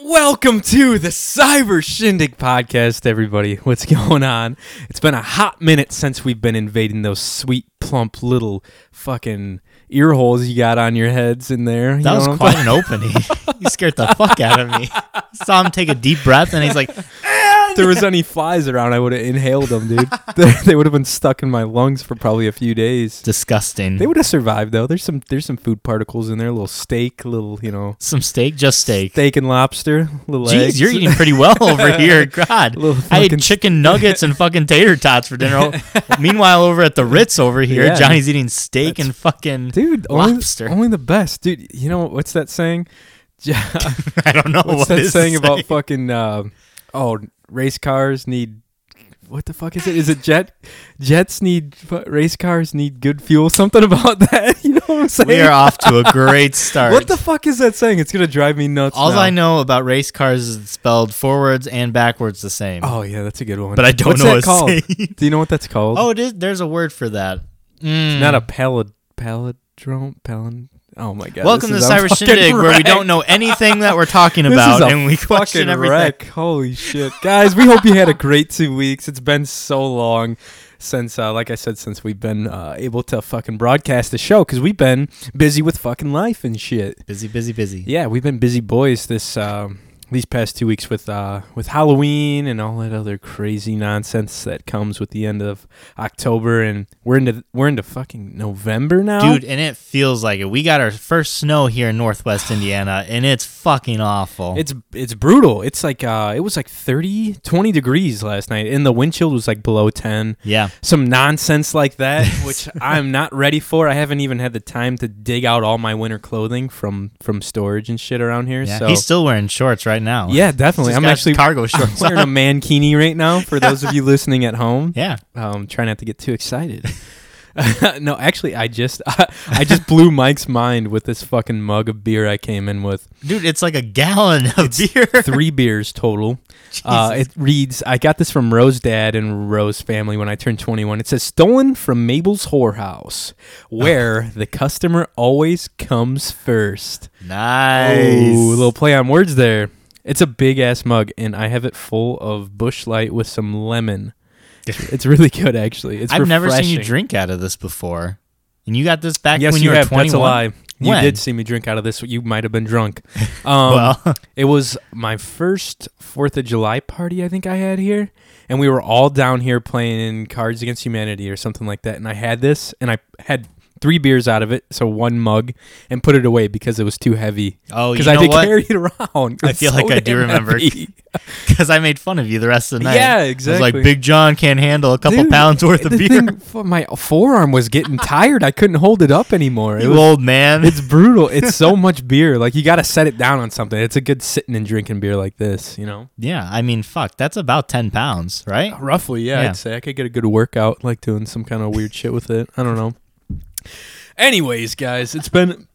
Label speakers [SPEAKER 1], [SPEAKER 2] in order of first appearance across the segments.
[SPEAKER 1] Welcome to the Cyber Shindig podcast, everybody. What's going on? It's been a hot minute since we've been invading those sweet, plump little fucking ear holes you got on your heads in there. You
[SPEAKER 2] That
[SPEAKER 1] know
[SPEAKER 2] was
[SPEAKER 1] what I'm
[SPEAKER 2] quite an opening. you scared the fuck out of me. Saw him take a deep breath, and he's like,
[SPEAKER 1] if there was any flies around, I would have inhaled them, dude. they, they would have been stuck in my lungs for probably a few days.
[SPEAKER 2] "Disgusting."
[SPEAKER 1] They would have survived though. There's some there's some food particles in there. A little steak, little you know
[SPEAKER 2] Some steak, just steak.
[SPEAKER 1] steak and lobster. Little
[SPEAKER 2] Jeez,
[SPEAKER 1] eggs.
[SPEAKER 2] you're eating pretty well over here. God,
[SPEAKER 1] Little
[SPEAKER 2] I
[SPEAKER 1] fucking-
[SPEAKER 2] ate chicken nuggets and fucking tater tots for dinner. Meanwhile, over at the Ritz over here,
[SPEAKER 1] Yeah.
[SPEAKER 2] Johnny's eating steak and fucking.
[SPEAKER 1] dude. Only,
[SPEAKER 2] lobster.
[SPEAKER 1] only the best, dude. You know what's that saying? Ja-
[SPEAKER 2] I don't know
[SPEAKER 1] What's
[SPEAKER 2] what
[SPEAKER 1] that
[SPEAKER 2] this
[SPEAKER 1] saying
[SPEAKER 2] is
[SPEAKER 1] about fucking um oh race cars need what the fuck is it? Is it jet jets need fu- race cars need good fuel? Something about that. You know what I'm saying?
[SPEAKER 2] We are off to a great start.
[SPEAKER 1] what the fuck is that saying? It's gonna drive me nuts.
[SPEAKER 2] All
[SPEAKER 1] now.
[SPEAKER 2] I know about race cars is it's spelled forwards and backwards the same.
[SPEAKER 1] Oh yeah, that's a good one.
[SPEAKER 2] But I don't
[SPEAKER 1] What's
[SPEAKER 2] know
[SPEAKER 1] that
[SPEAKER 2] what it's
[SPEAKER 1] called.
[SPEAKER 2] saying.
[SPEAKER 1] Do you know what that's called?
[SPEAKER 2] Oh, it is. There's a word for that. Mm.
[SPEAKER 1] not a palad palindrome palin. Oh my god!
[SPEAKER 2] Welcome to
[SPEAKER 1] this is- I'm
[SPEAKER 2] Cyber
[SPEAKER 1] fucking
[SPEAKER 2] Shindig, where we
[SPEAKER 1] wrecked.
[SPEAKER 2] don't know anything that we're talking
[SPEAKER 1] This is
[SPEAKER 2] about,
[SPEAKER 1] a
[SPEAKER 2] and we
[SPEAKER 1] fucking
[SPEAKER 2] question everything.
[SPEAKER 1] wreck. Holy shit, guys! We hope you had a great two weeks. It's been so long since, uh, like I said, since we've been uh, able to fucking broadcast the show because we've been busy with fucking life and shit.
[SPEAKER 2] Busy, busy, busy.
[SPEAKER 1] Yeah, we've been busy boys this um, these past two weeks with uh, with Halloween and all that other crazy nonsense that comes with the end of October, and we're into we're into fucking November now,
[SPEAKER 2] Dude, and it feels like it. We got our first snow here in Northwest Indiana, and it's fucking awful.
[SPEAKER 1] It's it's brutal. It's like uh it was like 30 20 degrees last night and the wind chill was like below 10.
[SPEAKER 2] yeah.
[SPEAKER 1] Some nonsense like that which I'm not ready for. I haven't even had the time to dig out all my winter clothing from from storage and shit around here.
[SPEAKER 2] yeah.
[SPEAKER 1] so
[SPEAKER 2] He's still wearing shorts right now.
[SPEAKER 1] Yeah,
[SPEAKER 2] He's
[SPEAKER 1] definitely.
[SPEAKER 2] just
[SPEAKER 1] I'm
[SPEAKER 2] got
[SPEAKER 1] actually
[SPEAKER 2] cargo
[SPEAKER 1] I'm
[SPEAKER 2] shorts.
[SPEAKER 1] wearing a mankini right now for those of you listening at home.
[SPEAKER 2] yeah.
[SPEAKER 1] Um try not to get too excited. no, actually I just I just blew Mike's mind with this fucking mug of beer I came in with.
[SPEAKER 2] Dude, it's like a gallon of beer.
[SPEAKER 1] three beers total. Uh,
[SPEAKER 2] Jesus.
[SPEAKER 1] it reads I got this from Rose Dad and Rose family when I turned 21. It says, Stolen from Mabel's whorehouse, where the customer always comes first.
[SPEAKER 2] nice.
[SPEAKER 1] Ooh, little play on words there. It's a big ass mug, and I have it full of bush light with some lemon. It's really good, actually. It's
[SPEAKER 2] I've never seen you
[SPEAKER 1] refreshing.
[SPEAKER 2] drink out of this before. And you got this back
[SPEAKER 1] Yes,
[SPEAKER 2] when
[SPEAKER 1] you
[SPEAKER 2] you, were
[SPEAKER 1] have.
[SPEAKER 2] 21.
[SPEAKER 1] That's a lie. You
[SPEAKER 2] When?
[SPEAKER 1] did see me drink out of this. You might have been drunk. Um,
[SPEAKER 2] Well,
[SPEAKER 1] It was my first Fourth of July party I think I had here, and we were all down here playing Cards Against Humanity or something like that. And I had this, and I had three beers out of it, so one mug, and put it away because it was too heavy.
[SPEAKER 2] oh, you
[SPEAKER 1] Because
[SPEAKER 2] know
[SPEAKER 1] I did
[SPEAKER 2] what?
[SPEAKER 1] carry it around.
[SPEAKER 2] I
[SPEAKER 1] It's
[SPEAKER 2] feel
[SPEAKER 1] so
[SPEAKER 2] like I do
[SPEAKER 1] damn
[SPEAKER 2] remember.
[SPEAKER 1] heavy.
[SPEAKER 2] because I made fun of you the rest of the night.
[SPEAKER 1] Yeah,
[SPEAKER 2] I was
[SPEAKER 1] exactly.
[SPEAKER 2] like, Big John can't handle a couple
[SPEAKER 1] Dude,
[SPEAKER 2] pounds worth of
[SPEAKER 1] the
[SPEAKER 2] beer.
[SPEAKER 1] thing- f- my forearm was getting tired. I couldn't hold it up anymore. It
[SPEAKER 2] you
[SPEAKER 1] was,
[SPEAKER 2] old man.
[SPEAKER 1] it's brutal. It's so much beer. Like you got to set it down on something. It's a good sitting and drinking beer like this, you know.
[SPEAKER 2] yeah, I mean, fuck, that's about ten pounds, right?
[SPEAKER 1] Roughly, yeah,
[SPEAKER 2] Yeah.
[SPEAKER 1] I'd say I could get a good workout, like doing some kind of weird shit with it. I don't know. Anyways, guys, it's been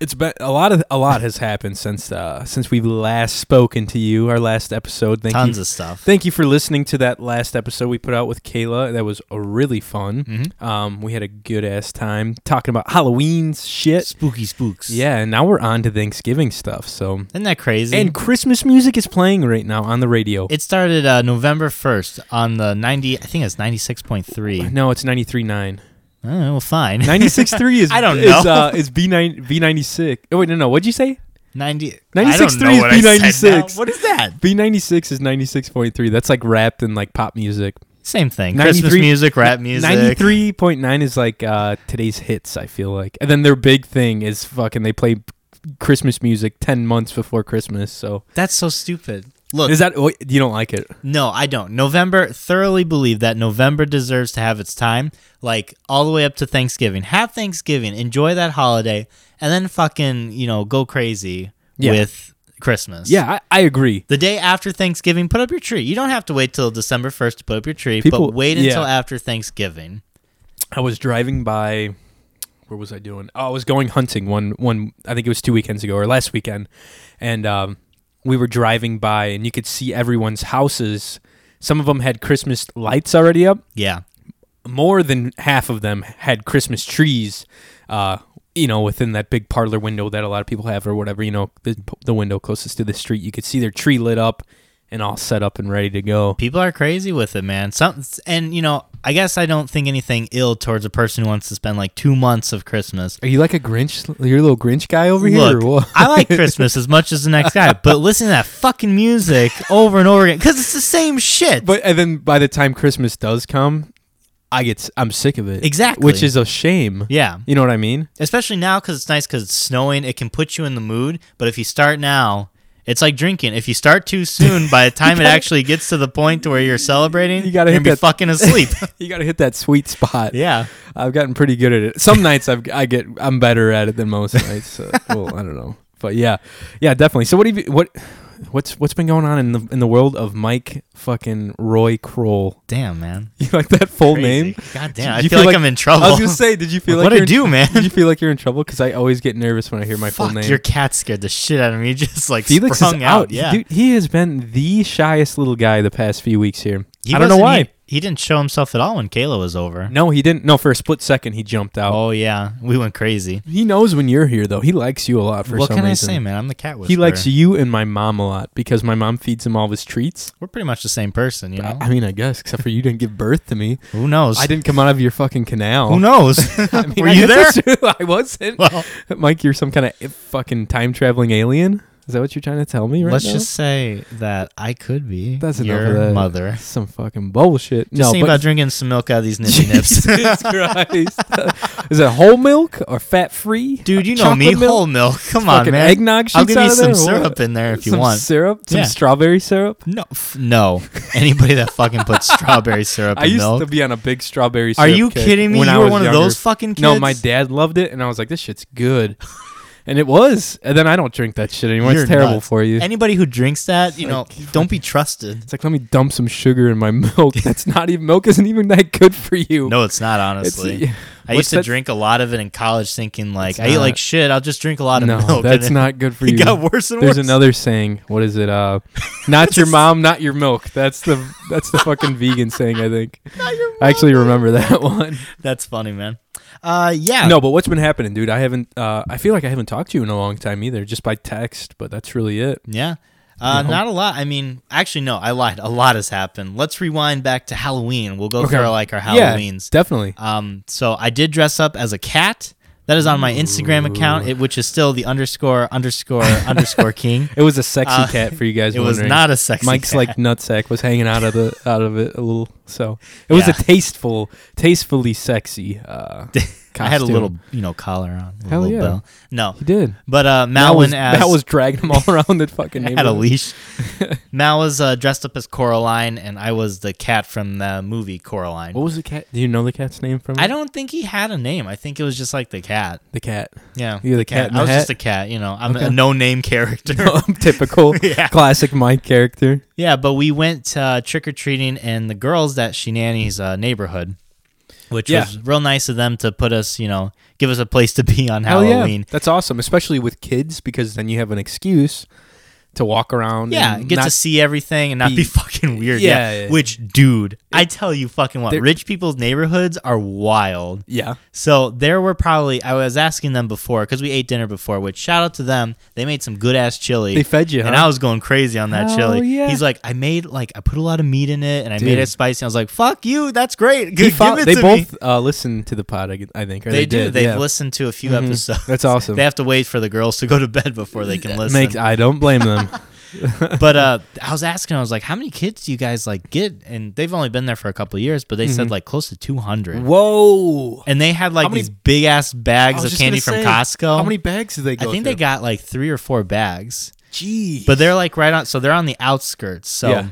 [SPEAKER 1] it's been a lot of a lot has happened since uh since we've last spoken to you, our last episode. Thank
[SPEAKER 2] Tons
[SPEAKER 1] you.
[SPEAKER 2] of stuff.
[SPEAKER 1] Thank you for listening to that last episode we put out with Kayla. That was uh, really fun.
[SPEAKER 2] Mhm.
[SPEAKER 1] Um, we had a good ass time talking about Halloween shit.
[SPEAKER 2] Spooky spooks.
[SPEAKER 1] Yeah, and now we're on to Thanksgiving stuff. So,
[SPEAKER 2] isn't that crazy?
[SPEAKER 1] and Christmas music is playing right now on the radio.
[SPEAKER 2] it started uh, November first on the ninety. I think it's ninety six point three. Uh,
[SPEAKER 1] no, it's ninety three nine.
[SPEAKER 2] Well, fine.
[SPEAKER 1] 96.3 is
[SPEAKER 2] I don't
[SPEAKER 1] is,
[SPEAKER 2] know.
[SPEAKER 1] uh, is B9 B96. Oh wait, no, no. What'd you say?
[SPEAKER 2] Ninety.
[SPEAKER 1] 96.3
[SPEAKER 2] I don't know
[SPEAKER 1] is
[SPEAKER 2] what I said now.
[SPEAKER 1] B96.
[SPEAKER 2] What is that?
[SPEAKER 1] B96 is 96.3. That's like wrapped in like pop music.
[SPEAKER 2] Same thing. Christmas
[SPEAKER 1] 93
[SPEAKER 2] music, rap music.
[SPEAKER 1] 93.9 is like uh, today's hits, I feel like. And then their big thing is fucking they play Christmas music 10 months before Christmas. So,
[SPEAKER 2] That's so stupid. Look,
[SPEAKER 1] is that wait, you don't like it?
[SPEAKER 2] No, I don't. November thoroughly believe that November deserves to have its time, like all the way up to Thanksgiving. Have Thanksgiving, enjoy that holiday, and then fucking, you know, go crazy
[SPEAKER 1] Yeah.
[SPEAKER 2] with Christmas.
[SPEAKER 1] Yeah, I, I agree.
[SPEAKER 2] The day after Thanksgiving, put up your tree. You don't have to wait till December 1st to put up your tree,
[SPEAKER 1] People-
[SPEAKER 2] but wait
[SPEAKER 1] yeah.
[SPEAKER 2] until after Thanksgiving.
[SPEAKER 1] I was driving by. Where was I doing? Oh, I was going hunting one one. I think it was two weekends ago or last weekend, and um, we were driving by, and you could see everyone's houses. Some of them had Christmas lights already up.
[SPEAKER 2] Yeah.
[SPEAKER 1] More than half of them had Christmas trees uh, you know, within that big parlor window that a lot of people have or whatever, you know, the, the window closest to the street, you could see their tree lit up and all set up and ready to go.
[SPEAKER 2] People are crazy with it, man. Some and you know, I guess I don't think anything ill towards a person who wants to spend like two months of Christmas.
[SPEAKER 1] Are you like a Grinch? You're a little Grinch guy over here? or
[SPEAKER 2] Look,
[SPEAKER 1] what?
[SPEAKER 2] I like Christmas as much as the next guy, but listen to that fucking music over and over again because it's the same shit.
[SPEAKER 1] But and then by the time Christmas does come, I get s- I'm sick of it.
[SPEAKER 2] Exactly.
[SPEAKER 1] Which is a shame.
[SPEAKER 2] yeah,
[SPEAKER 1] You know what I mean?
[SPEAKER 2] especially now because it's nice because it's snowing. It can put you in the mood, but if you start now. It's like drinking. If you start too soon, by the time it actually gets to the point to where you're celebrating,
[SPEAKER 1] You gotta hit
[SPEAKER 2] you're gonna be
[SPEAKER 1] that-
[SPEAKER 2] fucking asleep.
[SPEAKER 1] You got to hit that sweet spot.
[SPEAKER 2] yeah.
[SPEAKER 1] I've gotten pretty good at it. Some nights I've I get I'm better at it than most nights. So, well, I don't know, but yeah, yeah, definitely. So what have you what what's what's been going on in the in the world of Mike fucking Roy Kroll?
[SPEAKER 2] Damn, man.
[SPEAKER 1] You like that full name?
[SPEAKER 2] God damn. I
[SPEAKER 1] You
[SPEAKER 2] feel, like, I'm in trouble.
[SPEAKER 1] I was gonna say, did you feel like
[SPEAKER 2] what
[SPEAKER 1] you're
[SPEAKER 2] I
[SPEAKER 1] in-
[SPEAKER 2] do, man?
[SPEAKER 1] Did you feel like you're in trouble? Because I always get nervous when I hear my
[SPEAKER 2] Fuck,
[SPEAKER 1] full name.
[SPEAKER 2] your cat scared the shit out of me. Just like
[SPEAKER 1] Felix is
[SPEAKER 2] sprung
[SPEAKER 1] out.
[SPEAKER 2] out. Yeah.
[SPEAKER 1] Dude, he has been the shyest little guy the past few weeks here.
[SPEAKER 2] He
[SPEAKER 1] I don't know why.
[SPEAKER 2] wasn't- e- He, he didn't show himself at all when Kayla was over.
[SPEAKER 1] no, he didn't. No, for a split second he jumped out.
[SPEAKER 2] Oh yeah, we went crazy.
[SPEAKER 1] He knows when you're here though. He likes you a lot for
[SPEAKER 2] what
[SPEAKER 1] some
[SPEAKER 2] can
[SPEAKER 1] reason.
[SPEAKER 2] I say, man? I'm the cat whisperer.
[SPEAKER 1] He likes you and my mom a lot because my mom feeds him all of his treats.
[SPEAKER 2] We're pretty much the same person, you know.
[SPEAKER 1] I mean, I guess, except for you didn't give birth to me.
[SPEAKER 2] Who knows?
[SPEAKER 1] I didn't come out of your fucking canal.
[SPEAKER 2] Who knows?
[SPEAKER 1] I mean,
[SPEAKER 2] Were
[SPEAKER 1] I
[SPEAKER 2] you there?
[SPEAKER 1] guess that's true. I wasn't.
[SPEAKER 2] Well,
[SPEAKER 1] Mike, you're some kind of fucking time traveling alien. Is that what you're trying to tell me right
[SPEAKER 2] let's
[SPEAKER 1] now?
[SPEAKER 2] just say that I could be
[SPEAKER 1] That's enough
[SPEAKER 2] your
[SPEAKER 1] of that.
[SPEAKER 2] mother. Just
[SPEAKER 1] some fucking bullshit. no,
[SPEAKER 2] think
[SPEAKER 1] but
[SPEAKER 2] about drinking some milk out of these nippy nips,
[SPEAKER 1] Jesus Christ. Is it whole milk or fat free?
[SPEAKER 2] dude. You know me,
[SPEAKER 1] Chocolate milk?
[SPEAKER 2] whole milk. Come on,
[SPEAKER 1] fucking
[SPEAKER 2] man.
[SPEAKER 1] eggnog shoots
[SPEAKER 2] I'll give
[SPEAKER 1] out
[SPEAKER 2] you
[SPEAKER 1] of
[SPEAKER 2] some
[SPEAKER 1] there?
[SPEAKER 2] syrup
[SPEAKER 1] What?
[SPEAKER 2] in there if you
[SPEAKER 1] Some
[SPEAKER 2] want.
[SPEAKER 1] syrup, some
[SPEAKER 2] Yeah.
[SPEAKER 1] strawberry syrup.
[SPEAKER 2] No, f- no. Anybody that fucking puts strawberry syrup
[SPEAKER 1] I
[SPEAKER 2] in
[SPEAKER 1] used
[SPEAKER 2] milk.
[SPEAKER 1] to be on a big strawberry.
[SPEAKER 2] Are
[SPEAKER 1] Syrup
[SPEAKER 2] you
[SPEAKER 1] kick
[SPEAKER 2] kidding me?
[SPEAKER 1] when I
[SPEAKER 2] you were
[SPEAKER 1] was
[SPEAKER 2] one
[SPEAKER 1] younger.
[SPEAKER 2] of those fucking kids.
[SPEAKER 1] No, my dad loved it, and I was like, "This shit's good," and it was. And then I don't drink that shit anymore.
[SPEAKER 2] You're
[SPEAKER 1] it's terrible
[SPEAKER 2] nuts.
[SPEAKER 1] for you.
[SPEAKER 2] Anybody who drinks that, you know, don't be trusted.
[SPEAKER 1] it's like let me dump some sugar in my milk. That's not even milk. Isn't even that good for you.
[SPEAKER 2] No, it's not.
[SPEAKER 1] It's-
[SPEAKER 2] Honestly, I
[SPEAKER 1] what's
[SPEAKER 2] used to
[SPEAKER 1] that-
[SPEAKER 2] drink a lot of it in college, thinking like
[SPEAKER 1] It's
[SPEAKER 2] I eat like
[SPEAKER 1] not.
[SPEAKER 2] shit. I'll just drink a lot of
[SPEAKER 1] no,
[SPEAKER 2] milk.
[SPEAKER 1] that's
[SPEAKER 2] and
[SPEAKER 1] not good for
[SPEAKER 2] It,
[SPEAKER 1] you.
[SPEAKER 2] it got worse and
[SPEAKER 1] There's
[SPEAKER 2] worse.
[SPEAKER 1] another saying. What is it? Uh, not your mom, not your milk. That's the that's the fucking vegan saying. I think. I actually remember that one.
[SPEAKER 2] That's funny, man. Uh, yeah.
[SPEAKER 1] No, but what's been happening, dude? I haven't. Uh, I feel like I haven't talked to you in a long time either, just by text. But that's really it.
[SPEAKER 2] Yeah. Uh,
[SPEAKER 1] No.
[SPEAKER 2] Not a lot. I mean, actually, no. I lied. A lot has happened. Let's rewind back to Halloween. We'll go
[SPEAKER 1] Okay.
[SPEAKER 2] through like our
[SPEAKER 1] Yeah,
[SPEAKER 2] Halloweens.
[SPEAKER 1] definitely.
[SPEAKER 2] Um, so I did dress up as a cat. That is on my Instagram account, it, which is still the underscore underscore underscore king.
[SPEAKER 1] It was a sexy
[SPEAKER 2] Uh,
[SPEAKER 1] cat for you guys.
[SPEAKER 2] It was
[SPEAKER 1] wondering.
[SPEAKER 2] not a sexy.
[SPEAKER 1] Mike's
[SPEAKER 2] cat.
[SPEAKER 1] like nutsack was hanging out of the out of it a little. So it was
[SPEAKER 2] Yeah.
[SPEAKER 1] a tasteful, tastefully sexy. Uh,
[SPEAKER 2] I had a
[SPEAKER 1] costume.
[SPEAKER 2] little you know collar on. a
[SPEAKER 1] Hell
[SPEAKER 2] little
[SPEAKER 1] yeah.
[SPEAKER 2] bell. No,
[SPEAKER 1] He did.
[SPEAKER 2] but uh,
[SPEAKER 1] That
[SPEAKER 2] Mal
[SPEAKER 1] was,
[SPEAKER 2] went as
[SPEAKER 1] that was dragging him all around the fucking
[SPEAKER 2] I
[SPEAKER 1] neighborhood.
[SPEAKER 2] had a leash. Mal was uh, dressed up as Coraline, and I was the cat from the movie Coraline.
[SPEAKER 1] What was the cat? Do you know the cat's name from?
[SPEAKER 2] I don't think he had a name. I think it was just like the cat.
[SPEAKER 1] The cat.
[SPEAKER 2] Yeah,
[SPEAKER 1] You're the cat in
[SPEAKER 2] I
[SPEAKER 1] the
[SPEAKER 2] was
[SPEAKER 1] hat?
[SPEAKER 2] just a cat. You know, I'm
[SPEAKER 1] Okay.
[SPEAKER 2] a no-name character.
[SPEAKER 1] Um, Typical,
[SPEAKER 2] Yeah.
[SPEAKER 1] classic Mike character.
[SPEAKER 2] Yeah, but we went uh, trick or treating, and the girls that she nannies uh, neighborhood, which
[SPEAKER 1] Yeah.
[SPEAKER 2] was real nice of them to put us, you know, give us a place to be on
[SPEAKER 1] Hell
[SPEAKER 2] Halloween.
[SPEAKER 1] Yeah. That's awesome, especially with kids because then you have an excuse to walk around.
[SPEAKER 2] Yeah,
[SPEAKER 1] and
[SPEAKER 2] get
[SPEAKER 1] not-
[SPEAKER 2] to see everything and not be,
[SPEAKER 1] be-
[SPEAKER 2] fucking weird. Yeah,
[SPEAKER 1] Yeah, yeah.
[SPEAKER 2] Which, dude, I tell you fucking what,
[SPEAKER 1] They're-
[SPEAKER 2] rich people's neighborhoods are wild.
[SPEAKER 1] yeah.
[SPEAKER 2] So there were probably I was asking them before because we ate dinner before. Which shout out to them, they made some good ass chili.
[SPEAKER 1] They fed you,
[SPEAKER 2] and
[SPEAKER 1] huh?
[SPEAKER 2] I was going crazy on that
[SPEAKER 1] Hell
[SPEAKER 2] chili.
[SPEAKER 1] yeah.
[SPEAKER 2] He's like, I made like I put a lot of meat in it and I made
[SPEAKER 1] Dude.
[SPEAKER 2] it spicy. I was like, fuck you, that's great.
[SPEAKER 1] He
[SPEAKER 2] Give
[SPEAKER 1] fol-
[SPEAKER 2] it
[SPEAKER 1] they
[SPEAKER 2] to me.
[SPEAKER 1] both uh, listen to the pod, I g- I think. Or
[SPEAKER 2] They,
[SPEAKER 1] they,
[SPEAKER 2] do.
[SPEAKER 1] Did,
[SPEAKER 2] They've
[SPEAKER 1] yeah.
[SPEAKER 2] listened to a few
[SPEAKER 1] Mhm.
[SPEAKER 2] episodes.
[SPEAKER 1] That's awesome.
[SPEAKER 2] They have to wait for the girls to go to bed before they can listen.
[SPEAKER 1] Makes- I don't blame them.
[SPEAKER 2] but uh, I was asking, I was like, how many kids do you guys like get? And they've only been there for a couple of years, but they said like close to 200.
[SPEAKER 1] Whoa.
[SPEAKER 2] And they had
[SPEAKER 1] Mm-hmm.
[SPEAKER 2] like
[SPEAKER 1] How many-
[SPEAKER 2] these big ass
[SPEAKER 1] I
[SPEAKER 2] bags
[SPEAKER 1] was
[SPEAKER 2] of
[SPEAKER 1] just
[SPEAKER 2] candy
[SPEAKER 1] gonna
[SPEAKER 2] from
[SPEAKER 1] say,
[SPEAKER 2] Costco.
[SPEAKER 1] How many bags did they
[SPEAKER 2] I
[SPEAKER 1] go
[SPEAKER 2] think they got like three or four bags,
[SPEAKER 1] Jeez.
[SPEAKER 2] but they're like right on. So they're on the outskirts. So
[SPEAKER 1] Yeah.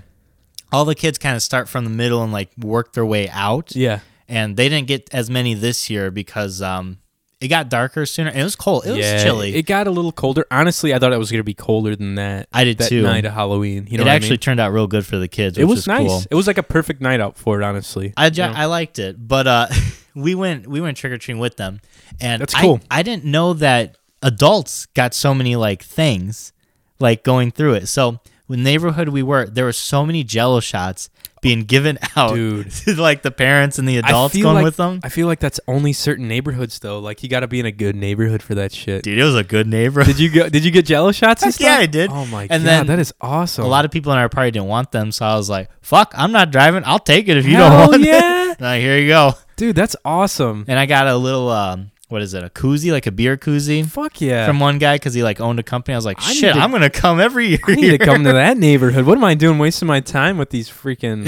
[SPEAKER 2] all the kids kind of start from the middle and like work their way out.
[SPEAKER 1] Yeah.
[SPEAKER 2] And they didn't get as many this year because um, it got darker sooner. And it was cold. It was
[SPEAKER 1] yeah.
[SPEAKER 2] chilly.
[SPEAKER 1] It got a little colder. Honestly, I thought it was going to be colder than that.
[SPEAKER 2] I did
[SPEAKER 1] that
[SPEAKER 2] too.
[SPEAKER 1] night of Halloween. You know
[SPEAKER 2] it
[SPEAKER 1] what I
[SPEAKER 2] actually
[SPEAKER 1] mean?
[SPEAKER 2] turned out real good for the kids.
[SPEAKER 1] It
[SPEAKER 2] which
[SPEAKER 1] was
[SPEAKER 2] is
[SPEAKER 1] nice.
[SPEAKER 2] Cool.
[SPEAKER 1] It was like a perfect night out for it, honestly.
[SPEAKER 2] I, ju-
[SPEAKER 1] You know?
[SPEAKER 2] I liked it, but uh, we went we went trick or treating with them, and
[SPEAKER 1] That's
[SPEAKER 2] I-
[SPEAKER 1] cool.
[SPEAKER 2] I, didn't know that adults got so many like things, like going through it. So when neighborhood we were, there were so many Jello shots being given out
[SPEAKER 1] Dude.
[SPEAKER 2] to like the parents and the adults going
[SPEAKER 1] like,
[SPEAKER 2] with them.
[SPEAKER 1] I feel like that's only certain neighborhoods though. Like you got to be in a good neighborhood for that shit.
[SPEAKER 2] Dude, it was a good neighborhood.
[SPEAKER 1] Did you go? Did you get Jello shots? and
[SPEAKER 2] Heck yeah,
[SPEAKER 1] stuff?
[SPEAKER 2] I did.
[SPEAKER 1] Oh my
[SPEAKER 2] And
[SPEAKER 1] god,
[SPEAKER 2] then
[SPEAKER 1] that is awesome.
[SPEAKER 2] A lot of people in our party didn't want them, so I was like, "Fuck, I'm not driving. I'll take it if you
[SPEAKER 1] Hell
[SPEAKER 2] don't want
[SPEAKER 1] yeah.
[SPEAKER 2] it." Now here you go.
[SPEAKER 1] dude, that's awesome.
[SPEAKER 2] And I got a little um, what is it? A koozie, like a beer koozie.
[SPEAKER 1] Fuck yeah.
[SPEAKER 2] from one guy because he like owned a company. I was like,
[SPEAKER 1] I need
[SPEAKER 2] shit,
[SPEAKER 1] to-
[SPEAKER 2] I'm gonna come every year.
[SPEAKER 1] I need to come to that neighborhood. What am I doing, wasting my time with these freaking,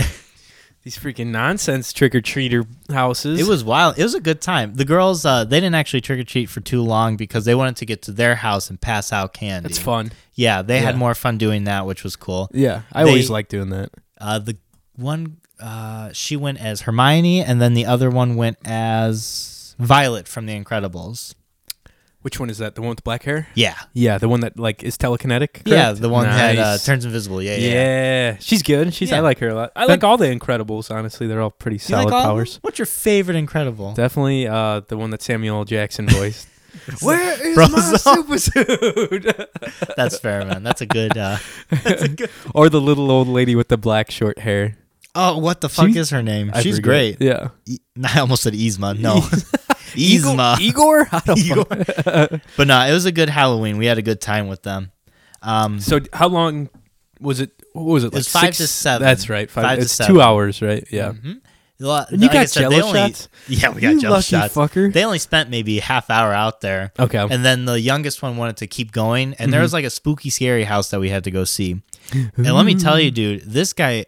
[SPEAKER 1] these freaking nonsense trick or treater houses?
[SPEAKER 2] It was wild. It was a good time. The girls, uh, they didn't actually trick or treat for too long because they wanted to get to their house and pass out candy.
[SPEAKER 1] It's fun.
[SPEAKER 2] Yeah, they had
[SPEAKER 1] Yeah.
[SPEAKER 2] more fun doing that, which was cool.
[SPEAKER 1] Yeah, I
[SPEAKER 2] They-
[SPEAKER 1] always like doing that.
[SPEAKER 2] Uh, the one, uh, she went as Hermione, and then the other one went as Violet from The Incredibles.
[SPEAKER 1] Which one is that? The one with the black hair?
[SPEAKER 2] Yeah,
[SPEAKER 1] Yeah, the one that like is telekinetic.
[SPEAKER 2] yeah,
[SPEAKER 1] correct?
[SPEAKER 2] the one that uh,
[SPEAKER 1] Nice.
[SPEAKER 2] turns invisible. Yeah, yeah.
[SPEAKER 1] Yeah.
[SPEAKER 2] yeah.
[SPEAKER 1] she's good. She's
[SPEAKER 2] Yeah.
[SPEAKER 1] I like her a lot. I like all the Incredibles. Honestly, they're all pretty
[SPEAKER 2] You like
[SPEAKER 1] solid
[SPEAKER 2] all of them?
[SPEAKER 1] powers.
[SPEAKER 2] What's your favorite Incredible?
[SPEAKER 1] Definitely uh, the one that Samuel L. Jackson voiced. Where is
[SPEAKER 2] Bro,
[SPEAKER 1] my
[SPEAKER 2] so-
[SPEAKER 1] super suit?
[SPEAKER 2] That's fair, man. That's a good. Uh, that's a good.
[SPEAKER 1] or the little old lady with the black short hair.
[SPEAKER 2] Oh, what the fuck
[SPEAKER 1] She-
[SPEAKER 2] is her name?
[SPEAKER 1] I
[SPEAKER 2] She's
[SPEAKER 1] forget.
[SPEAKER 2] great.
[SPEAKER 1] Yeah.
[SPEAKER 2] E- I almost said Yzma. No, Yzma.
[SPEAKER 1] Igor? I don't know.
[SPEAKER 2] But no, it was a good Halloween. We had a good time with them. Um,
[SPEAKER 1] So how long was it? What was it? Like
[SPEAKER 2] was five
[SPEAKER 1] six-
[SPEAKER 2] to seven.
[SPEAKER 1] That's right. Five,
[SPEAKER 2] Five to
[SPEAKER 1] it's
[SPEAKER 2] seven.
[SPEAKER 1] two hours, right? Yeah.
[SPEAKER 2] lo-
[SPEAKER 1] And you
[SPEAKER 2] mhm. like I
[SPEAKER 1] got
[SPEAKER 2] said,
[SPEAKER 1] jello
[SPEAKER 2] they only-
[SPEAKER 1] shots?
[SPEAKER 2] Yeah, we got
[SPEAKER 1] You
[SPEAKER 2] jello
[SPEAKER 1] lucky
[SPEAKER 2] shots.
[SPEAKER 1] fucker.
[SPEAKER 2] They only spent maybe half hour out there.
[SPEAKER 1] Okay.
[SPEAKER 2] And then the youngest one wanted to keep going, and
[SPEAKER 1] Mm-hmm.
[SPEAKER 2] there was like a spooky, scary house that we had to go see. And let me tell you, dude, this guy,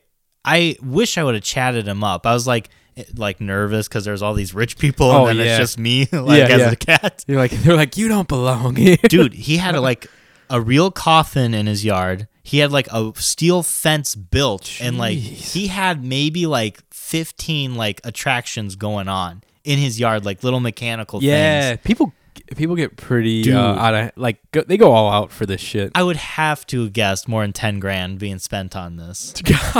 [SPEAKER 2] I wish I would have chatted him up. I was like, eh, like nervous because there's all these rich people,
[SPEAKER 1] Oh,
[SPEAKER 2] and then
[SPEAKER 1] yeah.
[SPEAKER 2] it's just me, like
[SPEAKER 1] Yeah,
[SPEAKER 2] as
[SPEAKER 1] yeah.
[SPEAKER 2] a cat.
[SPEAKER 1] You're like they're like you don't belong here.
[SPEAKER 2] dude he had like a real coffin in his yard he had like a steel fence built and like
[SPEAKER 1] Jeez.
[SPEAKER 2] he had maybe like 15 like attractions going on in his yard like little mechanical
[SPEAKER 1] yeah,
[SPEAKER 2] things
[SPEAKER 1] people people get pretty
[SPEAKER 2] Dude.
[SPEAKER 1] uh, out of like go, they go all out for this shit.
[SPEAKER 2] i would have to guess more than 10 grand being spent on this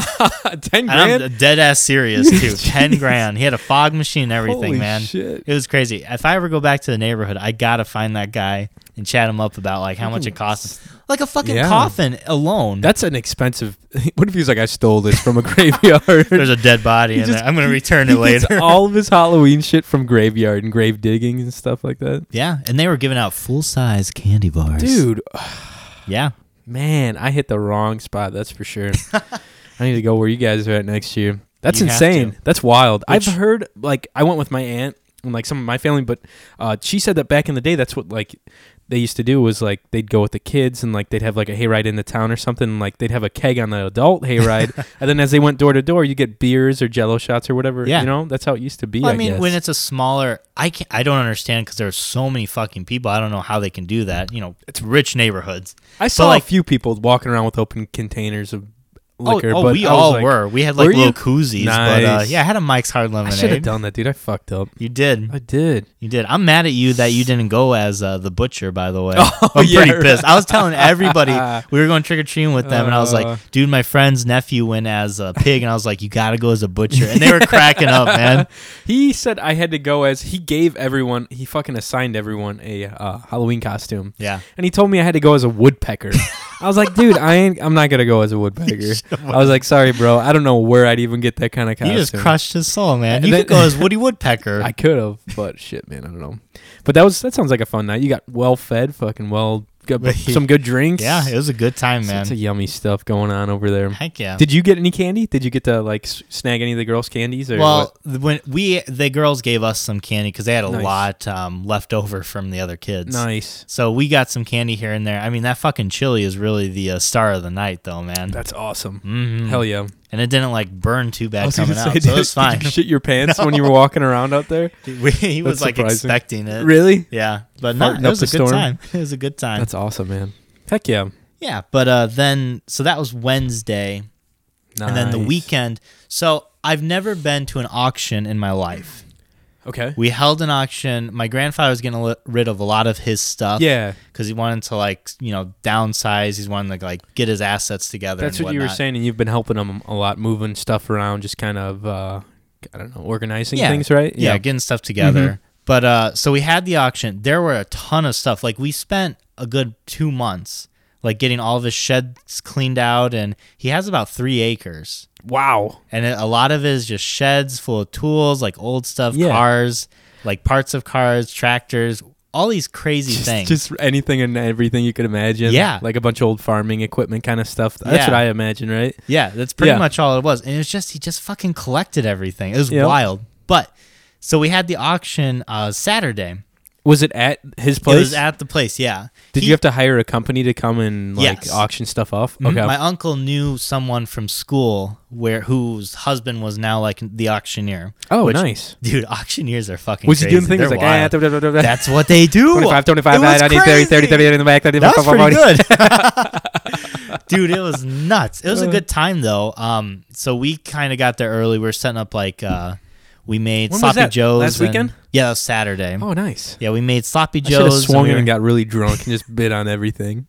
[SPEAKER 1] Ten
[SPEAKER 2] and
[SPEAKER 1] grand.
[SPEAKER 2] i'm dead ass serious too 10 grand he had a fog machine and everything
[SPEAKER 1] Holy
[SPEAKER 2] man
[SPEAKER 1] shit.
[SPEAKER 2] it was crazy if i ever go back to the neighborhood i gotta find that guy and chat him up about like how much it costs like a fucking
[SPEAKER 1] Yeah.
[SPEAKER 2] coffin alone
[SPEAKER 1] That's an expensive. What if he's like I stole this from a graveyard?
[SPEAKER 2] There's a dead body in
[SPEAKER 1] just-
[SPEAKER 2] there. I'm gonna return it
[SPEAKER 1] He gets
[SPEAKER 2] later.
[SPEAKER 1] all of his Halloween shit from graveyard and grave digging and stuff like that.
[SPEAKER 2] yeah, and they were giving out full size candy bars,
[SPEAKER 1] Dude,
[SPEAKER 2] Yeah,
[SPEAKER 1] man, I hit the wrong spot. That's for sure. I need to go where you guys are at next year. That's
[SPEAKER 2] You have
[SPEAKER 1] insane.
[SPEAKER 2] to.
[SPEAKER 1] That's wild.
[SPEAKER 2] Which-
[SPEAKER 1] I've heard like I went with my aunt and like some of my family, but uh, she said that back in the day, that's what like they used to do was like they'd go with the kids and like they'd have like a hayride into town or something. And, like they'd have a keg on the adult hayride, and then as they went door to door, you get beers or Jello shots or whatever.
[SPEAKER 2] Yeah.
[SPEAKER 1] you know that's how it used to be.
[SPEAKER 2] Well,
[SPEAKER 1] I,
[SPEAKER 2] I mean,
[SPEAKER 1] guess.
[SPEAKER 2] when it's a smaller, I can not I don't understand because there are so many fucking people. I don't know how they can do that. You know, it's rich neighborhoods.
[SPEAKER 1] I saw
[SPEAKER 2] like-
[SPEAKER 1] a few people walking around with open containers of liquor.
[SPEAKER 2] oh, oh
[SPEAKER 1] but
[SPEAKER 2] we
[SPEAKER 1] I was
[SPEAKER 2] all
[SPEAKER 1] like,
[SPEAKER 2] were. We had like
[SPEAKER 1] were you?
[SPEAKER 2] little koozies, but uh,
[SPEAKER 1] Nice.
[SPEAKER 2] yeah, I had a Mike's Hard
[SPEAKER 1] I should have
[SPEAKER 2] Lemonade.
[SPEAKER 1] done that, dude. I fucked up.
[SPEAKER 2] You did.
[SPEAKER 1] I did.
[SPEAKER 2] You did. I'm mad at you that you didn't go as uh, the butcher. By the way,
[SPEAKER 1] Oh,
[SPEAKER 2] I'm
[SPEAKER 1] yeah,
[SPEAKER 2] pretty
[SPEAKER 1] right.
[SPEAKER 2] pissed. I was telling everybody we were going trick or treating with them, and I was
[SPEAKER 1] Uh.
[SPEAKER 2] like, "Dude, my friend's nephew went as a pig," and I was like, "You gotta go as a butcher," and they were cracking up, man.
[SPEAKER 1] He said I had to go as he gave everyone he fucking assigned everyone a uh, Halloween costume.
[SPEAKER 2] Yeah.
[SPEAKER 1] And he told me I had to go as a woodpecker. I was like, dude, I ain't I'm not gonna go as a woodpecker. I was like, sorry, bro, I don't know where I'd even get that kind of
[SPEAKER 2] You
[SPEAKER 1] costume.
[SPEAKER 2] just crushed his soul, man.
[SPEAKER 1] And
[SPEAKER 2] You
[SPEAKER 1] then-
[SPEAKER 2] could go as Woody Woodpecker.
[SPEAKER 1] I could have, but shit, man, I don't know. But that was that sounds like a fun night. You got well fed, fucking well got b- some good drinks.
[SPEAKER 2] yeah, it was a good time, man.
[SPEAKER 1] Lots of yummy stuff going on over there.
[SPEAKER 2] Heck yeah.
[SPEAKER 1] Did you get any candy? Did you get to like s- snag any of the girls' candies or
[SPEAKER 2] well,
[SPEAKER 1] what?
[SPEAKER 2] th- when we the girls gave us some candy because they had a
[SPEAKER 1] Nice.
[SPEAKER 2] lot um, left over from the other kids.
[SPEAKER 1] nice.
[SPEAKER 2] So we got some candy here and there. I mean, that fucking chili is really the uh, star of the night, though, man.
[SPEAKER 1] That's awesome.
[SPEAKER 2] Mhm.
[SPEAKER 1] Hell yeah.
[SPEAKER 2] and it didn't like burn too bad
[SPEAKER 1] Hmm. gonna
[SPEAKER 2] coming out,
[SPEAKER 1] say,
[SPEAKER 2] so it was
[SPEAKER 1] did-
[SPEAKER 2] fine.
[SPEAKER 1] Did you shit your pants when you were walking around out there?
[SPEAKER 2] he was
[SPEAKER 1] That's
[SPEAKER 2] like
[SPEAKER 1] surprising.
[SPEAKER 2] expecting it.
[SPEAKER 1] Really?
[SPEAKER 2] Yeah, but no,
[SPEAKER 1] Farting
[SPEAKER 2] it
[SPEAKER 1] up
[SPEAKER 2] was a
[SPEAKER 1] a
[SPEAKER 2] good
[SPEAKER 1] storm.
[SPEAKER 2] time. It was a good time.
[SPEAKER 1] That's awesome, man. Heck yeah.
[SPEAKER 2] yeah, but uh, then so that was Wednesday, and then the
[SPEAKER 1] Nice.
[SPEAKER 2] weekend. So I've never been to an auction in my life.
[SPEAKER 1] Okay.
[SPEAKER 2] We held an auction. My grandfather was getting li- rid of a lot of his stuff.
[SPEAKER 1] Yeah.
[SPEAKER 2] because he wanted to like you know downsize. He's wanting to like get his assets together.
[SPEAKER 1] That's
[SPEAKER 2] and
[SPEAKER 1] what you were
[SPEAKER 2] whatnot.
[SPEAKER 1] saying, and you've been helping them a lot, moving stuff around, just kind of, uh, I don't know, organizing
[SPEAKER 2] Yeah.
[SPEAKER 1] things, right?
[SPEAKER 2] yeah, getting stuff together.
[SPEAKER 1] Mm-hmm.
[SPEAKER 2] But uh, so we had the auction. There were a ton of stuff. Like we spent a good two months like getting all of his sheds cleaned out, and he has about three acres,
[SPEAKER 1] Wow.
[SPEAKER 2] and it, a lot of it is just sheds full of tools, like old stuff,
[SPEAKER 1] Yeah.
[SPEAKER 2] cars, like parts of cars, tractors, all these crazy
[SPEAKER 1] Just,
[SPEAKER 2] things.
[SPEAKER 1] just anything and everything you could imagine.
[SPEAKER 2] Yeah.
[SPEAKER 1] Like a bunch of old farming equipment kind of stuff. That's
[SPEAKER 2] Yeah.
[SPEAKER 1] what I imagine, right?
[SPEAKER 2] Yeah, that's pretty
[SPEAKER 1] Yeah.
[SPEAKER 2] much all it was. And it was just he just fucking collected everything. It was
[SPEAKER 1] Yep.
[SPEAKER 2] wild. But so we had the auction uh Saturday.
[SPEAKER 1] Was it at his place?
[SPEAKER 2] It was at the place, yeah.
[SPEAKER 1] Did
[SPEAKER 2] He-
[SPEAKER 1] you have to hire a company to come and like
[SPEAKER 2] Yes.
[SPEAKER 1] auction stuff off?
[SPEAKER 2] Mhm.
[SPEAKER 1] Okay.
[SPEAKER 2] My uncle knew someone from school where whose husband was now like the auctioneer.
[SPEAKER 1] oh,
[SPEAKER 2] which-
[SPEAKER 1] nice.
[SPEAKER 2] Dude, auctioneers are fucking
[SPEAKER 1] Was he doing
[SPEAKER 2] crazy.
[SPEAKER 1] things like
[SPEAKER 2] They're
[SPEAKER 1] ah,
[SPEAKER 2] wild.
[SPEAKER 1] da, da, da, da, da.
[SPEAKER 2] That's what they do.
[SPEAKER 1] 25, 25,
[SPEAKER 2] It was
[SPEAKER 1] 90, 30, 30,
[SPEAKER 2] crazy.
[SPEAKER 1] 30 in the back, 30,
[SPEAKER 2] That was
[SPEAKER 1] 40.
[SPEAKER 2] pretty good. Dude, it was nuts. It was
[SPEAKER 1] Uh.
[SPEAKER 2] a good time though. Um, so we kind of got there early. We were setting up like uh, we made
[SPEAKER 1] When was
[SPEAKER 2] sloppy
[SPEAKER 1] that?
[SPEAKER 2] joes
[SPEAKER 1] Last
[SPEAKER 2] and-
[SPEAKER 1] weekend?
[SPEAKER 2] Yeah, that was Saturday.
[SPEAKER 1] Oh, nice.
[SPEAKER 2] Yeah, we made sloppy
[SPEAKER 1] I should have
[SPEAKER 2] joes.
[SPEAKER 1] swung
[SPEAKER 2] and we
[SPEAKER 1] in
[SPEAKER 2] were-
[SPEAKER 1] and got really drunk and just bid on everything.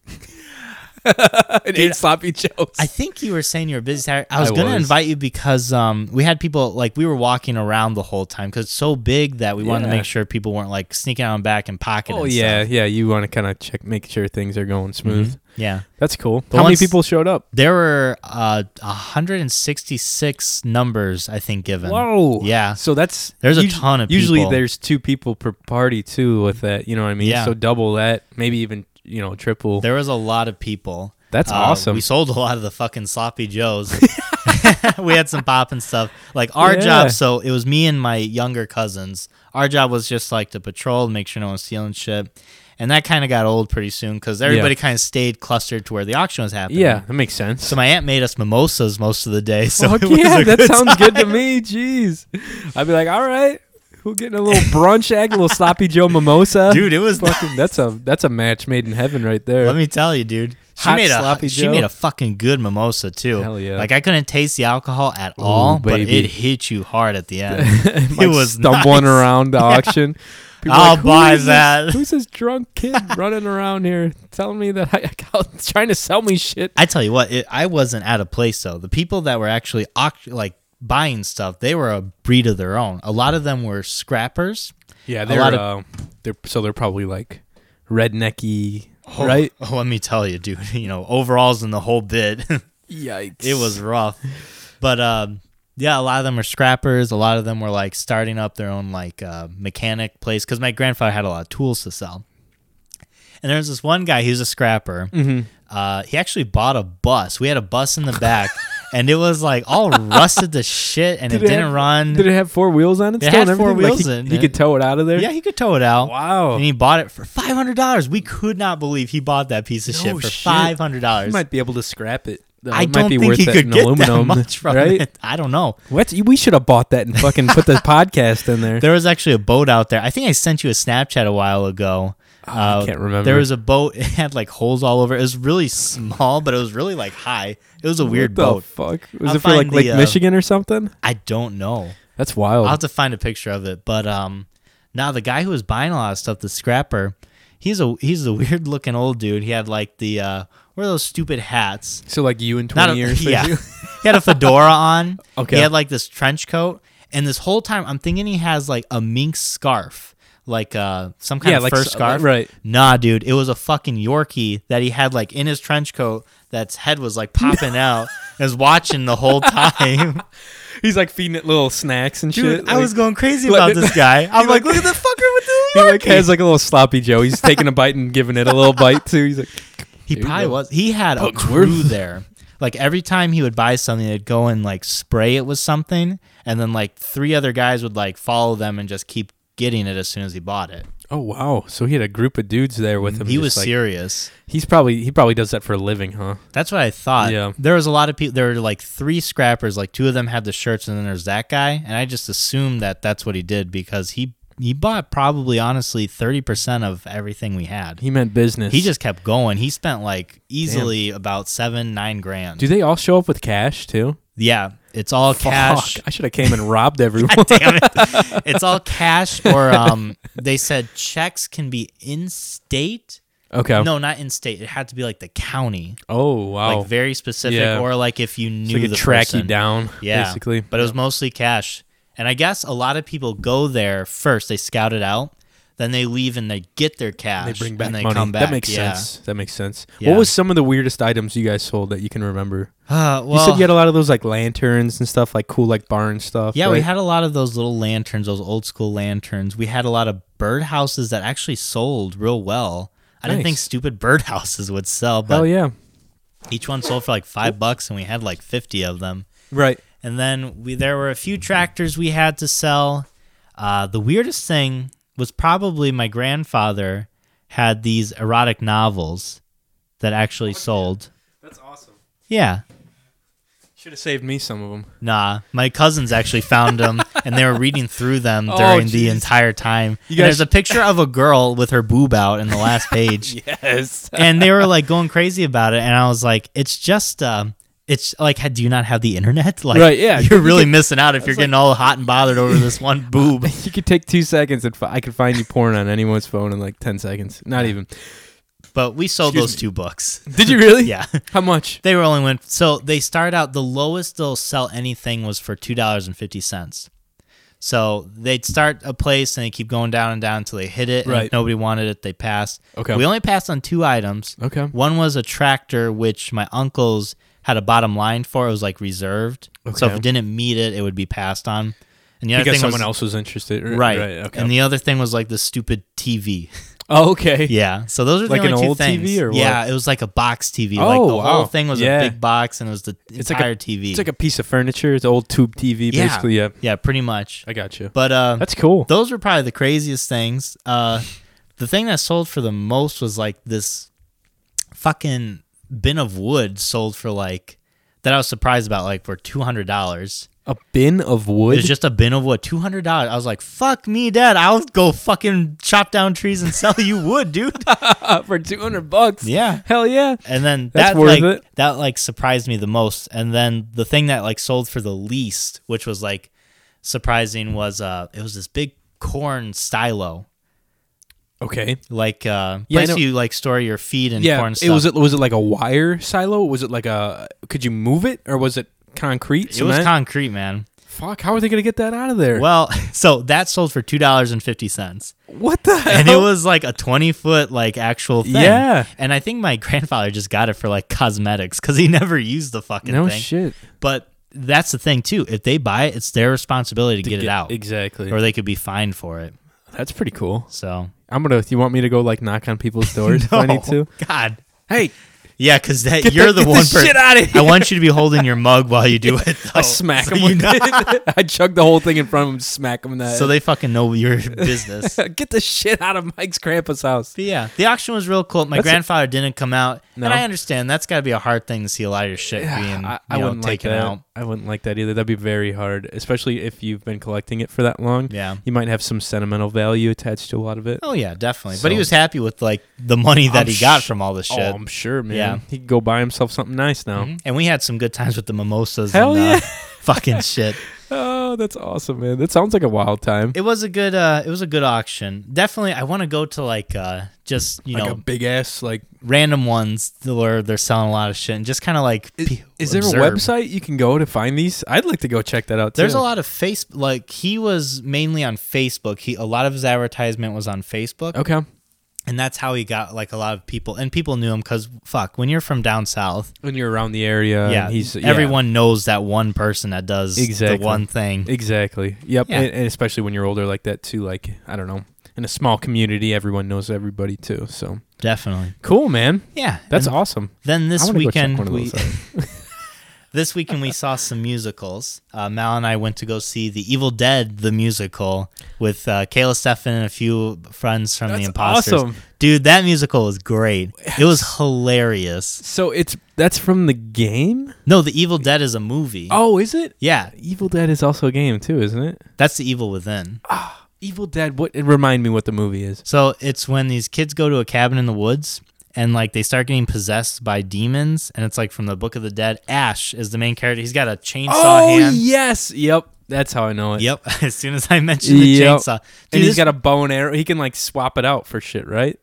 [SPEAKER 1] and ate sloppy joes.
[SPEAKER 2] I think you were saying you were busy. Saturday. I was
[SPEAKER 1] I
[SPEAKER 2] going to
[SPEAKER 1] was.
[SPEAKER 2] invite you because um, we had people like we were walking around the whole time because it's so big that we wanted to
[SPEAKER 1] Yeah.
[SPEAKER 2] make sure people weren't like sneaking out and back and pocketing.
[SPEAKER 1] oh
[SPEAKER 2] stuff.
[SPEAKER 1] yeah, yeah. You want to kind of check, make sure things are going
[SPEAKER 2] Mm-hmm.
[SPEAKER 1] smooth.
[SPEAKER 2] yeah.
[SPEAKER 1] That's cool.
[SPEAKER 2] But
[SPEAKER 1] How
[SPEAKER 2] once-
[SPEAKER 1] many people showed up?
[SPEAKER 2] There were uh, 166 numbers I think given.
[SPEAKER 1] Whoa.
[SPEAKER 2] Yeah.
[SPEAKER 1] So that's
[SPEAKER 2] There's a ton of
[SPEAKER 1] usually
[SPEAKER 2] people.
[SPEAKER 1] there's two people per party too with that. You know what I mean?
[SPEAKER 2] Yeah.
[SPEAKER 1] So double that, maybe even you know triple.
[SPEAKER 2] There was a lot of people.
[SPEAKER 1] That's
[SPEAKER 2] Uh,
[SPEAKER 1] awesome.
[SPEAKER 2] We sold a lot of the fucking sloppy joes. we had some pop and stuff. Like our
[SPEAKER 1] Yeah.
[SPEAKER 2] job, so it was me and my younger cousins. Our job was just like to patrol, make sure no one's stealing shit, and that kind of got old pretty soon because everybody kind of stayed clustered to where the auction was happening.
[SPEAKER 1] yeah, that makes sense.
[SPEAKER 2] So my aunt made us mimosas most of the day. So
[SPEAKER 1] Fuck
[SPEAKER 2] it was
[SPEAKER 1] yeah,
[SPEAKER 2] a
[SPEAKER 1] that
[SPEAKER 2] good
[SPEAKER 1] sounds
[SPEAKER 2] time.
[SPEAKER 1] good to me. Jeez, I'd be like, all right, we're getting a little brunch egg, a little sloppy Joe mimosa,
[SPEAKER 2] dude. It was.
[SPEAKER 1] Fucking, that's a that's a match made in heaven right there.
[SPEAKER 2] Let me tell you, dude. She
[SPEAKER 1] Hot
[SPEAKER 2] made a
[SPEAKER 1] sloppy
[SPEAKER 2] she
[SPEAKER 1] Joe.
[SPEAKER 2] made a fucking good mimosa too.
[SPEAKER 1] Hell yeah.
[SPEAKER 2] Like I couldn't taste the alcohol at all, but
[SPEAKER 1] baby.
[SPEAKER 2] it hit you hard at the end.
[SPEAKER 1] Like,
[SPEAKER 2] it was
[SPEAKER 1] stumbling
[SPEAKER 2] nice.
[SPEAKER 1] around the auction. People are
[SPEAKER 2] I'll
[SPEAKER 1] "Who
[SPEAKER 2] buy
[SPEAKER 1] is this-
[SPEAKER 2] that."
[SPEAKER 1] Who's this drunk kid running around here telling me that I, I trying to sell me shit?
[SPEAKER 2] I tell you what, it, I wasn't out of place though. The people that were actually auct- like buying stuff, they were a breed of their own. A lot of them were scrappers.
[SPEAKER 1] Yeah,
[SPEAKER 2] they're,
[SPEAKER 1] they're they're so they're probably like rednecky,
[SPEAKER 2] Oh,
[SPEAKER 1] right?
[SPEAKER 2] Oh, let me tell you, dude. You know, overalls and the whole bit.
[SPEAKER 1] Yikes!
[SPEAKER 2] it was rough. But um, yeah, a lot of them were scrappers. A lot of them were like starting up their own like uh, mechanic place because my grandfather had a lot of tools to sell. And there was this one guy. He was a scrapper.
[SPEAKER 1] Mm-hmm.
[SPEAKER 2] Uh, he actually bought a bus. We had a bus in the back, and it was like all rusted to shit, and
[SPEAKER 1] Did
[SPEAKER 2] it,
[SPEAKER 1] it
[SPEAKER 2] didn't
[SPEAKER 1] have-
[SPEAKER 2] run.
[SPEAKER 1] Did it have four wheels on it?
[SPEAKER 2] It
[SPEAKER 1] still
[SPEAKER 2] had
[SPEAKER 1] and
[SPEAKER 2] four
[SPEAKER 1] everything? Like,
[SPEAKER 2] wheels
[SPEAKER 1] he,
[SPEAKER 2] in
[SPEAKER 1] He
[SPEAKER 2] it.
[SPEAKER 1] could tow it out of there.
[SPEAKER 2] yeah, he could tow it out.
[SPEAKER 1] Wow.
[SPEAKER 2] And he bought it for five hundred dollars. We could not believe he bought that piece of
[SPEAKER 1] No
[SPEAKER 2] shit for
[SPEAKER 1] shit.
[SPEAKER 2] five hundred dollars.
[SPEAKER 1] might be able to scrap it. Though.
[SPEAKER 2] I
[SPEAKER 1] It
[SPEAKER 2] don't
[SPEAKER 1] might be
[SPEAKER 2] think
[SPEAKER 1] worth
[SPEAKER 2] he
[SPEAKER 1] it
[SPEAKER 2] could
[SPEAKER 1] in
[SPEAKER 2] get that
[SPEAKER 1] aluminum,
[SPEAKER 2] much from
[SPEAKER 1] right?
[SPEAKER 2] it. I don't know.
[SPEAKER 1] What? We should have bought that and fucking put the podcast in there.
[SPEAKER 2] There was actually a boat out there. I think I sent you a Snapchat a while ago. Uh,
[SPEAKER 1] Oh, can't remember.
[SPEAKER 2] There was a boat. It had like holes all over. it. It was really small, but it was really like high. It was a weird
[SPEAKER 1] what the
[SPEAKER 2] boat.
[SPEAKER 1] fuck? Was
[SPEAKER 2] I'll
[SPEAKER 1] it for like
[SPEAKER 2] find the,
[SPEAKER 1] Lake
[SPEAKER 2] uh,
[SPEAKER 1] Michigan or something?
[SPEAKER 2] I don't know.
[SPEAKER 1] That's wild.
[SPEAKER 2] I'll have to find a picture of it. But um, now the guy who was buying a lot of stuff, the scrapper, he's a he's a weird looking old dude. He had like the uh, what are those stupid hats?
[SPEAKER 1] so like you in
[SPEAKER 2] Not
[SPEAKER 1] twenty
[SPEAKER 2] a-
[SPEAKER 1] years?
[SPEAKER 2] yeah.
[SPEAKER 1] basically?
[SPEAKER 2] he had a fedora on.
[SPEAKER 1] Okay.
[SPEAKER 2] He had like this trench coat, and this whole time I'm thinking he has like a mink scarf, like uh some kind
[SPEAKER 1] Yeah,
[SPEAKER 2] of
[SPEAKER 1] like
[SPEAKER 2] fur
[SPEAKER 1] s-
[SPEAKER 2] scarf.
[SPEAKER 1] right.
[SPEAKER 2] Nah, dude, it was a fucking Yorkie that he had like in his trench coat. That's head was like popping out. and was watching the whole time.
[SPEAKER 1] He's like feeding it little snacks and
[SPEAKER 2] Dude,
[SPEAKER 1] shit.
[SPEAKER 2] I
[SPEAKER 1] like-
[SPEAKER 2] was going crazy
[SPEAKER 1] Like-
[SPEAKER 2] about this guy. I'm
[SPEAKER 1] like-
[SPEAKER 2] like, look at the fucker with the
[SPEAKER 1] He like
[SPEAKER 2] Yorkie."
[SPEAKER 1] has like a little sloppy Joe. He's taking a bite and giving it a little bite too. He's like,
[SPEAKER 2] He
[SPEAKER 1] There you
[SPEAKER 2] probably
[SPEAKER 1] go.
[SPEAKER 2] was. He had a
[SPEAKER 1] Bugs
[SPEAKER 2] crew
[SPEAKER 1] were-
[SPEAKER 2] there. Like every time he would buy something, they'd go and like spray it with something, and then like three other guys would like follow them and just keep getting it as soon as he bought it.
[SPEAKER 1] oh wow. So he had a group of dudes there with him.
[SPEAKER 2] Mm, he
[SPEAKER 1] just,
[SPEAKER 2] was
[SPEAKER 1] like,
[SPEAKER 2] serious.
[SPEAKER 1] He's probably he probably does that for a living, huh?
[SPEAKER 2] That's what I thought.
[SPEAKER 1] Yeah.
[SPEAKER 2] There was a lot of people. There were like three scrappers. Like two of them had the shirts, and then there's that guy. And I just assumed that that's what he did because he he bought probably honestly thirty percent of everything we had.
[SPEAKER 1] He meant business.
[SPEAKER 2] He just kept going. He spent like easily about seven nine grand.
[SPEAKER 1] do they all show up with cash too?
[SPEAKER 2] yeah, it's all cash.
[SPEAKER 1] Fuck, I should have came and robbed everyone.
[SPEAKER 2] Damn it. It's all cash or um they said checks can be in state.
[SPEAKER 1] okay.
[SPEAKER 2] No, not in state. It had to be like the county.
[SPEAKER 1] Oh wow.
[SPEAKER 2] Like very specific
[SPEAKER 1] Yeah.
[SPEAKER 2] or like if you
[SPEAKER 1] so
[SPEAKER 2] knew
[SPEAKER 1] they could
[SPEAKER 2] the
[SPEAKER 1] track
[SPEAKER 2] person.
[SPEAKER 1] you down.
[SPEAKER 2] Yeah.
[SPEAKER 1] Basically.
[SPEAKER 2] But it was mostly cash. And I guess a lot of people go there first. They scout it out. Then they leave and they get their cash.
[SPEAKER 1] They bring back
[SPEAKER 2] and they
[SPEAKER 1] money.
[SPEAKER 2] Come back.
[SPEAKER 1] That makes
[SPEAKER 2] yeah.
[SPEAKER 1] sense. That makes sense.
[SPEAKER 2] Yeah.
[SPEAKER 1] What was some of the weirdest items you guys sold that you can remember?
[SPEAKER 2] Uh, well,
[SPEAKER 1] you said you had a lot of those like lanterns and stuff, like cool like barn stuff.
[SPEAKER 2] yeah, we
[SPEAKER 1] right?
[SPEAKER 2] had a lot of those little lanterns, those old school lanterns. We had a lot of birdhouses that actually sold real well. I didn't
[SPEAKER 1] Nice.
[SPEAKER 2] think stupid birdhouses would sell, but
[SPEAKER 1] Hell Oh, yeah.
[SPEAKER 2] each one sold for like five bucks, and we had like fifty of them.
[SPEAKER 1] Right.
[SPEAKER 2] And then we there were a few tractors we had to sell. Uh, the weirdest thing was probably my grandfather had these erotic novels that actually sold.
[SPEAKER 1] That's awesome.
[SPEAKER 2] Yeah.
[SPEAKER 1] Should have saved me some of them.
[SPEAKER 2] Nah, my cousins actually found them, and they were reading through them
[SPEAKER 1] Oh,
[SPEAKER 2] during the
[SPEAKER 1] jeez.
[SPEAKER 2] entire time.
[SPEAKER 1] You
[SPEAKER 2] And there's
[SPEAKER 1] guys-
[SPEAKER 2] a picture of a girl with her boob out in the last page,
[SPEAKER 1] Yes.
[SPEAKER 2] and they were like going crazy about it. And I was like, "It's just, um, it's like, ha- do you not have the internet? Like,
[SPEAKER 1] Right, yeah.
[SPEAKER 2] you're really missing out if you're getting all hot and bothered over this one boob."
[SPEAKER 1] you could take two seconds and fi- I could find you porn on anyone's phone in like 10 seconds. Not even.
[SPEAKER 2] But we sold
[SPEAKER 1] Excuse
[SPEAKER 2] those two books.
[SPEAKER 1] Did you really?
[SPEAKER 2] Yeah.
[SPEAKER 1] How much?
[SPEAKER 2] They were only went so they started out the lowest they'll sell anything was for two dollars and fifty cents. So they'd start a place and they keep going down and down until they hit it. And if
[SPEAKER 1] Right.
[SPEAKER 2] nobody wanted it, they passed.
[SPEAKER 1] Okay.
[SPEAKER 2] We only passed on two items.
[SPEAKER 1] Okay.
[SPEAKER 2] One was a tractor, which my uncle's had a bottom line for. It was like reserved. So if
[SPEAKER 1] Okay.
[SPEAKER 2] it didn't meet it, it would be passed on. And the other
[SPEAKER 1] Because
[SPEAKER 2] thing
[SPEAKER 1] someone
[SPEAKER 2] was,
[SPEAKER 1] else was interested. or-
[SPEAKER 2] Right.
[SPEAKER 1] okay.
[SPEAKER 2] And the other thing was like the stupid TV.
[SPEAKER 1] oh, okay.
[SPEAKER 2] Yeah. So those are
[SPEAKER 1] Like
[SPEAKER 2] the
[SPEAKER 1] an
[SPEAKER 2] only two
[SPEAKER 1] old TV
[SPEAKER 2] things.
[SPEAKER 1] or
[SPEAKER 2] yeah, it was like a box TV. like
[SPEAKER 1] Oh,
[SPEAKER 2] the whole
[SPEAKER 1] wow.
[SPEAKER 2] thing was
[SPEAKER 1] Yeah.
[SPEAKER 2] a big box and it was the
[SPEAKER 1] It's like a-
[SPEAKER 2] entire TV.
[SPEAKER 1] It's like a piece of furniture. It's an old tube TV,
[SPEAKER 2] yeah.
[SPEAKER 1] basically. Yeah.
[SPEAKER 2] Yeah, pretty much.
[SPEAKER 1] I got you.
[SPEAKER 2] But uh
[SPEAKER 1] That's cool.
[SPEAKER 2] those were probably the craziest things. Uh the thing that sold for the most was like this fucking bin of wood sold for like that I was surprised about like for two hundred dollars.
[SPEAKER 1] A bin of
[SPEAKER 2] It
[SPEAKER 1] wood.
[SPEAKER 2] was just a bin of wood, two hundred dollars. I was like, "Fuck me, Dad! I'll go fucking chop down trees and sell you wood, dude."
[SPEAKER 1] for 200 bucks.
[SPEAKER 2] yeah,
[SPEAKER 1] Hell yeah.
[SPEAKER 2] And then
[SPEAKER 1] That's
[SPEAKER 2] that
[SPEAKER 1] worth
[SPEAKER 2] like
[SPEAKER 1] it.
[SPEAKER 2] that like surprised me the most. And then the thing that like sold for the least, which was like surprising, was uh it was this big corn stylo.
[SPEAKER 1] Okay.
[SPEAKER 2] Like uh
[SPEAKER 1] Yeah, I
[SPEAKER 2] place
[SPEAKER 1] know.
[SPEAKER 2] you like store your feed and
[SPEAKER 1] Yeah.
[SPEAKER 2] corn
[SPEAKER 1] It
[SPEAKER 2] stuff.
[SPEAKER 1] was it was it like a wire silo? Was it like a could you move it or was it concrete?
[SPEAKER 2] it was
[SPEAKER 1] cement?
[SPEAKER 2] concrete, man.
[SPEAKER 1] Fuck, how are they going to get that out of there?
[SPEAKER 2] Well, so that sold for two dollars and fifty cents.
[SPEAKER 1] what the hell?
[SPEAKER 2] And it was like a twenty foot like actual thing.
[SPEAKER 1] Yeah.
[SPEAKER 2] And I think my grandfather just got it for like cosmetics because he never used the fucking
[SPEAKER 1] no
[SPEAKER 2] thing.
[SPEAKER 1] shit.
[SPEAKER 2] But that's the thing too. If they buy it, it's their responsibility to, get, it out.
[SPEAKER 1] Exactly.
[SPEAKER 2] or they could be fined for it.
[SPEAKER 1] That's pretty cool.
[SPEAKER 2] So
[SPEAKER 1] I'm gonna. You want me to go like knock on people's doors if I need to?
[SPEAKER 2] God,
[SPEAKER 1] Hey,
[SPEAKER 2] yeah, because that
[SPEAKER 1] get
[SPEAKER 2] you're
[SPEAKER 1] the,
[SPEAKER 2] the,
[SPEAKER 1] get
[SPEAKER 2] one
[SPEAKER 1] the shit
[SPEAKER 2] person.
[SPEAKER 1] out of
[SPEAKER 2] I
[SPEAKER 1] here.
[SPEAKER 2] want you to be holding your mug while you do it.
[SPEAKER 1] I
[SPEAKER 2] though,
[SPEAKER 1] smack
[SPEAKER 2] so
[SPEAKER 1] him
[SPEAKER 2] you
[SPEAKER 1] with
[SPEAKER 2] know-
[SPEAKER 1] it. I chug the whole thing in front of him, smack him in the.
[SPEAKER 2] so they fucking know your business. But
[SPEAKER 1] head. get the shit out of Mike's grandpa's house.
[SPEAKER 2] yeah, the auction was real cool. My
[SPEAKER 1] That's a-
[SPEAKER 2] grandfather didn't come out,
[SPEAKER 1] No.
[SPEAKER 2] and I understand that's got to be a hard thing to see a lot of your shit being
[SPEAKER 1] I,
[SPEAKER 2] you
[SPEAKER 1] I
[SPEAKER 2] know,
[SPEAKER 1] wouldn't like
[SPEAKER 2] taken
[SPEAKER 1] that.
[SPEAKER 2] out.
[SPEAKER 1] I wouldn't like that either. That'd be very hard, especially if you've been collecting it for that long.
[SPEAKER 2] Yeah.
[SPEAKER 1] You might have some sentimental value attached to a lot of it.
[SPEAKER 2] Oh yeah, definitely. but he
[SPEAKER 1] So-
[SPEAKER 2] was happy with like the money that
[SPEAKER 1] I'm
[SPEAKER 2] he got
[SPEAKER 1] sh-
[SPEAKER 2] from all this shit.
[SPEAKER 1] Oh, I'm sure, man.
[SPEAKER 2] Yeah.
[SPEAKER 1] He could go buy himself something nice now.
[SPEAKER 2] and we had some good times with the mimosas
[SPEAKER 1] Hell
[SPEAKER 2] and uh,
[SPEAKER 1] yeah.
[SPEAKER 2] fucking shit.
[SPEAKER 1] Oh, that's awesome, man. That sounds like a wild time.
[SPEAKER 2] It was a good uh it was a good auction. Definitely I want to go to like uh just, you
[SPEAKER 1] like
[SPEAKER 2] know,
[SPEAKER 1] a big ass like
[SPEAKER 2] random ones where they're selling a lot of shit and just kind of like
[SPEAKER 1] Is,
[SPEAKER 2] pe-
[SPEAKER 1] is there
[SPEAKER 2] observe.
[SPEAKER 1] a website you can go to find these? I'd like to go check that out too.
[SPEAKER 2] there's a lot of face like he was mainly on facebook he a lot of his advertisement was on facebook
[SPEAKER 1] Okay.
[SPEAKER 2] and that's how he got like a lot of people and people knew him because fuck when you're from down south
[SPEAKER 1] When you're around the area,
[SPEAKER 2] yeah
[SPEAKER 1] and Uh, he's yeah.
[SPEAKER 2] everyone knows that one person that does
[SPEAKER 1] Exactly.
[SPEAKER 2] the one thing
[SPEAKER 1] Exactly. Yep.
[SPEAKER 2] Yeah.
[SPEAKER 1] And, and especially when you're older like that too. Like I don't know, in a small community, everyone knows everybody too. So
[SPEAKER 2] definitely
[SPEAKER 1] cool, man.
[SPEAKER 2] yeah
[SPEAKER 1] That's
[SPEAKER 2] And
[SPEAKER 1] awesome.
[SPEAKER 2] then
[SPEAKER 1] I
[SPEAKER 2] this
[SPEAKER 1] wanna go check
[SPEAKER 2] weekend
[SPEAKER 1] one of
[SPEAKER 2] we
[SPEAKER 1] those out.
[SPEAKER 2] this weekend we saw some musicals. Uh, Mal and I went to go see The Evil Dead, the musical, with uh, Kayla Stefan and a few friends from The
[SPEAKER 1] That's
[SPEAKER 2] Imposters.
[SPEAKER 1] awesome.
[SPEAKER 2] Dude, that musical was great. It was hilarious.
[SPEAKER 1] so it's that's from the game.
[SPEAKER 2] No, The Evil Dead is a movie.
[SPEAKER 1] Oh, is it?
[SPEAKER 2] Yeah,
[SPEAKER 1] Evil Dead is also a game too, isn't it?
[SPEAKER 2] that's The Evil Within.
[SPEAKER 1] Evil Dead. What? Remind me what the movie is.
[SPEAKER 2] So it's when these kids go to a cabin in the woods and like they start getting possessed by demons and it's like from the Book of the Dead. Ash is the main character. He's got a chainsaw
[SPEAKER 1] oh
[SPEAKER 2] hand.
[SPEAKER 1] yes. Yep. That's how I know it.
[SPEAKER 2] Yep. As soon as I mentioned the
[SPEAKER 1] Yep.
[SPEAKER 2] chainsaw,
[SPEAKER 1] and
[SPEAKER 2] Dude,
[SPEAKER 1] he's
[SPEAKER 2] this-
[SPEAKER 1] got a bow and arrow. He can like swap it out for shit, right?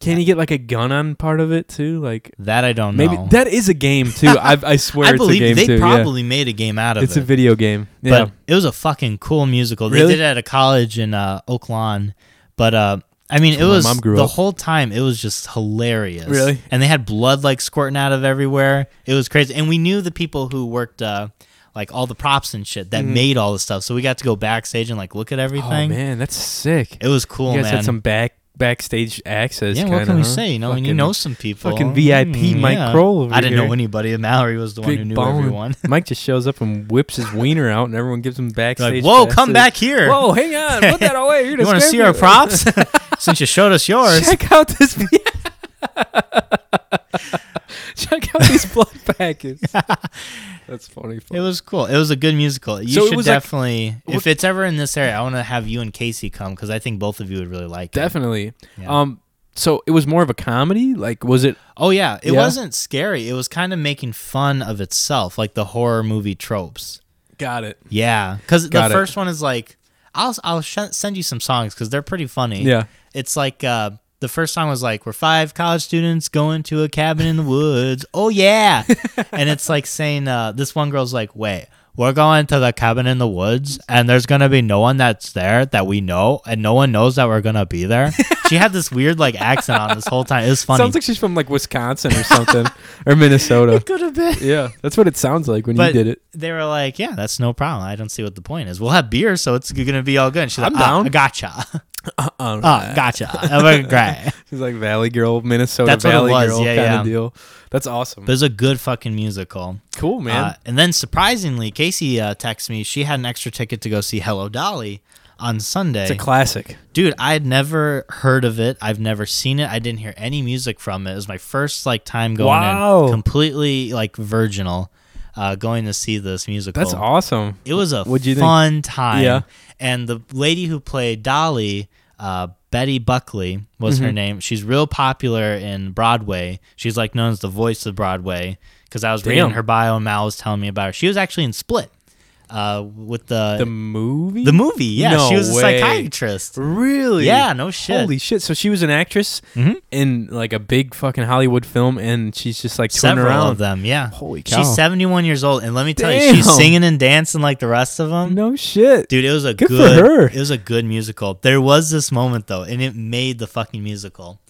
[SPEAKER 1] Can he get like a gun on part of it too? Like
[SPEAKER 2] that I don't
[SPEAKER 1] maybe
[SPEAKER 2] know.
[SPEAKER 1] that is a game too. I I swear
[SPEAKER 2] Oh, I
[SPEAKER 1] it's
[SPEAKER 2] believe
[SPEAKER 1] a game
[SPEAKER 2] they
[SPEAKER 1] too.
[SPEAKER 2] probably made a game out
[SPEAKER 1] yeah.
[SPEAKER 2] of
[SPEAKER 1] It's
[SPEAKER 2] it.
[SPEAKER 1] a video game. Yeah.
[SPEAKER 2] but it was a fucking cool musical. They
[SPEAKER 1] Really?
[SPEAKER 2] did it at a college in uh, Oak Lawn. But uh, I mean, it
[SPEAKER 1] where my
[SPEAKER 2] was
[SPEAKER 1] mom grew
[SPEAKER 2] the
[SPEAKER 1] up.
[SPEAKER 2] whole time. It was just hilarious.
[SPEAKER 1] Really?
[SPEAKER 2] And they had blood like squirting out of everywhere. It was crazy. And we knew the people who worked uh, like all the props and shit that made all the stuff. So we got to go backstage and like look at
[SPEAKER 1] Mm. Oh
[SPEAKER 2] everything.
[SPEAKER 1] man, that's sick.
[SPEAKER 2] It was cool,
[SPEAKER 1] you guys
[SPEAKER 2] man.
[SPEAKER 1] had some back backstage access.
[SPEAKER 2] yeah,
[SPEAKER 1] kinda,
[SPEAKER 2] what can we
[SPEAKER 1] huh?
[SPEAKER 2] say? You know, and you
[SPEAKER 1] Fucking-
[SPEAKER 2] know some people. Mm,
[SPEAKER 1] fucking VIP Mike Kroll over
[SPEAKER 2] I didn't
[SPEAKER 1] here.
[SPEAKER 2] know anybody. Mallory was the one
[SPEAKER 1] Big
[SPEAKER 2] who knew
[SPEAKER 1] bone.
[SPEAKER 2] everyone.
[SPEAKER 1] Mike just shows up and whips his wiener out, and everyone gives him
[SPEAKER 2] like,
[SPEAKER 1] backstage.
[SPEAKER 2] whoa, come
[SPEAKER 1] passes.
[SPEAKER 2] back here.
[SPEAKER 1] Whoa, hang on, put that away. You're
[SPEAKER 2] you want to see our props? Since you showed us yours.
[SPEAKER 1] Check out this. Check out these blood packets. That's funny.
[SPEAKER 2] It was cool. It was a good musical. You
[SPEAKER 1] So it
[SPEAKER 2] should
[SPEAKER 1] was like-
[SPEAKER 2] definitely,
[SPEAKER 1] what-
[SPEAKER 2] if it's ever in this area, I want to have you and Casey come because I think both of you would really like it.
[SPEAKER 1] Definitely.
[SPEAKER 2] Yeah.
[SPEAKER 1] Um. So it was more of a comedy. Like, was it?
[SPEAKER 2] Oh yeah, it
[SPEAKER 1] Yeah?
[SPEAKER 2] wasn't scary. It was kind of making fun of itself, like the horror movie tropes.
[SPEAKER 1] Got it.
[SPEAKER 2] Yeah, because the
[SPEAKER 1] Got it.
[SPEAKER 2] first one is like, I'll I'll sh- send you some songs because they're pretty funny.
[SPEAKER 1] Yeah.
[SPEAKER 2] it's like uh, the first song was like, "We're five college students going to a cabin in the woods." Oh yeah, and it's like saying uh, this one girl's like, "Wait." We're going to the cabin in the woods, and there's gonna be no one that's there that we know, and no one knows that we're gonna be there. she had this weird like accent on this whole time. It was funny.
[SPEAKER 1] Sounds like she's from like Wisconsin or something, or Minnesota.
[SPEAKER 2] could have been.
[SPEAKER 1] Yeah, that's what it sounds like when
[SPEAKER 2] But
[SPEAKER 1] you did it.
[SPEAKER 2] they were like, "Yeah, that's no problem. I don't see what the point is. We'll have beer, so it's gonna be all good." And she's
[SPEAKER 1] I'm
[SPEAKER 2] like, "Ah,
[SPEAKER 1] down."
[SPEAKER 2] gotcha.
[SPEAKER 1] Uh,
[SPEAKER 2] Ah, gotcha. I'm like, "Great."
[SPEAKER 1] she's like Valley Girl, Minnesota
[SPEAKER 2] That's what it
[SPEAKER 1] Valley
[SPEAKER 2] was,
[SPEAKER 1] Girl
[SPEAKER 2] yeah,
[SPEAKER 1] kind
[SPEAKER 2] yeah.
[SPEAKER 1] of deal. That's awesome.
[SPEAKER 2] But it's a good fucking musical,
[SPEAKER 1] cool, man.
[SPEAKER 2] Uh, and then surprisingly, Casey uh, texted me. She had an extra ticket to go see Hello Dolly on Sunday.
[SPEAKER 1] it's a classic.
[SPEAKER 2] Dude, I had never heard of it. I've never seen it. I didn't hear any music from it. It was my first like time going
[SPEAKER 1] Wow.
[SPEAKER 2] in, completely like virginal, uh, going to see this musical.
[SPEAKER 1] That's awesome.
[SPEAKER 2] It was a
[SPEAKER 1] What'd you think?
[SPEAKER 2] fun time.
[SPEAKER 1] Yeah.
[SPEAKER 2] And the lady who played Dolly, uh, Betty Buckley was
[SPEAKER 1] Mm-hmm.
[SPEAKER 2] her name. She's real popular in Broadway. She's like known as the voice of Broadway because I was reading
[SPEAKER 1] Damn.
[SPEAKER 2] her bio and Mal was telling me about her. She was actually in Split uh, with
[SPEAKER 1] The
[SPEAKER 2] the,
[SPEAKER 1] movie.
[SPEAKER 2] the movie. Yeah,
[SPEAKER 1] No
[SPEAKER 2] she was a
[SPEAKER 1] way.
[SPEAKER 2] psychiatrist.
[SPEAKER 1] Really?
[SPEAKER 2] Yeah, no shit. Mm-hmm.
[SPEAKER 1] Holy shit! So she was an actress in like a big fucking Hollywood film, and she's just like turning
[SPEAKER 2] Several
[SPEAKER 1] around.
[SPEAKER 2] of them, yeah.
[SPEAKER 1] Holy cow!
[SPEAKER 2] She's 71 years old, and let me tell you,
[SPEAKER 1] Damn.
[SPEAKER 2] she's singing and dancing like the rest of them.
[SPEAKER 1] no shit.
[SPEAKER 2] Dude, it was a
[SPEAKER 1] Good
[SPEAKER 2] good,
[SPEAKER 1] for her.
[SPEAKER 2] It was a good musical. There was this moment though, and it made the fucking musical.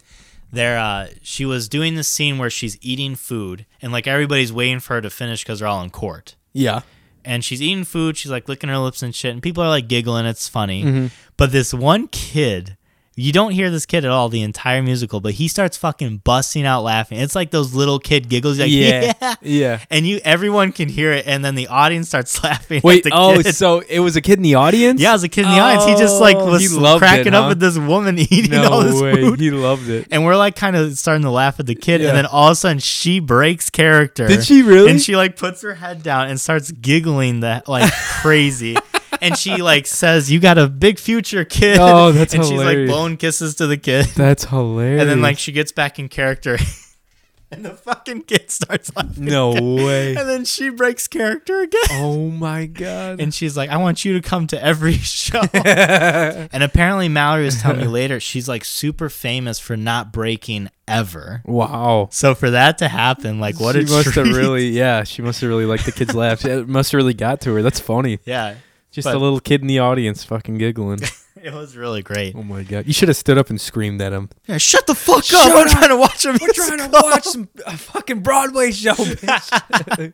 [SPEAKER 2] There, uh, she was doing this scene where she's eating food, and like everybody's waiting for her to finish because they're all in court.
[SPEAKER 1] Yeah.
[SPEAKER 2] And she's eating food. She's like licking her lips and shit, and people are like giggling. It's funny,
[SPEAKER 1] Mm-hmm.
[SPEAKER 2] but this one kid. You don't hear this kid at all the entire musical, but he starts fucking busting out laughing. It's like those little kid giggles, like yeah,
[SPEAKER 1] Yeah. Yeah.
[SPEAKER 2] and you everyone can hear it, and then the audience starts laughing. at
[SPEAKER 1] Wait.
[SPEAKER 2] the
[SPEAKER 1] Oh,
[SPEAKER 2] kid.
[SPEAKER 1] so it was a kid in the audience.
[SPEAKER 2] Yeah, as a kid in the audience, he just like
[SPEAKER 1] Oh,
[SPEAKER 2] was
[SPEAKER 1] he loved
[SPEAKER 2] cracking
[SPEAKER 1] it,
[SPEAKER 2] up
[SPEAKER 1] huh?
[SPEAKER 2] at this woman eating
[SPEAKER 1] No
[SPEAKER 2] all this
[SPEAKER 1] way.
[SPEAKER 2] food.
[SPEAKER 1] He loved it.
[SPEAKER 2] And we're like kind of starting to laugh at the kid,
[SPEAKER 1] Yeah.
[SPEAKER 2] and then all of a sudden she breaks character.
[SPEAKER 1] Did she really?
[SPEAKER 2] And she like puts her head down and starts giggling that like crazy. and she like says, "You got a big future, kid."
[SPEAKER 1] Oh, that's
[SPEAKER 2] and she's like
[SPEAKER 1] hilarious.
[SPEAKER 2] blowing kisses to the kid,
[SPEAKER 1] That's hilarious.
[SPEAKER 2] and then like she gets back in character, and the fucking kid starts laughing.
[SPEAKER 1] no way.
[SPEAKER 2] And then she breaks character again.
[SPEAKER 1] Oh my god.
[SPEAKER 2] And she's like, I want you to come to every show. and apparently, Mallory was telling me later, she's like super famous for not breaking ever.
[SPEAKER 1] wow.
[SPEAKER 2] So for that to happen, like, what
[SPEAKER 1] she
[SPEAKER 2] a
[SPEAKER 1] must have
[SPEAKER 2] treat.
[SPEAKER 1] really, yeah, she must have really liked the kid's laugh. It must have really got to her. That's funny.
[SPEAKER 2] Yeah,
[SPEAKER 1] Just
[SPEAKER 2] But-
[SPEAKER 1] a little kid in the audience fucking giggling.
[SPEAKER 2] it was really great.
[SPEAKER 1] Oh my god! You should have stood up and screamed at him.
[SPEAKER 2] Yeah, shut the fuck
[SPEAKER 1] Shut
[SPEAKER 2] up. We're
[SPEAKER 1] up.
[SPEAKER 2] trying to watch uh, a
[SPEAKER 1] We're trying to
[SPEAKER 2] musical.
[SPEAKER 1] watch some a fucking Broadway show. bitch.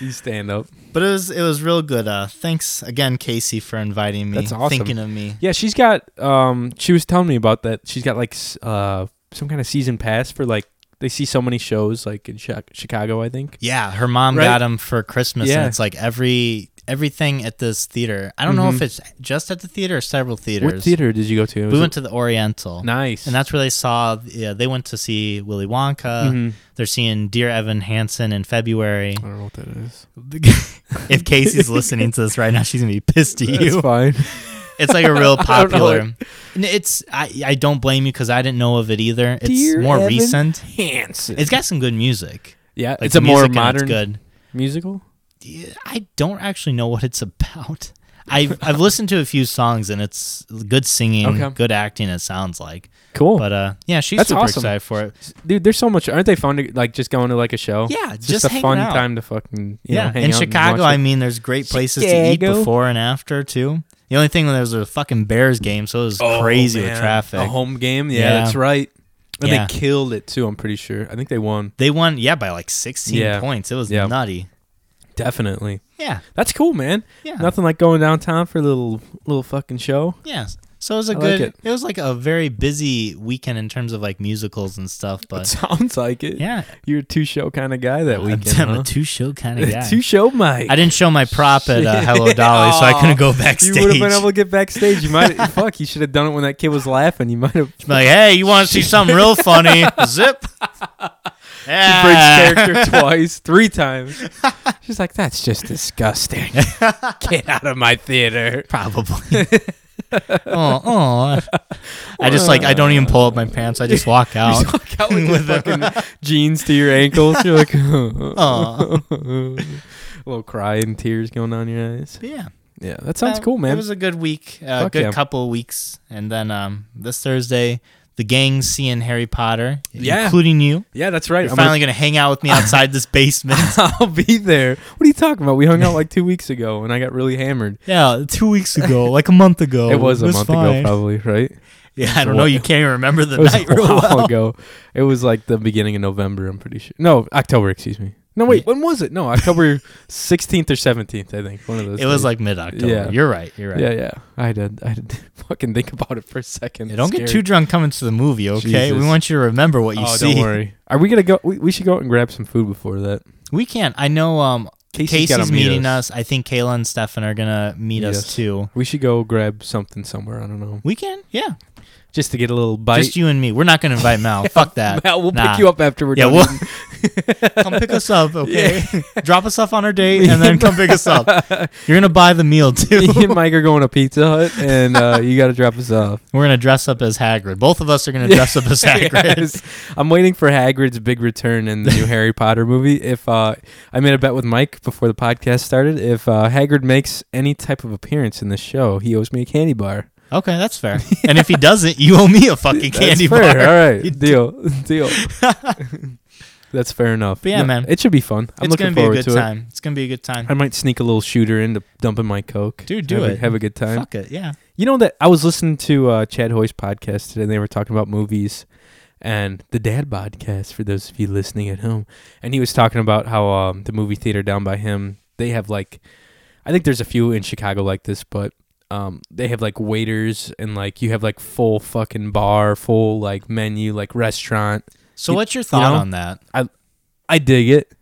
[SPEAKER 1] you stand up.
[SPEAKER 2] But it was it was real good. Uh, thanks again, Casey, for inviting me.
[SPEAKER 1] That's awesome.
[SPEAKER 2] Thinking of me.
[SPEAKER 1] Yeah, she's got. Um, she was telling me about that. She's got like s- uh some kind of season pass for like they see so many shows like in Chi- Chicago, I think.
[SPEAKER 2] Yeah, her mom
[SPEAKER 1] Right?
[SPEAKER 2] got 'em got him for Christmas,
[SPEAKER 1] Yeah.
[SPEAKER 2] and it's like every everything at this theater. I don't know if
[SPEAKER 1] Mhm.
[SPEAKER 2] it's just at the theater or several theaters.
[SPEAKER 1] What theater did you go to?
[SPEAKER 2] We went to the Oriental.
[SPEAKER 1] nice.
[SPEAKER 2] And that's uh, where they saw. Yeah, they went to see Willy Wonka.
[SPEAKER 1] Mhm.
[SPEAKER 2] They're seeing Dear Evan Hansen in February.
[SPEAKER 1] I don't know what that is.
[SPEAKER 2] if Casey's listening to this right now, she's gonna be pissed at
[SPEAKER 1] It's
[SPEAKER 2] you.
[SPEAKER 1] fine.
[SPEAKER 2] It's like a real
[SPEAKER 1] I don't know.
[SPEAKER 2] popular. And It's I, I don't blame you because I didn't know of it either. It's
[SPEAKER 1] Dear
[SPEAKER 2] more
[SPEAKER 1] Evan
[SPEAKER 2] recent.
[SPEAKER 1] Hanson.
[SPEAKER 2] It's got some good music.
[SPEAKER 1] yeah,
[SPEAKER 2] Like
[SPEAKER 1] it's a
[SPEAKER 2] the
[SPEAKER 1] more
[SPEAKER 2] music in it's
[SPEAKER 1] modern
[SPEAKER 2] good.
[SPEAKER 1] musical.
[SPEAKER 2] Yeah, I don't actually know what it's about. I've I've listened to a few songs and it's good singing,
[SPEAKER 1] Okay.
[SPEAKER 2] good acting. It sounds like,
[SPEAKER 1] Cool,
[SPEAKER 2] but uh, yeah, she's
[SPEAKER 1] That's
[SPEAKER 2] super
[SPEAKER 1] awesome.
[SPEAKER 2] excited for it.
[SPEAKER 1] dude. There's so much. Aren't they fun? To, like just going to like a show.
[SPEAKER 2] Yeah,
[SPEAKER 1] It's
[SPEAKER 2] just
[SPEAKER 1] just, a
[SPEAKER 2] hanging
[SPEAKER 1] fun
[SPEAKER 2] out.
[SPEAKER 1] time to fucking you
[SPEAKER 2] yeah,
[SPEAKER 1] Know, hang
[SPEAKER 2] in
[SPEAKER 1] out and
[SPEAKER 2] Chicago,
[SPEAKER 1] watch it.
[SPEAKER 2] I mean, there's great places to eat
[SPEAKER 1] Chicago.
[SPEAKER 2] before and after too. The only thing was there was a fucking Bears game, so it was crazy with
[SPEAKER 1] Oh, man.
[SPEAKER 2] traffic.
[SPEAKER 1] A home game, yeah,
[SPEAKER 2] Yeah.
[SPEAKER 1] that's right. And
[SPEAKER 2] Yeah.
[SPEAKER 1] they killed it too. I'm pretty sure. I think they won.
[SPEAKER 2] They won, yeah, by like 16
[SPEAKER 1] Yeah.
[SPEAKER 2] points. It was
[SPEAKER 1] Yeah.
[SPEAKER 2] nutty.
[SPEAKER 1] Definitely.
[SPEAKER 2] Yeah,
[SPEAKER 1] That's cool, man.
[SPEAKER 2] yeah,
[SPEAKER 1] Nothing like going downtown for a little little fucking show.
[SPEAKER 2] yeah. So it was a
[SPEAKER 1] I like
[SPEAKER 2] good.
[SPEAKER 1] it.
[SPEAKER 2] it. was like a very busy weekend in terms of like musicals and stuff.
[SPEAKER 1] it
[SPEAKER 2] But
[SPEAKER 1] sounds like it.
[SPEAKER 2] yeah,
[SPEAKER 1] You're a two show kind of guy that weekend.
[SPEAKER 2] I'm
[SPEAKER 1] huh?
[SPEAKER 2] a two show kind of guy.
[SPEAKER 1] two show Mike.
[SPEAKER 2] I didn't show my prop at uh, Hello Dolly, so I couldn't go backstage.
[SPEAKER 1] You would have been able to get backstage. You might fuck. You should have done it when that kid was laughing. You might have
[SPEAKER 2] like, hey, you want to see something real funny? Zip.
[SPEAKER 1] breaks
[SPEAKER 2] Yeah.
[SPEAKER 1] character twice, three times. She's like, "That's just disgusting. Get out of my theater."
[SPEAKER 2] Probably. oh, oh. I just like I don't even pull up my pants. I just walk out.
[SPEAKER 1] Just walk out with your fucking jeans to your ankles. You're like,
[SPEAKER 2] Aw.
[SPEAKER 1] little cry and tears going down your eyes.
[SPEAKER 2] yeah,
[SPEAKER 1] Yeah, that sounds
[SPEAKER 2] Um,
[SPEAKER 1] cool,
[SPEAKER 2] It
[SPEAKER 1] man.
[SPEAKER 2] was a good week, uh,
[SPEAKER 1] Fuck
[SPEAKER 2] good
[SPEAKER 1] yeah.
[SPEAKER 2] couple of weeks, and then um, this Thursday, the gang seeing Harry Potter,
[SPEAKER 1] Yeah.
[SPEAKER 2] including you.
[SPEAKER 1] yeah, that's right.
[SPEAKER 2] You're
[SPEAKER 1] I'm
[SPEAKER 2] finally gonna hang out with me outside this basement.
[SPEAKER 1] gonna- I'll be there. What are you talking about? We hung out like two weeks ago, and I got really hammered.
[SPEAKER 2] Yeah, two weeks ago, like a month ago.
[SPEAKER 1] It was a month ago,
[SPEAKER 2] Oh, fine.
[SPEAKER 1] probably, right?
[SPEAKER 2] Yeah, I
[SPEAKER 1] was
[SPEAKER 2] don't
[SPEAKER 1] a
[SPEAKER 2] know.
[SPEAKER 1] wh-
[SPEAKER 2] You can't even remember the
[SPEAKER 1] it was
[SPEAKER 2] night
[SPEAKER 1] a
[SPEAKER 2] real
[SPEAKER 1] while
[SPEAKER 2] well.
[SPEAKER 1] ago. It was like the beginning of November. I'm pretty sure. No, October. Excuse me. No, wait.
[SPEAKER 2] Yeah.
[SPEAKER 1] When was it? No, October 16th or 17th. I think one of those.
[SPEAKER 2] It was
[SPEAKER 1] days.
[SPEAKER 2] like mid October.
[SPEAKER 1] Yeah.
[SPEAKER 2] You're right. You're right.
[SPEAKER 1] Yeah, yeah. I had to, I had to fucking think about it for a second.
[SPEAKER 2] Yeah, don't
[SPEAKER 1] It's
[SPEAKER 2] get too
[SPEAKER 1] scary.
[SPEAKER 2] drunk coming to the movie, okay?
[SPEAKER 1] Jesus.
[SPEAKER 2] We want you to remember what you
[SPEAKER 1] Oh,
[SPEAKER 2] see.
[SPEAKER 1] don't worry. Are we gonna go? We, we should go out and grab some food before that.
[SPEAKER 2] We can't. I know um,
[SPEAKER 1] Casey's
[SPEAKER 2] Casey's,
[SPEAKER 1] gotta meet
[SPEAKER 2] meeting us. I think Kayla and Stefan are going to meet
[SPEAKER 1] Meet
[SPEAKER 2] us
[SPEAKER 1] us.
[SPEAKER 2] too.
[SPEAKER 1] We should go grab something somewhere. I don't know,
[SPEAKER 2] We can. Yeah.
[SPEAKER 1] just to get a little bite.
[SPEAKER 2] Just you and me. We're not going to invite Mal. Fuck that.
[SPEAKER 1] Matt, we'll
[SPEAKER 2] Nah.
[SPEAKER 1] pick you up after we're
[SPEAKER 2] Yeah,
[SPEAKER 1] done.
[SPEAKER 2] we'll
[SPEAKER 1] eating.
[SPEAKER 2] come pick us up, okay? Drop us off on our date and then come pick us up. You're going to buy the meal too.
[SPEAKER 1] Me and Mike are going to Pizza Hut, and uh, you got to drop us off.
[SPEAKER 2] We're going to dress up as Hagrid. Both of us are going to dress up as Hagrid.
[SPEAKER 1] Yes. I'm waiting for Hagrid's big return in the new Harry Potter movie. If uh, I made a bet with Mike before the podcast started, if uh, Hagrid makes any type of appearance in this show, he owes me a candy bar.
[SPEAKER 2] Okay, that's fair. and if he doesn't, you owe me a fucking candy
[SPEAKER 1] That's fair.
[SPEAKER 2] bar.
[SPEAKER 1] All
[SPEAKER 2] You
[SPEAKER 1] right, deal, deal. That's fair enough.
[SPEAKER 2] But yeah, man.
[SPEAKER 1] it should be fun. I'm
[SPEAKER 2] It's
[SPEAKER 1] looking
[SPEAKER 2] going to be a
[SPEAKER 1] forward
[SPEAKER 2] good
[SPEAKER 1] to
[SPEAKER 2] time. It's going to be a good time.
[SPEAKER 1] it. I might sneak a little shooter into dumping my coke.
[SPEAKER 2] Dude, do
[SPEAKER 1] have A,
[SPEAKER 2] it.
[SPEAKER 1] have a good time.
[SPEAKER 2] Fuck it, yeah.
[SPEAKER 1] You know that I was listening to uh, Chad Hoy's podcast today, and they were talking about movies and the Dad podcast for those of you listening at home. And he was talking about how um, the movie theater down by him, they have like, I think there's a few in Chicago like this, but um, they have like waiters and like you have like full fucking bar, full like menu, like restaurant.
[SPEAKER 2] So
[SPEAKER 1] You-
[SPEAKER 2] what's your thought
[SPEAKER 1] know?
[SPEAKER 2] on that?
[SPEAKER 1] I dig it.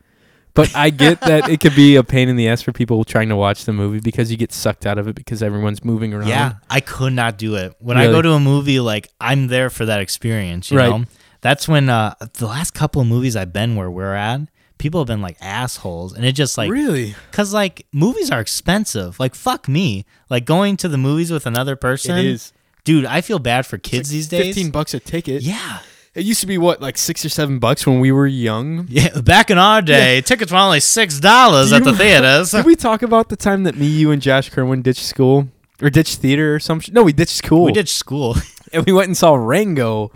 [SPEAKER 1] But I get that it could be a pain in the ass for people trying to watch the movie because you get sucked out of it because everyone's moving around.
[SPEAKER 2] Yeah, I could not do it. When I go
[SPEAKER 1] Really?
[SPEAKER 2] to a movie, like I'm there for that experience. You
[SPEAKER 1] Right.
[SPEAKER 2] know, that's when uh, the last couple of movies I've been where we're at, people have been like assholes, and it just like
[SPEAKER 1] really?
[SPEAKER 2] because like movies are expensive. Like fuck me, like going to the movies with another person.
[SPEAKER 1] is.
[SPEAKER 2] dude. I feel bad for kids these days.
[SPEAKER 1] bucks a ticket.
[SPEAKER 2] Yeah.
[SPEAKER 1] It used to be what, like six or seven bucks when we were young.
[SPEAKER 2] Yeah, back in our day, tickets were only six dollars
[SPEAKER 1] Do
[SPEAKER 2] at
[SPEAKER 1] you
[SPEAKER 2] the theaters.
[SPEAKER 1] Did we talk about the time that me, you, and Josh Kerwin ditched school or ditched theater or some? Sh- no, we ditched school.
[SPEAKER 2] We did school.
[SPEAKER 1] and we went and saw Rango,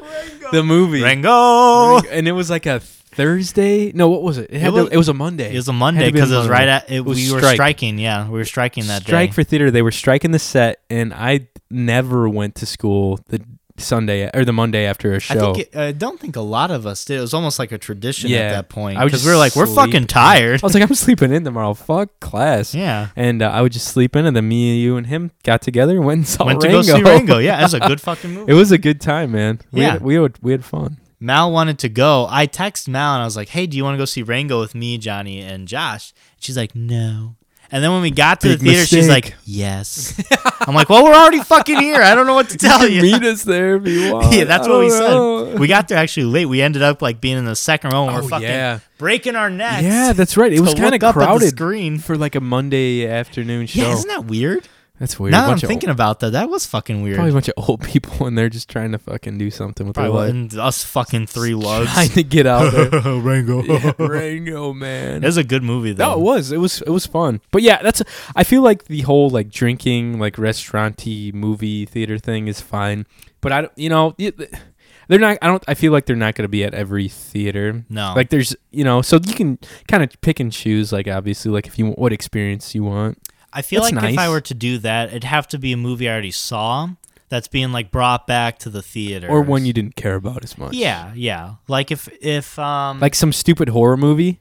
[SPEAKER 1] the movie.
[SPEAKER 2] Rango.
[SPEAKER 1] and it was like a Thursday. No, what was it? It, had
[SPEAKER 2] It was-
[SPEAKER 1] to, it was a Monday.
[SPEAKER 2] It was a
[SPEAKER 1] Had to
[SPEAKER 2] Monday
[SPEAKER 1] be a
[SPEAKER 2] because it was
[SPEAKER 1] Monday.
[SPEAKER 2] right at it,
[SPEAKER 1] was
[SPEAKER 2] we were
[SPEAKER 1] strike.
[SPEAKER 2] striking. Yeah, we were striking that
[SPEAKER 1] strike
[SPEAKER 2] day.
[SPEAKER 1] for theater. They were striking the set, and I never went to school the Sunday or the Monday after a
[SPEAKER 2] I
[SPEAKER 1] show.
[SPEAKER 2] think it, I don't think a lot of us did. It was almost like a tradition
[SPEAKER 1] Yeah.
[SPEAKER 2] at that point
[SPEAKER 1] I would
[SPEAKER 2] because
[SPEAKER 1] just Oh,
[SPEAKER 2] we were like, we're
[SPEAKER 1] sleep.
[SPEAKER 2] fucking tired.
[SPEAKER 1] I was like, I'm sleeping in tomorrow. Fuck class.
[SPEAKER 2] Yeah,
[SPEAKER 1] And uh, I would just sleep in, and then me, you, and him got together and went and saw
[SPEAKER 2] went
[SPEAKER 1] oh, Rango.
[SPEAKER 2] to go see Rango. Yeah, it was a good fucking movie.
[SPEAKER 1] It was a good time, man. We
[SPEAKER 2] Yeah.
[SPEAKER 1] had, we had, we had fun.
[SPEAKER 2] Mal wanted to go. I texted Mal and I was like, hey, do you want to go see Rango with me, Johnny, and Josh? She's like, no. And then when we got to
[SPEAKER 1] Big
[SPEAKER 2] the theater, she's
[SPEAKER 1] mistake.
[SPEAKER 2] like, yes. I'm like, well, we're already fucking here. I don't know what to tell you.
[SPEAKER 1] Meet us there if you want.
[SPEAKER 2] yeah, that's
[SPEAKER 1] I
[SPEAKER 2] what we
[SPEAKER 1] don't
[SPEAKER 2] said.
[SPEAKER 1] know.
[SPEAKER 2] We got there actually late. We ended up like being in the second row and
[SPEAKER 1] Oh,
[SPEAKER 2] we're fucking
[SPEAKER 1] yeah.
[SPEAKER 2] breaking our necks.
[SPEAKER 1] yeah, that's right. It
[SPEAKER 2] to
[SPEAKER 1] was kind of
[SPEAKER 2] look up at the
[SPEAKER 1] crowded
[SPEAKER 2] screen.
[SPEAKER 1] for like a Monday afternoon show.
[SPEAKER 2] Yeah, isn't that weird?
[SPEAKER 1] that's weird.
[SPEAKER 2] now that I'm
[SPEAKER 1] Bunch of
[SPEAKER 2] thinking about that, that was fucking
[SPEAKER 1] old,
[SPEAKER 2] weird.
[SPEAKER 1] probably a bunch of old people, and they're just trying to fucking do something with
[SPEAKER 2] Probably
[SPEAKER 1] their life.
[SPEAKER 2] wasn't us fucking three
[SPEAKER 1] Trying
[SPEAKER 2] lugs.
[SPEAKER 1] to get out there.
[SPEAKER 2] Rango.
[SPEAKER 1] yeah,
[SPEAKER 2] it
[SPEAKER 1] Rango, man.
[SPEAKER 2] was a good movie
[SPEAKER 1] No,
[SPEAKER 2] though.
[SPEAKER 1] it was. It was. It was fun. But yeah, that's. I feel like the whole like drinking, like restauranty movie theater thing is fine. But I, don't- you know, y- they're not. I don't. I feel like they're not going to be at every theater.
[SPEAKER 2] No.
[SPEAKER 1] Like there's, you know, so you can kind of pick and choose. Like obviously, like if you want what experience you want.
[SPEAKER 2] I feel
[SPEAKER 1] That's
[SPEAKER 2] like if
[SPEAKER 1] nice.
[SPEAKER 2] I were to do that, it'd have to be a movie I already saw that's being like brought back to the theater,
[SPEAKER 1] or one you didn't care about as much.
[SPEAKER 2] Yeah, yeah. Like if if um
[SPEAKER 1] like some stupid horror movie.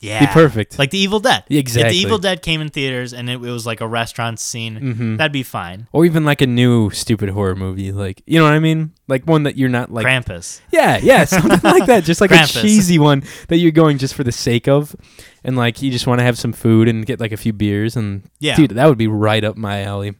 [SPEAKER 2] yeah,
[SPEAKER 1] Be perfect.
[SPEAKER 2] Like the Evil Dead. If
[SPEAKER 1] Exactly. Mm-hmm.
[SPEAKER 2] the Evil Dead came in theaters and it, it was like a restaurant scene, that'd be fine.
[SPEAKER 1] or even like a new stupid horror movie, like you know what I mean, like one that you're not like,
[SPEAKER 2] Krampus.
[SPEAKER 1] yeah, yeah, something like that, just like
[SPEAKER 2] Krampus.
[SPEAKER 1] a cheesy one that you're going just for the sake of, and like you just want to have some food and get like a few beers, and
[SPEAKER 2] Yeah.
[SPEAKER 1] dude, that would be right up my alley.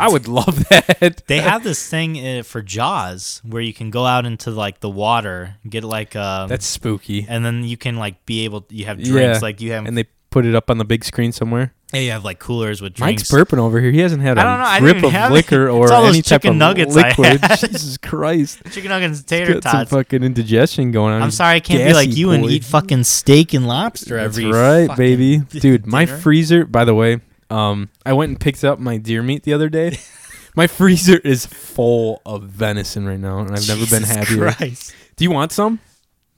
[SPEAKER 1] I would love that.
[SPEAKER 2] They have this thing uh, for Jaws where you can go out into like the water, get like um,
[SPEAKER 1] that's spooky,
[SPEAKER 2] and then you can like be able. You have drinks
[SPEAKER 1] Yeah.
[SPEAKER 2] like you have.
[SPEAKER 1] and they put it up on the big screen somewhere.
[SPEAKER 2] yeah, you have like coolers with
[SPEAKER 1] Mike's
[SPEAKER 2] drinks.
[SPEAKER 1] burping over here. He hasn't had a
[SPEAKER 2] I don't know, I didn't
[SPEAKER 1] grip
[SPEAKER 2] even
[SPEAKER 1] of
[SPEAKER 2] have
[SPEAKER 1] liquor
[SPEAKER 2] any-
[SPEAKER 1] or
[SPEAKER 2] it's all those
[SPEAKER 1] any type
[SPEAKER 2] chicken
[SPEAKER 1] of
[SPEAKER 2] nuggets I
[SPEAKER 1] liquid.
[SPEAKER 2] had.
[SPEAKER 1] Jesus Christ,
[SPEAKER 2] Chicken nuggets, and tater
[SPEAKER 1] got some
[SPEAKER 2] tots.
[SPEAKER 1] fucking indigestion going on.
[SPEAKER 2] I'm
[SPEAKER 1] He's
[SPEAKER 2] sorry, I can't be like
[SPEAKER 1] gassy
[SPEAKER 2] you and
[SPEAKER 1] boy.
[SPEAKER 2] eat fucking steak and lobster
[SPEAKER 1] That's
[SPEAKER 2] every.
[SPEAKER 1] right,
[SPEAKER 2] fucking
[SPEAKER 1] baby, dude. My
[SPEAKER 2] dinner.
[SPEAKER 1] freezer, by the way, um, I went and picked up my deer meat the other day. my freezer is full of venison right now, and I've never been
[SPEAKER 2] Jesus
[SPEAKER 1] happier.
[SPEAKER 2] Christ.
[SPEAKER 1] Do you want some?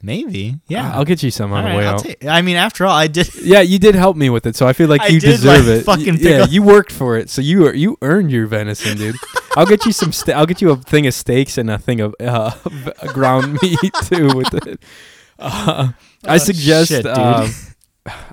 [SPEAKER 2] Maybe. Yeah.
[SPEAKER 1] Uh, I'll get you some
[SPEAKER 2] All
[SPEAKER 1] on the
[SPEAKER 2] right,
[SPEAKER 1] way
[SPEAKER 2] I'll
[SPEAKER 1] out.
[SPEAKER 2] take- I mean, after all, I did.
[SPEAKER 1] yeah, you did help me with it, so I feel like
[SPEAKER 2] I
[SPEAKER 1] you
[SPEAKER 2] did,
[SPEAKER 1] deserve
[SPEAKER 2] like,
[SPEAKER 1] it.
[SPEAKER 2] fucking
[SPEAKER 1] Y-
[SPEAKER 2] pick
[SPEAKER 1] yeah,
[SPEAKER 2] up-
[SPEAKER 1] you worked for it, so you are, you earned your venison, dude. I'll get you some. Ste- I'll get you a thing of steaks and a thing of uh, v- ground meat too with it. Uh, I
[SPEAKER 2] Oh,
[SPEAKER 1] suggest.
[SPEAKER 2] shit, dude.
[SPEAKER 1] um,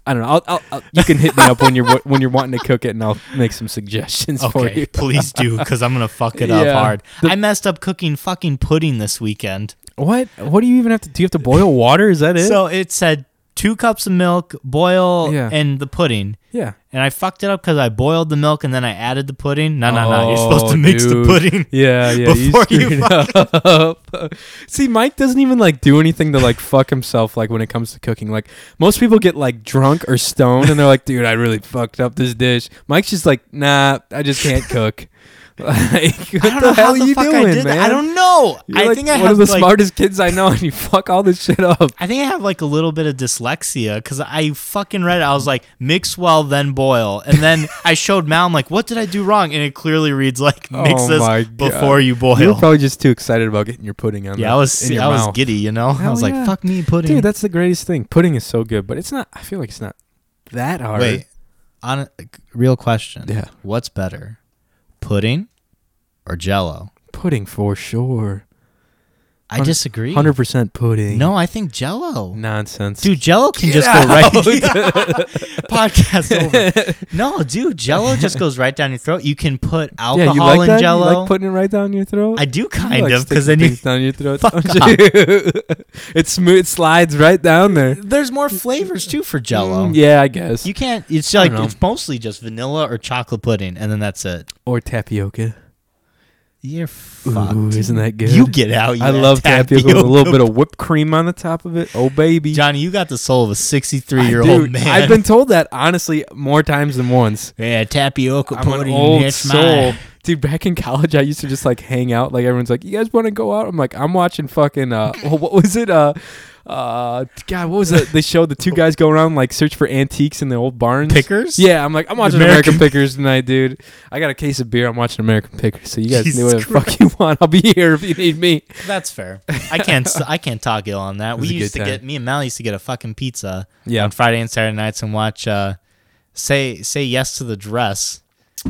[SPEAKER 1] I don't know. I'll, I'll, I'll, you can hit me up when you're wa- when you're wanting to cook it, and I'll make some suggestions for
[SPEAKER 2] Okay,
[SPEAKER 1] you.
[SPEAKER 2] please do, because I'm gonna fuck it up
[SPEAKER 1] Yeah.
[SPEAKER 2] hard.
[SPEAKER 1] The-
[SPEAKER 2] I messed up cooking fucking pudding this weekend.
[SPEAKER 1] What? What do you even have to? Do you have to boil water? Is that it?
[SPEAKER 2] So it said two cups of milk, boil,
[SPEAKER 1] Yeah.
[SPEAKER 2] and the pudding.
[SPEAKER 1] yeah.
[SPEAKER 2] And I fucked it up because I boiled the milk and then I added the pudding. No, no, no. You're
[SPEAKER 1] Oh,
[SPEAKER 2] supposed to mix
[SPEAKER 1] dude.
[SPEAKER 2] the pudding.
[SPEAKER 1] Yeah, yeah.
[SPEAKER 2] Before you
[SPEAKER 1] screwed up. See, Mike doesn't even like do anything to like fuck himself. Like when it comes to cooking, like most people get like drunk or stoned, and they're like, "Dude, I really fucked up this dish." Mike's just like, "Nah, I just can't cook." like, what
[SPEAKER 2] I don't
[SPEAKER 1] the hell
[SPEAKER 2] know how
[SPEAKER 1] are
[SPEAKER 2] the
[SPEAKER 1] you
[SPEAKER 2] fuck
[SPEAKER 1] doing,
[SPEAKER 2] I did
[SPEAKER 1] man?
[SPEAKER 2] that. I don't know.
[SPEAKER 1] You're,
[SPEAKER 2] I
[SPEAKER 1] like,
[SPEAKER 2] think I
[SPEAKER 1] one
[SPEAKER 2] have
[SPEAKER 1] of the
[SPEAKER 2] like,
[SPEAKER 1] smartest kids I know, and you fuck all this shit up.
[SPEAKER 2] I think I have like a little bit of dyslexia because I fucking read it. I was like, mix well, then boil. And then I showed Mal, I'm like, what did I do wrong? And it clearly reads like, mix
[SPEAKER 1] Oh my
[SPEAKER 2] this
[SPEAKER 1] God.
[SPEAKER 2] before you
[SPEAKER 1] You were
[SPEAKER 2] boil.
[SPEAKER 1] probably just too excited about getting your pudding on.
[SPEAKER 2] Yeah,
[SPEAKER 1] the-
[SPEAKER 2] I was
[SPEAKER 1] in your
[SPEAKER 2] I was
[SPEAKER 1] mouth.
[SPEAKER 2] giddy, you know. I
[SPEAKER 1] Hell
[SPEAKER 2] was
[SPEAKER 1] yeah.
[SPEAKER 2] like, "Fuck me, pudding."
[SPEAKER 1] Dude, that's the greatest thing. Pudding is so good, but it's not. I feel like it's not that hard.
[SPEAKER 2] Wait, on a, real question.
[SPEAKER 1] Yeah.
[SPEAKER 2] what's better, pudding or Jello?
[SPEAKER 1] pudding for sure.
[SPEAKER 2] I
[SPEAKER 1] Hundred-
[SPEAKER 2] disagree.
[SPEAKER 1] Hundred percent pudding.
[SPEAKER 2] No, I think Jello.
[SPEAKER 1] nonsense,
[SPEAKER 2] Dude, Jello can just go right.
[SPEAKER 1] Oh,
[SPEAKER 2] Podcast over. No, dude, Jello just goes right down your throat. You can put alcohol
[SPEAKER 1] yeah, you like
[SPEAKER 2] in
[SPEAKER 1] that?
[SPEAKER 2] Jello.
[SPEAKER 1] You like putting it right down your throat?
[SPEAKER 2] I do
[SPEAKER 1] You
[SPEAKER 2] kind
[SPEAKER 1] like
[SPEAKER 2] of because then
[SPEAKER 1] sticking
[SPEAKER 2] you,
[SPEAKER 1] things down your throat.
[SPEAKER 2] Fuck
[SPEAKER 1] don't you? it smooth it slides right down there.
[SPEAKER 2] there's more flavors too for Jello.
[SPEAKER 1] Mm, yeah, I guess.
[SPEAKER 2] You can't. It's like
[SPEAKER 1] know.
[SPEAKER 2] it's mostly just vanilla or chocolate pudding, and then that's it.
[SPEAKER 1] or tapioca.
[SPEAKER 2] You're fucked.
[SPEAKER 1] Ooh, isn't that good?
[SPEAKER 2] You get out. You
[SPEAKER 1] I love tapioca, with a little
[SPEAKER 2] Oh, tapioca.
[SPEAKER 1] bit of whipped cream on the top of it. Oh baby,
[SPEAKER 2] Johnny, you got the soul of a 63
[SPEAKER 1] I
[SPEAKER 2] year
[SPEAKER 1] do.
[SPEAKER 2] old man.
[SPEAKER 1] I've been told that honestly more times than once.
[SPEAKER 2] yeah, tapioca
[SPEAKER 1] I'm an
[SPEAKER 2] pudding.
[SPEAKER 1] old
[SPEAKER 2] that's
[SPEAKER 1] soul.
[SPEAKER 2] mine.
[SPEAKER 1] Dude, back in college, I used to just like hang out. Like everyone's like, "You guys want to go out?" I'm like, "I'm watching fucking uh, wh- what was it? Uh, uh, God, what was it? They showed the two guys go around like search for antiques in the old barns.
[SPEAKER 2] Pickers?
[SPEAKER 1] Yeah, I'm like, I'm watching American,
[SPEAKER 2] American-
[SPEAKER 1] Pickers tonight, dude. I got a case of beer. I'm watching American Pickers. So you guys do
[SPEAKER 2] Jesus
[SPEAKER 1] whatever the fuck you want. I'll be here if you need me.
[SPEAKER 2] That's fair. I can't I can't talk ill on that.
[SPEAKER 1] was
[SPEAKER 2] We
[SPEAKER 1] a good
[SPEAKER 2] used to
[SPEAKER 1] time.
[SPEAKER 2] get me and Mal used to get a fucking pizza
[SPEAKER 1] Yeah.
[SPEAKER 2] on Friday and Saturday nights and watch uh say say yes to the dress.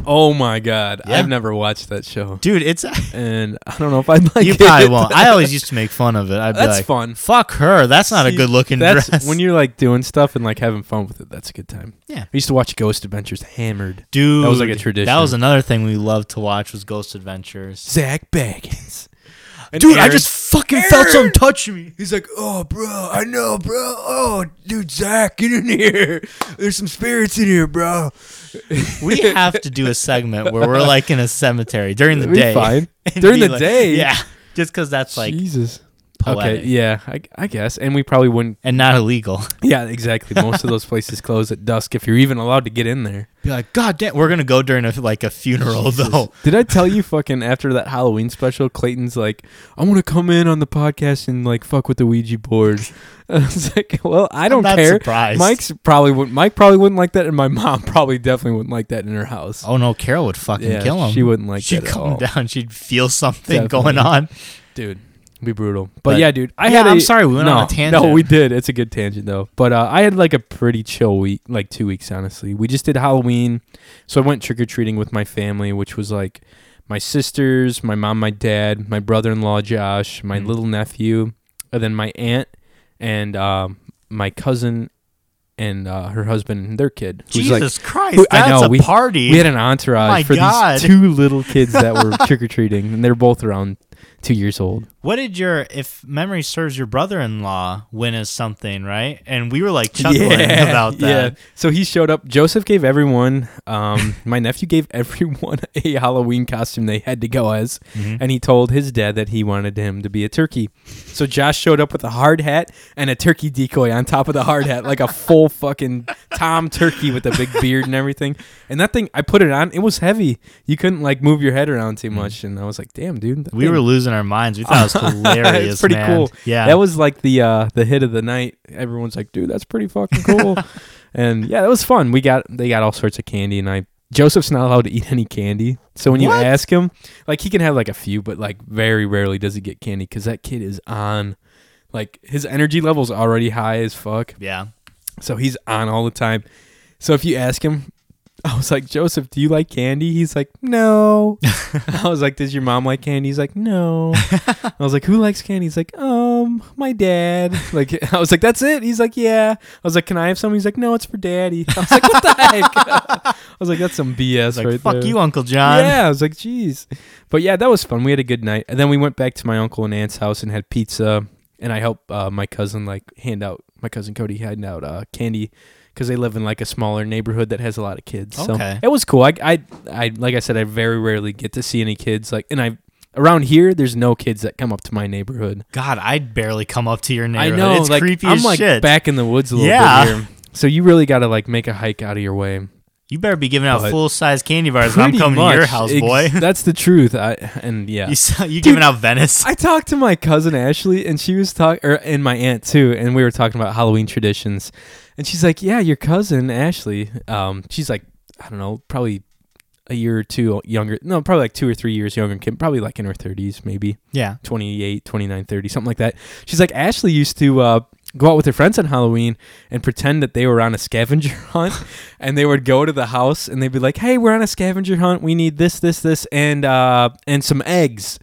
[SPEAKER 1] Oh my God,
[SPEAKER 2] Yeah.
[SPEAKER 1] I've never watched that show,
[SPEAKER 2] Dude, it's
[SPEAKER 1] and I don't know if I'd like.
[SPEAKER 2] you
[SPEAKER 1] it.
[SPEAKER 2] probably won't. I always used to make fun of it. I'd be
[SPEAKER 1] That's
[SPEAKER 2] like,
[SPEAKER 1] fun.
[SPEAKER 2] "Fuck her! That's not a
[SPEAKER 1] See,
[SPEAKER 2] good looking
[SPEAKER 1] that's
[SPEAKER 2] dress."
[SPEAKER 1] when you're like doing stuff and like having fun with it. That's a good time.
[SPEAKER 2] Yeah.
[SPEAKER 1] I used to watch Ghost Adventures hammered.
[SPEAKER 2] dude,
[SPEAKER 1] that was like a tradition.
[SPEAKER 2] That was another thing we loved to watch was Ghost Adventures.
[SPEAKER 1] Zach Baggins. And
[SPEAKER 2] Dude, I
[SPEAKER 1] Aaron-
[SPEAKER 2] just fucking
[SPEAKER 1] felt
[SPEAKER 2] felt
[SPEAKER 1] something
[SPEAKER 2] something touch me.
[SPEAKER 1] He's like, oh, bro, I know, bro. Oh, dude, Zach, get in here. There's some spirits in here, bro.
[SPEAKER 2] We have to do a segment where we're like in a cemetery during the
[SPEAKER 1] That'd be
[SPEAKER 2] day.
[SPEAKER 1] fine.
[SPEAKER 2] And
[SPEAKER 1] During
[SPEAKER 2] be
[SPEAKER 1] the
[SPEAKER 2] like-
[SPEAKER 1] day?
[SPEAKER 2] Yeah. Just because that's like,
[SPEAKER 1] Jesus.
[SPEAKER 2] poetic.
[SPEAKER 1] Okay, yeah, I, I guess. And we probably wouldn't.
[SPEAKER 2] and not illegal.
[SPEAKER 1] Yeah, exactly. Most of those places close at dusk if you're even allowed to get in there.
[SPEAKER 2] Be like, God damn, we're going to go during a, like a funeral, though.
[SPEAKER 1] Did I tell you fucking after that Halloween special, Clayton's like, I want to come in on the podcast and like fuck with the Ouija board. And I was like, well, I don't
[SPEAKER 2] not
[SPEAKER 1] care.
[SPEAKER 2] surprised.
[SPEAKER 1] Mike's probably would. Mike probably wouldn't like that, and my mom probably definitely wouldn't like that in her house.
[SPEAKER 2] Oh, no, Carol would fucking
[SPEAKER 1] Yeah,
[SPEAKER 2] kill him.
[SPEAKER 1] she wouldn't like
[SPEAKER 2] She'd
[SPEAKER 1] that at
[SPEAKER 2] come
[SPEAKER 1] all.
[SPEAKER 2] down. She'd feel something
[SPEAKER 1] Definitely.
[SPEAKER 2] going on.
[SPEAKER 1] Dude, It'd be brutal. But,
[SPEAKER 2] But-
[SPEAKER 1] yeah, dude, I
[SPEAKER 2] Yeah,
[SPEAKER 1] had. i
[SPEAKER 2] I'm sorry we went
[SPEAKER 1] no,
[SPEAKER 2] on a tangent.
[SPEAKER 1] No, we did. It's a good tangent though. But uh, I had like a pretty chill week, like two weeks honestly. We just did Halloween, so I went trick or treating with my family, which was like my sisters, my mom, my dad, my brother-in-law Josh, my
[SPEAKER 2] Mm.
[SPEAKER 1] little nephew, and then my aunt and um, my cousin and uh, her husband and their kid. who's, like,
[SPEAKER 2] Jesus Christ,
[SPEAKER 1] who- I
[SPEAKER 2] that's
[SPEAKER 1] know,
[SPEAKER 2] a
[SPEAKER 1] we-
[SPEAKER 2] party.
[SPEAKER 1] we had an entourage
[SPEAKER 2] My
[SPEAKER 1] for
[SPEAKER 2] God.
[SPEAKER 1] these two little kids that were trick or treating, and they're both around two years old.
[SPEAKER 2] what did your, if memory serves, your brother-in-law win as something, right? And we were like chuckling about that.
[SPEAKER 1] So he showed up. Joseph gave everyone, um, my nephew gave everyone a Halloween costume they had to go as,
[SPEAKER 2] Mhm.
[SPEAKER 1] and he told his dad that he wanted him to be a turkey. So Josh showed up with a hard hat and a turkey decoy on top of the hard hat, like a full fucking Tom Turkey with a big beard and everything. And that thing, I put it on. It was heavy. You couldn't like move your head around too much, and I was like, "Damn, dude." that
[SPEAKER 2] Mm. We
[SPEAKER 1] thing-
[SPEAKER 2] were losing our minds. We thought it was hilarious.
[SPEAKER 1] It's pretty
[SPEAKER 2] man.
[SPEAKER 1] cool.
[SPEAKER 2] Yeah.
[SPEAKER 1] that was like the uh, the hit of the night. Everyone's like, "Dude, that's pretty fucking cool," and yeah, that was fun. We got they got all sorts of candy, and I Joseph's not allowed to eat any candy. So when you
[SPEAKER 2] What?
[SPEAKER 1] ask him, like he can have like a few, but like very rarely does he get candy because that kid is on, like his energy level's already high as fuck.
[SPEAKER 2] yeah.
[SPEAKER 1] So he's on all the time. So if you ask him, I was like, Joseph, do you like candy? He's like, no. I was like, does your mom like candy? He's like, no. I was like, who likes candy? He's like, um, my dad. Like, I was like, that's it. He's like, yeah. I was like, can I have some? He's like, no, it's for daddy. I was like, what the heck? I was like, that's some BS
[SPEAKER 2] Like,
[SPEAKER 1] right
[SPEAKER 2] fuck
[SPEAKER 1] there.
[SPEAKER 2] you, Uncle John.
[SPEAKER 1] Yeah, I was like, jeez. But yeah, that was fun. We had a good night, and then we went back to my uncle and aunt's house and had pizza. And I helped uh, my cousin like hand out my cousin Cody hand out uh, candy because they live in like a smaller neighborhood that has a lot of kids.
[SPEAKER 2] Okay.
[SPEAKER 1] So it was cool. I, I I like I said, I very rarely get to see any kids. Like, and I around here, there's no kids that come up to my neighborhood.
[SPEAKER 2] God, I'd barely come up to your neighborhood.
[SPEAKER 1] I know,
[SPEAKER 2] it's
[SPEAKER 1] like
[SPEAKER 2] creepy
[SPEAKER 1] I'm
[SPEAKER 2] as
[SPEAKER 1] like
[SPEAKER 2] shit.
[SPEAKER 1] back in the woods a little
[SPEAKER 2] Yeah.
[SPEAKER 1] bit here. So you really got to like make a hike out of your way.
[SPEAKER 2] you better be giving out
[SPEAKER 1] But-
[SPEAKER 2] full size candy bars. when I'm
[SPEAKER 1] Pretty
[SPEAKER 2] coming to your
[SPEAKER 1] much.
[SPEAKER 2] house,
[SPEAKER 1] Ex-
[SPEAKER 2] boy.
[SPEAKER 1] That's the truth. I and yeah.
[SPEAKER 2] You saw, you giving out Venice?
[SPEAKER 1] I talked to my cousin Ashley, and she was talking, or and my aunt too, and we were talking about Halloween traditions, and she's like, "Yeah, your cousin Ashley, um, she's like, I don't know, probably a year or two younger, no, probably like two or three years younger, than Kim, probably like in her thirties, maybe
[SPEAKER 2] yeah.
[SPEAKER 1] 28, 29, 30, something like that." She's like, Ashley used to uh, go out with her friends on Halloween and pretend that they were on a scavenger hunt, and they would go to the house and they'd be like, "Hey, we're on a scavenger hunt. We need this, this, this, and uh, and some eggs."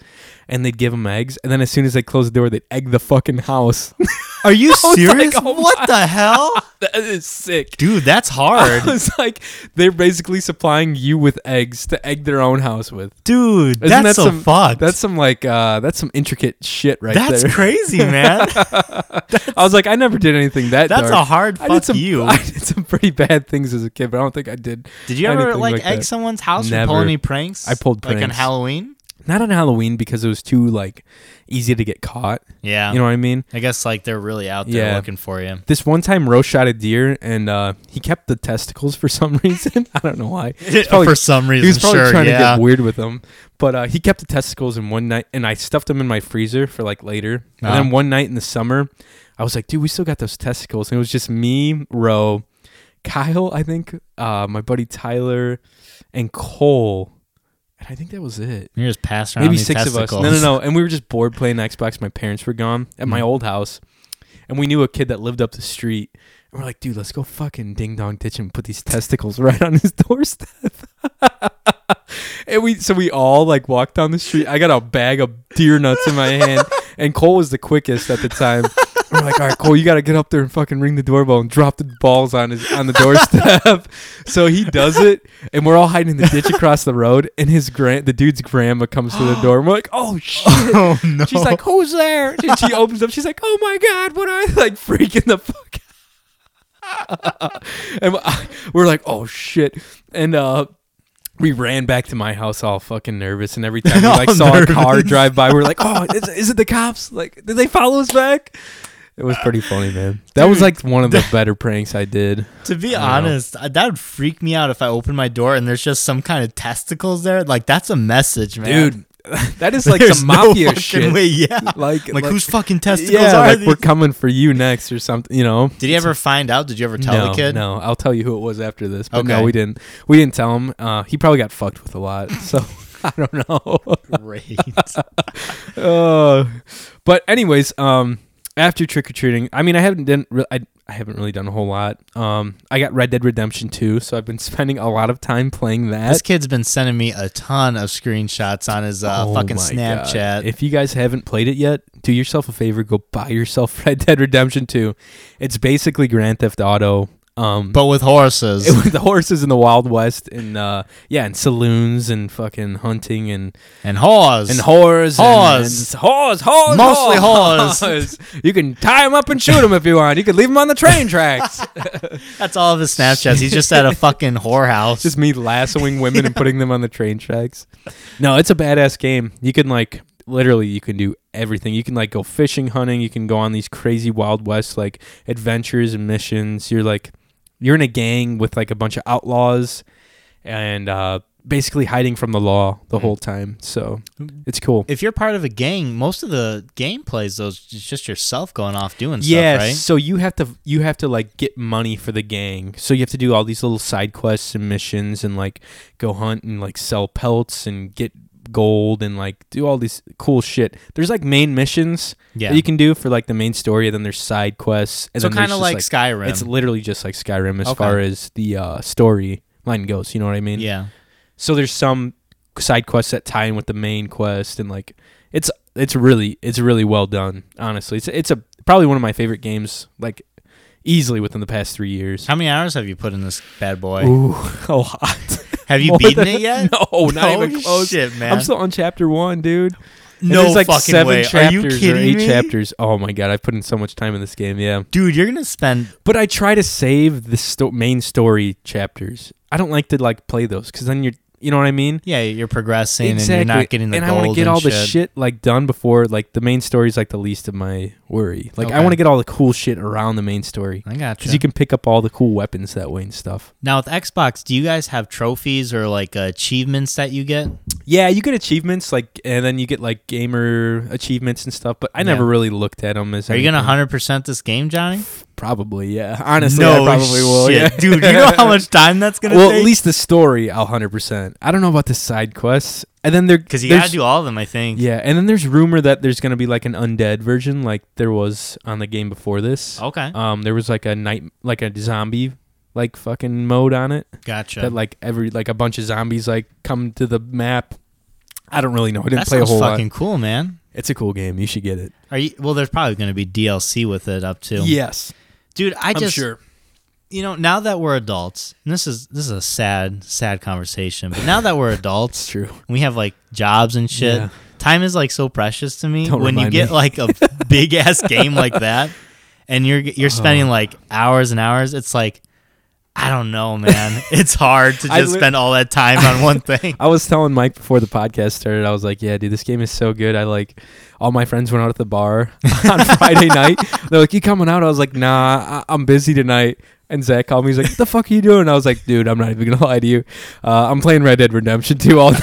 [SPEAKER 1] And they'd give them eggs, and then as soon as they closed the door, they'd egg the fucking house.
[SPEAKER 2] Are you
[SPEAKER 1] was like,
[SPEAKER 2] serious?
[SPEAKER 1] oh
[SPEAKER 2] what the hell?
[SPEAKER 1] that is sick.
[SPEAKER 2] Dude, that's
[SPEAKER 1] I
[SPEAKER 2] hard.
[SPEAKER 1] was like, they're basically supplying you with eggs to egg their own house with.
[SPEAKER 2] Dude,
[SPEAKER 1] Isn't
[SPEAKER 2] that's
[SPEAKER 1] that
[SPEAKER 2] so
[SPEAKER 1] some-
[SPEAKER 2] fucked.
[SPEAKER 1] That's some like, uh, that's some intricate shit right
[SPEAKER 2] That's
[SPEAKER 1] there.
[SPEAKER 2] crazy, man.
[SPEAKER 1] I was like, I never did anything that.
[SPEAKER 2] That's a
[SPEAKER 1] dark.
[SPEAKER 2] hard
[SPEAKER 1] I
[SPEAKER 2] fuck
[SPEAKER 1] did some,
[SPEAKER 2] you.
[SPEAKER 1] I did some pretty bad things as a kid, but I don't think I did.
[SPEAKER 2] Did you ever
[SPEAKER 1] anything
[SPEAKER 2] like,
[SPEAKER 1] like
[SPEAKER 2] egg
[SPEAKER 1] that.
[SPEAKER 2] someone's house or pull
[SPEAKER 1] Never.
[SPEAKER 2] any pranks?
[SPEAKER 1] I pulled
[SPEAKER 2] Like on
[SPEAKER 1] pranks.
[SPEAKER 2] Halloween?
[SPEAKER 1] Not on Halloween because it was too like easy to get caught.
[SPEAKER 2] Yeah.
[SPEAKER 1] You know what I mean?
[SPEAKER 2] I guess like they're really out there
[SPEAKER 1] Yeah.
[SPEAKER 2] looking for you.
[SPEAKER 1] This one time, Rose shot a deer, and uh, he kept the testicles for some reason. I don't know why. He's probably-
[SPEAKER 2] for some reason,
[SPEAKER 1] he was probably
[SPEAKER 2] sure,
[SPEAKER 1] trying
[SPEAKER 2] yeah.
[SPEAKER 1] to get weird with them, but uh, he kept the testicles in one night, and I stuffed them in my freezer for like later.
[SPEAKER 2] Uh-huh.
[SPEAKER 1] And then one night in the summer, I was like, "Dude, we still got those testicles," and it was just me, Ro, Kyle, I think, uh, my buddy Tyler, and Cole, and I think that was it.
[SPEAKER 2] You're just passing around
[SPEAKER 1] Maybe
[SPEAKER 2] these
[SPEAKER 1] six
[SPEAKER 2] testicles. Mm.
[SPEAKER 1] of us. No, no, no. And we were just bored playing Xbox. My parents were gone at my old house, and we knew a kid that lived up the street. And we're like, dude, let's go fucking ding dong ditch him and put these testicles right on his doorstep. and we, so we all like walked down the street. I got a bag of deer nuts in my hand, and Cole was the quickest at the time. We're like, all right, Cole, you got to get up there and fucking ring the doorbell and drop the balls on his on the doorstep. so he does it, and we're all hiding in the ditch across the road. And his grand, the dude's grandma comes to the door, and we're like, oh shit.
[SPEAKER 2] Oh no.
[SPEAKER 1] She's like, who's there? And she opens up. She's like, oh my god, what are I like freaking the fuck? out. and I- we're like, oh shit, and uh. We ran back to my house all fucking nervous, and every time we like
[SPEAKER 2] All
[SPEAKER 1] saw a car
[SPEAKER 2] nervous.
[SPEAKER 1] drive by, we're like, "Oh, is, is it the cops? Like, did they follow us back?" It was pretty funny, man. That was like one of the better pranks I did.
[SPEAKER 2] to be
[SPEAKER 1] I don't know.
[SPEAKER 2] honest, uh, that would freak me out if I open my door and there's just some kind of testicles there. Like that's a message, man.
[SPEAKER 1] dude that is like
[SPEAKER 2] there's
[SPEAKER 1] some
[SPEAKER 2] no
[SPEAKER 1] mafia
[SPEAKER 2] fucking
[SPEAKER 1] shit
[SPEAKER 2] Way, yeah.
[SPEAKER 1] like
[SPEAKER 2] Like, whose fucking testicles
[SPEAKER 1] yeah,
[SPEAKER 2] are
[SPEAKER 1] like
[SPEAKER 2] these?
[SPEAKER 1] we're coming for you next or something you know
[SPEAKER 2] Did he ever find out? Did you ever tell
[SPEAKER 1] no,
[SPEAKER 2] the kid?
[SPEAKER 1] no i'll tell you who it was after this but
[SPEAKER 2] Okay.
[SPEAKER 1] no we didn't we didn't tell him uh, he probably got fucked with a lot so I don't know.
[SPEAKER 2] Great.
[SPEAKER 1] Uh, but anyways, um, after trick or treating, I mean, I haven't done, re- I, I haven't really done a whole lot. Um, I got Red Dead Redemption 2, so I've been spending a lot of time playing
[SPEAKER 2] this
[SPEAKER 1] that.
[SPEAKER 2] kid's been sending me a ton of screenshots on his uh,
[SPEAKER 1] Oh
[SPEAKER 2] fucking
[SPEAKER 1] my God.
[SPEAKER 2] Snapchat.
[SPEAKER 1] If you guys haven't played it yet, do yourself a favor, go buy yourself Red Dead Redemption 2. It's basically Grand Theft Auto. Um,
[SPEAKER 2] but with horses.
[SPEAKER 1] with the horses in the Wild West and uh, yeah, and saloons and fucking hunting and
[SPEAKER 2] and whores.
[SPEAKER 1] and whores,
[SPEAKER 2] Whores.
[SPEAKER 1] and, and whores, whores,
[SPEAKER 2] Mostly
[SPEAKER 1] whores. you can tie them up and shoot them if you want. You can leave them on the train tracks.
[SPEAKER 2] That's all of his Snapchats. He's just at a fucking whorehouse.
[SPEAKER 1] Just me lassoing women and putting them on the train tracks. No, it's a badass game. You can like literally you can do everything. You can like go fishing, hunting. You can go on these crazy Wild West like adventures and missions. You're like you're in a gang with like a bunch of outlaws and uh, basically hiding from the law the whole time. So it's cool.
[SPEAKER 2] if you're part of a gang, most of the gameplays, those it's just yourself going off doing
[SPEAKER 1] Yes.
[SPEAKER 2] stuff,
[SPEAKER 1] So you have to you have to like get money for the gang. So you have to do all these little side quests and missions and like go hunt and like sell pelts and get gold and like do all these cool shit. There's like main missions
[SPEAKER 2] right? Yeah.
[SPEAKER 1] that you can do for like the main story and then there's side quests and
[SPEAKER 2] so
[SPEAKER 1] then there's
[SPEAKER 2] kind of
[SPEAKER 1] just,
[SPEAKER 2] like, Skyrim.
[SPEAKER 1] it's literally just like Skyrim as
[SPEAKER 2] Okay.
[SPEAKER 1] far as the uh story line goes, you know what I mean?
[SPEAKER 2] yeah.
[SPEAKER 1] So there's some side quests that tie in with the main quest, and like it's it's really it's really well done. Honestly, it's it's a probably one of my favorite games, like easily within the past three years.
[SPEAKER 2] How many hours have you put in this bad boy?
[SPEAKER 1] Ooh, a lot.
[SPEAKER 2] Have you
[SPEAKER 1] More
[SPEAKER 2] beaten
[SPEAKER 1] than-
[SPEAKER 2] it yet?
[SPEAKER 1] No, not even
[SPEAKER 2] No
[SPEAKER 1] close.
[SPEAKER 2] Shit, man.
[SPEAKER 1] I'm still on chapter one, dude. And
[SPEAKER 2] no
[SPEAKER 1] there's like
[SPEAKER 2] fucking
[SPEAKER 1] seven
[SPEAKER 2] way.
[SPEAKER 1] chapters
[SPEAKER 2] Are you
[SPEAKER 1] or
[SPEAKER 2] kidding
[SPEAKER 1] eight
[SPEAKER 2] me?
[SPEAKER 1] chapters. Oh my god, I put in so much time in this game. Yeah,
[SPEAKER 2] Dude, you're gonna spend
[SPEAKER 1] but I try to save the sto- main story chapters. I don't like to like play those because then you're you know what I mean.
[SPEAKER 2] yeah, you're progressing and you're not getting the
[SPEAKER 1] and I
[SPEAKER 2] gold
[SPEAKER 1] want to get
[SPEAKER 2] and
[SPEAKER 1] all
[SPEAKER 2] shit.
[SPEAKER 1] the shit like done before like the main story is like the least of my worry. Like I
[SPEAKER 2] Okay.
[SPEAKER 1] want to get all the cool shit around the main story
[SPEAKER 2] I got
[SPEAKER 1] because you can pick up all the cool weapons that way and stuff.
[SPEAKER 2] Now with Xbox, do you guys have trophies or like achievements that you get?
[SPEAKER 1] Yeah, you get achievements like, and then you get like gamer achievements and stuff. But I never
[SPEAKER 2] Yeah.
[SPEAKER 1] really looked at them as.
[SPEAKER 2] Are you gonna
[SPEAKER 1] anything.
[SPEAKER 2] hundred percent this game, Johnny?
[SPEAKER 1] Probably, yeah. Honestly, I probably will.
[SPEAKER 2] shit.
[SPEAKER 1] Yeah.
[SPEAKER 2] dude. You know how much time that's gonna
[SPEAKER 1] well,
[SPEAKER 2] take.
[SPEAKER 1] at least the story, I'll hundred percent. I don't know about the side quests, and then there
[SPEAKER 2] because you
[SPEAKER 1] there's-
[SPEAKER 2] gotta do all of them. I think.
[SPEAKER 1] Yeah, and then there's rumor that there's gonna be like an undead version, like there was on the game before this.
[SPEAKER 2] Okay.
[SPEAKER 1] Um, there was like a night, like a zombie, like fucking mode on it
[SPEAKER 2] Gotcha.
[SPEAKER 1] that like every like a bunch of zombies like come to the map. I don't really know. I didn't
[SPEAKER 2] that
[SPEAKER 1] play a
[SPEAKER 2] sounds
[SPEAKER 1] whole
[SPEAKER 2] fucking
[SPEAKER 1] lot.
[SPEAKER 2] cool, man.
[SPEAKER 1] It's a cool game. You should get it.
[SPEAKER 2] Are you? Well, there's probably gonna be DLC with it up too.
[SPEAKER 1] Yes,
[SPEAKER 2] dude. I
[SPEAKER 1] I'm
[SPEAKER 2] just
[SPEAKER 1] sure.
[SPEAKER 2] you know now that we're adults, and this is this is a sad sad conversation. But now that we're adults,
[SPEAKER 1] It's true.
[SPEAKER 2] we have like jobs and shit.
[SPEAKER 1] Yeah.
[SPEAKER 2] Time is like so precious to me.
[SPEAKER 1] Don't
[SPEAKER 2] when you
[SPEAKER 1] remind
[SPEAKER 2] get
[SPEAKER 1] me.
[SPEAKER 2] like a big ass game like that, and you're you're
[SPEAKER 1] Oh.
[SPEAKER 2] spending like hours and hours, it's like I don't know, man. It's hard to
[SPEAKER 1] I
[SPEAKER 2] just
[SPEAKER 1] li-
[SPEAKER 2] spend all that time on one thing.
[SPEAKER 1] I was telling Mike before the podcast started, I was like, yeah, dude, this game is so good. I like, all my friends went out at the bar on Friday night. They're like, you coming out? I was like, nah, I- I'm busy tonight. And Zach called me. He's like, what the fuck are you doing? I was like, dude, I'm not even going to lie to you. Uh, I'm playing Red Dead Redemption 2 all night.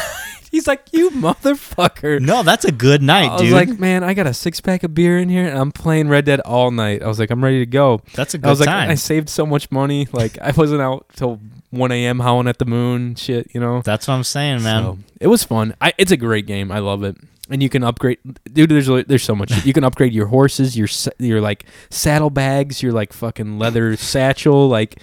[SPEAKER 1] He's like, you motherfucker.
[SPEAKER 2] No, that's a good night,
[SPEAKER 1] I was
[SPEAKER 2] dude.
[SPEAKER 1] like, man, I got a six pack of beer in here and I'm playing Red Dead all night. I was like, I'm ready to go.
[SPEAKER 2] that's a good
[SPEAKER 1] I was like,
[SPEAKER 2] time.
[SPEAKER 1] I saved so much money. Like, I wasn't out till 1 a.m. howling at the moon, shit, you know?
[SPEAKER 2] that's what I'm saying, man.
[SPEAKER 1] So, it was fun. I, it's a great game. I love it. And you can upgrade, dude. There's li- there's so much. You can upgrade your horses, your sa- your like saddlebags, your like fucking leather satchel. Like,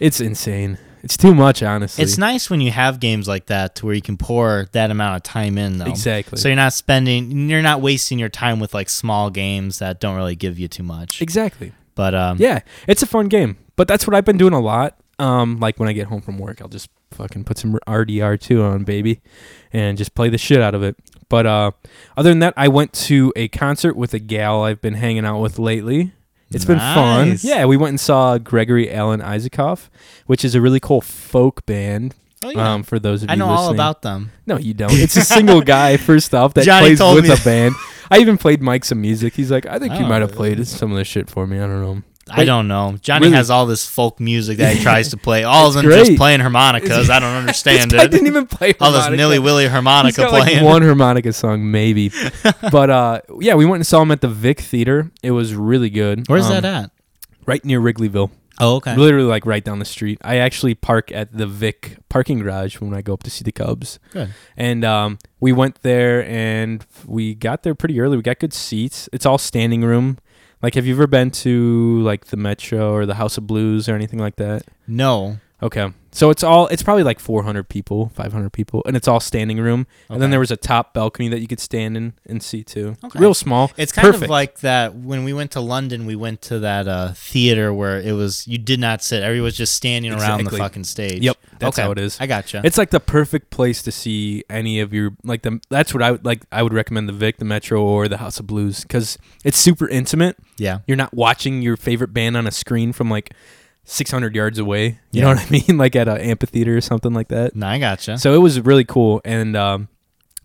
[SPEAKER 1] it's insane. It's too much, honestly.
[SPEAKER 2] It's nice when you have games like that to where you can pour that amount of time in, though.
[SPEAKER 1] exactly.
[SPEAKER 2] So you're not spending, you're not wasting your time with like small games that don't really give you too much.
[SPEAKER 1] exactly.
[SPEAKER 2] But um,
[SPEAKER 1] Yeah, it's a fun game. But that's what I've been doing a lot. Um, like when I get home from work, I'll just fucking put some RDR two on, baby, and just play the shit out of it. But uh, other than that, I went to a concert with a gal I've been hanging out with lately. It's been fun.
[SPEAKER 2] Nice.
[SPEAKER 1] Yeah, we went and saw Gregory Alan Isaacoff, which is a really cool folk band.
[SPEAKER 2] Oh, yeah.
[SPEAKER 1] Um, for those of
[SPEAKER 2] I
[SPEAKER 1] you
[SPEAKER 2] know all
[SPEAKER 1] listening.
[SPEAKER 2] about them.
[SPEAKER 1] No, you don't. It's a single guy. First off, that
[SPEAKER 2] Johnny
[SPEAKER 1] plays
[SPEAKER 2] told
[SPEAKER 1] with
[SPEAKER 2] me
[SPEAKER 1] a band. I even played Mike some music. He's like, I think you
[SPEAKER 2] Oh.
[SPEAKER 1] might have played some of this shit for me. I don't know.
[SPEAKER 2] I don't know. Johnny
[SPEAKER 1] Really?
[SPEAKER 2] has all this folk music that he tries to play. All of them just
[SPEAKER 1] great.
[SPEAKER 2] playing harmonicas. I don't
[SPEAKER 1] This
[SPEAKER 2] understand
[SPEAKER 1] guy
[SPEAKER 2] it.
[SPEAKER 1] didn't even play
[SPEAKER 2] All this
[SPEAKER 1] harmonica.
[SPEAKER 2] nilly willy
[SPEAKER 1] He's
[SPEAKER 2] harmonica
[SPEAKER 1] got like
[SPEAKER 2] playing.
[SPEAKER 1] one harmonica song maybe, but uh, yeah, we went and saw him at the Vic Theater. It was really good.
[SPEAKER 2] Where's
[SPEAKER 1] Um,
[SPEAKER 2] that at?
[SPEAKER 1] Right near Wrigleyville.
[SPEAKER 2] Oh, okay.
[SPEAKER 1] Literally like right down the street. I actually park at the Vic parking garage when I go up to see the Cubs.
[SPEAKER 2] Good.
[SPEAKER 1] And um, we went there and we got there pretty early. We got good seats. It's all standing room. Like, have you ever been to like the Metro or the House of Blues or anything like that?
[SPEAKER 2] No.
[SPEAKER 1] Okay. So it's all it's probably like 400 people, 500 people, and it's all standing room. And
[SPEAKER 2] Okay.
[SPEAKER 1] then there was a top balcony that you could stand in and see too.
[SPEAKER 2] Okay.
[SPEAKER 1] Real small.
[SPEAKER 2] It's kind of
[SPEAKER 1] Perfect.
[SPEAKER 2] like that when we went to London, we went to that uh, theater where it was you did not sit. Everyone was just standing around the
[SPEAKER 1] Exactly.
[SPEAKER 2] fucking stage.
[SPEAKER 1] Yep, that's
[SPEAKER 2] okay.
[SPEAKER 1] how it is.
[SPEAKER 2] I gotcha.
[SPEAKER 1] It's like the perfect place to see any of your like the that's what I would like I would recommend the Vic, the Metro or the House of Blues cuz it's super intimate.
[SPEAKER 2] yeah.
[SPEAKER 1] You're not watching your favorite band on a screen from like 600 yards away. You
[SPEAKER 2] Yeah.
[SPEAKER 1] know what I mean? Like at an amphitheater or something like that.
[SPEAKER 2] No, I gotcha.
[SPEAKER 1] So it was really cool, and um,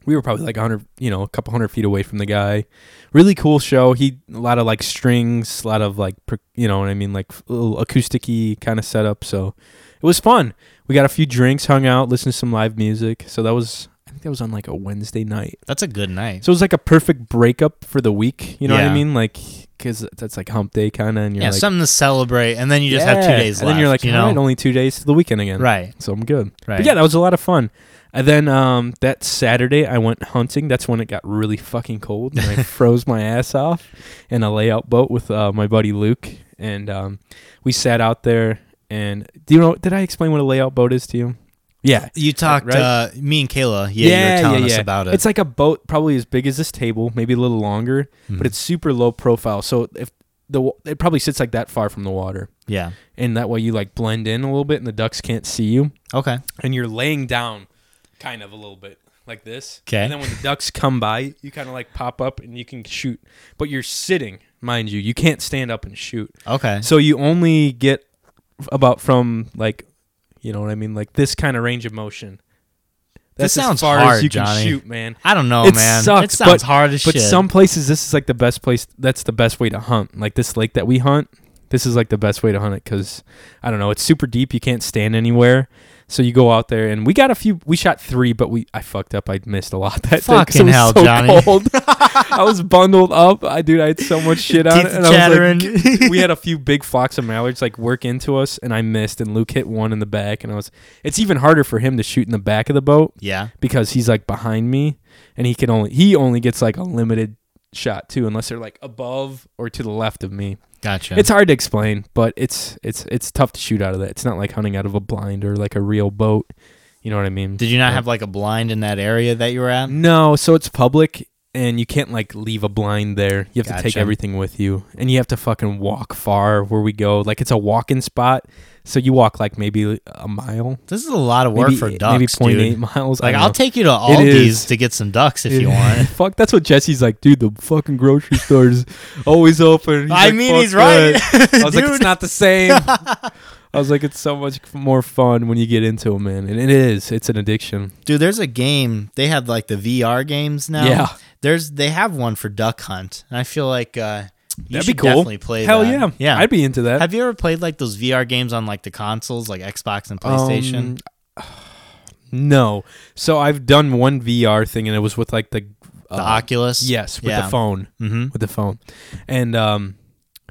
[SPEAKER 1] we were probably like a hundred, you know, a couple hundred feet away from the guy. Really cool show. He a lot of like strings, a lot of like, per, you know what I mean, like little acousticy kind of setup. So it was fun. We got a few drinks, hung out, listened to some live music. So that was, I think that was on like a Wednesday night.
[SPEAKER 2] That's a good night.
[SPEAKER 1] So it was like a perfect breakup for the week. You know what
[SPEAKER 2] Yeah.
[SPEAKER 1] I mean? Like, cause that's like hump day kind of, and you're
[SPEAKER 2] yeah,
[SPEAKER 1] like,
[SPEAKER 2] something to celebrate, and then you just have two
[SPEAKER 1] "Yeah."
[SPEAKER 2] days
[SPEAKER 1] and
[SPEAKER 2] left.
[SPEAKER 1] then you're like,
[SPEAKER 2] you
[SPEAKER 1] "All
[SPEAKER 2] know,
[SPEAKER 1] right, only two days to the weekend again,
[SPEAKER 2] right,
[SPEAKER 1] So I'm good.
[SPEAKER 2] right.
[SPEAKER 1] But yeah, that was a lot of fun. And then um, that Saturday, I went hunting. That's when it got really fucking cold, and I froze my ass off in a layout boat with uh, my buddy Luke. And um, we sat out there. And do you know? Did I explain what a layout boat is to you? Yeah,
[SPEAKER 2] you talked.
[SPEAKER 1] right?
[SPEAKER 2] Uh, me and Kayla. Yeah, you
[SPEAKER 1] Yeah,
[SPEAKER 2] were telling
[SPEAKER 1] yeah,
[SPEAKER 2] us
[SPEAKER 1] yeah.
[SPEAKER 2] about it.
[SPEAKER 1] it's like a boat, probably as big as this table, maybe a little longer,
[SPEAKER 2] Mhm.
[SPEAKER 1] but it's super low profile. So if the wa- it probably sits like that far from the water,
[SPEAKER 2] yeah.
[SPEAKER 1] and that way you like blend in a little bit, and the ducks can't see you
[SPEAKER 2] Okay.
[SPEAKER 1] and you're laying down kind of a little bit like this.
[SPEAKER 2] 'Kay.
[SPEAKER 1] And then when the ducks come by, you kind of like pop up and you can shoot. But you're sitting, mind you. You can't stand up and shoot.
[SPEAKER 2] Okay.
[SPEAKER 1] So you only get about from like, you know what I mean? Like this kind of range of motion.
[SPEAKER 2] This
[SPEAKER 1] That's as
[SPEAKER 2] sounds
[SPEAKER 1] far
[SPEAKER 2] hard,
[SPEAKER 1] as you
[SPEAKER 2] Johnny.
[SPEAKER 1] can shoot, man.
[SPEAKER 2] I don't know,
[SPEAKER 1] it
[SPEAKER 2] man. it
[SPEAKER 1] sucks,
[SPEAKER 2] sounds
[SPEAKER 1] but-
[SPEAKER 2] hard as
[SPEAKER 1] But
[SPEAKER 2] shit.
[SPEAKER 1] some places, this is like the best place. That's the best way to hunt. Like this lake that we hunt, this is like the best way to hunt it because I don't know, it's super deep. You can't stand anywhere, so you go out there and we got a few. We shot three, but we I fucked up. I missed a lot that day 'cause
[SPEAKER 2] Fucking
[SPEAKER 1] it was
[SPEAKER 2] hell,
[SPEAKER 1] so
[SPEAKER 2] Johnny.
[SPEAKER 1] cold. I was bundled up. I dude, I had so much shit on
[SPEAKER 2] Teeth
[SPEAKER 1] it, and I was like,
[SPEAKER 2] chattering.
[SPEAKER 1] we had a few big flocks of mallards like work into us, and I missed, and Luke hit one in the back, and I was. It's even harder for him to shoot in the back of the boat
[SPEAKER 2] yeah.
[SPEAKER 1] because he's like behind me and he can only he only gets like a limited shot too unless they're like above or to the left of me.
[SPEAKER 2] Gotcha.
[SPEAKER 1] It's hard to explain, but it's it's it's tough to shoot out of that. It's not like hunting out of a blind or like a real boat. You know what I mean?
[SPEAKER 2] Did you not have like a blind in that area that you were at?
[SPEAKER 1] No, so it's public and you can't like leave a blind there. You have to take
[SPEAKER 2] Gotcha.
[SPEAKER 1] everything with you and you have to fucking walk far where we go. Like it's a walking spot. So you walk like maybe a mile.
[SPEAKER 2] This is a lot of work
[SPEAKER 1] maybe, e,
[SPEAKER 2] for ducks,
[SPEAKER 1] maybe point
[SPEAKER 2] dude.
[SPEAKER 1] eight miles. I
[SPEAKER 2] Like
[SPEAKER 1] don't know.
[SPEAKER 2] I'll take you to
[SPEAKER 1] is.
[SPEAKER 2] Aldi's to get some ducks if
[SPEAKER 1] Dude,
[SPEAKER 2] you want.
[SPEAKER 1] Fuck, that's what Jesse's like, dude. The fucking grocery store's always open. He's
[SPEAKER 2] I
[SPEAKER 1] like,
[SPEAKER 2] mean,
[SPEAKER 1] "Fuck
[SPEAKER 2] he's right.
[SPEAKER 1] that." I was like, it's not the same. I was like, it's so much more fun when you get into it, man. And it is. It's an addiction.
[SPEAKER 2] Dude, there's a game. They have like the VR games now.
[SPEAKER 1] Yeah.
[SPEAKER 2] There's they have one for duck hunt, and I feel like uh, you
[SPEAKER 1] That'd be
[SPEAKER 2] should
[SPEAKER 1] cool.
[SPEAKER 2] definitely play.
[SPEAKER 1] Hell
[SPEAKER 2] that.
[SPEAKER 1] yeah,
[SPEAKER 2] yeah.
[SPEAKER 1] I'd be into that.
[SPEAKER 2] have you ever played like those VR games on like the consoles, like Xbox and
[SPEAKER 1] Um,
[SPEAKER 2] PlayStation?
[SPEAKER 1] no, so I've done one VR thing, and it was with like the
[SPEAKER 2] the
[SPEAKER 1] uh,
[SPEAKER 2] Oculus.
[SPEAKER 1] Yes, with
[SPEAKER 2] Yeah.
[SPEAKER 1] the phone,
[SPEAKER 2] Mm-hmm.
[SPEAKER 1] with the phone, and um,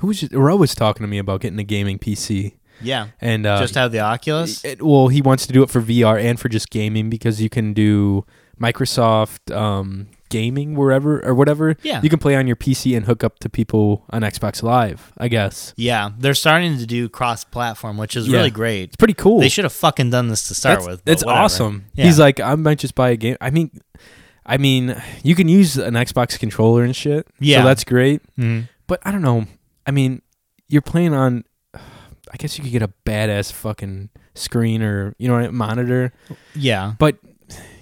[SPEAKER 1] who was it? Ro was talking to me about getting a gaming PC,
[SPEAKER 2] Yeah.
[SPEAKER 1] and uh,
[SPEAKER 2] Just have the Oculus.
[SPEAKER 1] It, well, he wants to do it for VR and for just gaming because you can do Microsoft um, gaming wherever or whatever.
[SPEAKER 2] Yeah.
[SPEAKER 1] You can play on your PC and hook up to people on Xbox Live, I guess.
[SPEAKER 2] yeah, they're starting to do cross-platform, which is
[SPEAKER 1] Yeah.
[SPEAKER 2] really great.
[SPEAKER 1] It's pretty cool.
[SPEAKER 2] They should have fucking done this to start
[SPEAKER 1] That's,
[SPEAKER 2] with. but
[SPEAKER 1] that's
[SPEAKER 2] whatever.
[SPEAKER 1] awesome.
[SPEAKER 2] Yeah.
[SPEAKER 1] He's like, I might just buy a game. I mean, I mean, you can use an Xbox controller and shit.
[SPEAKER 2] Yeah.
[SPEAKER 1] So that's great.
[SPEAKER 2] Mhm.
[SPEAKER 1] But I don't know. I mean, you're playing on. I guess you could get a badass fucking screen or you know monitor.
[SPEAKER 2] Yeah.
[SPEAKER 1] but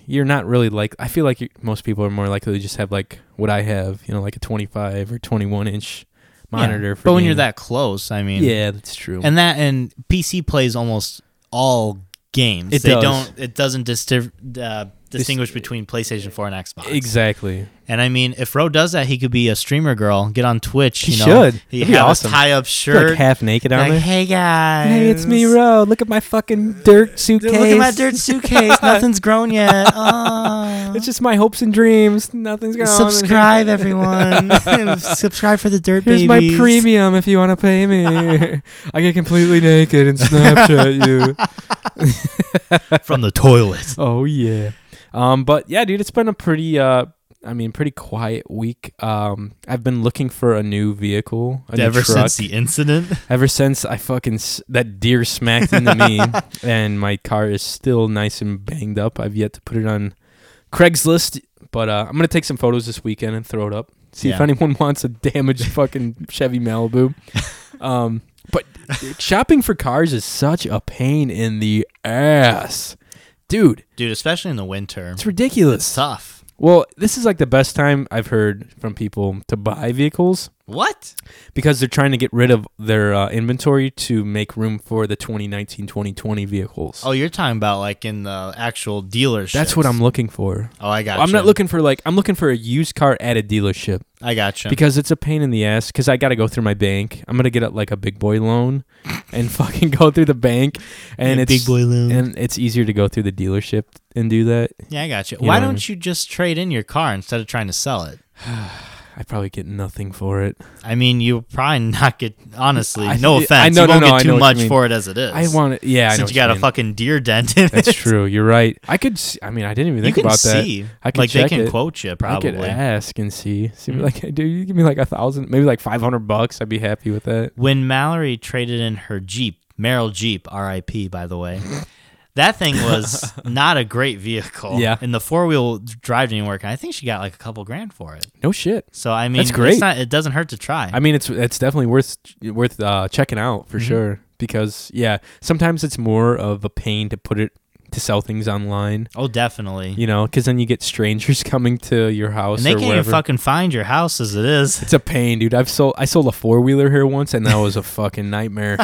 [SPEAKER 1] you're not really like I feel like you most people are more likely to just have like what I have, you know, like a 25 or 21 inch monitor.
[SPEAKER 2] Yeah.
[SPEAKER 1] For
[SPEAKER 2] But when you're
[SPEAKER 1] gaming.
[SPEAKER 2] that close, I mean,
[SPEAKER 1] yeah, that's true.
[SPEAKER 2] and that and PC plays almost all games.
[SPEAKER 1] It
[SPEAKER 2] they
[SPEAKER 1] does.
[SPEAKER 2] don't. It doesn't distiv- uh, distinguish between PlayStation 4 and Xbox.
[SPEAKER 1] Exactly.
[SPEAKER 2] And I mean, if Ro does that, he could be a streamer girl, get on Twitch.
[SPEAKER 1] He
[SPEAKER 2] you know,
[SPEAKER 1] should.
[SPEAKER 2] He
[SPEAKER 1] That'd be
[SPEAKER 2] have
[SPEAKER 1] awesome.
[SPEAKER 2] a
[SPEAKER 1] You're,
[SPEAKER 2] tie-up shirt.
[SPEAKER 1] like half naked
[SPEAKER 2] like,
[SPEAKER 1] on there.
[SPEAKER 2] hey guys,
[SPEAKER 1] Hey, it's me, Ro. Look at my fucking dirt
[SPEAKER 2] Dude,
[SPEAKER 1] suitcase.
[SPEAKER 2] Look at my dirt suitcase. Nothing's grown yet. Oh.
[SPEAKER 1] It's just my hopes and dreams. Nothing's going on.
[SPEAKER 2] Subscribe, everyone. Subscribe for the dirt
[SPEAKER 1] Here's
[SPEAKER 2] babies.
[SPEAKER 1] my premium if you want to pay me. I get completely naked and Snapchat you.
[SPEAKER 2] from the toilet.
[SPEAKER 1] Oh yeah. Um, but yeah, dude, it's been a pretty uh, I mean, pretty quiet week. Um, I've been looking for a new vehicle, a new
[SPEAKER 2] Ever
[SPEAKER 1] truck.
[SPEAKER 2] since the incident,
[SPEAKER 1] ever since I fucking s- that deer smacked into me, and my car is still nice and banged up. I've yet to put it on Craigslist, but uh, I'm gonna take some photos this weekend and throw it up. See if
[SPEAKER 2] Yeah.
[SPEAKER 1] anyone wants a damaged fucking Chevy Malibu. Um, but shopping for cars is such a pain in the ass, dude.
[SPEAKER 2] dude, especially in the winter,
[SPEAKER 1] It's ridiculous.
[SPEAKER 2] it's tough.
[SPEAKER 1] Well, this is like the best time I've heard from people to buy vehicles
[SPEAKER 2] What?
[SPEAKER 1] because they're trying to get rid of their uh, inventory to make room for the 2019 2020 vehicles.
[SPEAKER 2] Oh, you're talking about like in the actual dealership.
[SPEAKER 1] That's what I'm looking for.
[SPEAKER 2] Oh, I got.
[SPEAKER 1] I'm not looking for like I'm looking for a used car at a dealership
[SPEAKER 2] I got you.
[SPEAKER 1] because it's a pain in the ass cuz I got to go through my bank. I'm going to get a, like a big boy loan and fucking go through the bank and it's
[SPEAKER 2] big boy loon.
[SPEAKER 1] and it's easier to go through the dealership and do that.
[SPEAKER 2] yeah, I got you.
[SPEAKER 1] You
[SPEAKER 2] Why
[SPEAKER 1] know what I
[SPEAKER 2] don't you just trade in your car instead of trying to sell it?
[SPEAKER 1] I probably get nothing for it.
[SPEAKER 2] I mean, you'll probably not get. Honestly,
[SPEAKER 1] I-
[SPEAKER 2] no
[SPEAKER 1] I-
[SPEAKER 2] offense,
[SPEAKER 1] no,
[SPEAKER 2] you
[SPEAKER 1] no,
[SPEAKER 2] won't
[SPEAKER 1] no, I
[SPEAKER 2] get
[SPEAKER 1] know what you
[SPEAKER 2] too much
[SPEAKER 1] mean.
[SPEAKER 2] for it as it is.
[SPEAKER 1] I want it. Yeah, I know
[SPEAKER 2] since
[SPEAKER 1] what
[SPEAKER 2] you got
[SPEAKER 1] mean.
[SPEAKER 2] a fucking deer dent in
[SPEAKER 1] That's
[SPEAKER 2] it.
[SPEAKER 1] true. You're right. I could. s- I mean, I didn't even
[SPEAKER 2] You
[SPEAKER 1] think
[SPEAKER 2] can
[SPEAKER 1] about that.
[SPEAKER 2] see.
[SPEAKER 1] I could
[SPEAKER 2] like they
[SPEAKER 1] check
[SPEAKER 2] can
[SPEAKER 1] it.
[SPEAKER 2] quote you
[SPEAKER 1] I could
[SPEAKER 2] probably. Hmm.
[SPEAKER 1] ask and see. See, like, dude, you give me like a thousand, maybe like five hundred bucks. I'd be happy with that.
[SPEAKER 2] when Mallory traded in her Jeep, Merrill Jeep, RIP, by the way, that thing was not a great vehicle.
[SPEAKER 1] Yeah.
[SPEAKER 2] And the four wheel drive didn't work. And I think she got like a couple grand for it.
[SPEAKER 1] No shit.
[SPEAKER 2] So, I mean,
[SPEAKER 1] That's great.
[SPEAKER 2] It's not, it doesn't hurt to try.
[SPEAKER 1] I mean, it's it's definitely worth worth uh, checking out
[SPEAKER 2] Mm-hmm.
[SPEAKER 1] for sure because yeah, sometimes it's more of a pain to put it to sell things online.
[SPEAKER 2] oh, definitely.
[SPEAKER 1] You know, because then you get strangers coming to your house
[SPEAKER 2] and they
[SPEAKER 1] or
[SPEAKER 2] can't
[SPEAKER 1] wherever.
[SPEAKER 2] even fucking find your house as it is.
[SPEAKER 1] It's a pain, dude. I've sold I sold a four wheeler here once, and that was a fucking nightmare.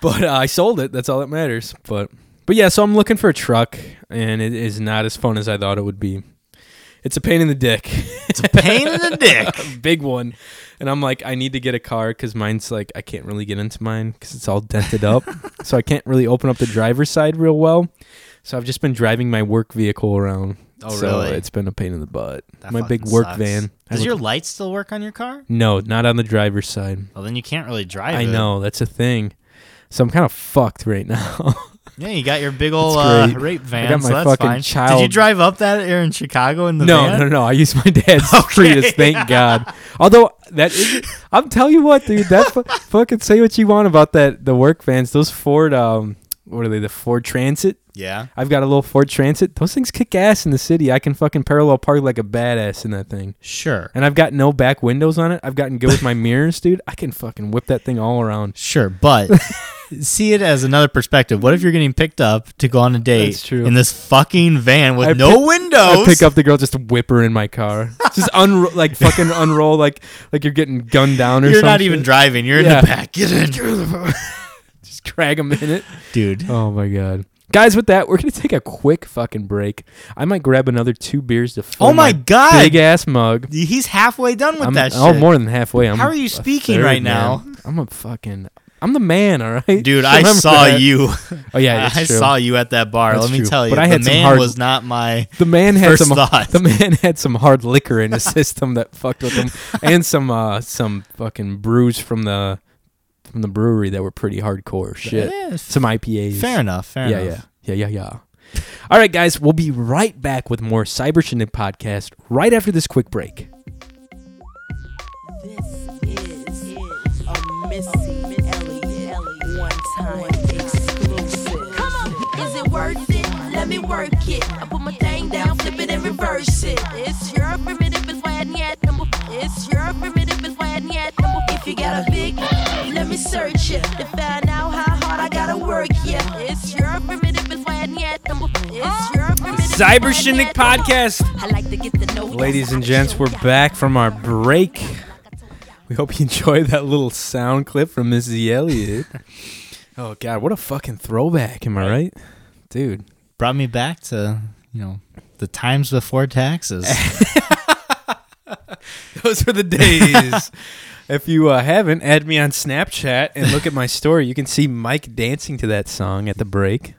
[SPEAKER 1] but uh, I sold it. That's all that matters. But but yeah, so I'm looking for a truck, and it is not as fun as I thought it would be. It's a pain in the dick,
[SPEAKER 2] It's a pain in the dick.
[SPEAKER 1] a big one. And I'm like, I need to get a car because mine's like I can't really get into mine because it's all dented up, so I can't really open up the driver's side real well. So I've just been driving my work vehicle around.
[SPEAKER 2] Oh,
[SPEAKER 1] so
[SPEAKER 2] really?
[SPEAKER 1] It's been a pain in the butt.
[SPEAKER 2] That
[SPEAKER 1] my big
[SPEAKER 2] fucking
[SPEAKER 1] work
[SPEAKER 2] sucks.
[SPEAKER 1] van. I
[SPEAKER 2] Does
[SPEAKER 1] look-
[SPEAKER 2] your lights still work on your car?
[SPEAKER 1] no, not on the driver's side.
[SPEAKER 2] Well, then you can't really drive
[SPEAKER 1] I
[SPEAKER 2] it.
[SPEAKER 1] know that's a thing. So I'm kind of fucked right now.
[SPEAKER 2] Yeah, you got your big old uh,
[SPEAKER 1] That's great.
[SPEAKER 2] rape van.
[SPEAKER 1] I got
[SPEAKER 2] so
[SPEAKER 1] my
[SPEAKER 2] that's
[SPEAKER 1] fucking
[SPEAKER 2] fine. Did you
[SPEAKER 1] child-
[SPEAKER 2] drive up that here in Chicago in the
[SPEAKER 1] no,
[SPEAKER 2] van?
[SPEAKER 1] no, no. I use my dad's
[SPEAKER 2] Okay.
[SPEAKER 1] Prius. Thank God. Although that is, I'm telling you what, dude. That fu- fucking say what you want about that. The work vans, those Ford. Um, what are they? The Ford Transit.
[SPEAKER 2] Yeah.
[SPEAKER 1] I've got a little Ford Transit. Those things kick ass in the city. I can fucking parallel park like a badass in that thing.
[SPEAKER 2] Sure.
[SPEAKER 1] And I've got no back windows on it. I've gotten good with my mirrors, dude. I can fucking whip that thing all around.
[SPEAKER 2] Sure, but see it as another perspective. What if you're getting picked up to go on a date
[SPEAKER 1] That's true.
[SPEAKER 2] in this fucking van with
[SPEAKER 1] I
[SPEAKER 2] no
[SPEAKER 1] pick-
[SPEAKER 2] windows?
[SPEAKER 1] I pick up the girl, just whip her in my car, just unro- like fucking unroll, like like you're getting gunned down or
[SPEAKER 2] you're
[SPEAKER 1] something.
[SPEAKER 2] not even driving. You're
[SPEAKER 1] Yeah.
[SPEAKER 2] in the back. Get in,
[SPEAKER 1] just drag a minute.
[SPEAKER 2] dude.
[SPEAKER 1] Oh my god, guys! With that, we're gonna take a quick fucking break. I might grab another two beers to fill
[SPEAKER 2] Oh my god,
[SPEAKER 1] big ass mug.
[SPEAKER 2] he's halfway done with
[SPEAKER 1] I'm
[SPEAKER 2] that shit.
[SPEAKER 1] oh more than halfway. I'm
[SPEAKER 2] How are you
[SPEAKER 1] a
[SPEAKER 2] speaking
[SPEAKER 1] third,
[SPEAKER 2] right
[SPEAKER 1] man. I'm a fucking. I'm the man, all right,
[SPEAKER 2] Dude, I
[SPEAKER 1] Remember
[SPEAKER 2] saw
[SPEAKER 1] that.
[SPEAKER 2] you.
[SPEAKER 1] Oh yeah, that's
[SPEAKER 2] I
[SPEAKER 1] true.
[SPEAKER 2] saw you at that bar.
[SPEAKER 1] That's
[SPEAKER 2] Let me
[SPEAKER 1] true.
[SPEAKER 2] tell you,
[SPEAKER 1] But I had
[SPEAKER 2] the
[SPEAKER 1] some
[SPEAKER 2] man
[SPEAKER 1] hard-
[SPEAKER 2] was not my.
[SPEAKER 1] The man had
[SPEAKER 2] First
[SPEAKER 1] some.
[SPEAKER 2] thought.
[SPEAKER 1] The man had some hard liquor in his system that fucked with him, and some uh, some fucking brews from the from the brewery that were pretty hardcore shit.
[SPEAKER 2] Yeah, f-
[SPEAKER 1] Some IPAs.
[SPEAKER 2] fair enough. Fair
[SPEAKER 1] yeah,
[SPEAKER 2] enough.
[SPEAKER 1] yeah, yeah, yeah, yeah. All right, guys, we'll be right back with more Cyber Shindig podcast right after this quick break.
[SPEAKER 3] This is a Missy Elliott one time exclusive.
[SPEAKER 4] Come on, is it worth it? Let me work it. I put my thing down, flip it and reverse it. It's your primitive is why I need that number. It's your primitive is why I need that number. If you got a big, let me search it to find out how hard I gotta work. Yeah, it's your primitive is why I need that number. It's your primitive. is why I
[SPEAKER 1] Cyber
[SPEAKER 4] need
[SPEAKER 1] Shindig
[SPEAKER 4] that number.
[SPEAKER 1] podcast.
[SPEAKER 4] I like to get to know you.
[SPEAKER 1] Ladies and gents, we're back from our break. We hope you enjoyed that little sound clip from Missy Elliott. oh God, what a fucking throwback! Am I right, dude?
[SPEAKER 2] Brought me back to you know, the times before taxes.
[SPEAKER 1] Those are the days. if you uh, haven't, add me on Snapchat and look at my story. You can see Mike dancing to that song at the break.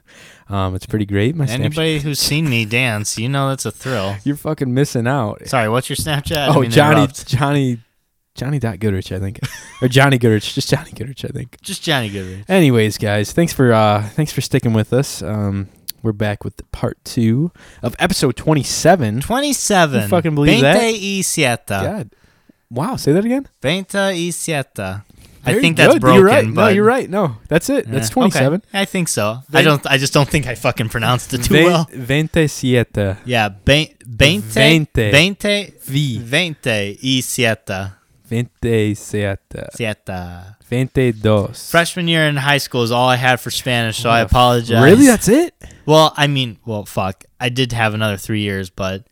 [SPEAKER 1] Um, it's pretty great. My Snapchat.
[SPEAKER 2] Anybody who's seen me dance, you know that's a thrill.
[SPEAKER 1] You're fucking missing out.
[SPEAKER 2] Sorry, what's your Snapchat? I
[SPEAKER 1] oh,
[SPEAKER 2] mean,
[SPEAKER 1] Johnny,
[SPEAKER 2] interrupt.
[SPEAKER 1] Johnny, Johnny dot Goodrich, I think, or Johnny Goodrich, just Johnny Goodrich, I think.
[SPEAKER 2] Just Johnny Goodrich.
[SPEAKER 1] Anyways, guys, thanks for uh, thanks for sticking with us. Um, we're back with part two of episode twenty-seven.
[SPEAKER 2] 27.
[SPEAKER 1] You fucking believe
[SPEAKER 2] 20
[SPEAKER 1] that?
[SPEAKER 2] y siete.
[SPEAKER 1] God, wow! Say that again.
[SPEAKER 2] 20 y siete. I
[SPEAKER 1] Very
[SPEAKER 2] think that's
[SPEAKER 1] good.
[SPEAKER 2] broken.
[SPEAKER 1] You're right.
[SPEAKER 2] But
[SPEAKER 1] No, you're right. No, that's it. That's
[SPEAKER 2] Eh,
[SPEAKER 1] twenty-seven.
[SPEAKER 2] okay. I think so. I
[SPEAKER 1] Vein-
[SPEAKER 2] don't. I just don't think I fucking pronounced it too
[SPEAKER 1] Ve-
[SPEAKER 2] well.
[SPEAKER 1] 27.
[SPEAKER 2] Yeah, vein- veinte,
[SPEAKER 1] Veinte.
[SPEAKER 2] veinte,
[SPEAKER 1] V.
[SPEAKER 2] veinte y siete,
[SPEAKER 1] 27.
[SPEAKER 2] siete.
[SPEAKER 1] 22.
[SPEAKER 2] Freshman year in high school is all I had for Spanish, so I apologize.
[SPEAKER 1] Really? That's it?
[SPEAKER 2] well, I mean, well, fuck. I did have another three years, but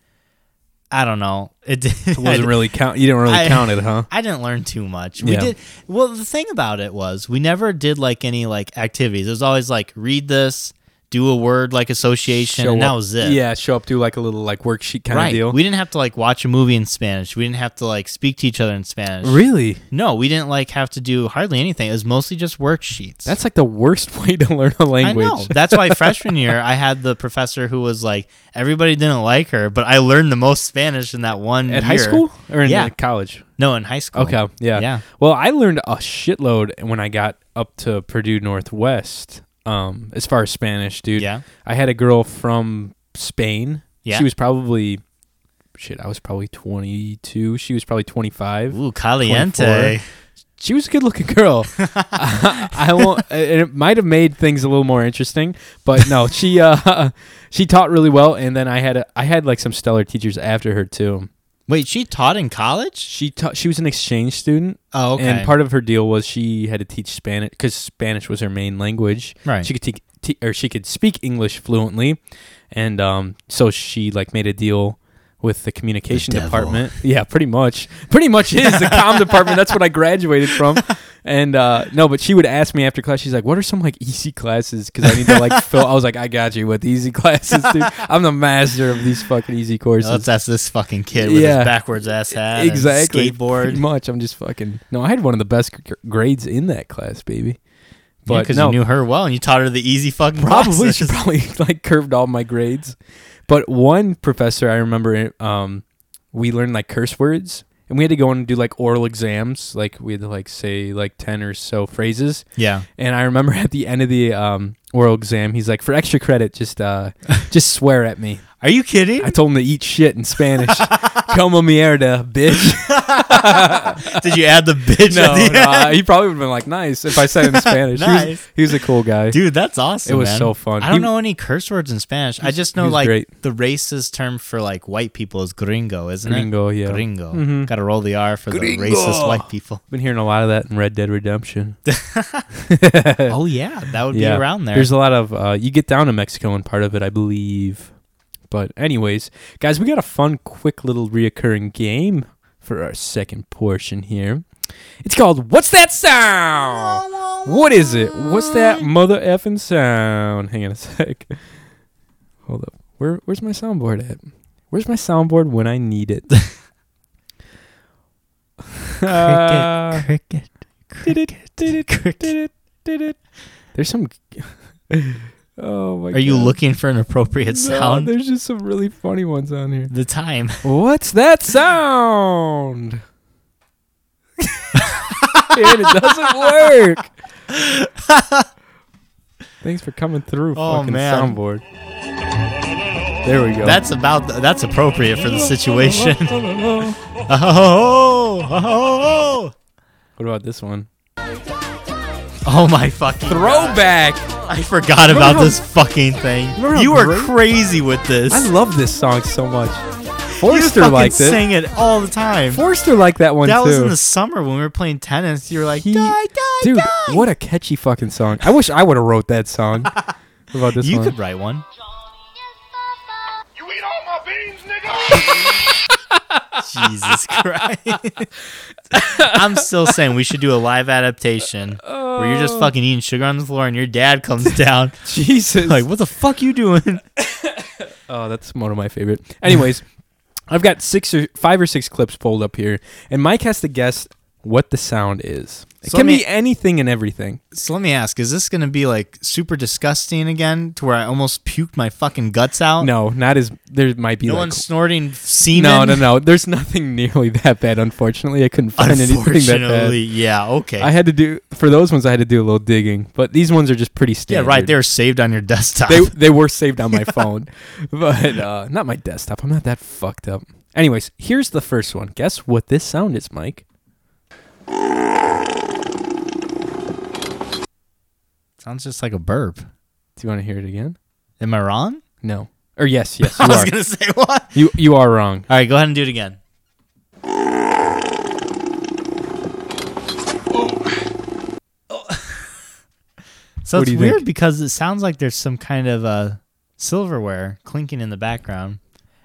[SPEAKER 2] I don't know. It, did,
[SPEAKER 1] It wasn't really count. You didn't really
[SPEAKER 2] I-
[SPEAKER 1] count it, huh?
[SPEAKER 2] I didn't learn too much. We
[SPEAKER 1] Yeah.
[SPEAKER 2] did. Well, the thing about it was we never did like any like activities. It was always like read this, do a word like association,
[SPEAKER 1] Show
[SPEAKER 2] and that
[SPEAKER 1] up-
[SPEAKER 2] was it.
[SPEAKER 1] Yeah, show up to like a little like worksheet kind
[SPEAKER 2] right.
[SPEAKER 1] of deal.
[SPEAKER 2] We didn't have to like watch a movie in Spanish. We didn't have to like speak to each other in Spanish.
[SPEAKER 1] really?
[SPEAKER 2] No, we didn't like have to do hardly anything. It was mostly just worksheets.
[SPEAKER 1] That's like the worst way to learn a language.
[SPEAKER 2] I know. That's why freshman year I had the professor who was like everybody didn't like her, but I learned the most Spanish in that one
[SPEAKER 1] At high
[SPEAKER 2] year.
[SPEAKER 1] school or in
[SPEAKER 2] Yeah.
[SPEAKER 1] like, college?
[SPEAKER 2] No, in high school.
[SPEAKER 1] Okay, yeah.
[SPEAKER 2] Yeah.
[SPEAKER 1] Well, I learned a shitload when I got up to Purdue Northwest. Um, as far as Spanish, dude.
[SPEAKER 2] Yeah.
[SPEAKER 1] I had a girl from Spain.
[SPEAKER 2] Yeah.
[SPEAKER 1] She was probably shit, I was probably 22. She was probably 25.
[SPEAKER 2] Ooh, caliente.
[SPEAKER 1] she was a good looking girl. I, I won't. And it might have made things a little more interesting, but no, she uh, she taught really well. And then I had a, I had like some stellar teachers after her too.
[SPEAKER 2] Wait, she taught in college?
[SPEAKER 1] She taught. She was an exchange student,
[SPEAKER 2] Oh, okay.
[SPEAKER 1] and part of her deal was she had to teach Spanish because Spanish was her main language.
[SPEAKER 2] Right.
[SPEAKER 1] She could te- te- or she could speak English fluently, and um, so she like made a deal with the communication
[SPEAKER 2] devil.
[SPEAKER 1] department. Yeah, pretty much. Pretty much is the comm department. That's what I graduated from. And uh, no, but she would ask me after class. She's like, "What are some like easy classes?" Because I need to like fill. I was like, "I got you with easy classes, dude. I'm the master of these fucking easy courses."
[SPEAKER 2] Let's ask this fucking kid with
[SPEAKER 1] Yeah.
[SPEAKER 2] his backwards ass hat. and
[SPEAKER 1] exactly. Pretty
[SPEAKER 2] skateboard.
[SPEAKER 1] much. I'm just fucking. No, I had one of the best gr- grades in that class, baby.
[SPEAKER 2] But
[SPEAKER 1] But
[SPEAKER 2] because
[SPEAKER 1] no,
[SPEAKER 2] you knew her well and you taught her the easy fucking
[SPEAKER 1] probably she
[SPEAKER 2] process.
[SPEAKER 1] probably like curved all my grades. But one professor I remember, um, we learned like curse words, and we had to go and do like oral exams. Like we had to like say like ten or so phrases.
[SPEAKER 2] Yeah.
[SPEAKER 1] And I remember at the end of the um, oral exam, he's like, "For extra credit, just uh, just swear at me."
[SPEAKER 2] Are you kidding?
[SPEAKER 1] I told him to eat shit in Spanish. Como mierda, bitch.
[SPEAKER 2] Did you add the bitch?
[SPEAKER 1] no,
[SPEAKER 2] at the
[SPEAKER 1] no,
[SPEAKER 2] end?
[SPEAKER 1] I- he probably would have been like, nice if I said it in Spanish. he, was,
[SPEAKER 2] Nice.
[SPEAKER 1] he was a cool guy.
[SPEAKER 2] Dude, that's awesome.
[SPEAKER 1] It was
[SPEAKER 2] man.
[SPEAKER 1] so fun.
[SPEAKER 2] I don't
[SPEAKER 1] He-
[SPEAKER 2] know any curse words in Spanish. I just know
[SPEAKER 1] was
[SPEAKER 2] like
[SPEAKER 1] great.
[SPEAKER 2] the racist term for like white people is gringo, isn't
[SPEAKER 1] Gringo,
[SPEAKER 2] it?
[SPEAKER 1] yeah. Mm-hmm.
[SPEAKER 2] Gringo. Gotta roll the R for the racist white people.
[SPEAKER 1] Been hearing a lot of that in Red Dead Redemption.
[SPEAKER 2] Oh yeah, that would be around there.
[SPEAKER 1] There's a lot of uh, you get down to Mexico and part of it, I believe. But anyways, guys, we got a fun, quick little reoccurring game for our second portion here. It's called What's That Sound? What is it? What's that mother effing sound? Hang on a sec. Hold up. Where where's my soundboard at? Where's my soundboard when I need it? Uh,
[SPEAKER 2] cricket,
[SPEAKER 1] did it,
[SPEAKER 2] cricket,
[SPEAKER 1] did it,
[SPEAKER 2] cricket.
[SPEAKER 1] did it, did it. There's some. oh my!
[SPEAKER 2] Are you
[SPEAKER 1] God.
[SPEAKER 2] looking for an appropriate
[SPEAKER 1] No,
[SPEAKER 2] sound?
[SPEAKER 1] There's just some really funny ones on here.
[SPEAKER 2] The time.
[SPEAKER 1] What's that sound? Man, it doesn't work. Thanks for coming through,
[SPEAKER 2] Oh,
[SPEAKER 1] fucking
[SPEAKER 2] man.
[SPEAKER 1] soundboard. There we go.
[SPEAKER 2] That's about. The, that's appropriate for the situation. oh, oh, oh,
[SPEAKER 1] what about this one?
[SPEAKER 2] oh. oh my fucking!
[SPEAKER 1] Throwback.
[SPEAKER 2] I forgot
[SPEAKER 1] Remember
[SPEAKER 2] about
[SPEAKER 1] how-
[SPEAKER 2] this fucking thing.
[SPEAKER 1] Remember how
[SPEAKER 2] You were
[SPEAKER 1] great-
[SPEAKER 2] crazy with this.
[SPEAKER 1] I love this song so much.
[SPEAKER 2] You
[SPEAKER 1] Forster
[SPEAKER 2] fucking
[SPEAKER 1] liked it.
[SPEAKER 2] sang it all the time.
[SPEAKER 1] Forster liked that one
[SPEAKER 2] that
[SPEAKER 1] too.
[SPEAKER 2] was in the summer when we were playing tennis. You were like,
[SPEAKER 1] He-
[SPEAKER 2] die, die,
[SPEAKER 1] Dude,
[SPEAKER 2] die.
[SPEAKER 1] what a catchy fucking song. I wish I would have wrote that song. what about this
[SPEAKER 2] You
[SPEAKER 1] one?
[SPEAKER 2] could write one.
[SPEAKER 5] You eat all my beans, nigga?
[SPEAKER 2] Jesus Christ. I'm still saying we should do a live adaptation where you're just fucking eating sugar on the floor and your dad comes down.
[SPEAKER 1] Jesus.
[SPEAKER 2] like, what the fuck you doing?
[SPEAKER 1] Oh, that's one of my favorite. Anyways, I've got six or five or six clips pulled up here, and Mike has to guess what the sound is. It
[SPEAKER 2] So
[SPEAKER 1] can
[SPEAKER 2] let me-
[SPEAKER 1] be anything and everything.
[SPEAKER 2] So let me ask, is this gonna be like super disgusting again to where I almost puked my fucking guts out?
[SPEAKER 1] No, not as there might be
[SPEAKER 2] Oh. No
[SPEAKER 1] like
[SPEAKER 2] one's snorting semen.
[SPEAKER 1] no, no, no. There's nothing nearly that bad. Unfortunately, I couldn't find anything that
[SPEAKER 2] Unfortunately,
[SPEAKER 1] bad.
[SPEAKER 2] yeah, okay.
[SPEAKER 1] I had to do for those ones. I had to do a little digging, but these ones are just pretty
[SPEAKER 2] yeah,
[SPEAKER 1] standard.
[SPEAKER 2] right. They're saved on your desktop.
[SPEAKER 1] They they were saved on my phone, but uh, not my desktop. I'm not that fucked up. Anyways, here's the first one. Guess what this sound is, Mike?
[SPEAKER 2] Sounds just like a burp.
[SPEAKER 1] Do you want to hear it again?
[SPEAKER 2] Am I wrong?
[SPEAKER 1] No. Or yes, yes, you
[SPEAKER 2] I was
[SPEAKER 1] are.
[SPEAKER 2] gonna say what?
[SPEAKER 1] You you are wrong.
[SPEAKER 2] All right, go ahead and do it again. so
[SPEAKER 1] What
[SPEAKER 2] it's
[SPEAKER 1] do you
[SPEAKER 2] weird
[SPEAKER 1] think?
[SPEAKER 2] because it sounds like there's some kind of uh, silverware clinking in the background,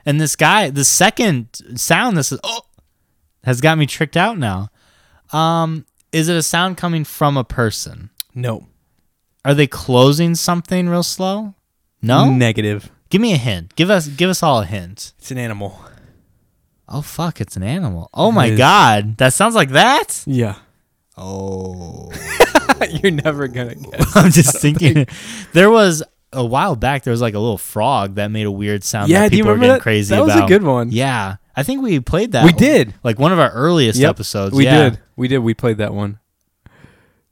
[SPEAKER 2] and this guy, the second sound, this is oh, has got me tricked out now. Um, is it a sound coming from a person?
[SPEAKER 1] No.
[SPEAKER 2] Are they closing something real slow? No.
[SPEAKER 1] Negative.
[SPEAKER 2] Give me a hint. Give us give us all a hint.
[SPEAKER 1] It's an animal.
[SPEAKER 2] Oh fuck, it's an animal. Oh my
[SPEAKER 1] is.
[SPEAKER 2] god. That sounds like that?
[SPEAKER 1] Yeah.
[SPEAKER 2] Oh.
[SPEAKER 1] You're never gonna guess.
[SPEAKER 2] I'm just thinking there was a while back there was like a little frog that made a weird sound
[SPEAKER 1] Yeah,
[SPEAKER 2] that
[SPEAKER 1] do you
[SPEAKER 2] people were
[SPEAKER 1] remember
[SPEAKER 2] getting
[SPEAKER 1] that?
[SPEAKER 2] crazy
[SPEAKER 1] That was a
[SPEAKER 2] about.
[SPEAKER 1] good one.
[SPEAKER 2] Yeah. I think we played that.
[SPEAKER 1] We did.
[SPEAKER 2] Like one of our earliest
[SPEAKER 1] Yep,
[SPEAKER 2] episodes.
[SPEAKER 1] We
[SPEAKER 2] yeah.
[SPEAKER 1] did. We did. We played that one.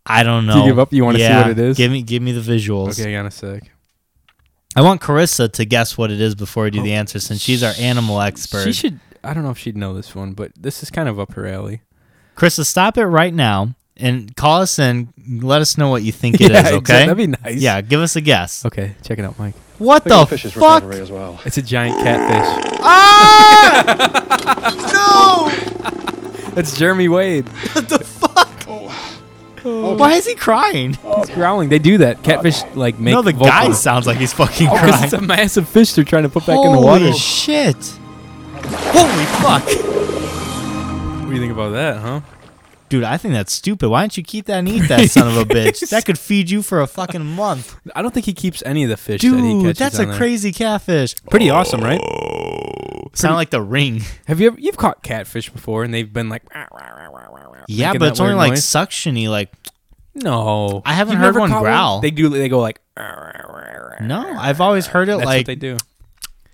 [SPEAKER 2] I don't know.
[SPEAKER 1] you give up? You wanna see
[SPEAKER 2] Yeah.
[SPEAKER 1] what it is?
[SPEAKER 2] Give me give me the visuals.
[SPEAKER 1] Okay, hang on a sec.
[SPEAKER 2] I want Carissa to guess what it is before I do the answer since she's our animal expert.
[SPEAKER 1] Oh. She should. I don't know if she'd know this one, but this is kind of up her alley.
[SPEAKER 2] Krista, stop it right now and call us and let us know what you think it is.
[SPEAKER 1] Yeah,
[SPEAKER 2] okay?
[SPEAKER 1] exact- that'd be nice.
[SPEAKER 2] Yeah, give us a guess.
[SPEAKER 1] Okay, check it out, Mike.
[SPEAKER 2] What
[SPEAKER 5] Look at
[SPEAKER 2] the
[SPEAKER 5] the fish's
[SPEAKER 2] fuck?
[SPEAKER 5] recovery as well.
[SPEAKER 1] It's a giant catfish.
[SPEAKER 2] Ah!
[SPEAKER 1] That's Jeremy Wade. Oh.
[SPEAKER 2] no! Why is he crying?
[SPEAKER 1] He's growling. They do that. Catfish like Oh. make.
[SPEAKER 2] no, the
[SPEAKER 1] vocal-
[SPEAKER 2] guy sounds like he's fucking
[SPEAKER 1] Oh, 'cause
[SPEAKER 2] crying.
[SPEAKER 1] it's a massive fish they're trying to put back
[SPEAKER 2] Holy
[SPEAKER 1] in the water.
[SPEAKER 2] shit! Holy fuck!
[SPEAKER 1] What do you think about that, huh?
[SPEAKER 2] Dude, I think that's stupid. Why don't you keep that and eat that son of a bitch? That could feed you for a fucking month.
[SPEAKER 1] I don't think he keeps any of the fish that he
[SPEAKER 2] Dude,
[SPEAKER 1] catches.
[SPEAKER 2] that's a
[SPEAKER 1] on there.
[SPEAKER 2] crazy catfish.
[SPEAKER 1] Pretty awesome, right?
[SPEAKER 2] Sound like the ring.
[SPEAKER 1] Have you ever, you've caught catfish before and they've been like "Rah, rah, rah, rah, rah, rah,"
[SPEAKER 2] Yeah,
[SPEAKER 1] making
[SPEAKER 2] but
[SPEAKER 1] that
[SPEAKER 2] it's only
[SPEAKER 1] weird
[SPEAKER 2] like
[SPEAKER 1] noise?
[SPEAKER 2] suctiony, like
[SPEAKER 1] no.
[SPEAKER 2] I haven't
[SPEAKER 1] You've
[SPEAKER 2] heard
[SPEAKER 1] never
[SPEAKER 2] one
[SPEAKER 1] caught
[SPEAKER 2] growl.
[SPEAKER 1] They do. They go like. "Rah, rah, rah, rah."
[SPEAKER 2] No, I've always heard it
[SPEAKER 1] That's
[SPEAKER 2] like
[SPEAKER 1] what they do.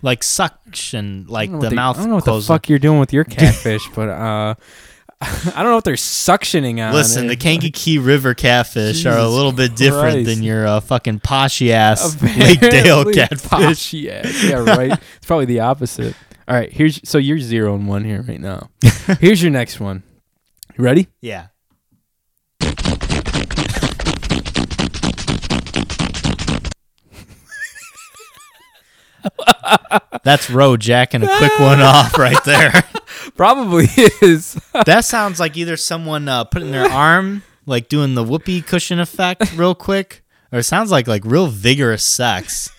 [SPEAKER 2] like suction,
[SPEAKER 1] I
[SPEAKER 2] like
[SPEAKER 1] don't know
[SPEAKER 2] the
[SPEAKER 1] what they-
[SPEAKER 2] mouth.
[SPEAKER 1] I don't know what the
[SPEAKER 2] closes.
[SPEAKER 1] fuck you're doing with your catfish, but uh, I don't know what they're suctioning on.
[SPEAKER 2] Listen,
[SPEAKER 1] it.
[SPEAKER 2] the Kankakee River catfish are a
[SPEAKER 1] Jesus
[SPEAKER 2] little bit different
[SPEAKER 1] Christ.
[SPEAKER 2] than your uh, fucking poshy ass Lake
[SPEAKER 1] Apparently
[SPEAKER 2] Dale catfish.
[SPEAKER 1] posh, Yeah, yeah, right. it's probably the opposite. All right, here's so you're zero and one here right now. Here's your next one. You ready?
[SPEAKER 2] Yeah. That's row jacking a quick one off right there.
[SPEAKER 1] Probably is.
[SPEAKER 2] That sounds like either someone uh, putting their arm, like doing the whoopee cushion effect real quick, or it sounds like like real vigorous sex.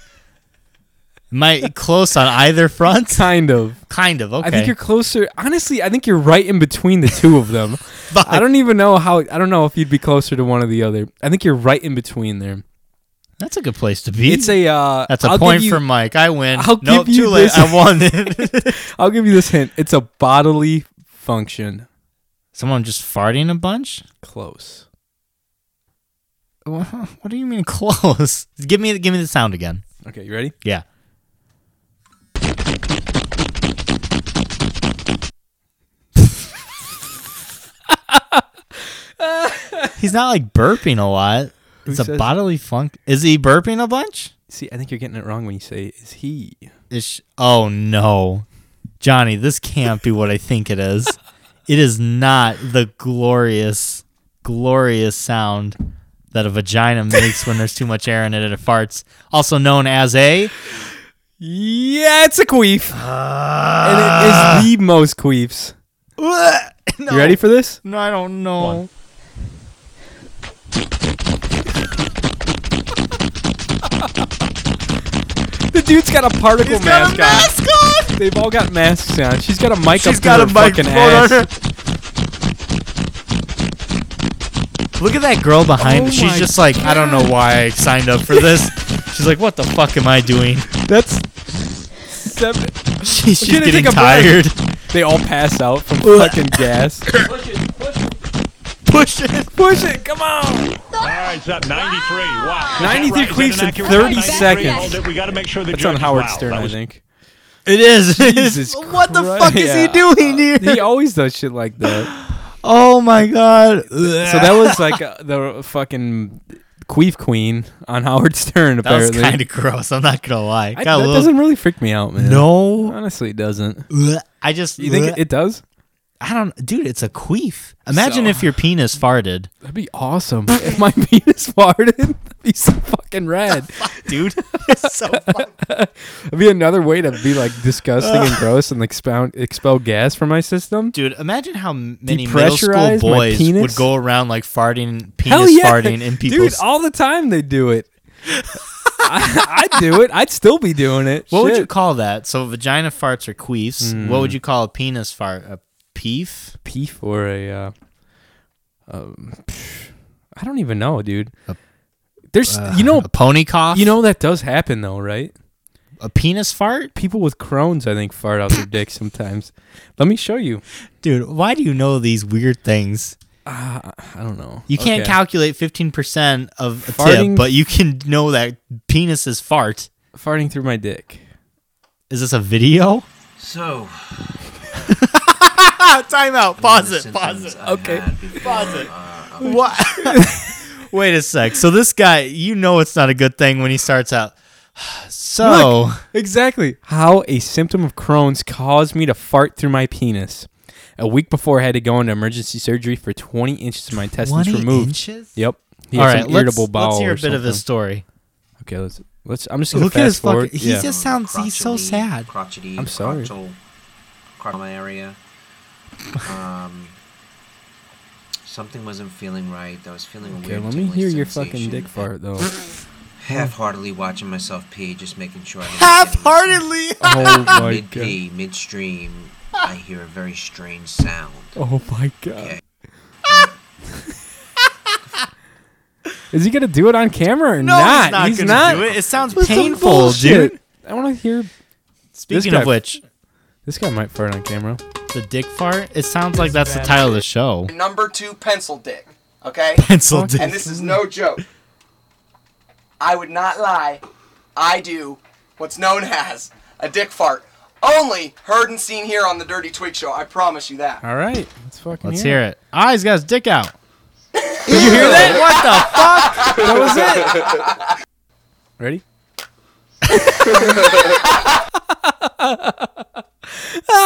[SPEAKER 2] Am I close on either front?
[SPEAKER 1] kind of.
[SPEAKER 2] Kind of. Okay.
[SPEAKER 1] I think you're closer. Honestly, I think you're right in between the two of them.
[SPEAKER 2] Fuck.
[SPEAKER 1] I don't even know how. I don't know if you'd be closer to one or the other. I think you're right in between there.
[SPEAKER 2] That's a good place to be.
[SPEAKER 1] It's a. Uh,
[SPEAKER 2] That's a
[SPEAKER 1] I'll give
[SPEAKER 2] point
[SPEAKER 1] you-
[SPEAKER 2] for Mike. I win.
[SPEAKER 1] I'll
[SPEAKER 2] nope,
[SPEAKER 1] give you
[SPEAKER 2] too late.
[SPEAKER 1] this.
[SPEAKER 2] I won it.
[SPEAKER 1] I'll give you this hint. It's a bodily function.
[SPEAKER 2] someone just farting a bunch.
[SPEAKER 1] Close.
[SPEAKER 2] Wha- What do you mean close? give me give me the sound again.
[SPEAKER 1] Okay, you ready?
[SPEAKER 2] Yeah. He's not like burping a lot. It's a
[SPEAKER 1] says-
[SPEAKER 2] bodily funk. Is he burping a bunch?
[SPEAKER 1] See, I think you're getting it wrong when you say is he.
[SPEAKER 2] Is sh- oh no, Johnny, this can't be what I think it is. It is not the glorious, glorious sound that a vagina makes when there's too much air in it and it farts, also known as a.
[SPEAKER 1] Yeah, it's a queef. and it is the most queefs. You ready for this?
[SPEAKER 2] Ah. No, I don't know.
[SPEAKER 1] The dude's got a particle
[SPEAKER 2] He's got
[SPEAKER 1] mask
[SPEAKER 2] a mask on.
[SPEAKER 1] on. They've all got masks on. She's got a mic
[SPEAKER 2] She's
[SPEAKER 1] up
[SPEAKER 2] got
[SPEAKER 1] to
[SPEAKER 2] a
[SPEAKER 1] her
[SPEAKER 2] microphone
[SPEAKER 1] fucking ass.
[SPEAKER 2] on her. Look at that girl behind.
[SPEAKER 1] Oh
[SPEAKER 2] She's
[SPEAKER 1] my
[SPEAKER 2] just like, I don't know why I signed up for this. She's like, what the fuck am I doing?
[SPEAKER 1] That's seven.
[SPEAKER 2] She's, she's
[SPEAKER 1] gonna
[SPEAKER 2] getting
[SPEAKER 1] take a break.
[SPEAKER 2] tired.
[SPEAKER 1] They all pass out from
[SPEAKER 2] Ugh.
[SPEAKER 1] fucking gas.
[SPEAKER 2] Push it.
[SPEAKER 1] Push it, come on.
[SPEAKER 5] Alright, it's up 93. Wow.
[SPEAKER 1] 93 cleats in 30 seconds.
[SPEAKER 5] We got to make sure the
[SPEAKER 1] That's on
[SPEAKER 5] judges-
[SPEAKER 1] Howard
[SPEAKER 5] wow,
[SPEAKER 1] Stern,
[SPEAKER 5] that
[SPEAKER 1] I
[SPEAKER 5] was-
[SPEAKER 1] think.
[SPEAKER 2] It is.
[SPEAKER 1] Jesus
[SPEAKER 2] what the
[SPEAKER 1] Christ.
[SPEAKER 2] fuck is he
[SPEAKER 1] Yeah.
[SPEAKER 2] doing here?
[SPEAKER 1] He always does shit like that.
[SPEAKER 2] oh my god. So
[SPEAKER 1] So that was like uh, the fucking queef queen on Howard Stern.
[SPEAKER 2] that was
[SPEAKER 1] Apparently,
[SPEAKER 2] kind of gross. I'm not gonna lie.
[SPEAKER 1] I,
[SPEAKER 2] Got a
[SPEAKER 1] that
[SPEAKER 2] little-
[SPEAKER 1] doesn't really freak me out, man.
[SPEAKER 2] no.
[SPEAKER 1] honestly, it doesn't.
[SPEAKER 2] I just
[SPEAKER 1] You think it, it does?
[SPEAKER 2] I don't, dude. It's a queef. Imagine
[SPEAKER 1] So-
[SPEAKER 2] if your penis farted,
[SPEAKER 1] That'd be awesome. if my penis farted, that'd be so fucking rad.
[SPEAKER 2] dude. It's so fucking
[SPEAKER 1] That'd be another way to be like disgusting and gross and like expound, expel gas from my system.
[SPEAKER 2] Dude, imagine how m- many middle school
[SPEAKER 1] Depressurize my
[SPEAKER 2] boys
[SPEAKER 1] penis?
[SPEAKER 2] would go around like farting,
[SPEAKER 1] Hell
[SPEAKER 2] penis
[SPEAKER 1] yeah,
[SPEAKER 2] farting in
[SPEAKER 1] dude,
[SPEAKER 2] people's.
[SPEAKER 1] all the time they do it. I, I'd do it. I'd still be doing it.
[SPEAKER 2] what would you
[SPEAKER 1] Shit.
[SPEAKER 2] call that? So vagina farts are queefs. What would you call a penis fart? A peef?
[SPEAKER 1] peef or a uh, um, I don't even know, dude. There's you know
[SPEAKER 2] Uh, a pony cough?
[SPEAKER 1] you know that does happen though, right?
[SPEAKER 2] a penis fart?
[SPEAKER 1] People with Crohn's, I think, fart out their dick sometimes. Let me show you.
[SPEAKER 2] Dude, why do you know these weird things?
[SPEAKER 1] I don't know.
[SPEAKER 2] You can't
[SPEAKER 1] Okay.
[SPEAKER 2] calculate 15% of a
[SPEAKER 1] Farting-
[SPEAKER 2] tip, but you can know that penises fart.
[SPEAKER 1] farting through my dick.
[SPEAKER 2] Is this a video?
[SPEAKER 6] So,
[SPEAKER 2] Ah, time out. Pause it. Pause it.
[SPEAKER 6] symptoms I
[SPEAKER 1] Okay.
[SPEAKER 6] had before, uh,
[SPEAKER 2] What? Wait a sec. So this guy, you know, it's not a good thing when he starts out. So
[SPEAKER 1] Exactly. How a symptom of Crohn's caused me to fart through my penis. A week before, I had to go into emergency surgery for 20 inches of my intestines
[SPEAKER 2] 20
[SPEAKER 1] removed.
[SPEAKER 2] inches?
[SPEAKER 1] Yep. He
[SPEAKER 2] all
[SPEAKER 1] had
[SPEAKER 2] right,
[SPEAKER 1] some
[SPEAKER 2] let's-
[SPEAKER 1] irritable
[SPEAKER 2] let's,
[SPEAKER 1] bowel.
[SPEAKER 2] hear a
[SPEAKER 1] or
[SPEAKER 2] bit of his
[SPEAKER 1] something.
[SPEAKER 2] story.
[SPEAKER 1] Okay, let's let's. I'm just gonna
[SPEAKER 2] Look
[SPEAKER 1] fast
[SPEAKER 2] at his
[SPEAKER 1] forward.
[SPEAKER 2] fucking. He
[SPEAKER 1] yeah.
[SPEAKER 2] just sounds. he's so
[SPEAKER 6] crotchety-
[SPEAKER 2] sad.
[SPEAKER 6] Crotchety,
[SPEAKER 1] I'm sorry.
[SPEAKER 6] crotchal- crotchal area. Um, something wasn't feeling right. I was feeling a
[SPEAKER 1] okay,
[SPEAKER 6] weird
[SPEAKER 1] let me
[SPEAKER 6] tingly
[SPEAKER 1] hear your fucking
[SPEAKER 6] sensation.
[SPEAKER 1] dick fart though.
[SPEAKER 6] Half-heartedly watching myself pee, just making sure. I didn't get any-
[SPEAKER 2] Half-heartedly.
[SPEAKER 1] oh my
[SPEAKER 6] Mid
[SPEAKER 1] god.
[SPEAKER 6] pee, midstream, I hear a very strange sound.
[SPEAKER 1] Oh my god. Is he gonna do it on camera or
[SPEAKER 2] No,
[SPEAKER 1] not?
[SPEAKER 2] he's not gonna do it. It sounds
[SPEAKER 1] That's some
[SPEAKER 2] painful,
[SPEAKER 1] bullshit.
[SPEAKER 2] dude.
[SPEAKER 1] I want to hear.
[SPEAKER 2] Speaking
[SPEAKER 1] guy-
[SPEAKER 2] of which,
[SPEAKER 1] This guy might fart on camera.
[SPEAKER 2] the dick fart. It sounds like that's the title of the show.
[SPEAKER 7] number two pencil dick. Okay?
[SPEAKER 2] Pencil dick.
[SPEAKER 7] And this is no joke. I would not lie. I do what's known as a dick fart. Only heard and seen here on the Dirty Twig Show. I promise you that.
[SPEAKER 1] All right, let's fucking.
[SPEAKER 2] Let's
[SPEAKER 1] hear
[SPEAKER 2] hear it. Ah, he's got his dick out.
[SPEAKER 1] You hear that? What the fuck? That was it. Ready?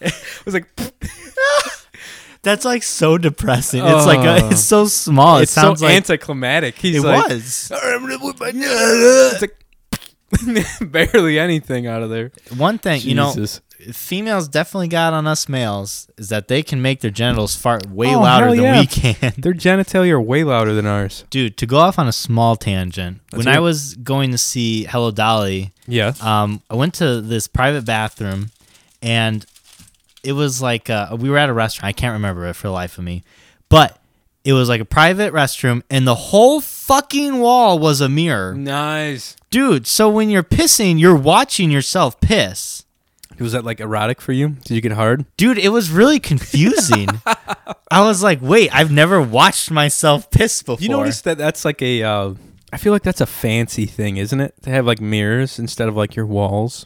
[SPEAKER 1] it was like
[SPEAKER 2] That's like so depressing. It's like
[SPEAKER 1] Oh.
[SPEAKER 2] a, it's so small. It
[SPEAKER 1] it's
[SPEAKER 2] sounds
[SPEAKER 1] so
[SPEAKER 2] like
[SPEAKER 1] anticlimactic. He's
[SPEAKER 2] it
[SPEAKER 1] like,
[SPEAKER 2] was.
[SPEAKER 1] It's like barely anything out of there.
[SPEAKER 2] One thing, you know,
[SPEAKER 1] Jesus.
[SPEAKER 2] females definitely got on us males is that they can make their genitals fart way
[SPEAKER 1] Oh,
[SPEAKER 2] louder
[SPEAKER 1] hell
[SPEAKER 2] than
[SPEAKER 1] yeah.
[SPEAKER 2] we can.
[SPEAKER 1] Their genitalia are way louder than ours.
[SPEAKER 2] Dude, to go off on a small tangent, when I
[SPEAKER 1] it.
[SPEAKER 2] was going to see Hello Dolly,
[SPEAKER 1] Yeah.
[SPEAKER 2] um, I went to this private bathroom and it was like uh, we were at a restaurant. I can't remember it for the life of me, but it was like a private restroom and the whole fucking wall was a mirror.
[SPEAKER 1] nice.
[SPEAKER 2] Dude, so when you're pissing, you're watching yourself piss.
[SPEAKER 1] Was that like erotic for you? Did you get hard?
[SPEAKER 2] Dude, it was really confusing. I was like, wait, I've never watched myself piss before.
[SPEAKER 1] You notice that that's like a. Uh, I feel like that's a fancy thing, isn't it? To have like mirrors instead of like your walls,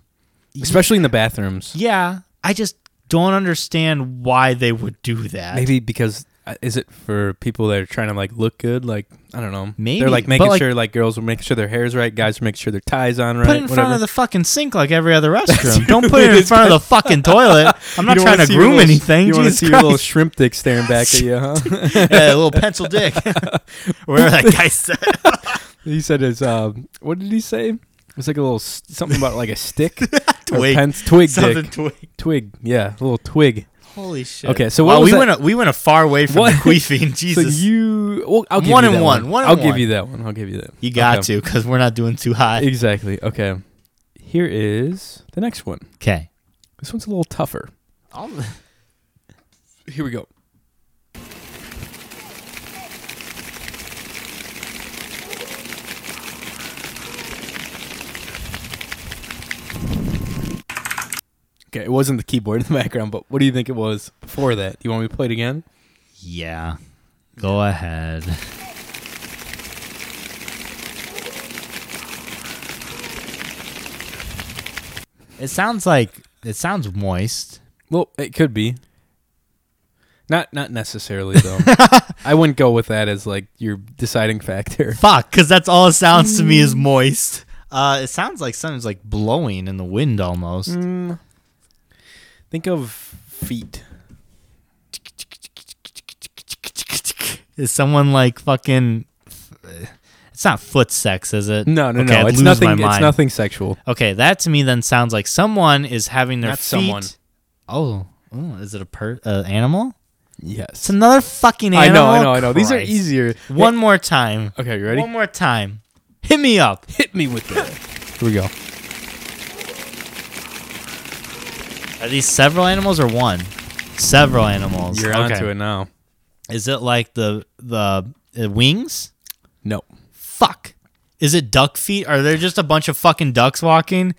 [SPEAKER 1] especially in the bathrooms.
[SPEAKER 2] Yeah. I just don't understand why they would do that.
[SPEAKER 1] Maybe because uh, is it for people that are trying to like look good? Like I don't know.
[SPEAKER 2] Maybe,
[SPEAKER 1] they're like
[SPEAKER 2] but,
[SPEAKER 1] making
[SPEAKER 2] like-
[SPEAKER 1] sure like girls are making sure their hair's right, guys are making sure their ties on right.
[SPEAKER 2] Put it in front
[SPEAKER 1] whatever.
[SPEAKER 2] of the fucking sink like every other restroom.
[SPEAKER 1] That's
[SPEAKER 2] Don't put it in
[SPEAKER 1] really
[SPEAKER 2] front of the fucking toilet.
[SPEAKER 1] You
[SPEAKER 2] I'm not
[SPEAKER 1] don't
[SPEAKER 2] trying
[SPEAKER 1] wanna
[SPEAKER 2] to
[SPEAKER 1] see your
[SPEAKER 2] groom
[SPEAKER 1] little-
[SPEAKER 2] anything.
[SPEAKER 1] You wanna
[SPEAKER 2] Jesus
[SPEAKER 1] see your little
[SPEAKER 2] Christ.
[SPEAKER 1] shrimp dick staring back at you, huh?
[SPEAKER 2] Yeah, a little pencil dick. Whatever that guy said.
[SPEAKER 1] he said his. Um, what did he say? It's like a little s- something about like a stick, or
[SPEAKER 2] Twig.
[SPEAKER 1] pens- twig,
[SPEAKER 2] Something
[SPEAKER 1] dick.
[SPEAKER 2] twig.
[SPEAKER 1] twig. Yeah, a little twig.
[SPEAKER 2] Holy shit.
[SPEAKER 1] Okay, so
[SPEAKER 2] Wow,
[SPEAKER 1] what was
[SPEAKER 2] we
[SPEAKER 1] that-
[SPEAKER 2] went a, we went a far way from
[SPEAKER 1] What?
[SPEAKER 2] queefing.
[SPEAKER 1] So
[SPEAKER 2] Jesus, you,
[SPEAKER 1] you, well, I'll give
[SPEAKER 2] One
[SPEAKER 1] you
[SPEAKER 2] and
[SPEAKER 1] that
[SPEAKER 2] one, one and
[SPEAKER 1] I'll give
[SPEAKER 2] one.
[SPEAKER 1] you that one. I'll give you that.
[SPEAKER 2] got
[SPEAKER 1] Okay.
[SPEAKER 2] to because we're not doing too hot.
[SPEAKER 1] Exactly. Okay. Here is the next one.
[SPEAKER 2] Okay.
[SPEAKER 1] This one's a little tougher. Here we go. Okay, it wasn't the keyboard in the background, but what do you think it was before that? Do you want me to play it again?
[SPEAKER 2] Yeah. Go ahead. It sounds like it sounds moist.
[SPEAKER 1] Well, it could be. Not not necessarily though. I wouldn't go with that as like your deciding factor.
[SPEAKER 2] Fuck, because that's all it sounds to me
[SPEAKER 1] Mm.
[SPEAKER 2] is moist. Uh, it sounds like something's like blowing in the wind almost.
[SPEAKER 1] Mm. Think of feet.
[SPEAKER 2] Is someone like fucking? It's not foot sex, is it?
[SPEAKER 1] No, no,
[SPEAKER 2] Okay, I'd
[SPEAKER 1] no. It's
[SPEAKER 2] lose
[SPEAKER 1] nothing.
[SPEAKER 2] my
[SPEAKER 1] It's
[SPEAKER 2] mind.
[SPEAKER 1] nothing sexual.
[SPEAKER 2] Okay, that to me then sounds like someone is having their
[SPEAKER 1] Not
[SPEAKER 2] feet.
[SPEAKER 1] someone.
[SPEAKER 2] Oh, oh, is it a per uh, animal? It's
[SPEAKER 1] Yes.
[SPEAKER 2] another fucking
[SPEAKER 1] I
[SPEAKER 2] animal.
[SPEAKER 1] know. I know. I know. These are
[SPEAKER 2] Christ.
[SPEAKER 1] easier.
[SPEAKER 2] One more time.
[SPEAKER 1] Okay, you ready?
[SPEAKER 2] One more time. Hit me up.
[SPEAKER 1] Hit me with that. Here we go.
[SPEAKER 2] Are these several animals or one? Several animals.
[SPEAKER 1] You're
[SPEAKER 2] okay.
[SPEAKER 1] onto it now.
[SPEAKER 2] Is it like the the uh, wings?
[SPEAKER 1] No.
[SPEAKER 2] Fuck. Is it duck feet? Are there just a bunch of fucking ducks walking?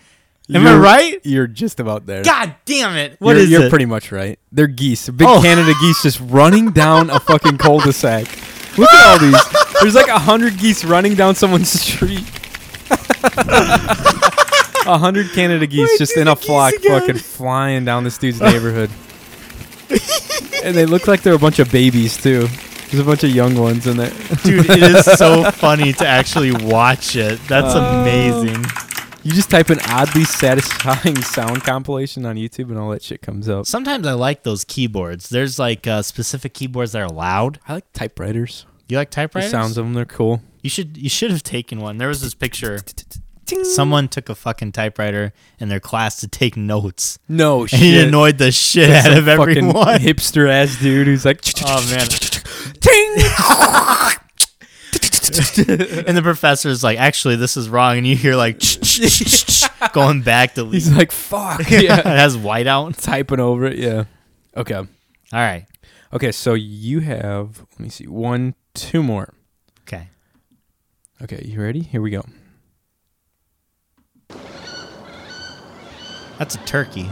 [SPEAKER 2] Am I
[SPEAKER 1] You're-
[SPEAKER 2] right?
[SPEAKER 1] You're just about there.
[SPEAKER 2] God damn it! What
[SPEAKER 1] What you're,
[SPEAKER 2] is
[SPEAKER 1] you're
[SPEAKER 2] it?
[SPEAKER 1] pretty much right. They're geese. They're Big
[SPEAKER 2] Oh.
[SPEAKER 1] Canada geese just running down a fucking cul-de-sac. Look at all these. There's like a hundred geese running down someone's street. A hundred Canada geese
[SPEAKER 2] Wait,
[SPEAKER 1] just
[SPEAKER 2] do
[SPEAKER 1] in
[SPEAKER 2] the
[SPEAKER 1] a
[SPEAKER 2] geese
[SPEAKER 1] flock,
[SPEAKER 2] again.
[SPEAKER 1] fucking flying down this dude's neighborhood. and they look like they're a bunch of babies too. There's a bunch of young ones in there.
[SPEAKER 2] Dude, it is so funny to actually watch it. That's
[SPEAKER 1] Oh.
[SPEAKER 2] amazing.
[SPEAKER 1] You just type an oddly satisfying sound compilation on YouTube, and all that shit comes up.
[SPEAKER 2] Sometimes I like those keyboards. There's like uh, specific keyboards that are loud.
[SPEAKER 1] I like typewriters.
[SPEAKER 2] You like
[SPEAKER 1] The
[SPEAKER 2] typewriters?
[SPEAKER 1] sounds of them, they're cool.
[SPEAKER 2] You should you should have taken one. There was this picture. Someone took a fucking typewriter in their class to take notes.
[SPEAKER 1] No shit.
[SPEAKER 2] And it annoyed the shit out of everyone.
[SPEAKER 1] hipster ass dude who's like,
[SPEAKER 2] Oh man.
[SPEAKER 1] Ting!
[SPEAKER 2] and the professor's like, actually this is wrong and you hear like going back to
[SPEAKER 1] He's
[SPEAKER 2] leave.
[SPEAKER 1] like, fuck.
[SPEAKER 2] it
[SPEAKER 1] Yeah.
[SPEAKER 2] has whiteout.
[SPEAKER 1] Typing over it. Yeah. Okay.
[SPEAKER 2] All right.
[SPEAKER 1] Okay. So you have, let me see, one, two more.
[SPEAKER 2] Okay.
[SPEAKER 1] Okay. You ready? Here we go.
[SPEAKER 2] That's a turkey.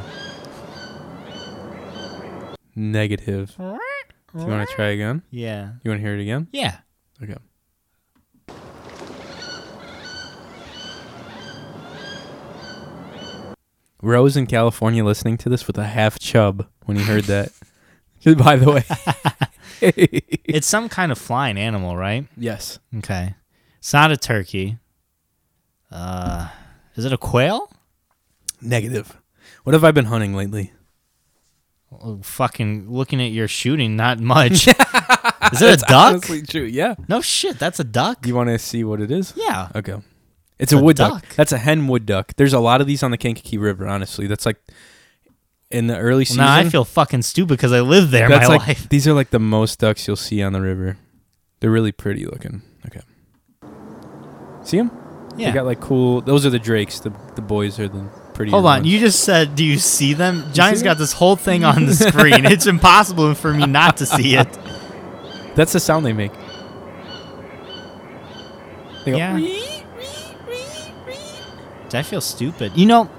[SPEAKER 1] Negative. Do you want to try again?
[SPEAKER 2] Yeah.
[SPEAKER 1] You want to hear it again?
[SPEAKER 2] Yeah.
[SPEAKER 1] Okay. Rose in California listening to this with a half chub when he heard that. By the way.
[SPEAKER 2] It's some kind of flying animal, right?
[SPEAKER 1] yes.
[SPEAKER 2] Okay. It's not a turkey. Uh is it a quail?
[SPEAKER 1] Negative. What have I been hunting lately?
[SPEAKER 2] Oh, fucking looking at your shooting, not much. is it a duck?
[SPEAKER 1] Honestly true. Yeah.
[SPEAKER 2] no shit, that's a duck.
[SPEAKER 1] You want to see what it is?
[SPEAKER 2] yeah.
[SPEAKER 1] Okay. It's a,
[SPEAKER 2] a
[SPEAKER 1] wood duck.
[SPEAKER 2] duck.
[SPEAKER 1] That's a hen wood duck. There's a lot of these on the Kankakee River, honestly. That's like in the early season.
[SPEAKER 2] Well, now I feel fucking stupid because I lived there
[SPEAKER 1] that's
[SPEAKER 2] my
[SPEAKER 1] like,
[SPEAKER 2] life.
[SPEAKER 1] These are like the most ducks you'll see on the river. They're really pretty looking. Okay. See them? They got like cool. Those are the drakes. The the boys are the pretty.
[SPEAKER 2] Hold on, you just said, do you see them? Johnny's
[SPEAKER 1] see
[SPEAKER 2] got
[SPEAKER 1] them?
[SPEAKER 2] this whole thing on the screen. it's impossible for me not to see it.
[SPEAKER 1] That's the sound they make. They go,
[SPEAKER 2] Yeah. I feel stupid. You know,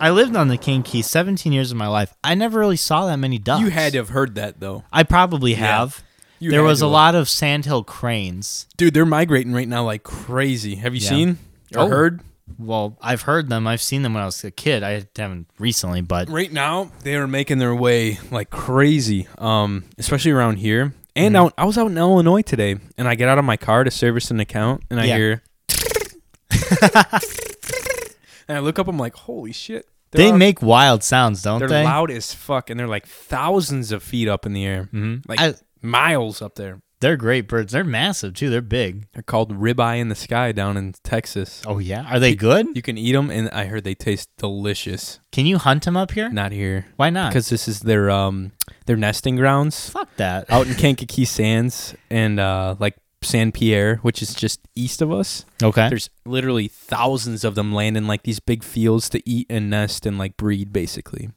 [SPEAKER 2] I lived on the King Key 17 years of my life. I never really saw that many ducks.
[SPEAKER 1] You had to have heard that though.
[SPEAKER 2] I probably have.
[SPEAKER 1] You
[SPEAKER 2] there
[SPEAKER 1] had
[SPEAKER 2] was
[SPEAKER 1] to
[SPEAKER 2] a
[SPEAKER 1] have.
[SPEAKER 2] lot of sandhill cranes.
[SPEAKER 1] Dude, they're migrating right now like crazy. Have you
[SPEAKER 2] Yeah.
[SPEAKER 1] seen or
[SPEAKER 2] Oh.
[SPEAKER 1] heard?
[SPEAKER 2] Well, I've heard them. I've seen them when I was a kid. I haven't recently, but
[SPEAKER 1] Right now, they are making their way like crazy, um, especially around here. And
[SPEAKER 2] Mm-hmm.
[SPEAKER 1] out, I was out in Illinois today, and I get out of my car to service an account, and I
[SPEAKER 2] Yeah.
[SPEAKER 1] hear. and I look up, I'm like, holy shit. They're
[SPEAKER 2] they
[SPEAKER 1] out-
[SPEAKER 2] make wild sounds, don't
[SPEAKER 1] They're
[SPEAKER 2] they?
[SPEAKER 1] loud as fuck, and they're like thousands of feet up in the air, mm-hmm. like
[SPEAKER 2] I-
[SPEAKER 1] miles up there.
[SPEAKER 2] They're great birds. They're massive too. They're big.
[SPEAKER 1] They're called ribeye in the sky down in Texas.
[SPEAKER 2] Oh yeah. Are they good?
[SPEAKER 1] You can eat them, and I heard they taste delicious.
[SPEAKER 2] Can you hunt them up here?
[SPEAKER 1] Not here,
[SPEAKER 2] Why not?
[SPEAKER 1] because this is their um their nesting grounds
[SPEAKER 2] fuck that.
[SPEAKER 1] out in Kankakee Sands and uh like San Pierre, which is just east of us.
[SPEAKER 2] okay.
[SPEAKER 1] There's literally thousands of them land in like these big fields to eat and nest and like breed basically.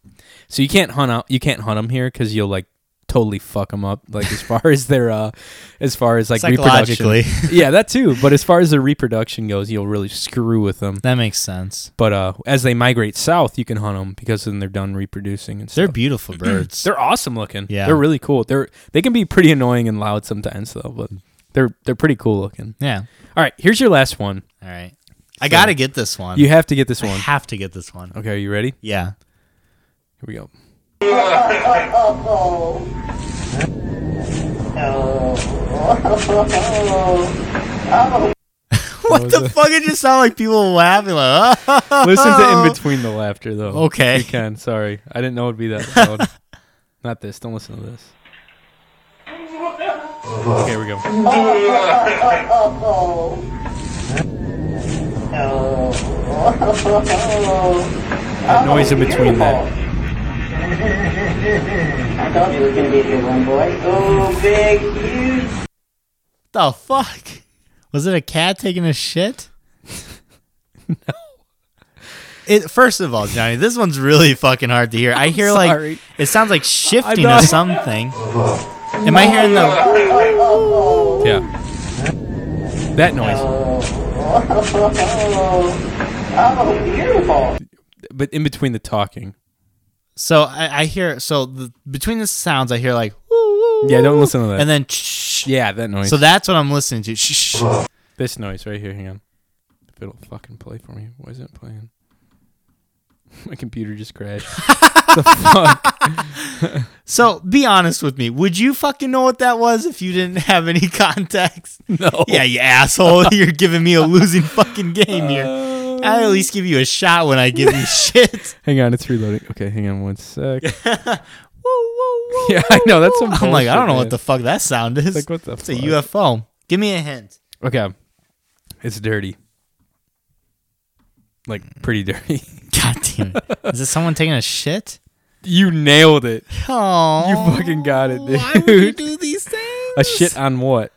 [SPEAKER 1] So you can't hunt out you can't hunt them here cuz you'll like totally fuck them up like as far as their uh as far as like
[SPEAKER 2] Psychologically.
[SPEAKER 1] reproduction. yeah, that too, but as far as their reproduction goes, you'll really screw with them.
[SPEAKER 2] That makes sense.
[SPEAKER 1] But uh as they migrate south, you can hunt them because then they're done reproducing and
[SPEAKER 2] They're
[SPEAKER 1] stuff.
[SPEAKER 2] beautiful birds.
[SPEAKER 1] They're awesome looking.
[SPEAKER 2] Yeah.
[SPEAKER 1] They're really cool. They're they can be pretty annoying and loud sometimes though, but they're they're pretty cool looking.
[SPEAKER 2] yeah.
[SPEAKER 1] All right, here's your last one.
[SPEAKER 2] All right. I gotta get this one.
[SPEAKER 1] You have to get this
[SPEAKER 2] I
[SPEAKER 1] one.
[SPEAKER 2] have to get this one.
[SPEAKER 1] Okay, are you ready?
[SPEAKER 2] Yeah.
[SPEAKER 1] Here we go.
[SPEAKER 2] What the fuck? It just sounded like people laughing. Like,
[SPEAKER 1] Listen to in between the laughter though.
[SPEAKER 2] Okay.
[SPEAKER 1] You can. Sorry. I didn't know it'd be that loud. Not this. Don't listen to this. Okay, here we go. That noise in between that.
[SPEAKER 8] I thought you was gonna be a good one, boy. Oh, big, huge.
[SPEAKER 2] the fuck? Was it a cat taking a shit? no. It, first of all, Johnny, this one's really fucking hard to hear. I hear
[SPEAKER 1] sorry.
[SPEAKER 2] like it sounds like shifting or
[SPEAKER 1] not-
[SPEAKER 2] something. Am I hearing the?
[SPEAKER 1] Yeah. That noise.
[SPEAKER 8] Oh, beautiful.
[SPEAKER 1] But in between the talking.
[SPEAKER 2] So I, I hear so the, between the sounds, I hear like woo, woo,
[SPEAKER 1] Yeah, don't
[SPEAKER 2] woo,
[SPEAKER 1] listen to that.
[SPEAKER 2] and then shh.
[SPEAKER 1] Yeah, that noise.
[SPEAKER 2] So that's what I'm listening to. Shh.
[SPEAKER 1] This noise right here. Hang on. If it'll fucking play for me. Why isn't it playing? My computer just crashed.
[SPEAKER 2] So be honest with me. Would you fucking know what that was if you didn't have any context?
[SPEAKER 1] No.
[SPEAKER 2] Yeah, you asshole. You're giving me a losing fucking game here. I at least give you a shot when I give you shit.
[SPEAKER 1] Hang on, it's reloading. Okay, hang on one sec.
[SPEAKER 2] Woo, woo, woo,
[SPEAKER 1] Yeah, I know, that's
[SPEAKER 2] woo.
[SPEAKER 1] some
[SPEAKER 2] I'm like, I don't know
[SPEAKER 1] bullshit,
[SPEAKER 2] what the fuck that sound is.
[SPEAKER 1] Like, what the
[SPEAKER 2] it's
[SPEAKER 1] fuck?
[SPEAKER 2] a UFO. Give me a hint.
[SPEAKER 1] Okay. It's dirty.
[SPEAKER 2] Hmm.
[SPEAKER 1] Like pretty dirty.
[SPEAKER 2] God damn it. is it someone taking a shit?
[SPEAKER 1] you nailed it.
[SPEAKER 2] Oh,
[SPEAKER 1] You fucking got it, dude.
[SPEAKER 2] Why would you do these things?
[SPEAKER 1] A shit on what?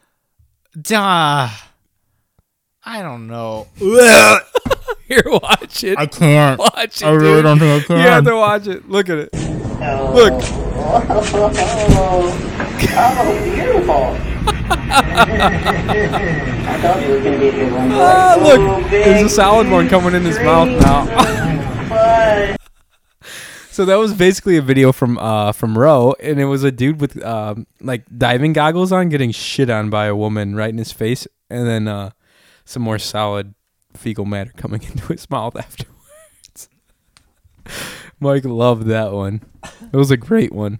[SPEAKER 2] Duh. I don't know.
[SPEAKER 1] Here, watch it.
[SPEAKER 2] I can't.
[SPEAKER 1] watch it.
[SPEAKER 2] I really
[SPEAKER 1] dude.
[SPEAKER 2] don't think I
[SPEAKER 1] You have
[SPEAKER 2] can.
[SPEAKER 1] to watch it. Look at it. Look.
[SPEAKER 8] Oh, beautiful. I thought you was gonna be a good one, boy.
[SPEAKER 1] Ah,
[SPEAKER 8] Oh,
[SPEAKER 1] look.
[SPEAKER 8] big,
[SPEAKER 1] There's a solid one coming in his mouth now.
[SPEAKER 8] Fun.
[SPEAKER 1] So that was basically a video from uh from Roe, and it was a dude with um like diving goggles on, getting shit on by a woman right in his face, and then uh some more solid fecal matter coming into his mouth afterwards. Mike loved that one. It was a great one.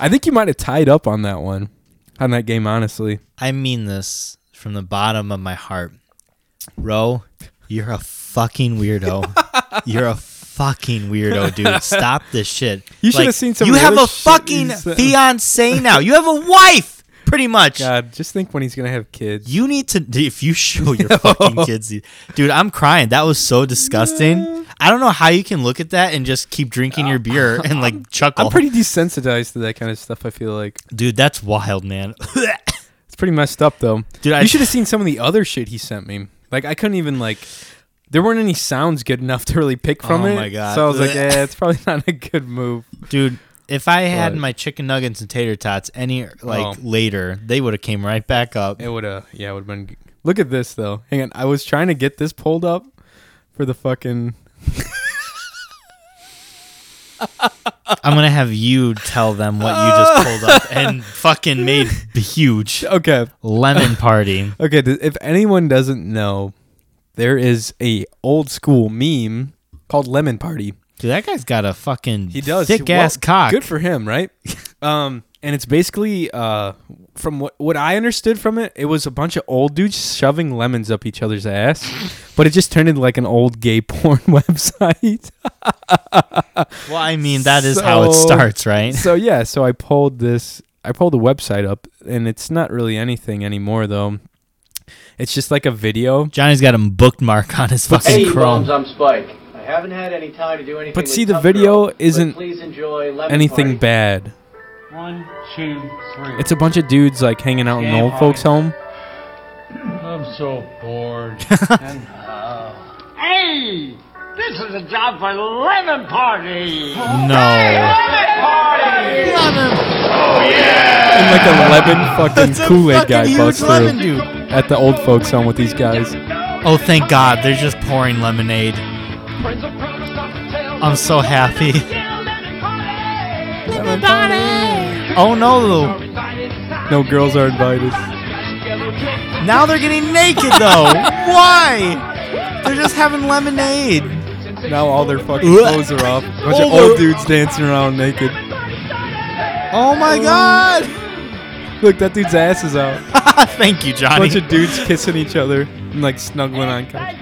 [SPEAKER 1] I think you might have tied up on that one, on that game. Honestly,
[SPEAKER 2] I mean this from the bottom of my heart. Ro, you're a fucking weirdo. you're a fucking weirdo, dude. Stop this shit.
[SPEAKER 1] You should have seen some
[SPEAKER 2] You
[SPEAKER 1] of the
[SPEAKER 2] have
[SPEAKER 1] other
[SPEAKER 2] a
[SPEAKER 1] shit
[SPEAKER 2] fucking
[SPEAKER 1] you said.
[SPEAKER 2] fiance now. You have a wife, pretty much.
[SPEAKER 1] God, just think when he's gonna have kids.
[SPEAKER 2] You need to if you show your fucking kids, these- dude. I'm crying. That was so disgusting. I don't know how you can look at that and just keep drinking your beer and like chuckle.
[SPEAKER 1] I'm pretty desensitized to that kind of stuff. I feel like
[SPEAKER 2] dude. That's wild, man.
[SPEAKER 1] It's pretty messed up though.
[SPEAKER 2] Dude, I-
[SPEAKER 1] you should have seen some of the other shit he sent me. Like I couldn't even like there weren't any sounds good enough to really pick from
[SPEAKER 2] Oh
[SPEAKER 1] it.
[SPEAKER 2] my God.
[SPEAKER 1] So I was like, yeah, it's probably not a good move.
[SPEAKER 2] dude if i had
[SPEAKER 1] But-
[SPEAKER 2] my chicken nuggets and tater tots any like
[SPEAKER 1] Oh.
[SPEAKER 2] later they would have came right back up
[SPEAKER 1] It would have yeah, it would have been Look at this though. Hang on. I was trying to get this pulled up for the fucking
[SPEAKER 2] i'm gonna have you tell them what you
[SPEAKER 1] Oh.
[SPEAKER 2] just pulled up and fucking made huge
[SPEAKER 1] Okay.
[SPEAKER 2] lemon party
[SPEAKER 1] Okay, th- if anyone doesn't know, there is a old school meme called Lemon Party.
[SPEAKER 2] dude that guy's got a fucking
[SPEAKER 1] He does
[SPEAKER 2] thick
[SPEAKER 1] Well,
[SPEAKER 2] ass cock
[SPEAKER 1] Good for him, right? um, and it's basically uh, from what what I understood from it, it was a bunch of old dudes shoving lemons up each other's ass, but it just turned into like an old gay porn website.
[SPEAKER 2] well i mean that is how it
[SPEAKER 1] So-
[SPEAKER 2] starts right
[SPEAKER 1] so yeah, so I pulled this I pulled the website up, and it's not really anything anymore though. It's just like a video.
[SPEAKER 2] Johnny's got him bookmark on his fucking Chrome.
[SPEAKER 9] I'm Spike. I haven't had any time to do anything.
[SPEAKER 1] But
[SPEAKER 9] with
[SPEAKER 1] see, the
[SPEAKER 9] Tough
[SPEAKER 1] video
[SPEAKER 9] Girl, but
[SPEAKER 1] isn't
[SPEAKER 9] please enjoy Lemon
[SPEAKER 1] Anything
[SPEAKER 9] Party.
[SPEAKER 1] bad.
[SPEAKER 9] One, two, three.
[SPEAKER 1] It's a bunch of dudes like hanging out in an old folks' home.
[SPEAKER 9] I'm so bored. and, uh, hey, this is a job for Lemon Party.
[SPEAKER 2] No.
[SPEAKER 9] Party.
[SPEAKER 1] And like a lemon fucking
[SPEAKER 2] That's a
[SPEAKER 1] Kool Aid
[SPEAKER 2] fucking
[SPEAKER 1] guy
[SPEAKER 2] huge
[SPEAKER 1] busts through
[SPEAKER 2] lemon dude.
[SPEAKER 1] at the old folks' home with these guys.
[SPEAKER 2] Oh, thank God. They're just pouring lemonade. I'm so happy. Oh no.
[SPEAKER 1] No girls are invited.
[SPEAKER 2] Now they're getting naked though. Why? They're just having lemonade.
[SPEAKER 1] Now all their fucking
[SPEAKER 2] Ugh.
[SPEAKER 1] clothes are off. Bunch
[SPEAKER 2] Oh,
[SPEAKER 1] of old
[SPEAKER 2] they're-
[SPEAKER 1] dudes dancing around naked.
[SPEAKER 2] Oh my God.
[SPEAKER 1] Look, that dude's ass is out.
[SPEAKER 2] Thank you, Johnny.
[SPEAKER 1] Bunch of dudes kissing each other and like snuggling on. couch.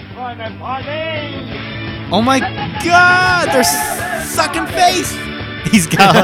[SPEAKER 2] Oh my God. They're s- sucking face. He's got.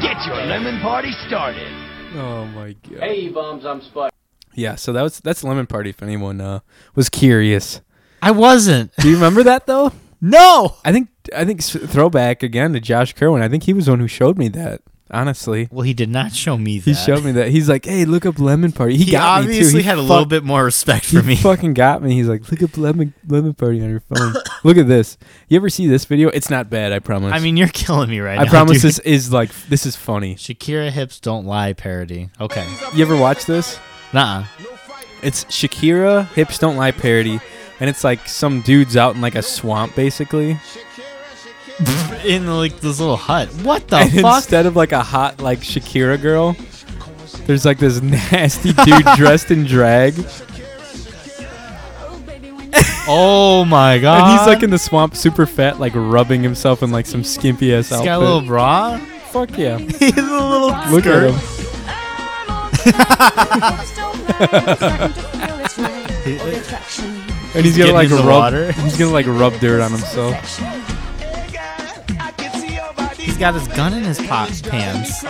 [SPEAKER 9] Get your lemon party started.
[SPEAKER 1] Oh my god.
[SPEAKER 9] Hey, bums, I'm Spike.
[SPEAKER 1] Yeah, so that was that's lemon party. If anyone uh, was curious,
[SPEAKER 2] I wasn't.
[SPEAKER 1] do you remember that though?
[SPEAKER 2] No.
[SPEAKER 1] I think I think s- throwback again to Josh Kerwin. I think he was the one who showed me that. Honestly,
[SPEAKER 2] Well, he did not show me that.
[SPEAKER 1] he showed me that. He's like, "Hey, look up lemon party." He,
[SPEAKER 2] He
[SPEAKER 1] got me too.
[SPEAKER 2] obviously
[SPEAKER 1] He
[SPEAKER 2] had a
[SPEAKER 1] fuck-
[SPEAKER 2] little bit more respect
[SPEAKER 1] He
[SPEAKER 2] for me.
[SPEAKER 1] fucking got me. He's like, "Look up lemon lemon party on your phone." look at this. You ever see this video? It's not bad. I promise.
[SPEAKER 2] I mean, you're killing me right
[SPEAKER 1] I
[SPEAKER 2] now.
[SPEAKER 1] promise
[SPEAKER 2] dude.
[SPEAKER 1] this is like this is funny.
[SPEAKER 2] Shakira hips don't lie parody. Okay.
[SPEAKER 1] You ever watch this?
[SPEAKER 2] Nuh-uh.
[SPEAKER 1] It's Shakira Hips Don't Lie parody, and it's like some dudes out in like a swamp basically.
[SPEAKER 2] In like this little hut. What the
[SPEAKER 1] And
[SPEAKER 2] fuck?
[SPEAKER 1] instead of like a hot like Shakira girl, there's like this nasty dude dressed in drag, and he's
[SPEAKER 2] oh my god.
[SPEAKER 1] like in the swamp, super fat, like rubbing himself in like some skimpy ass
[SPEAKER 2] He's
[SPEAKER 1] outfit.
[SPEAKER 2] got a little bra.
[SPEAKER 1] Fuck yeah!
[SPEAKER 2] He's a little
[SPEAKER 1] Look at
[SPEAKER 2] skirt.
[SPEAKER 1] him. And he's gonna
[SPEAKER 2] Getting
[SPEAKER 1] like
[SPEAKER 2] in the
[SPEAKER 1] rub.
[SPEAKER 2] water.
[SPEAKER 1] He's gonna like rub dirt on himself.
[SPEAKER 2] He's got his gun in his pop pants.
[SPEAKER 1] I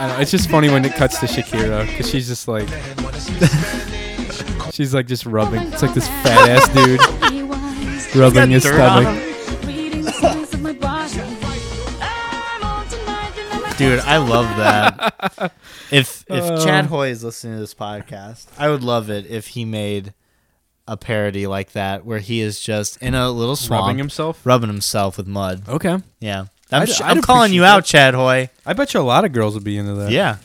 [SPEAKER 1] don't know, it's just funny when it cuts to Shakira because she's just like, she's like just rubbing. It's like this fat ass dude rubbing his
[SPEAKER 2] He's got dirt on
[SPEAKER 1] stomach.
[SPEAKER 2] Dude, I love that. if if
[SPEAKER 1] Uh.
[SPEAKER 2] Chad Hoy is listening to this podcast, I would love it if he made a parody like that where he is just in a little swamp
[SPEAKER 1] Rubbing himself?
[SPEAKER 2] rubbing himself with mud.
[SPEAKER 1] Okay,
[SPEAKER 2] Yeah. I'm,
[SPEAKER 1] I'd-
[SPEAKER 2] sh-
[SPEAKER 1] I'd
[SPEAKER 2] I'm calling you
[SPEAKER 1] appreciate
[SPEAKER 2] out, Chad Hoy.
[SPEAKER 1] I bet you a lot of girls would be into that.
[SPEAKER 2] Yeah.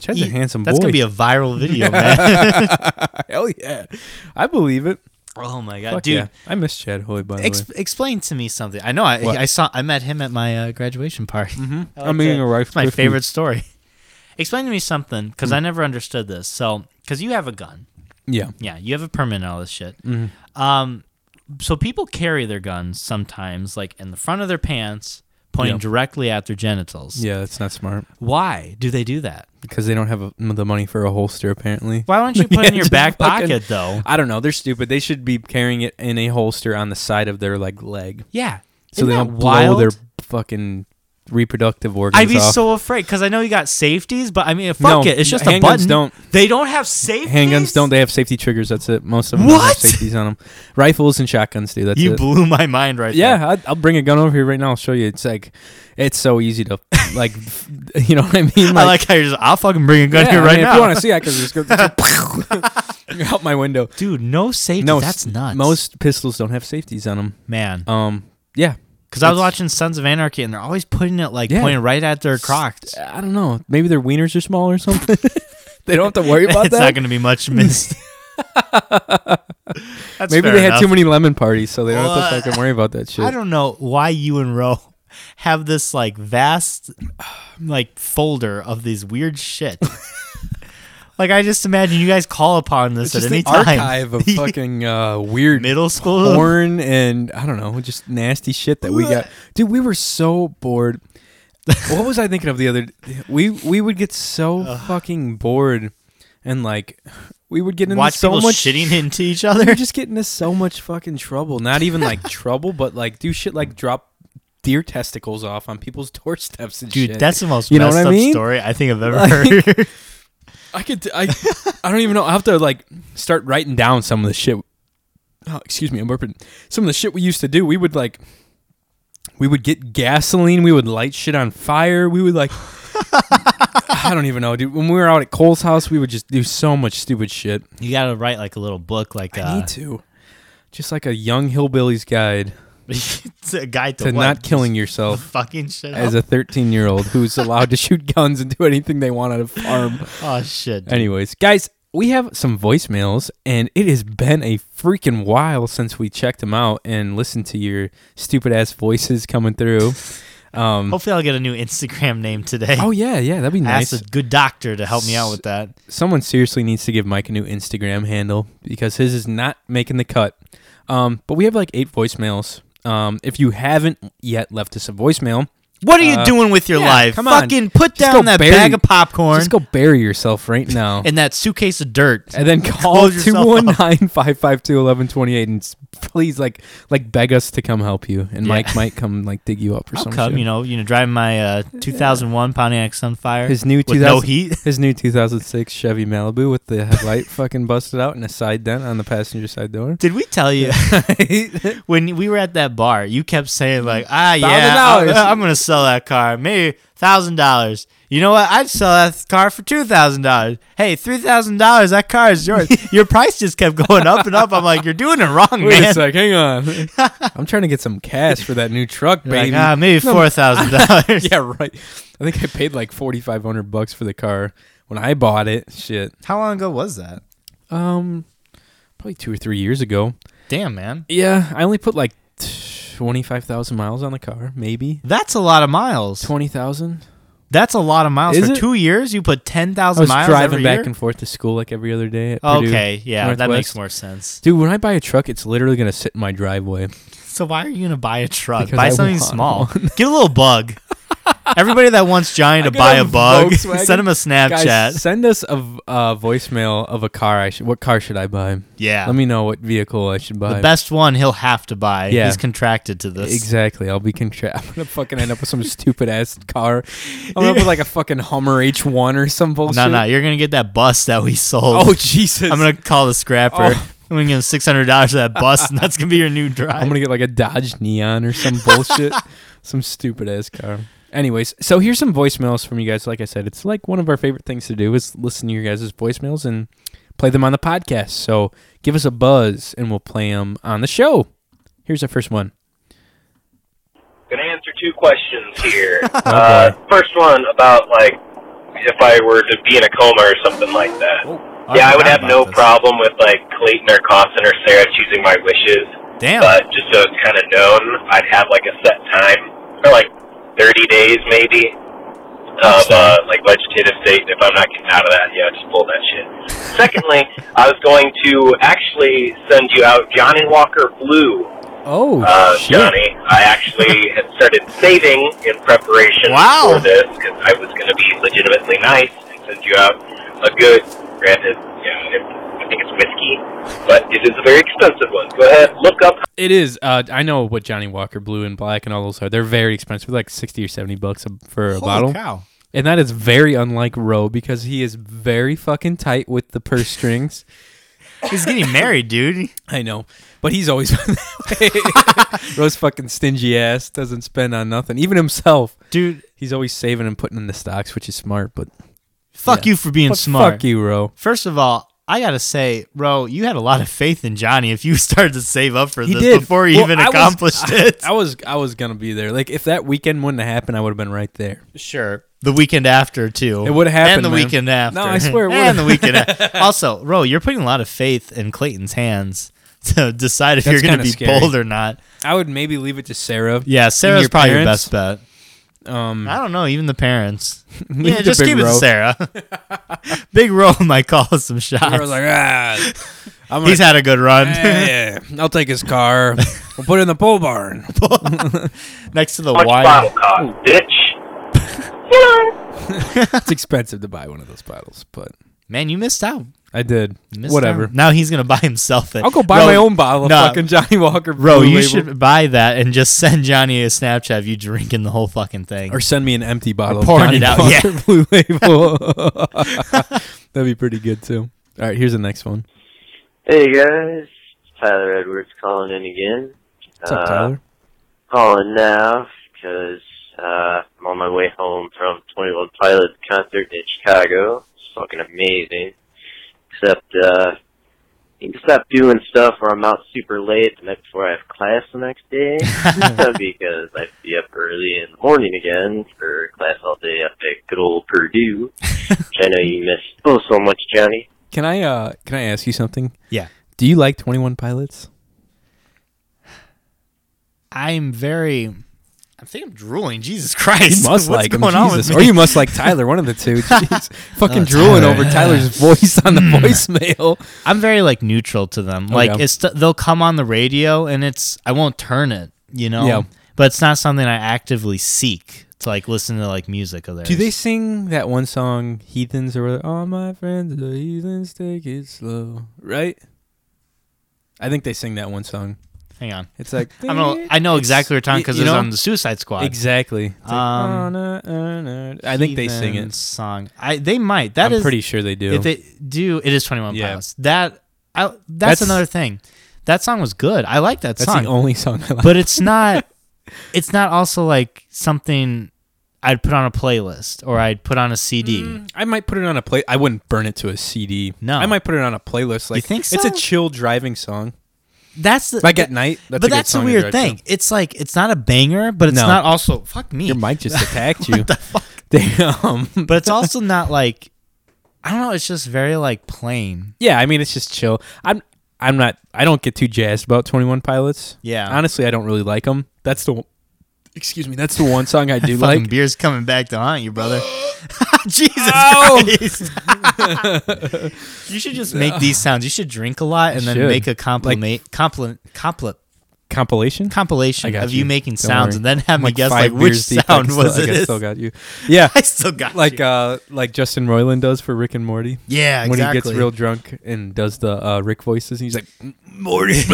[SPEAKER 1] Chad's a
[SPEAKER 2] He-
[SPEAKER 1] handsome
[SPEAKER 2] That's
[SPEAKER 1] boy.
[SPEAKER 2] gonna be a viral video, man.
[SPEAKER 1] Hell yeah, I believe it.
[SPEAKER 2] oh my god,
[SPEAKER 1] Fuck
[SPEAKER 2] dude.
[SPEAKER 1] yeah. I miss Chad Hoy by the
[SPEAKER 2] Ex-
[SPEAKER 1] way.
[SPEAKER 2] explain to me something. I know I,
[SPEAKER 1] What? Mm-hmm.
[SPEAKER 2] I saw I met him at my uh, graduation party. I like
[SPEAKER 1] I'm eating
[SPEAKER 2] that.
[SPEAKER 1] a rice
[SPEAKER 2] It's my
[SPEAKER 1] crispy.
[SPEAKER 2] favorite story. Explain to me something because
[SPEAKER 1] Hmm.
[SPEAKER 2] I never understood this. So, because you have a gun,
[SPEAKER 1] Yeah,
[SPEAKER 2] yeah, you have a permit and all this shit.
[SPEAKER 1] Mm-hmm.
[SPEAKER 2] Um, so people carry their guns sometimes, like in the front of their pants, pointing
[SPEAKER 1] Yeah.
[SPEAKER 2] directly at their genitals.
[SPEAKER 1] yeah, that's not smart
[SPEAKER 2] Why do they do that?
[SPEAKER 1] because they don't have a, the money for a holster apparently.
[SPEAKER 2] Why don't you put it in your
[SPEAKER 1] just
[SPEAKER 2] back
[SPEAKER 1] fucking-
[SPEAKER 2] pocket though?
[SPEAKER 1] I don't know. They're stupid. They should be carrying it in a holster on the side of their like leg,
[SPEAKER 2] Yeah,
[SPEAKER 1] so
[SPEAKER 2] Isn't
[SPEAKER 1] they
[SPEAKER 2] that
[SPEAKER 1] don't
[SPEAKER 2] wild?
[SPEAKER 1] blow their fucking reproductive organs.
[SPEAKER 2] I'd be
[SPEAKER 1] off.
[SPEAKER 2] so afraid because I know you got safeties, but I mean, fuck
[SPEAKER 1] No,
[SPEAKER 2] it. It's just a
[SPEAKER 1] handguns
[SPEAKER 2] button.
[SPEAKER 1] don't.
[SPEAKER 2] They don't have safeties.
[SPEAKER 1] Handguns don't. They have safety triggers. That's it. Most of them don't have
[SPEAKER 2] What?
[SPEAKER 1] safeties on them. Rifles and shotguns do. That's
[SPEAKER 2] you
[SPEAKER 1] it.
[SPEAKER 2] blew my mind right
[SPEAKER 1] yeah,
[SPEAKER 2] there.
[SPEAKER 1] I'd, I'll bring a gun over here right now. I'll show you. It's like, it's so easy to, like, f- you know what I mean?
[SPEAKER 2] I like how you're just, I'll fucking bring a gun
[SPEAKER 1] yeah,
[SPEAKER 2] here
[SPEAKER 1] I
[SPEAKER 2] right
[SPEAKER 1] mean,
[SPEAKER 2] now.
[SPEAKER 1] If you want to see, I can just go out my window.
[SPEAKER 2] Dude, no safety.
[SPEAKER 1] No,
[SPEAKER 2] that's
[SPEAKER 1] s-
[SPEAKER 2] nuts.
[SPEAKER 1] Most pistols don't have safeties on them.
[SPEAKER 2] man.
[SPEAKER 1] Um, yeah,
[SPEAKER 2] Because I was
[SPEAKER 1] it's-
[SPEAKER 2] watching Sons of Anarchy and they're always putting it like
[SPEAKER 1] Yeah.
[SPEAKER 2] pointing right at their crocs.
[SPEAKER 1] I don't know. Maybe their wieners are small or something. they don't have to worry
[SPEAKER 2] It's
[SPEAKER 1] about
[SPEAKER 2] not
[SPEAKER 1] that.
[SPEAKER 2] going to be much missed. That's
[SPEAKER 1] Maybe
[SPEAKER 2] fair
[SPEAKER 1] they had too
[SPEAKER 2] enough.
[SPEAKER 1] many lemon parties, so they don't have to
[SPEAKER 2] What?
[SPEAKER 1] fucking worry about that shit.
[SPEAKER 2] I don't know why you and Ro have this like vast like folder of these weird shit. like I just imagine you guys call upon
[SPEAKER 1] It's
[SPEAKER 2] this at
[SPEAKER 1] just
[SPEAKER 2] any
[SPEAKER 1] the
[SPEAKER 2] time.
[SPEAKER 1] archive of fucking uh, weird
[SPEAKER 2] middle school.
[SPEAKER 1] porn and I don't know, just nasty shit that we got. Dude, we were so bored. what was I thinking of the other? d- We we would get so fucking bored, and like we would get into
[SPEAKER 2] Watch
[SPEAKER 1] so
[SPEAKER 2] people
[SPEAKER 1] much
[SPEAKER 2] shitting into each
[SPEAKER 1] We
[SPEAKER 2] other.
[SPEAKER 1] just get into so much fucking trouble. Not even like trouble, but like do shit like drop deer testicles off on people's doorsteps and
[SPEAKER 2] Dude,
[SPEAKER 1] shit.
[SPEAKER 2] that's the most
[SPEAKER 1] You know
[SPEAKER 2] messed
[SPEAKER 1] what I
[SPEAKER 2] up
[SPEAKER 1] mean?
[SPEAKER 2] story I think I've ever
[SPEAKER 1] Like-
[SPEAKER 2] heard.
[SPEAKER 1] I could I I don't even know. I will have to like start writing down some of the shit. Oh, excuse me, I'm burping. Some of the shit we used to do. We would like we would get gasoline. We would light shit on fire. We would like I don't even know, dude. When we were out at Cole's house, we would just do so much stupid shit.
[SPEAKER 2] you gotta write like a little book, like
[SPEAKER 1] I
[SPEAKER 2] uh,
[SPEAKER 1] need to. Just like a young hillbilly's guide
[SPEAKER 2] it's a guide to,
[SPEAKER 1] to
[SPEAKER 2] what?
[SPEAKER 1] not killing yourself
[SPEAKER 2] fucking shit.
[SPEAKER 1] as
[SPEAKER 2] up?
[SPEAKER 1] a 13 year old who's allowed to shoot guns and do anything they want on a farm.
[SPEAKER 2] oh shit. dude.
[SPEAKER 1] Anyways, guys, we have some voicemails, and it has been a freaking while since we checked them out and listened to your stupid ass voices coming through. Um,
[SPEAKER 2] Hopefully, I'll get a new Instagram name today.
[SPEAKER 1] oh yeah, yeah, that'd be
[SPEAKER 2] I
[SPEAKER 1] nice.
[SPEAKER 2] asked a good doctor to help me out with that.
[SPEAKER 1] Someone seriously needs to give Mike a new Instagram handle because his is not making the cut. Um, but we have like eight voicemails. Um, if you haven't yet left us a voicemail,
[SPEAKER 2] What are you
[SPEAKER 1] Uh,
[SPEAKER 2] doing with your
[SPEAKER 1] yeah,
[SPEAKER 2] life?
[SPEAKER 1] come on.
[SPEAKER 2] Fucking put
[SPEAKER 1] Just go
[SPEAKER 2] down that
[SPEAKER 1] bury-
[SPEAKER 2] bag of popcorn
[SPEAKER 1] just go bury yourself right now.
[SPEAKER 2] and that suitcase of dirt.
[SPEAKER 1] and then call
[SPEAKER 2] Close yourself up.
[SPEAKER 1] 219-552-1128 and s- please like like beg us to come help you and
[SPEAKER 2] Yeah.
[SPEAKER 1] mike might come like dig you up or
[SPEAKER 2] I'll
[SPEAKER 1] something
[SPEAKER 2] come, you know, you know, driving my uh, 2001 Pontiac Sunfire.
[SPEAKER 1] his new
[SPEAKER 2] with
[SPEAKER 1] 2000,
[SPEAKER 2] no heat.
[SPEAKER 1] his new 2006 chevy malibu with the headlight fucking busted out and a side dent on the passenger side door
[SPEAKER 2] Did we tell you when we were at that bar? You kept saying like, "Ah, yeah,
[SPEAKER 1] $1,000.
[SPEAKER 2] I'm, I'm gonna sell that car, maybe thousand dollars." You know what? I'd sell that car for two thousand dollars. Hey, three thousand dollars. That car is yours. Your price just kept going up and up. I'm like, "You're doing it wrong,
[SPEAKER 1] Wait
[SPEAKER 2] man."
[SPEAKER 1] a sec, hang on. I'm trying to get some cash for that new truck,
[SPEAKER 2] You're like,
[SPEAKER 1] baby.
[SPEAKER 2] ah, maybe four thousand dollars.
[SPEAKER 1] yeah, right. I think I paid like 4,500 bucks for the car when I bought it. Shit.
[SPEAKER 2] How long ago was that?
[SPEAKER 1] Um, probably two or three years ago.
[SPEAKER 2] Damn, man.
[SPEAKER 1] Yeah, I only put like twenty five thousand miles on the car, maybe
[SPEAKER 2] That's a lot of miles.
[SPEAKER 1] twenty thousand.
[SPEAKER 2] That's a lot of miles
[SPEAKER 1] Is
[SPEAKER 2] for
[SPEAKER 1] it?
[SPEAKER 2] two years. You put ten
[SPEAKER 1] I
[SPEAKER 2] thousand
[SPEAKER 1] was
[SPEAKER 2] miles
[SPEAKER 1] driving
[SPEAKER 2] every
[SPEAKER 1] back
[SPEAKER 2] year?
[SPEAKER 1] and forth to school like every other day. At Purdue
[SPEAKER 2] Okay, yeah, that makes
[SPEAKER 1] Northwest.
[SPEAKER 2] more sense.
[SPEAKER 1] Dude, when I buy a truck, it's literally gonna sit in my driveway.
[SPEAKER 2] So why are you gonna buy a truck?
[SPEAKER 1] Because
[SPEAKER 2] buy
[SPEAKER 1] I
[SPEAKER 2] something
[SPEAKER 1] want
[SPEAKER 2] small. Get a little bug. Everybody that wants Johnny to
[SPEAKER 1] I got
[SPEAKER 2] buy
[SPEAKER 1] a
[SPEAKER 2] a bug,
[SPEAKER 1] Volkswagen.
[SPEAKER 2] send him a Snapchat.
[SPEAKER 1] Guys, send us a v- uh, voicemail of a car. I should. What car should I buy?
[SPEAKER 2] yeah,
[SPEAKER 1] Let me know what vehicle I should buy.
[SPEAKER 2] the best one he'll have to buy.
[SPEAKER 1] Yeah.
[SPEAKER 2] he's contracted to this.
[SPEAKER 1] Exactly. I'll be contra- I'm gonna fucking end up with some stupid ass car. I'm gonna put like a fucking Hummer H1 or some bullshit.
[SPEAKER 2] No, no, you're gonna get that bus that we sold.
[SPEAKER 1] Oh Jesus!
[SPEAKER 2] I'm gonna call the scrapper.
[SPEAKER 1] Oh.
[SPEAKER 2] I'm gonna give him six hundred dollars for that bus, and that's gonna be your new drive.
[SPEAKER 1] I'm gonna get like a Dodge Neon or some bullshit, some stupid ass car. Anyways, so here's some voicemails from you guys. Like I said, it's like one of our favorite things to do is listen to your guys' voicemails and play them on the podcast. So give us a buzz and we'll play them on the show. Here's our first one.
[SPEAKER 10] Gonna answer two questions here. uh, first one about like if I were to be in a coma or something like that.
[SPEAKER 5] Oh,
[SPEAKER 10] yeah, I would have no problem with like Clayton or Costin or Sarah choosing my wishes,
[SPEAKER 2] Damn.
[SPEAKER 10] but just so it's kind of known, I'd have like a set time or like 30 days maybe of uh, like vegetative state. If I'm not getting out of that, yeah, just pull that shit. Secondly, I was going to actually send you out Johnny Walker Blue
[SPEAKER 1] Oh
[SPEAKER 10] uh,
[SPEAKER 1] shit!
[SPEAKER 10] Johnny. I actually had started saving in preparation
[SPEAKER 2] Wow.
[SPEAKER 10] for this because I was going to be legitimately nice and send you out a good, granted, yeah, it, I think it's whiskey, but it is a very expensive one. Go ahead, look up
[SPEAKER 1] It is. Uh, I know what Johnny Walker Blue and Black and all those are. They're very expensive, like sixty or seventy bucks a, for a bottle.
[SPEAKER 2] Cow.
[SPEAKER 1] And that is very unlike Roe because he is very fucking tight with the purse strings.
[SPEAKER 2] He's getting married, dude.
[SPEAKER 1] I know, but he's always been that way. Rose fucking stingy ass doesn't spend on nothing, even himself.
[SPEAKER 2] Dude,
[SPEAKER 1] He's always saving and putting in the stocks, which is smart. But,
[SPEAKER 2] fuck
[SPEAKER 1] Yeah.
[SPEAKER 2] you for being
[SPEAKER 1] but
[SPEAKER 2] smart.
[SPEAKER 1] fuck you, Ro.
[SPEAKER 2] First of all, I gotta say, bro, you had a lot of faith in Johnny. If you started to save up for
[SPEAKER 1] He
[SPEAKER 2] this
[SPEAKER 1] did
[SPEAKER 2] before he
[SPEAKER 1] Well,
[SPEAKER 2] even
[SPEAKER 1] I was-
[SPEAKER 2] accomplished it,
[SPEAKER 1] I was I was gonna be there. Like if that weekend wouldn't have happened, I would have been right there.
[SPEAKER 2] sure. The weekend after too.
[SPEAKER 1] It would've happened,
[SPEAKER 2] And the
[SPEAKER 1] man.
[SPEAKER 2] weekend after.
[SPEAKER 1] No, I swear it would've.
[SPEAKER 2] and the weekend. after. Also, bro, you're putting a lot of faith in Clayton's hands to decide if
[SPEAKER 1] That's
[SPEAKER 2] you're gonna
[SPEAKER 1] kinda
[SPEAKER 2] be
[SPEAKER 1] scary.
[SPEAKER 2] bold or not.
[SPEAKER 1] I would maybe leave it to Sarah.
[SPEAKER 2] Yeah, Sarah's
[SPEAKER 1] your
[SPEAKER 2] probably your
[SPEAKER 1] parents?
[SPEAKER 2] best bet.
[SPEAKER 1] Um.
[SPEAKER 2] I don't know, even the parents.
[SPEAKER 1] Leave it
[SPEAKER 2] yeah,
[SPEAKER 1] to
[SPEAKER 2] just
[SPEAKER 1] Big
[SPEAKER 2] keep it
[SPEAKER 1] Ro.
[SPEAKER 2] to Sarah. Big Ro might call us some shots.
[SPEAKER 1] Sarah's like ah. I'm gonna,
[SPEAKER 2] He's had a good run.
[SPEAKER 1] yeah, yeah, I'll take his car. We'll put it in the pole barn.
[SPEAKER 2] Next to the
[SPEAKER 10] Punch
[SPEAKER 2] wire.
[SPEAKER 10] Bottle Cock, bitch.
[SPEAKER 1] It's expensive to buy one of those bottles, but
[SPEAKER 2] Man, you missed out.
[SPEAKER 1] I did.
[SPEAKER 2] You missed
[SPEAKER 1] Whatever.
[SPEAKER 2] out. Now he's gonna buy himself it.
[SPEAKER 1] I'll go buy
[SPEAKER 2] Ro-
[SPEAKER 1] my own bottle of
[SPEAKER 2] Nah,
[SPEAKER 1] fucking Johnny Walker.
[SPEAKER 2] Bro,
[SPEAKER 1] Blue
[SPEAKER 2] you
[SPEAKER 1] Label.
[SPEAKER 2] should buy that and just send Johnny a Snapchat of you drinking the whole fucking thing.
[SPEAKER 1] or send me an empty bottle. of
[SPEAKER 2] pouring it
[SPEAKER 1] Johnny
[SPEAKER 2] out,
[SPEAKER 1] Walker
[SPEAKER 2] yeah.
[SPEAKER 1] Blue Label. That'd be pretty good too. All right, here's the next one.
[SPEAKER 11] Hey guys, Tyler Edwards calling in again. Uh,
[SPEAKER 1] What's up, Tyler?
[SPEAKER 11] Calling now because uh, I'm on my way home from 21 Pilot concert in Chicago. It's fucking amazing. Except uh, you can stop doing stuff where I'm out super late the night before I have class the next day because I'd be up early in the morning again for class all day up at good old Purdue. which I know you missed oh so much, Johnny.
[SPEAKER 1] Can I uh can I ask you something?
[SPEAKER 2] Yeah.
[SPEAKER 1] Do you like Twenty One Pilots?
[SPEAKER 2] I'm very. I think I'm drooling. Jesus Christ!
[SPEAKER 1] You must
[SPEAKER 2] What's
[SPEAKER 1] like him,
[SPEAKER 2] going on
[SPEAKER 1] Jesus.
[SPEAKER 2] with
[SPEAKER 1] Or
[SPEAKER 2] me?
[SPEAKER 1] you must like Tyler, one of the two. Jeez. Fucking
[SPEAKER 2] Oh,
[SPEAKER 1] drooling
[SPEAKER 2] Tyler.
[SPEAKER 1] over Tyler's voice on the
[SPEAKER 2] Mm.
[SPEAKER 1] voicemail.
[SPEAKER 2] I'm very like neutral to them. Like
[SPEAKER 1] Okay.
[SPEAKER 2] it's they'll come on the radio and it's I won't turn it. You know.
[SPEAKER 1] Yeah.
[SPEAKER 2] But it's not something I actively seek to like listen to like music of theirs.
[SPEAKER 1] Do they sing that one song, Heathens, or whatever? All my friends are heathens, take it slow. Right? I think they sing that one song.
[SPEAKER 2] Hang on.
[SPEAKER 1] It's like,
[SPEAKER 2] I know. I know
[SPEAKER 1] It's-
[SPEAKER 2] exactly what you're talking because
[SPEAKER 1] you
[SPEAKER 2] it's
[SPEAKER 1] know?
[SPEAKER 2] on the Suicide Squad.
[SPEAKER 1] Exactly. It's like,
[SPEAKER 2] Um,
[SPEAKER 1] "Oh, no, no, no." I think they sing
[SPEAKER 2] Heathen
[SPEAKER 1] it.
[SPEAKER 2] Song. I they might. That
[SPEAKER 1] I'm
[SPEAKER 2] is-
[SPEAKER 1] pretty sure they do.
[SPEAKER 2] If they do, it is Twenty One
[SPEAKER 1] Yeah.
[SPEAKER 2] Pilots. That I, that's,
[SPEAKER 1] That's-
[SPEAKER 2] another thing. That song was good. I like that
[SPEAKER 1] That's
[SPEAKER 2] song.
[SPEAKER 1] the only song I like.
[SPEAKER 2] but it's not. it's not also like something I'd put on a playlist or I'd put on a CD.
[SPEAKER 1] I might put it on a play. I wouldn't burn it to a CD.
[SPEAKER 2] No.
[SPEAKER 1] I might put it on a playlist. Like,
[SPEAKER 2] think
[SPEAKER 1] It's
[SPEAKER 2] so?
[SPEAKER 1] a chill driving song.
[SPEAKER 2] That's the,
[SPEAKER 1] Like at night, that's
[SPEAKER 2] but
[SPEAKER 1] a good
[SPEAKER 2] that's
[SPEAKER 1] song
[SPEAKER 2] a
[SPEAKER 1] to
[SPEAKER 2] weird
[SPEAKER 1] drive to.
[SPEAKER 2] thing. It's like it's not a banger, but it's
[SPEAKER 1] No.
[SPEAKER 2] not also fuck me.
[SPEAKER 1] Your mic just attacked you. um, Damn.
[SPEAKER 2] but it's also not like I don't know. It's just very like plain.
[SPEAKER 1] Yeah, I mean it's just chill. I'm I'm not I don't get too jazzed about 21 Pilots.
[SPEAKER 2] Yeah.
[SPEAKER 1] Honestly, I don't really like them. That's the Excuse me, that's the one song I do
[SPEAKER 2] Fucking
[SPEAKER 1] like.
[SPEAKER 2] beer's coming back to haunt you, brother. Jesus
[SPEAKER 1] Ow!
[SPEAKER 2] Christ! you should just make these sounds. You should drink a lot and then
[SPEAKER 1] should.
[SPEAKER 2] make a compliment, compliment, complet
[SPEAKER 1] Compilation? I
[SPEAKER 2] compilation
[SPEAKER 1] got
[SPEAKER 2] of you, making
[SPEAKER 1] Don't
[SPEAKER 2] sounds,
[SPEAKER 1] worry.
[SPEAKER 2] and then have
[SPEAKER 1] I'm
[SPEAKER 2] me guess like
[SPEAKER 1] five
[SPEAKER 2] which
[SPEAKER 1] beers deep. I
[SPEAKER 2] sound
[SPEAKER 1] can
[SPEAKER 2] was
[SPEAKER 1] still, I
[SPEAKER 2] it.
[SPEAKER 1] can
[SPEAKER 2] is.
[SPEAKER 1] still got you. Yeah.
[SPEAKER 2] I still got
[SPEAKER 1] like
[SPEAKER 2] you.
[SPEAKER 1] uh like Justin Roiland does for Rick and Morty.
[SPEAKER 2] Yeah,
[SPEAKER 1] When he gets
[SPEAKER 2] exactly.
[SPEAKER 1] real drunk and does the uh, Rick voices, he's like, Morty.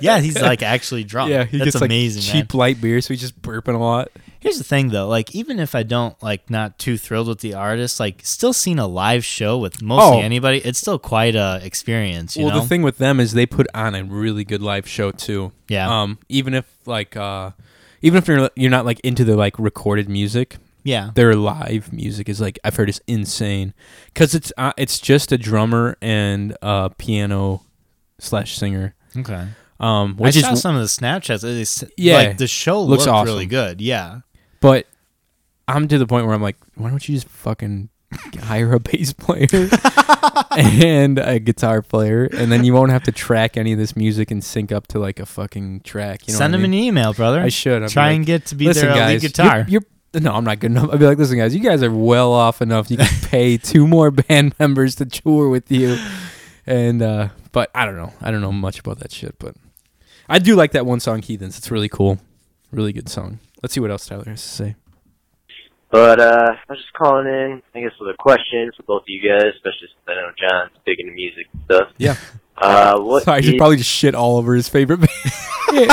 [SPEAKER 2] yeah, he's like actually drunk.
[SPEAKER 1] yeah, he
[SPEAKER 2] That's
[SPEAKER 1] gets like
[SPEAKER 2] amazing. man.
[SPEAKER 1] cheap light beer, so he's just burping a lot.
[SPEAKER 2] Here's the thing though, like even if I don't like not too thrilled with the artist, like still seeing a live show with mostly
[SPEAKER 1] Oh.
[SPEAKER 2] anybody, it's still quite a experience. You
[SPEAKER 1] well,
[SPEAKER 2] know?
[SPEAKER 1] the thing with them is they put on a really good live show too.
[SPEAKER 2] Yeah.
[SPEAKER 1] Um, even if like uh, even if you're you're not like into the like recorded music,
[SPEAKER 2] yeah,
[SPEAKER 1] their live music is like I've heard is insane because it's uh, it's just a drummer and uh piano slash singer.
[SPEAKER 2] okay.
[SPEAKER 1] Um,
[SPEAKER 2] I
[SPEAKER 1] which
[SPEAKER 2] saw
[SPEAKER 1] is
[SPEAKER 2] some of the Snapchats. It is,
[SPEAKER 1] Yeah.
[SPEAKER 2] like the show looks
[SPEAKER 1] Looks
[SPEAKER 2] looked
[SPEAKER 1] awesome.
[SPEAKER 2] really good. Yeah,
[SPEAKER 1] but I'm to the point where I'm like, why don't you just fucking hire a bass player and a guitar player, and then you won't have to track any of this music and sync up to like a fucking track. You know
[SPEAKER 2] send
[SPEAKER 1] what I
[SPEAKER 2] him
[SPEAKER 1] mean?
[SPEAKER 2] an email, brother.
[SPEAKER 1] I should. I'd be
[SPEAKER 2] try and
[SPEAKER 1] like,
[SPEAKER 2] get to be
[SPEAKER 1] Listen,
[SPEAKER 2] their uh,
[SPEAKER 1] guys,
[SPEAKER 2] lead guitar.
[SPEAKER 1] You're, you're- no, I'm not good enough. I'd be like, listen, guys, you guys are well off enough. You can pay two more band members to tour with you, and uh, but I don't know. I don't know much about that shit, but I do like that one song, Heathens. It's really cool, really good song. Let's see what else Tyler has to say.
[SPEAKER 11] But uh, I was just calling in, I guess, with a question for both of you guys, especially since I know John's big into music and stuff.
[SPEAKER 1] Yeah.
[SPEAKER 11] Uh, what?
[SPEAKER 1] Sorry, I should
[SPEAKER 11] is-
[SPEAKER 1] probably just shit all over his favorite band.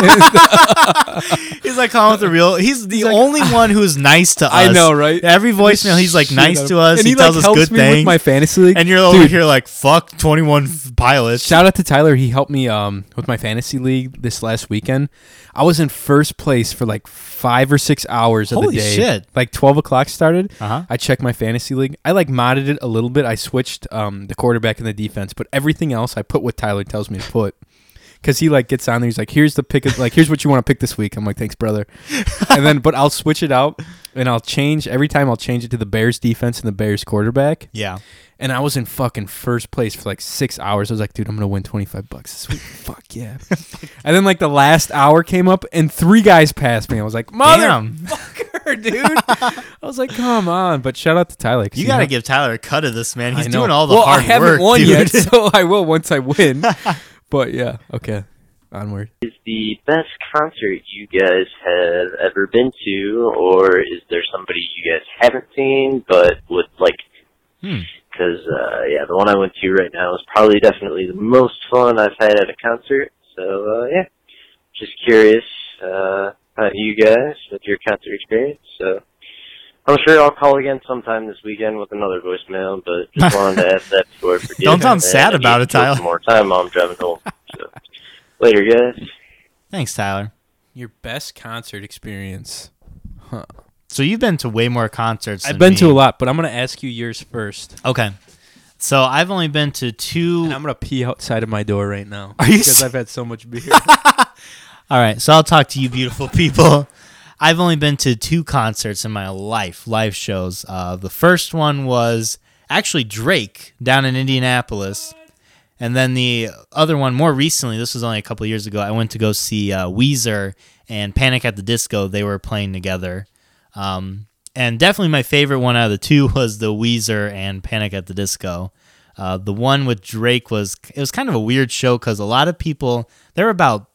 [SPEAKER 2] he's like calling with the real. He's "Ah." the only one who's nice to us.
[SPEAKER 1] I know, right?
[SPEAKER 2] Every voicemail, he's like
[SPEAKER 1] Shit
[SPEAKER 2] nice
[SPEAKER 1] out
[SPEAKER 2] to
[SPEAKER 1] of-
[SPEAKER 2] us.
[SPEAKER 1] and
[SPEAKER 2] he,
[SPEAKER 1] he,
[SPEAKER 2] tells
[SPEAKER 1] like,
[SPEAKER 2] us
[SPEAKER 1] helps
[SPEAKER 2] good
[SPEAKER 1] me with
[SPEAKER 2] things.
[SPEAKER 1] my fantasy league.
[SPEAKER 2] and you're over
[SPEAKER 1] Dude.
[SPEAKER 2] here like fuck twenty one pilots.
[SPEAKER 1] Shout out to Tyler. He helped me um, with my fantasy league this last weekend. I was in first place for like five or six hours of
[SPEAKER 2] Holy
[SPEAKER 1] the day.
[SPEAKER 2] shit.
[SPEAKER 1] Like twelve o'clock started.
[SPEAKER 2] Uh-huh.
[SPEAKER 1] I checked my fantasy league. I like modded it a little bit. I switched um, the quarterback and the defense, but everything else I put what Tyler tells me to put. Cause he like gets on there, he's like, "Here's the pick, of, like here's what you want to pick this week." I'm like, "Thanks, brother," and then but I'll switch it out and I'll change every time. I'll change it to the Bears defense and the Bears quarterback.
[SPEAKER 2] Yeah.
[SPEAKER 1] And I was in fucking first place for like six hours. I was like, dude, I'm gonna win 25 bucks this week. Fuck yeah. and then like the last hour came up and three guys passed me. I was like,
[SPEAKER 2] Damn.
[SPEAKER 1] motherfucker, dude. I was like, come on. But shout out to Tyler. 'cause
[SPEAKER 2] You
[SPEAKER 1] he
[SPEAKER 2] got to
[SPEAKER 1] helped-
[SPEAKER 2] give Tyler a cut of this, man.
[SPEAKER 1] I
[SPEAKER 2] He's
[SPEAKER 1] know.
[SPEAKER 2] doing all the
[SPEAKER 1] well,
[SPEAKER 2] hard
[SPEAKER 1] I haven't
[SPEAKER 2] work,
[SPEAKER 1] won
[SPEAKER 2] dude.
[SPEAKER 1] yet, so I will once I win. but yeah, okay. Onward.
[SPEAKER 11] is the best concert you guys have ever been
[SPEAKER 2] Hmm.
[SPEAKER 11] to, or is there somebody you guys haven't seen but would like because uh, yeah, the one I went to right now is probably definitely the most fun I've had at a concert. So uh, yeah, just curious uh, about you guys with your concert experience. So I'm sure I'll call again sometime this weekend with another voicemail, but just wanted to ask that before I forget.
[SPEAKER 2] Don't sound
[SPEAKER 11] And
[SPEAKER 2] sad
[SPEAKER 11] I need
[SPEAKER 2] about
[SPEAKER 11] to
[SPEAKER 2] it,
[SPEAKER 11] kill
[SPEAKER 2] Tyler.
[SPEAKER 11] Some more time while I'm driving home. So later, guys.
[SPEAKER 2] Thanks, Tyler.
[SPEAKER 1] Your best concert experience. Huh.
[SPEAKER 2] So you've been to way more concerts.
[SPEAKER 1] I've
[SPEAKER 2] than
[SPEAKER 1] been
[SPEAKER 2] me.
[SPEAKER 1] to a lot, but I'm gonna ask you yours first.
[SPEAKER 2] Okay. So I've only been to two.
[SPEAKER 1] I'm gonna pee outside of my door right now.
[SPEAKER 2] Are you
[SPEAKER 1] Because
[SPEAKER 2] s-
[SPEAKER 1] I've had so much beer.
[SPEAKER 2] All right, so I'll talk to you, beautiful people. I've only been to two concerts in my life, live shows. Uh, the first one was actually Drake down in Indianapolis, and then the other one more recently. This was only a couple of years ago. I went to go see uh, Weezer and Panic at the Disco. They were playing together, um, and definitely my favorite one out of the two was the Weezer and Panic at the Disco. Uh, the one with Drake was it was kind of a weird show because a lot of people there were about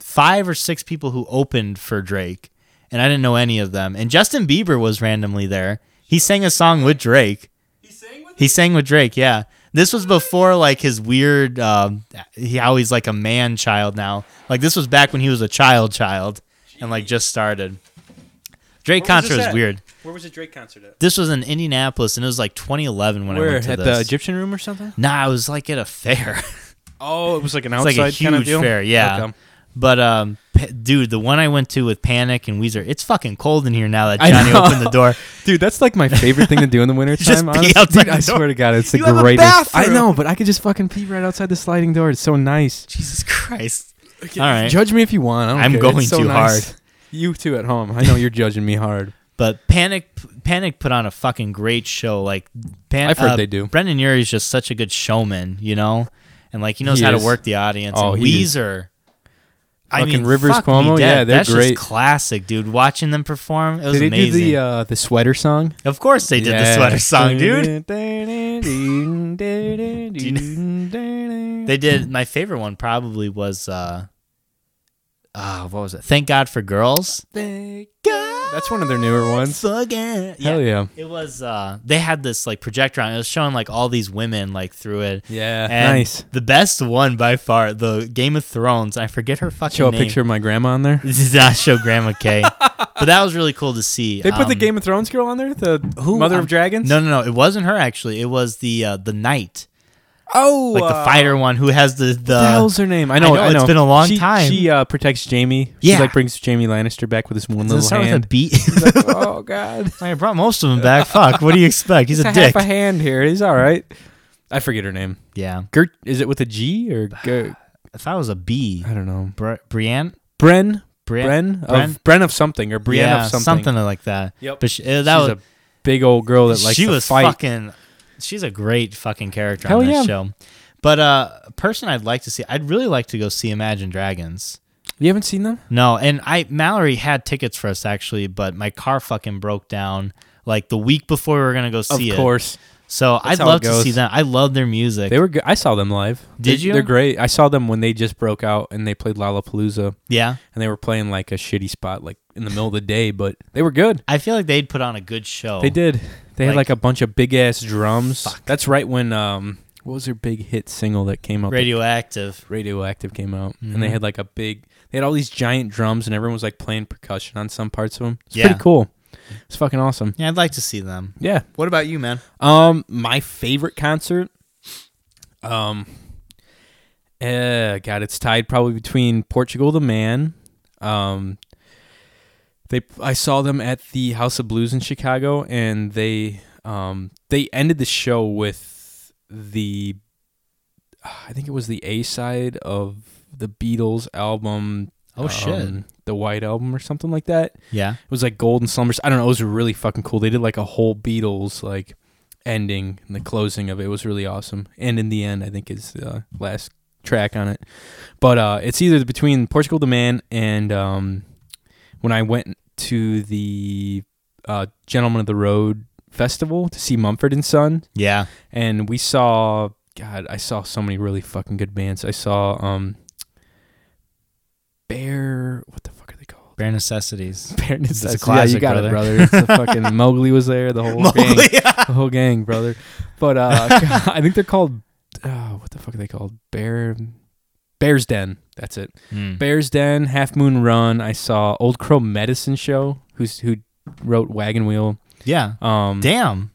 [SPEAKER 2] five or six people who opened for Drake, and I didn't know any of them. And Justin Bieber was randomly there. He sang a song with Drake. He sang with. He sang with Drake. Yeah, this was before like his weird. Um, he how he's like a man child now. Like this was back when he was a child child, and like just started. Drake concert was weird.
[SPEAKER 1] Where was the Drake concert at?
[SPEAKER 2] This was in Indianapolis, and it was like 2011 when I
[SPEAKER 1] Where
[SPEAKER 2] went to
[SPEAKER 1] at
[SPEAKER 2] this.
[SPEAKER 1] the Egyptian Room or something?
[SPEAKER 2] Nah, it was like at a fair.
[SPEAKER 1] Oh, it was like an
[SPEAKER 2] It's
[SPEAKER 1] outside
[SPEAKER 2] like a huge
[SPEAKER 1] kind of deal?
[SPEAKER 2] fair, yeah.
[SPEAKER 1] Okay.
[SPEAKER 2] But um, p- dude, the one I went to with Panic and Weezer, it's fucking cold in here now that
[SPEAKER 1] I
[SPEAKER 2] Johnny
[SPEAKER 1] know.
[SPEAKER 2] opened the door.
[SPEAKER 1] Dude, that's like my favorite thing to do in the wintertime.
[SPEAKER 2] Just pee
[SPEAKER 1] honestly. Dude,
[SPEAKER 2] outside
[SPEAKER 1] I
[SPEAKER 2] the
[SPEAKER 1] swear
[SPEAKER 2] door.
[SPEAKER 1] to God, it's the
[SPEAKER 2] You have a
[SPEAKER 1] greatest. I
[SPEAKER 2] bathroom.
[SPEAKER 1] know, but I could just fucking pee right outside the sliding door. It's so nice.
[SPEAKER 2] Jesus Christ! All right,
[SPEAKER 1] Judge me if you want. I don't
[SPEAKER 2] I'm
[SPEAKER 1] care.
[SPEAKER 2] going
[SPEAKER 1] It's so
[SPEAKER 2] too
[SPEAKER 1] nice.
[SPEAKER 2] hard.
[SPEAKER 1] You too at home. I know you're judging me hard.
[SPEAKER 2] But Panic Panic put on a fucking great show. Like Pan- uh,
[SPEAKER 1] I've heard they do.
[SPEAKER 2] Brendan Urie is just such a good showman, you know, and like he knows
[SPEAKER 1] He
[SPEAKER 2] how
[SPEAKER 1] is.
[SPEAKER 2] to work the audience.
[SPEAKER 1] Oh,
[SPEAKER 2] and
[SPEAKER 1] he is.
[SPEAKER 2] Weezer. I
[SPEAKER 1] Fucking
[SPEAKER 2] mean,
[SPEAKER 1] Rivers
[SPEAKER 2] fuck me
[SPEAKER 1] Cuomo,
[SPEAKER 2] dead.
[SPEAKER 1] yeah, they're
[SPEAKER 2] That's
[SPEAKER 1] great.
[SPEAKER 2] Just classic, dude. Watching them perform, it was
[SPEAKER 1] did they
[SPEAKER 2] amazing.
[SPEAKER 1] do the uh, the sweater song?
[SPEAKER 2] of course, they did the
[SPEAKER 1] Yeah.
[SPEAKER 2] sweater song, dude.
[SPEAKER 1] Do you know-
[SPEAKER 2] They did my favorite one probably was uh uh what was it? Thank God for Girls.
[SPEAKER 1] That's one of their newer ones.
[SPEAKER 2] Again.
[SPEAKER 1] Hell yeah.
[SPEAKER 2] It was uh they had this like projector on. It was showing like all these women like through it.
[SPEAKER 1] Yeah,
[SPEAKER 2] And
[SPEAKER 1] nice.
[SPEAKER 2] The best one by far, the Game of Thrones. I forget her fucking
[SPEAKER 1] Show a
[SPEAKER 2] name.
[SPEAKER 1] picture of my grandma on there.
[SPEAKER 2] This is not show Grandma K. but that was really cool to see.
[SPEAKER 1] They put the
[SPEAKER 2] Um,
[SPEAKER 1] Game of Thrones girl on there, the Mother
[SPEAKER 2] I'm-
[SPEAKER 1] of Dragons.
[SPEAKER 2] No, no, no. It wasn't her actually. It was the uh the knight.
[SPEAKER 1] Oh,
[SPEAKER 2] Like the
[SPEAKER 1] uh,
[SPEAKER 2] fighter one who has the the,
[SPEAKER 1] What the hell's her name? I know, I know.
[SPEAKER 2] It's been a long
[SPEAKER 1] She-
[SPEAKER 2] time.
[SPEAKER 1] She uh, protects Jamie.
[SPEAKER 2] Yeah.
[SPEAKER 1] She like brings Jamie Lannister back with this one
[SPEAKER 2] Does it
[SPEAKER 1] little
[SPEAKER 2] start
[SPEAKER 1] hand.
[SPEAKER 2] with a beat?
[SPEAKER 1] oh god.
[SPEAKER 2] I brought most of them back. Fuck. What do you expect? He's
[SPEAKER 1] It's
[SPEAKER 2] a,
[SPEAKER 1] half
[SPEAKER 2] dick.
[SPEAKER 1] a hand here. He's all right. I forget her name.
[SPEAKER 2] yeah.
[SPEAKER 1] Gert is it with a G or G-
[SPEAKER 2] If I was a bee,
[SPEAKER 1] I don't know.
[SPEAKER 2] Bri- Brienne,
[SPEAKER 1] Bren
[SPEAKER 2] Bri-
[SPEAKER 1] Bren of
[SPEAKER 2] Bren?
[SPEAKER 1] Bren, of something or Brienne
[SPEAKER 2] yeah,
[SPEAKER 1] of something.
[SPEAKER 2] like that.
[SPEAKER 1] Yep.
[SPEAKER 2] But she, uh,
[SPEAKER 1] She's
[SPEAKER 2] that
[SPEAKER 1] a big old girl that
[SPEAKER 2] was
[SPEAKER 1] likes
[SPEAKER 2] she
[SPEAKER 1] to
[SPEAKER 2] was
[SPEAKER 1] fight.
[SPEAKER 2] fucking. She's a great fucking character
[SPEAKER 1] Hell
[SPEAKER 2] on that
[SPEAKER 1] yeah.
[SPEAKER 2] show. But uh, a person I'd like to see, I'd really like to go see Imagine Dragons.
[SPEAKER 1] You haven't seen them?
[SPEAKER 2] No, and I Mallory had tickets for us actually, but my car fucking broke down like the week before we were gonna go see
[SPEAKER 1] of
[SPEAKER 2] it.
[SPEAKER 1] course.
[SPEAKER 2] So
[SPEAKER 1] That's
[SPEAKER 2] I'd
[SPEAKER 1] how it
[SPEAKER 2] love to see
[SPEAKER 1] goes.
[SPEAKER 2] them. I love their music.
[SPEAKER 1] They were good. I saw them live.
[SPEAKER 2] Did
[SPEAKER 1] They-
[SPEAKER 2] you?
[SPEAKER 1] They're great. I saw them when they just broke out and they played Lollapalooza
[SPEAKER 2] yeah.
[SPEAKER 1] and they were playing like a shitty spot like in the middle of the day, but they were good.
[SPEAKER 2] I feel like they'd put on a good show.
[SPEAKER 1] They did. They had
[SPEAKER 2] Oh. Like-
[SPEAKER 1] like a bunch of big ass drums.
[SPEAKER 2] Fuck.
[SPEAKER 1] That's right when um what was their big hit single that came out? that-
[SPEAKER 2] Radioactive.
[SPEAKER 1] Radioactive came out,
[SPEAKER 2] Mhm.
[SPEAKER 1] and they had like a big. They had all these giant drums, and everyone was like playing percussion on some parts of them. It's
[SPEAKER 2] Yeah.
[SPEAKER 1] pretty cool. It's fucking awesome.
[SPEAKER 2] Yeah, I'd like to see them.
[SPEAKER 1] Yeah.
[SPEAKER 2] What about you, man?
[SPEAKER 1] Um, my favorite concert. Um. Eh, God, it's tied probably between Portugal the Man. Um. They I saw them at the House of Blues in Chicago, and they um they ended the show with the I think it was the A side of the Beatles album. um,
[SPEAKER 2] Oh, shit.
[SPEAKER 1] The White Album or something like that.
[SPEAKER 2] Yeah.
[SPEAKER 1] It was like Golden Slumbers. I don't know. It was really fucking cool. They did like a whole Beatles like ending and the closing of it was really awesome. And in the end, I think is the last track on it. But uh, it's either between Portugal the Man and um, when I went to the uh, Gentlemen of the Road festival to see Mumford and Son,
[SPEAKER 2] Yeah.
[SPEAKER 1] and we saw. God, I saw so many really fucking good bands. I saw um, Bear. What the fuck are they called?
[SPEAKER 2] Bare necessities.
[SPEAKER 1] Bare
[SPEAKER 2] It's a
[SPEAKER 1] necessities.
[SPEAKER 2] classic,
[SPEAKER 1] yeah, you got
[SPEAKER 2] brother.
[SPEAKER 1] it, brother. It's the fucking Mowgli was there, the whole gang,
[SPEAKER 2] Mowgli.
[SPEAKER 1] the whole gang, brother. But uh, I think they're called uh, what the fuck are they called? Bear, Bear's Den. That's it.
[SPEAKER 2] Hmm.
[SPEAKER 1] Bear's Den, Half Moon Run. I saw Old Crow Medicine Show. Who's who wrote Wagon Wheel?
[SPEAKER 2] Yeah.
[SPEAKER 1] Um.
[SPEAKER 2] Damn.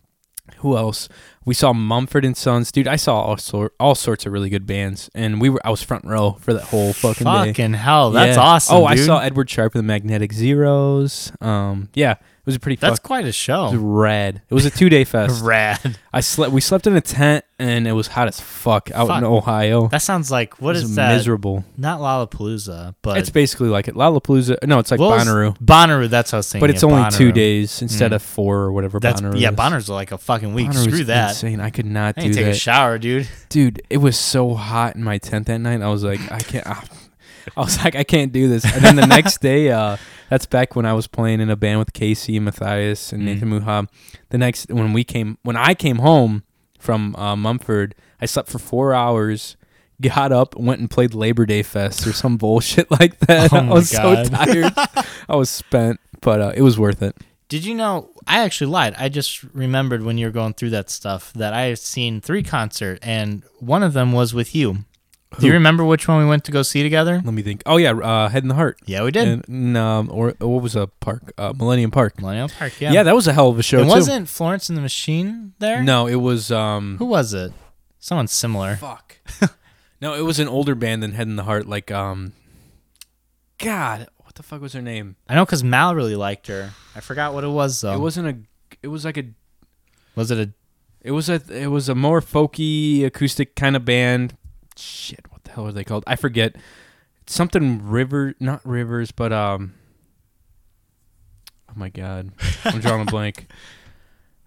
[SPEAKER 1] Who else? We saw Mumford and Sons, dude. I saw all sort all sorts of really good bands, and we were I was front row for that whole fucking day.
[SPEAKER 2] Fucking hell, that's awesome,
[SPEAKER 1] Oh, I
[SPEAKER 2] dude.
[SPEAKER 1] saw Edward Sharpe and the Magnetic Zeros. Um, yeah, it was a pretty.
[SPEAKER 2] That's
[SPEAKER 1] fuck-
[SPEAKER 2] quite a show.
[SPEAKER 1] It was rad. It was a two day fest.
[SPEAKER 2] Rad.
[SPEAKER 1] I slept. We slept in a tent, and it was hot as fuck out
[SPEAKER 2] Fuck.
[SPEAKER 1] in Ohio.
[SPEAKER 2] That sounds like what
[SPEAKER 1] It
[SPEAKER 2] is
[SPEAKER 1] was
[SPEAKER 2] that?
[SPEAKER 1] Miserable.
[SPEAKER 2] Not Lollapalooza, but
[SPEAKER 1] it's basically like it. Lollapalooza. No, it's like
[SPEAKER 2] Well,
[SPEAKER 1] Bonnaroo.
[SPEAKER 2] Bonnaroo, that's what I was thinking.
[SPEAKER 1] But it's
[SPEAKER 2] yeah,
[SPEAKER 1] only two
[SPEAKER 2] Bonnaroo.
[SPEAKER 1] days instead
[SPEAKER 2] Mm.
[SPEAKER 1] of four or whatever.
[SPEAKER 2] That's-
[SPEAKER 1] Bonnaroo
[SPEAKER 2] yeah,
[SPEAKER 1] is.
[SPEAKER 2] Bonnaroo's like a fucking week.
[SPEAKER 1] Bonnaroo's
[SPEAKER 2] Screw that.
[SPEAKER 1] Insane. I could not
[SPEAKER 2] I
[SPEAKER 1] do
[SPEAKER 2] ain't taking a
[SPEAKER 1] that.
[SPEAKER 2] shower, dude.
[SPEAKER 1] Dude, it was so hot in my tent that night. I was like, I can't. ah. I was like, I can't do this. And then the next day, uh, that's back when I was playing in a band with Casey, Matthias, and
[SPEAKER 2] Mm-hmm.
[SPEAKER 1] Nathan Muhab. The next when we came, when I came home from uh, Mumford, I slept for four hours. Got up, went and played Labor Day Fest or some bullshit like that.
[SPEAKER 2] Oh
[SPEAKER 1] I
[SPEAKER 2] my
[SPEAKER 1] was
[SPEAKER 2] God.
[SPEAKER 1] so tired. I was spent, but uh, it was worth it.
[SPEAKER 2] Did you know? I actually lied. I just remembered when you were going through that stuff that I had seen three concert, and one of them was with you. Do you
[SPEAKER 1] Who?
[SPEAKER 2] remember which one we went to go see together?
[SPEAKER 1] Let me think. Oh yeah, uh, Head in the Heart.
[SPEAKER 2] Yeah, we did.
[SPEAKER 1] And, and, um, or what was a park? Uh, Millennium Park.
[SPEAKER 2] Millennium Park. Yeah.
[SPEAKER 1] Yeah, that was a hell of a show.
[SPEAKER 2] It
[SPEAKER 1] too.
[SPEAKER 2] wasn't Florence and the Machine there.
[SPEAKER 1] No, it was. Um,
[SPEAKER 2] Who was it? Someone similar.
[SPEAKER 1] Fuck. no, it was an older band than Head in the Heart. Like, um, God, what the fuck was her name?
[SPEAKER 2] I know because Mal really liked her. I forgot what it was though.
[SPEAKER 1] It wasn't a. It was like a.
[SPEAKER 2] Was it a?
[SPEAKER 1] It was a. It was a more folky acoustic kind of band. Shit, what the hell are they called? I forget. Something river, not rivers, but um. Oh my god, I'm drawing a blank.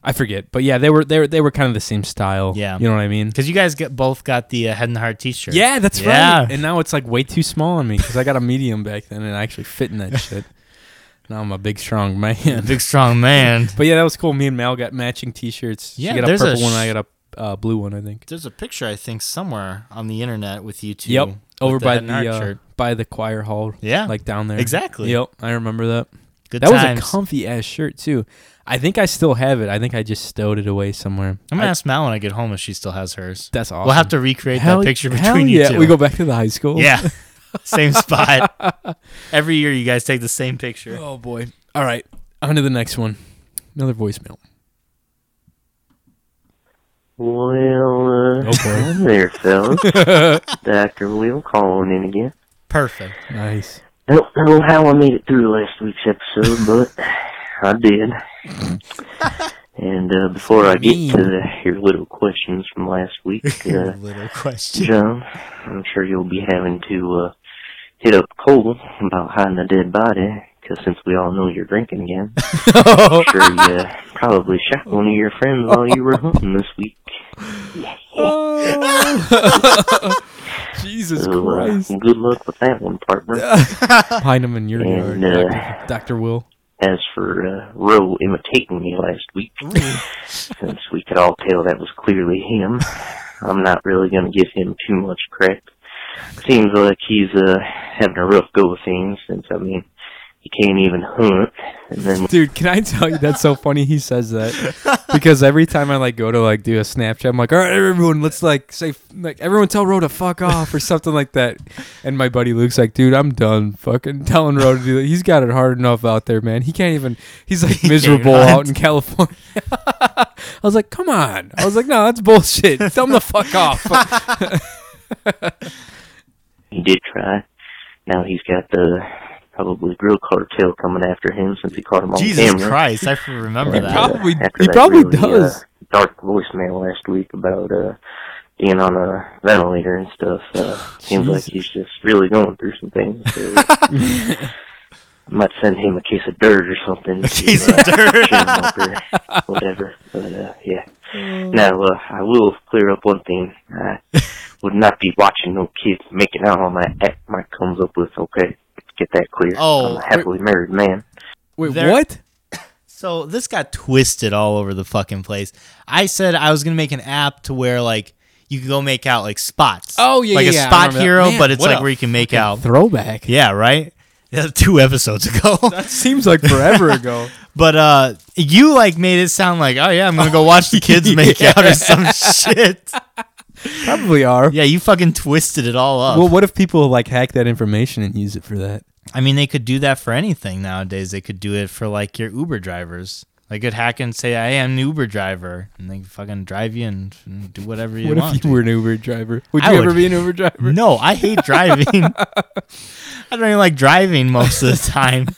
[SPEAKER 1] I forget, but yeah, they were they were they were kind of the same style.
[SPEAKER 2] Yeah.
[SPEAKER 1] you know what I mean.
[SPEAKER 2] Because you guys get both got the uh, Head and Heart T-shirt.
[SPEAKER 1] Yeah, that's
[SPEAKER 2] yeah.
[SPEAKER 1] right. And now it's like way too small on me because I got a medium back then and I actually fit in that shit. Now I'm a big strong man.
[SPEAKER 2] Big strong man.
[SPEAKER 1] But yeah, that was cool. Me and Mal got matching T-shirts. she
[SPEAKER 2] Yeah,
[SPEAKER 1] got a
[SPEAKER 2] there's a
[SPEAKER 1] purple one.
[SPEAKER 2] sh-
[SPEAKER 1] and I got a uh, blue one. I think.
[SPEAKER 2] There's a picture I think somewhere on the internet with you two.
[SPEAKER 1] Yep,
[SPEAKER 2] with
[SPEAKER 1] over by
[SPEAKER 2] Head and
[SPEAKER 1] the
[SPEAKER 2] Heart
[SPEAKER 1] uh,
[SPEAKER 2] shirt.
[SPEAKER 1] by the choir hall.
[SPEAKER 2] Yeah.
[SPEAKER 1] like down there.
[SPEAKER 2] Exactly.
[SPEAKER 1] Yep, I remember that.
[SPEAKER 2] Good
[SPEAKER 1] that
[SPEAKER 2] times.
[SPEAKER 1] was a comfy ass shirt too. I think I still have it. I think I just stowed it away somewhere.
[SPEAKER 2] I'm gonna
[SPEAKER 1] I-
[SPEAKER 2] ask Mal when I get home if she still has hers.
[SPEAKER 1] That's awesome.
[SPEAKER 2] We'll have to recreate
[SPEAKER 1] Hell-
[SPEAKER 2] that picture
[SPEAKER 1] hell
[SPEAKER 2] between you
[SPEAKER 1] yeah.
[SPEAKER 2] two.
[SPEAKER 1] We go back to the high school.
[SPEAKER 2] Yeah. same spot. Every year you guys take the same picture.
[SPEAKER 1] Oh boy. All right, on to the next one. Another voicemail.
[SPEAKER 11] Well, uh,
[SPEAKER 1] Oh, boy.
[SPEAKER 11] I'm there, fellas. Dr. Will calling in again.
[SPEAKER 2] Perfect.
[SPEAKER 1] Nice.
[SPEAKER 11] I don't know how I made it through last week's episode, but I did. And uh, before I get to your little questions from last week, uh,
[SPEAKER 2] little question.
[SPEAKER 11] John, I'm sure you'll be having to uh, hit up Cole about hiding a dead body, because since we all know you're drinking again,
[SPEAKER 1] Oh.
[SPEAKER 11] I'm sure you uh, probably shot one of your friends while you were hunting this week.
[SPEAKER 1] Jesus
[SPEAKER 11] So, uh,
[SPEAKER 1] Christ.
[SPEAKER 11] good luck with that one, partner.
[SPEAKER 1] Find him in your yard,
[SPEAKER 11] And, uh,
[SPEAKER 1] Dr. Dr. Will.
[SPEAKER 11] as for uh, Roe imitating me last week, since we could all tell that was clearly him, I'm not really going to give him too much credit. Seems like he's uh, having a rough go of things, since I mean, he can't even hunt, and then
[SPEAKER 1] Dude, can I tell you that's so funny he says that? Because every time I like go to like do a Snapchat, I'm like, all right, everyone, let's like say like everyone tell Ro to fuck off or something like that. And my buddy Luke's like, dude, I'm done fucking telling Ro to do that. He's got it hard enough out there, man. He can't even he's like
[SPEAKER 2] can't even
[SPEAKER 1] miserable out
[SPEAKER 2] hunt.
[SPEAKER 1] in California. I was like, come on. I was like, no, that's bullshit. Tell him to fuck off.
[SPEAKER 11] he did try. Now he's got the probably grill cartel coming after him since he caught him on
[SPEAKER 2] Jesus
[SPEAKER 11] camera.
[SPEAKER 2] Christ, I remember
[SPEAKER 11] And,
[SPEAKER 2] that.
[SPEAKER 11] uh,
[SPEAKER 1] Probably-
[SPEAKER 11] after
[SPEAKER 1] he
[SPEAKER 11] that
[SPEAKER 1] probably
[SPEAKER 11] really, uh,
[SPEAKER 1] does.
[SPEAKER 11] dark voicemail last week about uh, being on a ventilator and stuff. Uh, seems like he's just really going through some things. So, I might send him a case of dirt or something. A
[SPEAKER 2] case of dirt.
[SPEAKER 11] or whatever. But uh, yeah. Now uh, I will clear up one thing. I would not be watching no kids making out on that act Mike comes up with. Okay, get that clear.
[SPEAKER 2] Oh,
[SPEAKER 11] I'm a happily married man.
[SPEAKER 1] Wait,
[SPEAKER 2] There-
[SPEAKER 1] what?
[SPEAKER 2] So this got twisted all over the fucking place. I said I was gonna make an app to where like you could go make out like spots.
[SPEAKER 1] Oh, yeah,
[SPEAKER 2] like
[SPEAKER 1] yeah,
[SPEAKER 2] a
[SPEAKER 1] yeah, I
[SPEAKER 2] spot
[SPEAKER 1] remember that.
[SPEAKER 2] hero,
[SPEAKER 1] Man,
[SPEAKER 2] but it's
[SPEAKER 1] what
[SPEAKER 2] like
[SPEAKER 1] a
[SPEAKER 2] where you can make out.
[SPEAKER 1] Throwback.
[SPEAKER 2] yeah, right. Yeah, two episodes ago. that
[SPEAKER 1] seems like forever ago.
[SPEAKER 2] but uh, you like made it sound like, oh yeah, I'm gonna go watch the kids make out or some shit.
[SPEAKER 1] Probably are.
[SPEAKER 2] Yeah, you fucking twisted it all up.
[SPEAKER 1] Well, what if people like hack that information and use it for that?
[SPEAKER 2] I mean, they could do that for anything nowadays. They could do it for like your Uber drivers. They could hack and say, "I am an Uber driver," and they fucking drive you and, and do whatever you
[SPEAKER 1] what
[SPEAKER 2] want.
[SPEAKER 1] if you were an Uber driver? Would
[SPEAKER 2] I
[SPEAKER 1] you ever be an Uber driver?
[SPEAKER 2] No, I hate driving. I don't even like driving most of the time.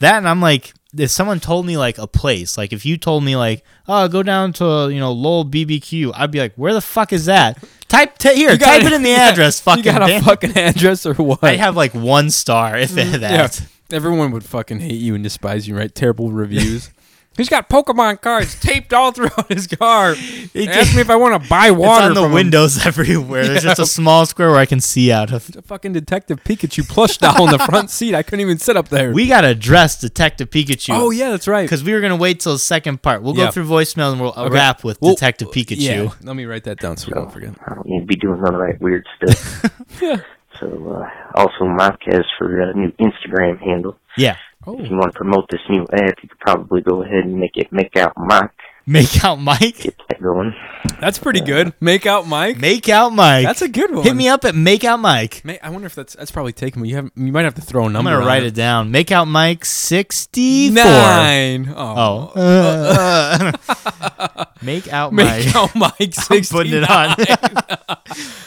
[SPEAKER 2] That and I'm like, if someone told me like a place, like if you told me like, oh, go down to you know Lowell BBQ, I'd be like, where the fuck is that? Type t- here,
[SPEAKER 1] You gotta-
[SPEAKER 2] type it in the
[SPEAKER 1] yeah,
[SPEAKER 2] address. fucking,
[SPEAKER 1] You got a
[SPEAKER 2] damn.
[SPEAKER 1] fucking address or what?
[SPEAKER 2] I'd have like one star if
[SPEAKER 1] Mm,
[SPEAKER 2] that.
[SPEAKER 1] yeah. Everyone would fucking hate you and despise you, right? Terrible reviews.
[SPEAKER 12] He's got Pokemon cards taped all throughout his car. He asked me if I want to buy
[SPEAKER 2] It's
[SPEAKER 12] water.
[SPEAKER 2] on the
[SPEAKER 12] from him.
[SPEAKER 2] windows everywhere. There's just a small square where I can see out of.
[SPEAKER 1] the fucking Detective Pikachu plush doll in the front seat. I couldn't even sit up there.
[SPEAKER 2] We got to dress Detective Pikachu.
[SPEAKER 1] Oh yeah, that's right.
[SPEAKER 2] Because we were gonna wait till the second part. We'll
[SPEAKER 1] Yeah.
[SPEAKER 2] go through voicemail and we'll uh,
[SPEAKER 1] Okay.
[SPEAKER 2] wrap with
[SPEAKER 1] Well,
[SPEAKER 2] Detective Pikachu.
[SPEAKER 1] Yeah, let me write that down so we don't forget.
[SPEAKER 11] You'd be doing all that weird stuff.
[SPEAKER 1] Yeah.
[SPEAKER 11] So, uh, also Mike has for a new Instagram handle.
[SPEAKER 2] Yeah.
[SPEAKER 11] If you want to promote this new ad, you could probably go ahead and make it make out Mike.
[SPEAKER 2] Make out Mike.
[SPEAKER 11] Get that going.
[SPEAKER 1] That's pretty good. Make out Mike.
[SPEAKER 2] Make out Mike.
[SPEAKER 1] That's a good one.
[SPEAKER 2] Hit me up at Make Out Mike.
[SPEAKER 1] Ma- I wonder if that's that's probably taken. but You have you might have to throw a
[SPEAKER 2] I'm
[SPEAKER 1] number.
[SPEAKER 2] gonna
[SPEAKER 1] on
[SPEAKER 2] write it down. Make Out Mike sixty four.
[SPEAKER 1] Nine. Oh.
[SPEAKER 2] Oh. Uh, make out
[SPEAKER 1] Make
[SPEAKER 2] Mike.
[SPEAKER 1] out Mike
[SPEAKER 2] I'm putting it on.
[SPEAKER 1] 69.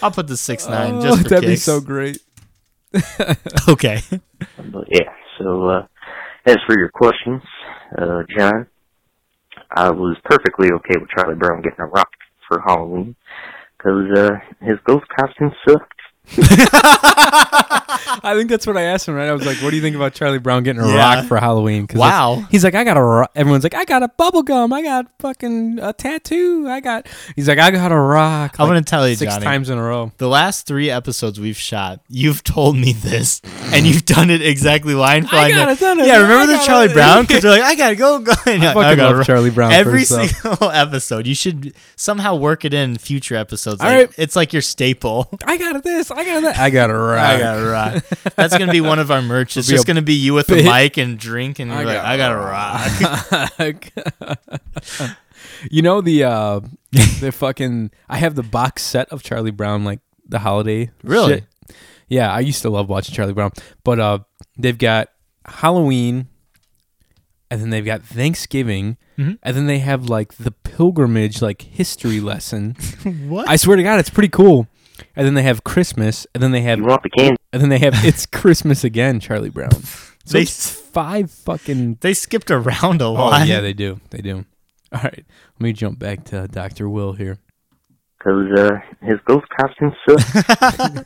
[SPEAKER 2] I'll put the six nine
[SPEAKER 1] Oh,
[SPEAKER 2] just for
[SPEAKER 1] that'd be
[SPEAKER 2] kicks.
[SPEAKER 1] so great.
[SPEAKER 2] Okay.
[SPEAKER 11] But yeah, so uh, as for your questions, uh, John, I was perfectly okay with Charlie Brown getting a rock for Halloween because uh, his ghost costume sucked.
[SPEAKER 1] I think that's what I asked him. Right? I was like, "What do you think about Charlie Brown getting a
[SPEAKER 2] Yeah.
[SPEAKER 1] rock for Halloween?" 'Cause that's-
[SPEAKER 2] Wow.
[SPEAKER 1] He's like, "I got a." Ro-. Everyone's like, "I got a bubble gum. I got fucking a tattoo. I got." He's like, "I got a rock."
[SPEAKER 2] I'm
[SPEAKER 1] like,
[SPEAKER 2] gonna tell you,
[SPEAKER 1] six
[SPEAKER 2] Johnny.
[SPEAKER 1] times in a row.
[SPEAKER 2] The last three episodes we've shot, you've told me this, and you've done it exactly line for
[SPEAKER 1] I
[SPEAKER 2] line.
[SPEAKER 1] got
[SPEAKER 2] Like,
[SPEAKER 1] it, done it,
[SPEAKER 2] yeah,
[SPEAKER 1] I
[SPEAKER 2] remember the
[SPEAKER 1] got
[SPEAKER 2] Charlie
[SPEAKER 1] it."
[SPEAKER 2] Brown? Because you're like, I gotta go. go. And you're like,
[SPEAKER 1] fucking
[SPEAKER 2] I gotta
[SPEAKER 1] love
[SPEAKER 2] ru-
[SPEAKER 1] Charlie Brown
[SPEAKER 2] Every
[SPEAKER 1] first, though.
[SPEAKER 2] single episode, you should somehow work it in future episodes.
[SPEAKER 1] All
[SPEAKER 2] Like,
[SPEAKER 1] right.
[SPEAKER 2] it's like your staple.
[SPEAKER 1] I got this. I got that. I got a rock.
[SPEAKER 2] I gotta rock. That's gonna be one of our merch. It's
[SPEAKER 1] It'll be
[SPEAKER 2] just
[SPEAKER 1] a
[SPEAKER 2] gonna be you with a
[SPEAKER 1] big-
[SPEAKER 2] mic and drink, and you're like, I gotta rock.
[SPEAKER 1] rock. you know the uh the fucking I have the box set of Charlie Brown like the holiday.
[SPEAKER 2] Really?
[SPEAKER 1] shit. Yeah, I used to love watching Charlie Brown, but uh they've got Halloween and then they've got Thanksgiving
[SPEAKER 2] Mhm.
[SPEAKER 1] and then they have like the pilgrimage like history lesson.
[SPEAKER 2] What?
[SPEAKER 1] I swear to god it's pretty cool. And then they have Christmas and then they have
[SPEAKER 11] You want the candy?
[SPEAKER 1] and then they have it's Christmas again Charlie Brown. So
[SPEAKER 2] They-
[SPEAKER 1] it's five fucking
[SPEAKER 2] they skipped around a lot.
[SPEAKER 1] Oh yeah, they do. They do. All right, let me jump back to Doctor Will here.
[SPEAKER 11] Cause uh, his ghost costume sucked.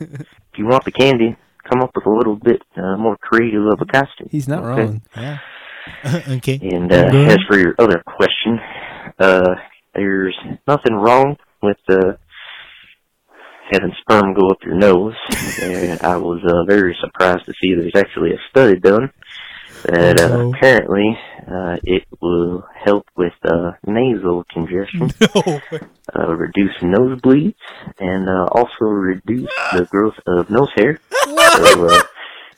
[SPEAKER 11] if you want the candy, come up with a little bit uh, more creative of a costume.
[SPEAKER 1] He's not
[SPEAKER 11] okay?
[SPEAKER 1] wrong.
[SPEAKER 2] Yeah. okay.
[SPEAKER 11] And uh,
[SPEAKER 2] Mhm.
[SPEAKER 11] as for your other question, uh, there's nothing wrong with uh, having sperm go up your nose. and I was uh, very surprised to see there's actually a study done that uh,
[SPEAKER 2] Oh, no.
[SPEAKER 11] apparently uh, it will help with uh, nasal congestion,
[SPEAKER 2] Oh,
[SPEAKER 11] uh, reduce nosebleeds, and uh, also reduce the growth of nose hair. so, uh,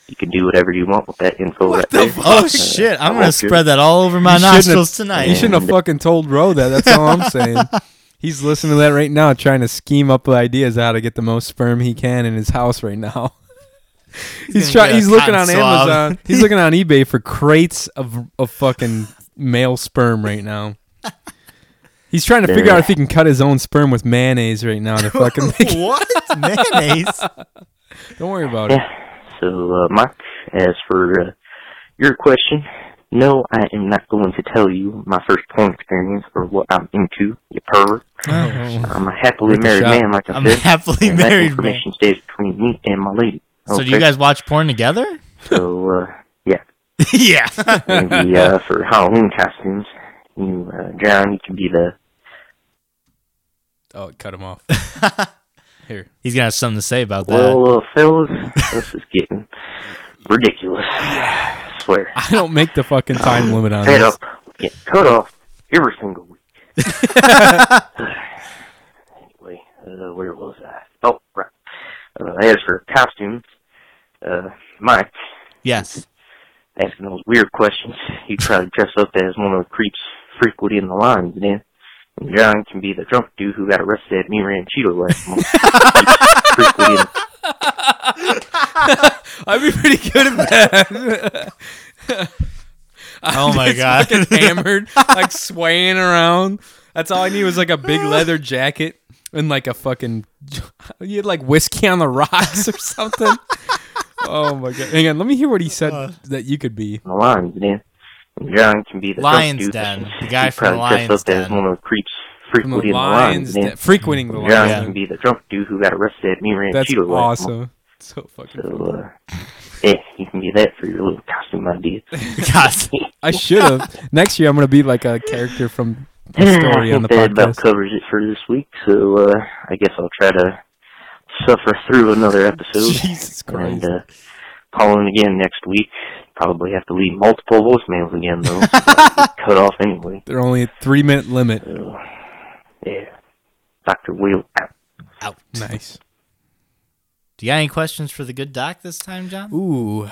[SPEAKER 11] you can do whatever you want with that info right there.
[SPEAKER 2] Oh shit! I'm gonna
[SPEAKER 11] like it.
[SPEAKER 2] spread that all over my
[SPEAKER 1] You shouldn't have-
[SPEAKER 2] nostrils tonight.
[SPEAKER 1] You shouldn't have fucking told Roe that. That's all I'm saying. He's listening to that right now, trying to scheme up ideas how to get the most sperm he can in his house right now. He's trying.
[SPEAKER 2] gonna get a
[SPEAKER 1] He's looking on
[SPEAKER 2] cotton swab.
[SPEAKER 1] Amazon. He's looking on eBay for crates of of fucking male sperm right now. He's trying to figure out if he can cut his own sperm with mayonnaise right now to fucking make.
[SPEAKER 2] what mayonnaise?
[SPEAKER 1] Don't worry about it.
[SPEAKER 11] Yeah. So, uh, Mike, as for uh, your question, no, I am not going to tell you my first porn experience or what I'm into, you pervert. I'm a happily
[SPEAKER 1] Worth a
[SPEAKER 11] married
[SPEAKER 1] shot.
[SPEAKER 11] man, like I
[SPEAKER 2] I'm Oh. a
[SPEAKER 11] said.
[SPEAKER 2] happily
[SPEAKER 11] and That
[SPEAKER 2] married man.
[SPEAKER 11] information stays between me and my lady.
[SPEAKER 2] So do you
[SPEAKER 11] Okay?
[SPEAKER 2] guys watch porn together?
[SPEAKER 11] So, uh, yeah.
[SPEAKER 2] yeah.
[SPEAKER 11] Maybe uh, for Halloween costumes, you, uh, John, you can be the
[SPEAKER 1] Oh, cut him off. Here.
[SPEAKER 2] He's gonna have something to say about that.
[SPEAKER 11] well, uh, fellas. this is getting ridiculous. I swear.
[SPEAKER 1] I don't make the fucking time limit on
[SPEAKER 11] fed
[SPEAKER 1] this.
[SPEAKER 11] up with getting cut off every single week. anyway, uh, where was I? Oh, right. Uh, as for costumes, uh, Mike,
[SPEAKER 2] Yes.
[SPEAKER 11] asking those weird questions. You try to dress up as one of the creeps frequently in the lines, and then when John can be the drunk dude who got arrested at me ran Cheeto last month. Creeps frequently in
[SPEAKER 12] I'd be pretty good at that. I'm
[SPEAKER 2] Oh my
[SPEAKER 12] just
[SPEAKER 2] God.
[SPEAKER 12] Fucking hammered, like swaying around. That's all I need was like a big leather jacket and like a fucking. You had like whiskey on the rocks or something. oh my god! Hang on, let me hear what he said
[SPEAKER 2] Uh.
[SPEAKER 12] that you could be.
[SPEAKER 11] the lines, and then when John can be the
[SPEAKER 12] Lion's
[SPEAKER 11] drunk dude
[SPEAKER 12] Den, the
[SPEAKER 11] who
[SPEAKER 12] guy from
[SPEAKER 11] try to dress
[SPEAKER 12] Lion's
[SPEAKER 11] up as one of the creeps
[SPEAKER 12] From the
[SPEAKER 11] frequently in the
[SPEAKER 12] Lion's
[SPEAKER 11] lines, and
[SPEAKER 12] Den-
[SPEAKER 11] then
[SPEAKER 12] frequenting the
[SPEAKER 11] when John
[SPEAKER 12] Lion's
[SPEAKER 11] can be the drunk dude who got arrested at me ran
[SPEAKER 12] That's
[SPEAKER 11] Cheeto last month.
[SPEAKER 12] awesome. So fucking.
[SPEAKER 11] So, uh, yeah, you can be that for your little costume idea.
[SPEAKER 2] Costume.
[SPEAKER 1] I should have. Next year, I'm gonna be like a character from a
[SPEAKER 11] I
[SPEAKER 1] story on
[SPEAKER 11] think
[SPEAKER 1] the
[SPEAKER 11] that about
[SPEAKER 1] podcast.
[SPEAKER 11] covers it for this week. So uh, I guess I'll try to suffer through another episode.
[SPEAKER 1] Jesus
[SPEAKER 11] And uh, call in again next week. Probably have to leave multiple voicemails again though. cut off anyway.
[SPEAKER 1] They're only a three minute limit.
[SPEAKER 11] uh, Yeah. Doctor Wheel out.
[SPEAKER 2] Out.
[SPEAKER 1] Nice.
[SPEAKER 2] Do you got any questions for the good doc this time, John?
[SPEAKER 1] Ooh.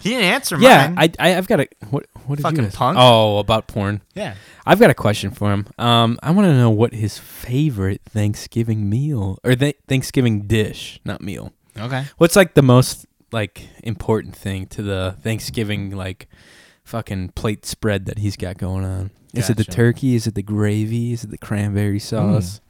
[SPEAKER 2] He didn't answer
[SPEAKER 1] Yeah,
[SPEAKER 2] mine.
[SPEAKER 1] I, I I've got a what what did
[SPEAKER 2] Fucking
[SPEAKER 1] you ask?
[SPEAKER 2] punk.
[SPEAKER 1] Oh, about porn.
[SPEAKER 2] Yeah.
[SPEAKER 1] I've got a question for him. Um, I want to know what his favorite Thanksgiving meal or th- Thanksgiving dish, not meal.
[SPEAKER 2] Okay.
[SPEAKER 1] What's like the most like important thing to the Thanksgiving like fucking plate spread that he's got going on? Is it the
[SPEAKER 2] Gotcha. Mm.
[SPEAKER 1] turkey? Is it the gravy? Is it the cranberry sauce?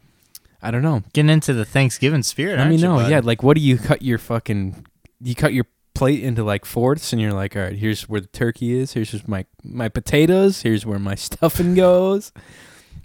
[SPEAKER 1] I don't know.
[SPEAKER 2] Getting into the Thanksgiving spirit.
[SPEAKER 1] Let me
[SPEAKER 2] aren't you,
[SPEAKER 1] know.
[SPEAKER 2] bud?
[SPEAKER 1] yeah, like what do you cut your fucking you cut your plate into like fourths and you're like, all right, here's where the turkey is, here's just my my potatoes, here's where my stuffing goes.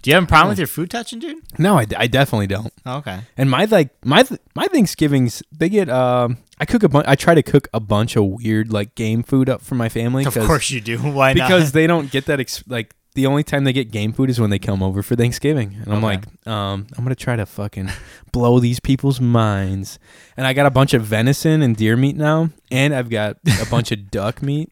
[SPEAKER 2] Do you have a problem with your food touching, dude?
[SPEAKER 1] No, I, I definitely don't.
[SPEAKER 2] Oh, Okay.
[SPEAKER 1] And my like my my Thanksgivings they get um I cook a bunch I try to cook a bunch of weird like game food up for my family.
[SPEAKER 2] Of
[SPEAKER 1] 'cause-
[SPEAKER 2] course you do. Why not?
[SPEAKER 1] Because they don't get that ex- like the only time they get game food is when they come over for Thanksgiving. And I'm
[SPEAKER 2] Okay.
[SPEAKER 1] like, um, I'm gonna try to fucking blow these people's minds. And I got a bunch of venison and deer meat now, and I've got a bunch of duck meat.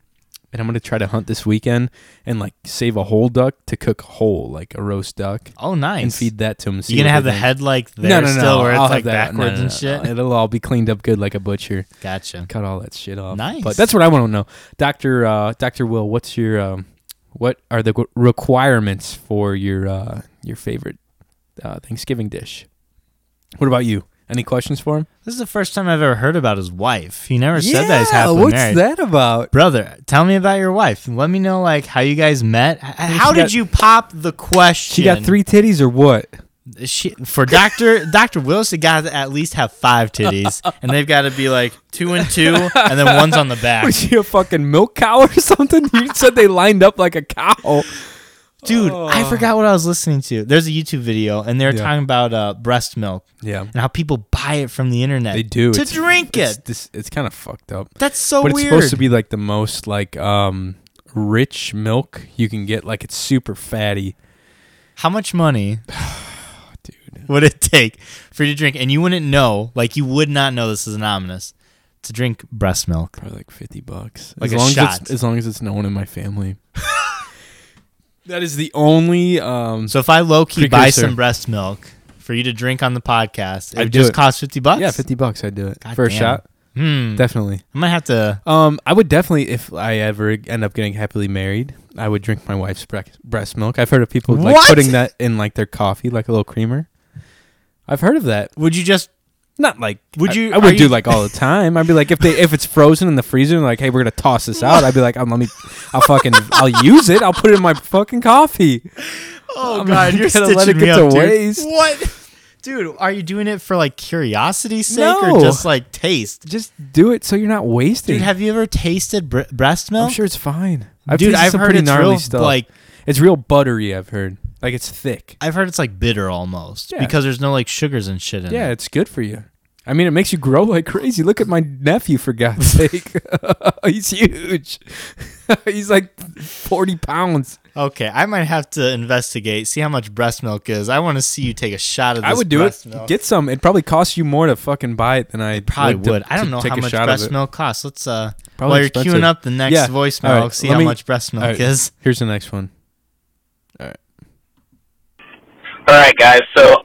[SPEAKER 1] And I'm gonna try to hunt this weekend and like save a whole duck to cook whole, like a roast duck.
[SPEAKER 2] Oh, nice.
[SPEAKER 1] And feed that to them.
[SPEAKER 2] You gonna have the head, like, there still where it's, like, backwards and shit?
[SPEAKER 1] It'll all be cleaned up good like a butcher.
[SPEAKER 2] Gotcha.
[SPEAKER 1] Cut all that shit off.
[SPEAKER 2] Nice.
[SPEAKER 1] But that's what I want to know, Doctor uh, Doctor Will. What's your um, what are the qu- requirements for your uh, your favorite uh, Thanksgiving dish? What about you? Any questions for him?
[SPEAKER 2] This is the first time I've ever heard about his wife. He never said that he's happily
[SPEAKER 1] what's
[SPEAKER 2] married.
[SPEAKER 1] that about?
[SPEAKER 2] Brother, tell me about your wife. Let me know like how you guys met. H- How
[SPEAKER 1] she
[SPEAKER 2] did
[SPEAKER 1] got-
[SPEAKER 2] you pop the question?
[SPEAKER 1] She got three titties or what?
[SPEAKER 2] She, for Doctor Doctor Willis, they got to at least have five titties, and they've got to be like two and two, and then one's on the back.
[SPEAKER 1] Was she a fucking milk cow or something? You said they lined up like a cow.
[SPEAKER 2] Dude, I forgot what I was listening to. There's a YouTube video, and they're talking about uh, breast milk,
[SPEAKER 1] Yeah.
[SPEAKER 2] and how people buy it from the internet.
[SPEAKER 1] They do
[SPEAKER 2] to
[SPEAKER 1] It's-
[SPEAKER 2] drink
[SPEAKER 1] It's,
[SPEAKER 2] it.
[SPEAKER 1] dis- it's kind of fucked up.
[SPEAKER 2] That's so
[SPEAKER 1] but it's
[SPEAKER 2] weird.
[SPEAKER 1] supposed to be like the most like um rich milk you can get. Like it's super fatty.
[SPEAKER 2] How much money, dude, would it take for you to drink? And you wouldn't know, like you would not know this is anonymous to drink breast milk.
[SPEAKER 1] Probably like fifty bucks.
[SPEAKER 2] Like
[SPEAKER 1] as
[SPEAKER 2] a
[SPEAKER 1] long As
[SPEAKER 2] shot.
[SPEAKER 1] it's, as long as it's no one in my family. that is the only. um
[SPEAKER 2] So if I low key buy
[SPEAKER 1] Precursor.
[SPEAKER 2] some breast milk for you to drink on the podcast, it
[SPEAKER 1] I'd
[SPEAKER 2] would
[SPEAKER 1] do
[SPEAKER 2] just
[SPEAKER 1] it.
[SPEAKER 2] cost fifty bucks.
[SPEAKER 1] Yeah, fifty bucks. I'd do it
[SPEAKER 2] God
[SPEAKER 1] for
[SPEAKER 2] damn.
[SPEAKER 1] a shot.
[SPEAKER 2] Hmm.
[SPEAKER 1] Definitely.
[SPEAKER 2] I'm gonna have to.
[SPEAKER 1] Um, I would definitely, if I ever end up getting happily married, I would drink my wife's bre- breast milk. I've heard of people like
[SPEAKER 2] What?
[SPEAKER 1] putting that in like their coffee, like a little creamer. I've heard of that.
[SPEAKER 2] Would you just?
[SPEAKER 1] Not like
[SPEAKER 2] Would
[SPEAKER 1] I-
[SPEAKER 2] you-
[SPEAKER 1] I,
[SPEAKER 2] are
[SPEAKER 1] would do
[SPEAKER 2] you-
[SPEAKER 1] like all the time. I'd be like, if they if it's frozen in the freezer, like, hey, we're gonna toss this out. I'd be like, um, let me, I'll fucking, I'll use it. I'll put it in my fucking coffee.
[SPEAKER 2] Oh
[SPEAKER 1] I'm
[SPEAKER 2] god,
[SPEAKER 1] not
[SPEAKER 2] you're
[SPEAKER 1] gonna let
[SPEAKER 2] stitching
[SPEAKER 1] it
[SPEAKER 2] me
[SPEAKER 1] get
[SPEAKER 2] up,
[SPEAKER 1] to
[SPEAKER 2] dude.
[SPEAKER 1] waste.
[SPEAKER 2] What? Dude, are you doing it for like curiosity's sake or
[SPEAKER 1] No.
[SPEAKER 2] just like taste?
[SPEAKER 1] Just do it so you're not wasting.
[SPEAKER 2] Dude, have you ever tasted bre- breast milk?
[SPEAKER 1] I'm sure it's fine.
[SPEAKER 2] Dude,
[SPEAKER 1] tasted
[SPEAKER 2] I've
[SPEAKER 1] some
[SPEAKER 2] heard
[SPEAKER 1] pretty
[SPEAKER 2] it's
[SPEAKER 1] gnarly
[SPEAKER 2] real,
[SPEAKER 1] stuff.
[SPEAKER 2] like-
[SPEAKER 1] it's real buttery. I've heard like it's thick.
[SPEAKER 2] I've heard it's like bitter almost
[SPEAKER 1] Yeah.
[SPEAKER 2] because there's no like sugars and shit in it.
[SPEAKER 1] Yeah, it's good for you. I mean, it makes you grow like crazy. Look at my nephew, for God's sake. He's huge. He's like 40 pounds.
[SPEAKER 2] Okay, I might have to investigate, see how much breast milk is. I want to see you take a shot of this.
[SPEAKER 1] I would do it.
[SPEAKER 2] breast Milk.
[SPEAKER 1] Get some. It'd probably cost you more to fucking buy it than I
[SPEAKER 2] Probably
[SPEAKER 1] to-
[SPEAKER 2] would. I don't
[SPEAKER 1] to
[SPEAKER 2] know
[SPEAKER 1] take
[SPEAKER 2] how
[SPEAKER 1] a
[SPEAKER 2] much
[SPEAKER 1] shot of
[SPEAKER 2] breast
[SPEAKER 1] it.
[SPEAKER 2] milk costs. Let's uh,
[SPEAKER 1] Probably
[SPEAKER 2] while you're
[SPEAKER 1] expensive.
[SPEAKER 2] queuing up the next
[SPEAKER 1] Yeah.
[SPEAKER 2] voicemail,
[SPEAKER 1] All
[SPEAKER 2] I'll see
[SPEAKER 1] let
[SPEAKER 2] how
[SPEAKER 1] me-
[SPEAKER 2] much breast
[SPEAKER 1] all
[SPEAKER 2] milk
[SPEAKER 1] right,
[SPEAKER 2] is.
[SPEAKER 1] Here's the next one.
[SPEAKER 10] All right, guys. So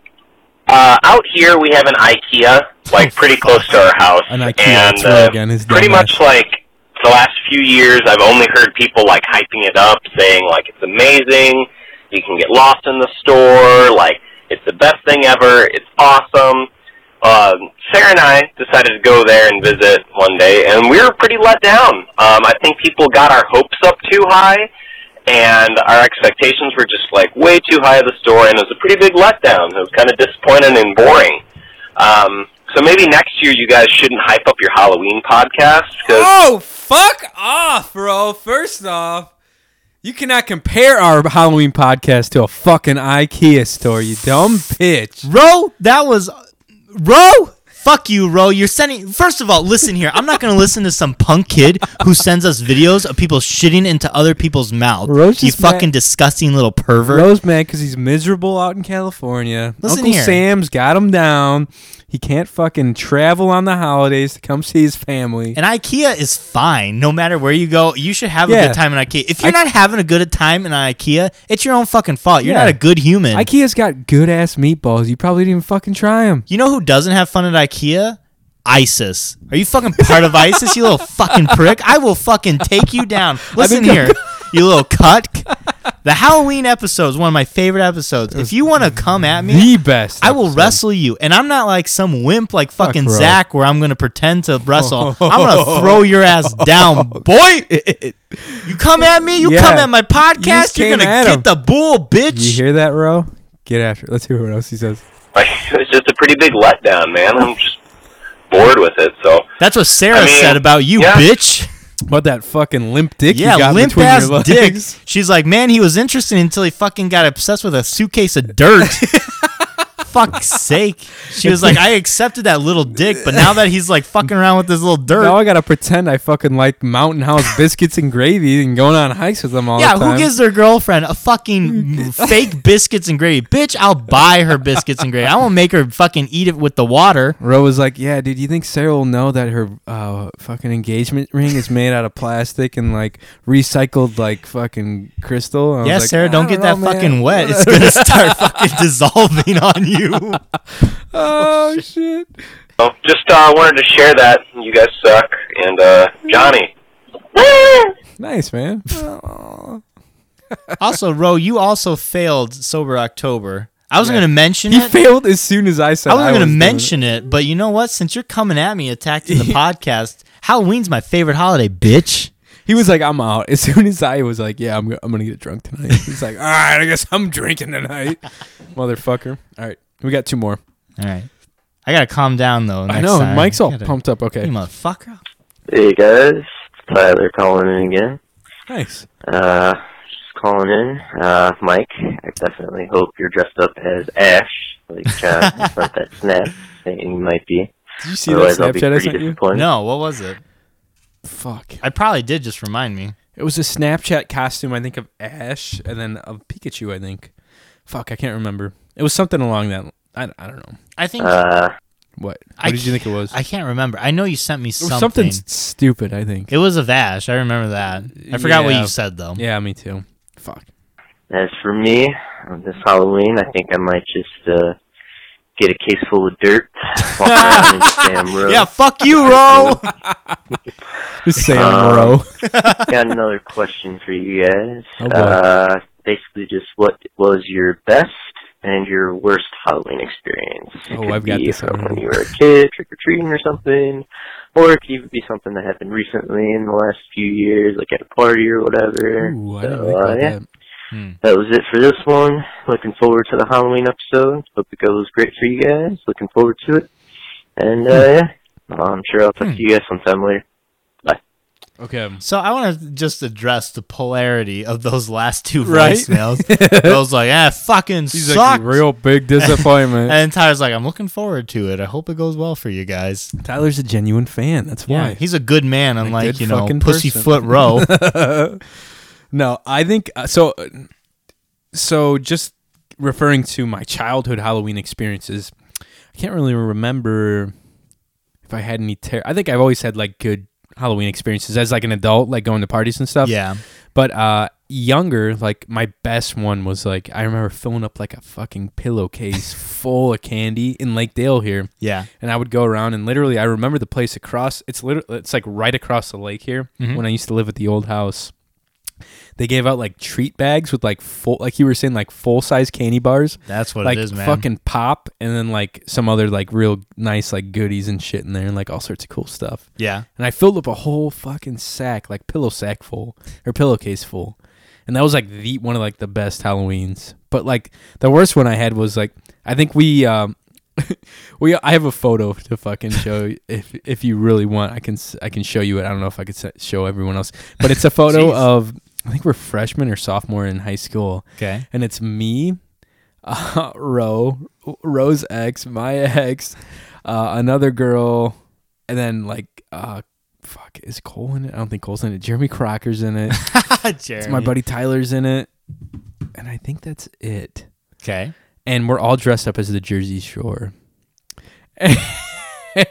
[SPEAKER 10] uh, out here we have an IKEA, like pretty close to our house,
[SPEAKER 1] An IKEA
[SPEAKER 10] and
[SPEAKER 1] it's where
[SPEAKER 10] uh,
[SPEAKER 1] again is
[SPEAKER 10] pretty
[SPEAKER 1] dumbass.
[SPEAKER 10] much like the last few years, I've only heard people like hyping it up, saying like it's amazing. You can get lost in the store. Like it's the best thing ever. It's awesome. Um, Sarah and I decided to go there and visit one day, and we were pretty let down. Um, I think people got our hopes up too high, and our expectations were just like way too high of the store, and it was a pretty big letdown. It was kind of disappointing and boring. Um, so maybe next year you guys shouldn't hype up your Halloween podcast because
[SPEAKER 12] Oh, fuck off, bro. First off, you cannot compare our Halloween podcast to a fucking IKEA store, you dumb bitch.
[SPEAKER 2] Ro, that was Ro. Fuck you, Ro. You're sending. First of all, listen here. I'm not going to listen to some punk kid who sends us videos of people shitting into other people's mouth.
[SPEAKER 1] Ro's
[SPEAKER 2] you
[SPEAKER 1] just mad-
[SPEAKER 2] fucking disgusting little pervert.
[SPEAKER 1] Rose man, because he's miserable out in California.
[SPEAKER 2] Listen
[SPEAKER 1] Uncle
[SPEAKER 2] here.
[SPEAKER 1] Sam's got him down. He can't fucking travel on the holidays to come see his family.
[SPEAKER 2] And IKEA is fine. No matter where you go, you should have a
[SPEAKER 1] Yeah.
[SPEAKER 2] good time in IKEA. If you're
[SPEAKER 1] I-
[SPEAKER 2] not having a good time in IKEA, it's your own fucking fault. You're
[SPEAKER 1] Yeah.
[SPEAKER 2] not a good human.
[SPEAKER 1] IKEA's got good ass meatballs. You probably didn't even fucking try them.
[SPEAKER 2] you know who doesn't have fun at IKEA? ISIS. Are you fucking part of ISIS, you little fucking prick? I will fucking take you down. Listen
[SPEAKER 1] think I'm-
[SPEAKER 2] here, you little cuck. The Halloween episode is one of my favorite episodes. If you want to come at me,
[SPEAKER 1] The best.
[SPEAKER 2] I will wrestle you, and I'm not like some wimp like fucking
[SPEAKER 1] bro.
[SPEAKER 2] Zach where I'm gonna pretend to wrestle. I'm gonna throw your ass down, boy. You come at me, you
[SPEAKER 1] Yeah.
[SPEAKER 2] come at my
[SPEAKER 1] You just
[SPEAKER 2] podcast, you're
[SPEAKER 1] came
[SPEAKER 2] gonna
[SPEAKER 1] at
[SPEAKER 2] get
[SPEAKER 1] him.
[SPEAKER 2] the bull,
[SPEAKER 1] You
[SPEAKER 2] bitch.
[SPEAKER 1] hear that, Ro? Get after it. Let's hear what else he says.
[SPEAKER 10] like, it was just a pretty big letdown, man. I'm just bored with it. So
[SPEAKER 2] That's what Sarah
[SPEAKER 10] I mean,
[SPEAKER 2] said about you,
[SPEAKER 10] yeah.
[SPEAKER 2] bitch.
[SPEAKER 1] About that fucking limp dick
[SPEAKER 2] Yeah,
[SPEAKER 1] you got
[SPEAKER 2] limp
[SPEAKER 1] between
[SPEAKER 2] ass
[SPEAKER 1] your legs.
[SPEAKER 2] dick. She's like, man, he was interesting until he fucking got obsessed with a suitcase of dirt. Fuck's sake. She was like, I accepted that little dick, but now that he's like fucking around with this little dirt,
[SPEAKER 1] Now I gotta pretend I fucking like Mountain House biscuits and gravy and going on hikes with them all
[SPEAKER 2] Yeah,
[SPEAKER 1] the time.
[SPEAKER 2] who gives their girlfriend a fucking fake biscuits and gravy? Bitch, I'll buy her biscuits and gravy. I won't make her fucking eat it with the water.
[SPEAKER 1] Ro was like, "Yeah, dude, you think Sarah will know that her uh, fucking engagement ring is made out of plastic and like recycled like fucking crystal?" And I was
[SPEAKER 2] yeah,
[SPEAKER 1] like,
[SPEAKER 2] Sarah,
[SPEAKER 1] "I
[SPEAKER 2] don't get that
[SPEAKER 1] know, man."
[SPEAKER 2] fucking wet. It's gonna start fucking dissolving on you.
[SPEAKER 1] oh shit!
[SPEAKER 10] So just uh, wanted to share that. You guys suck. And uh, Johnny,
[SPEAKER 1] Nice man.
[SPEAKER 2] Also, Ro, you also failed sober October. I was
[SPEAKER 1] Yeah.
[SPEAKER 2] gonna mention
[SPEAKER 1] He
[SPEAKER 2] it.
[SPEAKER 1] failed as soon as I said.
[SPEAKER 2] I wasn't gonna
[SPEAKER 1] was doing it.
[SPEAKER 2] mention it. but you know what? Since you're coming at me attacking the podcast, Halloween's my favorite holiday, bitch.
[SPEAKER 1] He was like, "I'm out." As soon as I was like, "Yeah, I'm, go- I'm gonna get drunk tonight," he's like, "All right, I guess I'm drinking tonight, motherfucker." All right, we got two more.
[SPEAKER 2] All right, I gotta calm down though.
[SPEAKER 1] I
[SPEAKER 2] next
[SPEAKER 1] know.
[SPEAKER 2] time.
[SPEAKER 1] Mike's all
[SPEAKER 2] Gotta-
[SPEAKER 1] pumped up. Okay,
[SPEAKER 2] You motherfucker.
[SPEAKER 11] Hey guys, it's Tyler calling in again.
[SPEAKER 1] nice.
[SPEAKER 11] Uh, just calling in. Uh, Mike, I definitely hope you're dressed up as Ash, like John from that snap thing you might be.
[SPEAKER 1] Did you see
[SPEAKER 11] Otherwise,
[SPEAKER 1] that
[SPEAKER 11] I'll be
[SPEAKER 1] Snapchat I
[SPEAKER 11] pretty
[SPEAKER 1] sent you?
[SPEAKER 11] disappointed.
[SPEAKER 2] No, what was it?
[SPEAKER 1] Fuck.
[SPEAKER 2] I probably did just remind me.
[SPEAKER 1] It was a Snapchat costume, I think, of Ash and then of Pikachu, I think. Fuck, I can't remember. It was something along that. I, I don't know.
[SPEAKER 2] I think
[SPEAKER 11] Uh,
[SPEAKER 1] What? What
[SPEAKER 2] I
[SPEAKER 1] did you think it was?
[SPEAKER 2] I can't remember. I know you sent me
[SPEAKER 1] it was
[SPEAKER 2] something.
[SPEAKER 1] something s- stupid, I think.
[SPEAKER 2] It was a Vash. I remember that. I forgot what
[SPEAKER 1] Yeah.
[SPEAKER 2] you said though.
[SPEAKER 1] Yeah, me too. Fuck.
[SPEAKER 11] As for me, on this Halloween, I think I might just uh, get a case full of dirt, walk around this damn road.
[SPEAKER 2] Yeah, fuck you, Ro.
[SPEAKER 1] Just saying,
[SPEAKER 11] Um,
[SPEAKER 1] bro.
[SPEAKER 11] Got another question for you guys.
[SPEAKER 1] Oh, boy.
[SPEAKER 11] uh, basically, just what was your best and your worst Halloween experience? It
[SPEAKER 1] Oh,
[SPEAKER 11] could
[SPEAKER 1] I've got
[SPEAKER 11] be
[SPEAKER 1] this
[SPEAKER 11] from
[SPEAKER 1] one.
[SPEAKER 11] when you were a kid, trick or treating or something, or it could even be something that happened recently in the last few years, like at a party or whatever.
[SPEAKER 1] Ooh, I
[SPEAKER 11] So,
[SPEAKER 1] didn't think
[SPEAKER 11] uh,
[SPEAKER 1] about
[SPEAKER 11] yeah.
[SPEAKER 1] that.
[SPEAKER 11] That was it for this one. Looking forward to the Halloween episode. Hope it goes great for you guys. Looking forward to it. And uh,
[SPEAKER 1] Hmm.
[SPEAKER 11] yeah, I'm sure I'll talk to you guys sometime later.
[SPEAKER 1] Okay.
[SPEAKER 2] So I want to just address the polarity of those last two
[SPEAKER 1] Right?
[SPEAKER 2] voicemails. I was like, ah, fucking
[SPEAKER 1] He's like
[SPEAKER 2] sucked.
[SPEAKER 1] real big disappointment.
[SPEAKER 2] and Tyler's like, I'm looking forward to it. I hope it goes well for you guys.
[SPEAKER 1] Tyler's a genuine fan. That's
[SPEAKER 2] Yeah,
[SPEAKER 1] why.
[SPEAKER 2] he's a good man, unlike
[SPEAKER 1] good
[SPEAKER 2] you know,
[SPEAKER 1] fucking
[SPEAKER 2] pussyfoot
[SPEAKER 1] person.
[SPEAKER 2] Ro.
[SPEAKER 1] No, I think uh, so. uh, So just referring to my childhood Halloween experiences, I can't really remember if I had any. Ter- I think I've always had like good Halloween experiences as like an adult, like going to parties and stuff.
[SPEAKER 2] yeah,
[SPEAKER 1] But uh, younger, like my best one was like I remember filling up like a fucking pillowcase full of candy in Lakedale here.
[SPEAKER 2] Yeah.
[SPEAKER 1] And I would go around and literally I remember the place across it's literally it's like right across the lake here
[SPEAKER 2] Mm-hmm.
[SPEAKER 12] Mhm.
[SPEAKER 1] when I used to live at the old house. They gave out like treat bags with like full like you were saying like full size candy bars.
[SPEAKER 2] That's what it
[SPEAKER 1] like,
[SPEAKER 2] is, man.
[SPEAKER 1] Fucking pop and then like some other like real nice like goodies and shit in there and like all sorts of cool stuff.
[SPEAKER 2] Yeah.
[SPEAKER 1] And I filled up a whole fucking sack, like pillow sack full or pillowcase full. And that was like the one of like the best Halloweens. But like the worst one I had was like I think we um we I have a photo to fucking show you if if you really want I can s- I can show you it. I don't know if I could s- show everyone else. But it's a photo
[SPEAKER 2] Jeez.
[SPEAKER 1] of I think we're freshmen or sophomore in high school.
[SPEAKER 2] Okay.
[SPEAKER 1] And it's me, uh, Ro, Ro's ex, my ex, uh, another girl, and then like, uh, fuck, is Cole in it? I don't think Cole's in it. Jeremy Crocker's in it. It's my
[SPEAKER 2] Jeremy.
[SPEAKER 1] buddy Tyler's in it, and I think that's it.
[SPEAKER 2] Okay.
[SPEAKER 1] And we're all dressed up as the Jersey Shore.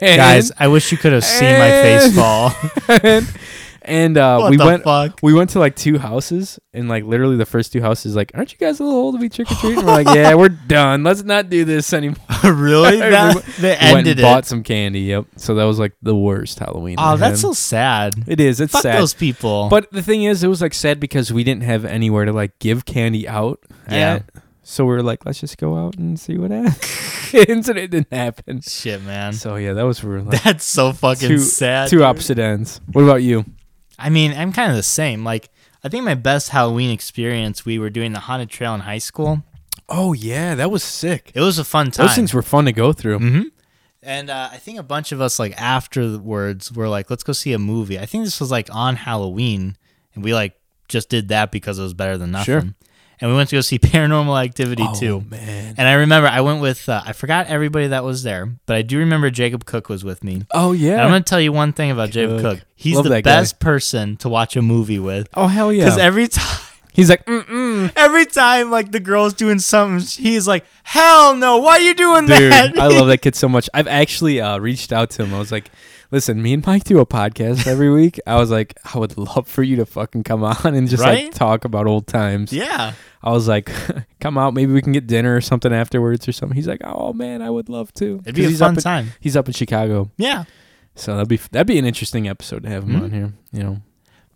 [SPEAKER 2] Guys, I wish you could have seen my face fall.
[SPEAKER 1] and, and, uh,
[SPEAKER 2] What
[SPEAKER 1] we
[SPEAKER 2] the
[SPEAKER 1] went.
[SPEAKER 2] fuck?
[SPEAKER 1] We went to like two houses, and like literally the first two houses, like, aren't you guys a little old to be trick or treating? we're like, yeah, we're done. Let's not do this anymore.
[SPEAKER 2] Really? That- they
[SPEAKER 1] went
[SPEAKER 2] ended
[SPEAKER 1] and
[SPEAKER 2] it.
[SPEAKER 1] bought some candy. Yep. So that was like the worst Halloween.
[SPEAKER 2] Oh,
[SPEAKER 1] I
[SPEAKER 2] that's
[SPEAKER 1] had.
[SPEAKER 2] so sad.
[SPEAKER 1] It is. It's
[SPEAKER 2] Fuck
[SPEAKER 1] sad.
[SPEAKER 2] those people.
[SPEAKER 1] But the thing is, it was like sad because we didn't have anywhere to like give candy out.
[SPEAKER 2] Yeah.
[SPEAKER 1] at. So we were like, let's just go out and see what happens. and it didn't happen.
[SPEAKER 2] Shit, man.
[SPEAKER 1] So yeah, that was where like,
[SPEAKER 2] That's so fucking
[SPEAKER 1] two-
[SPEAKER 2] sad,
[SPEAKER 1] Two
[SPEAKER 2] dude.
[SPEAKER 1] opposite ends. What about you?
[SPEAKER 2] I mean, I'm kind of the same. Like, I think my best Halloween experience, we were doing the haunted trail in high school.
[SPEAKER 1] Oh yeah, that was sick.
[SPEAKER 2] It was a fun time.
[SPEAKER 1] Those things were fun to go through.
[SPEAKER 2] Mm-hmm. And uh, I think a bunch of us, like afterwards, were like, "Let's go see a movie." I think this was like on Halloween, and we like just did that because it was better than nothing.
[SPEAKER 1] Sure.
[SPEAKER 2] And we went to go see Paranormal Activity
[SPEAKER 1] Oh,
[SPEAKER 2] too.
[SPEAKER 1] man.
[SPEAKER 2] And I remember I went with uh, I forgot everybody that was there, but I do remember Jacob Cook was with me.
[SPEAKER 1] Oh, yeah.
[SPEAKER 2] And I'm gonna tell you one thing about Jacob
[SPEAKER 1] Cook.
[SPEAKER 2] Cook. He's
[SPEAKER 1] Love
[SPEAKER 2] the
[SPEAKER 1] that guy.
[SPEAKER 2] best person to watch a movie with.
[SPEAKER 1] Oh hell yeah!
[SPEAKER 2] Because every time
[SPEAKER 1] he's like, "Mm, Mm-mm.
[SPEAKER 2] every time like the girl's doing something, he's like, "Hell no! Why are you doing
[SPEAKER 1] Dude,
[SPEAKER 2] that?"
[SPEAKER 1] I love that kid so much. I've actually uh, reached out to him. I was like, listen, me and Mike do a podcast every week. I was like, I would love for you to fucking come on and just
[SPEAKER 2] Right?
[SPEAKER 1] like talk about old times.
[SPEAKER 2] Yeah.
[SPEAKER 1] I was like, come out. Maybe we can get dinner or something afterwards or something. He's like, oh man, I would love to.
[SPEAKER 2] It'd be
[SPEAKER 1] 'Cause
[SPEAKER 2] a
[SPEAKER 1] he's up
[SPEAKER 2] fun
[SPEAKER 1] in-
[SPEAKER 2] time.
[SPEAKER 1] He's up in Chicago.
[SPEAKER 2] Yeah.
[SPEAKER 1] So that'd be that'd be an interesting episode to have him
[SPEAKER 2] Mhm.
[SPEAKER 1] on here. You know.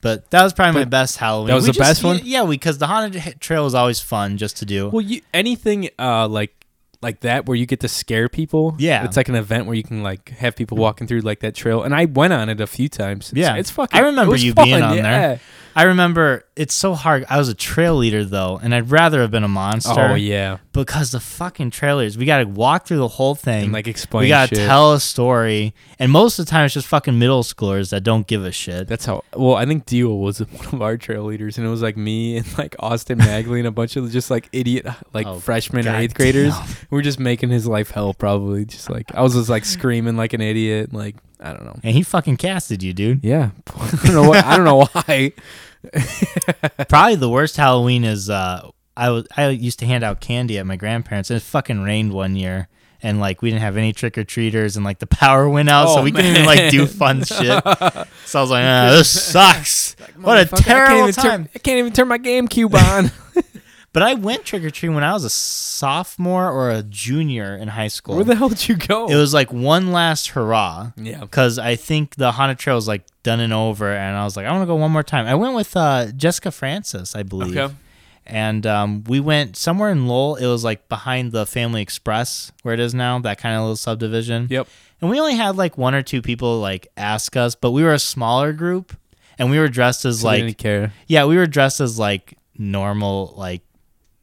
[SPEAKER 2] But that was probably my
[SPEAKER 1] But
[SPEAKER 2] best Halloween.
[SPEAKER 1] that was
[SPEAKER 2] We
[SPEAKER 1] the
[SPEAKER 2] just-
[SPEAKER 1] best one?
[SPEAKER 2] Yeah, because the haunted trail is always fun just to do.
[SPEAKER 1] Well, you, anything uh, like like that where you get to scare people.
[SPEAKER 2] Yeah.
[SPEAKER 1] it's like an event where you can like have people walking through like that trail. And I went on it a few times. It's-
[SPEAKER 2] yeah,
[SPEAKER 1] it's fucking.
[SPEAKER 2] I remember
[SPEAKER 1] it was
[SPEAKER 2] you
[SPEAKER 1] fun,
[SPEAKER 2] being on
[SPEAKER 1] yeah.
[SPEAKER 2] there. I remember it's so hard. I was a trail leader though, and I'd rather have been a monster.
[SPEAKER 1] Oh yeah,
[SPEAKER 2] because the fucking trailers, we got to walk through the whole thing,
[SPEAKER 1] And, like, explain
[SPEAKER 2] We got to
[SPEAKER 1] shit.
[SPEAKER 2] tell a story, and most of the time it's just fucking middle schoolers that don't give a shit.
[SPEAKER 1] that's how. Well, I think Dio was one of our trail leaders, and it was like me and like Austin Magley and a bunch of just like idiot like
[SPEAKER 2] Oh,
[SPEAKER 1] freshmen or
[SPEAKER 2] God
[SPEAKER 1] eighth graders.
[SPEAKER 2] damn.
[SPEAKER 1] We were just making his life hell, probably. Just like I was just like screaming like an idiot. Like I don't know.
[SPEAKER 2] and he fucking casted you, dude.
[SPEAKER 1] Yeah, I don't know. What, I don't know why.
[SPEAKER 2] Probably the worst Halloween is uh, I was I used to hand out candy at my grandparents, and it fucking rained one year, and like we didn't have any trick or treaters, and like the power went out, so
[SPEAKER 1] Oh,
[SPEAKER 2] we couldn't even like do
[SPEAKER 1] man.
[SPEAKER 2] fun shit. so I was like, ah, this sucks. what
[SPEAKER 1] Motherfucker, I
[SPEAKER 2] a
[SPEAKER 1] can't
[SPEAKER 2] terrible
[SPEAKER 1] even turn-
[SPEAKER 2] time.
[SPEAKER 1] I can't even turn my GameCube on.
[SPEAKER 2] But I went trick or treating when I was a sophomore or a junior in high school.
[SPEAKER 1] Where the hell did you go?
[SPEAKER 2] it was like one last hurrah.
[SPEAKER 1] Yeah.
[SPEAKER 2] Because I think the haunted trail is like done and over, and I was like, I want to go one more time. I went with uh, Jessica Francis, I believe.
[SPEAKER 1] Okay.
[SPEAKER 2] And um, we went somewhere in Lowell. It was like behind the Family Express, where it is now, that kind of little subdivision.
[SPEAKER 1] Yep.
[SPEAKER 2] And we only had like one or two people like ask us, but we were a smaller group, and we were dressed as
[SPEAKER 1] So they
[SPEAKER 2] like
[SPEAKER 1] didn't care.
[SPEAKER 2] yeah, we were dressed as like normal, like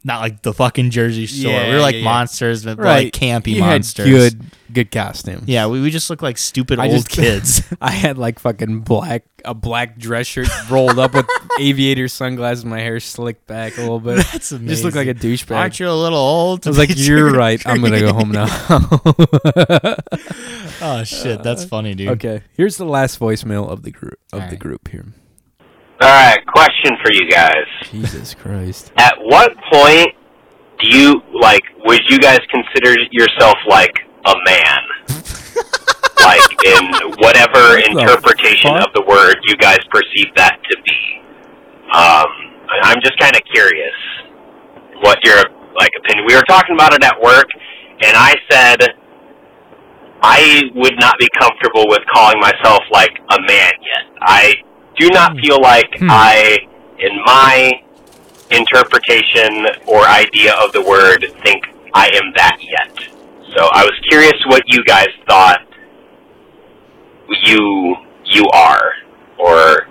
[SPEAKER 2] not like the fucking Jersey Shore. we
[SPEAKER 1] Yeah,
[SPEAKER 2] were like
[SPEAKER 1] yeah, yeah.
[SPEAKER 2] monsters, but like campy
[SPEAKER 1] you
[SPEAKER 2] monsters.
[SPEAKER 1] Had good, good costume.
[SPEAKER 2] Yeah, we, we just looked like stupid
[SPEAKER 1] I
[SPEAKER 2] old
[SPEAKER 1] just-
[SPEAKER 2] kids.
[SPEAKER 1] I had like fucking black, a black dress shirt rolled up with aviator sunglasses. My hair slicked back a little bit.
[SPEAKER 2] That's amazing.
[SPEAKER 1] Just looked like a douchebag.
[SPEAKER 2] Aren't you a little old?
[SPEAKER 1] I was like, "You're right. I'm gonna go home now."
[SPEAKER 2] oh shit, that's funny, dude.
[SPEAKER 1] okay, here's the last voicemail of the group of the
[SPEAKER 2] Alright.
[SPEAKER 1] group here.
[SPEAKER 10] All right, question for you guys.
[SPEAKER 1] Jesus Christ.
[SPEAKER 10] At what point do you like? Would you guys consider yourself like a man? like in whatever interpretation of the word you guys perceive that to be. Um, I- I'm just kind of curious what your like opinion. We were talking about it at work, and I said I would not be comfortable with calling myself like a man yet. I do not feel like I, in my interpretation or idea of the word, think I am that yet. So I was curious what you guys thought you you are, or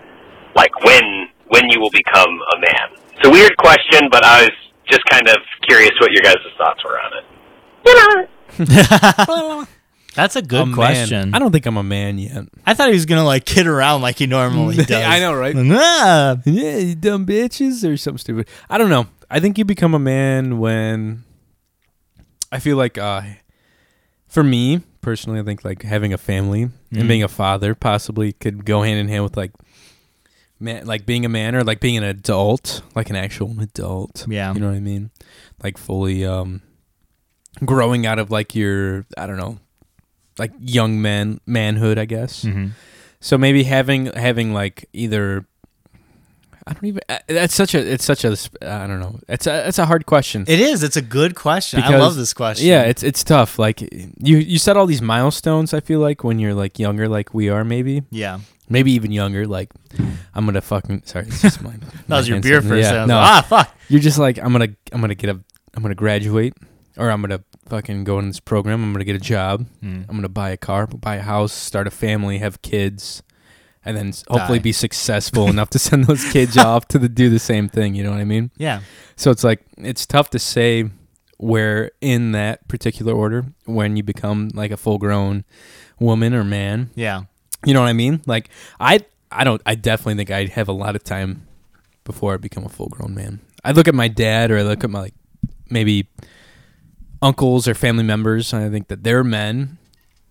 [SPEAKER 10] like when when you will become a man. It's a weird question, but I was just kind of curious what your guys' thoughts were on it.
[SPEAKER 2] That's a good
[SPEAKER 1] Um, man.
[SPEAKER 2] question.
[SPEAKER 1] I don't think I'm a man yet.
[SPEAKER 2] I thought he was gonna like kid around like he normally does.
[SPEAKER 1] I know, right?
[SPEAKER 2] Ah.
[SPEAKER 1] Yeah, you dumb bitches or something stupid. I don't know. I think you become a man when I feel like uh for me personally, I think like having a family
[SPEAKER 12] Mm.
[SPEAKER 1] and being a father possibly could go hand in hand with like man like being a man or like being an adult, like an actual adult. Yeah. You know what I mean? Like fully um growing out of like your I don't know, like young man manhood, I guess.
[SPEAKER 2] Mhm.
[SPEAKER 1] So maybe having having like either I don't even. uh, That's such a. It's such a. sp- uh, I don't know. It's a. It's a hard question.
[SPEAKER 2] It is. It's a good question. I love this question.
[SPEAKER 1] Yeah, it's it's tough. Like you you set all these milestones. I feel like when you're like younger, like we are, maybe.
[SPEAKER 2] Yeah.
[SPEAKER 1] Maybe even younger. Like I'm gonna fucking. Sorry, it's just mine.
[SPEAKER 2] That was your beer first. I was like, "Ah, fuck.
[SPEAKER 1] You're just like I'm gonna I'm gonna get a I'm gonna graduate or I'm gonna fucking go in this program. I'm gonna get a job.
[SPEAKER 2] Mm.
[SPEAKER 1] I'm gonna buy a car, buy a house, start a family, have kids. And then s- hopefully
[SPEAKER 2] Die.
[SPEAKER 1] be successful enough to send those kids off to the, do the same thing. You know what I mean?
[SPEAKER 2] Yeah.
[SPEAKER 1] So it's like it's tough to say where in that particular order when you become like a full grown woman or man.
[SPEAKER 2] Yeah.
[SPEAKER 1] You know what I mean? Like I I don't I definitely think I have a lot of time before I become a full grown man. I look at my dad or I look at my like maybe uncles or family members and I think that they're men,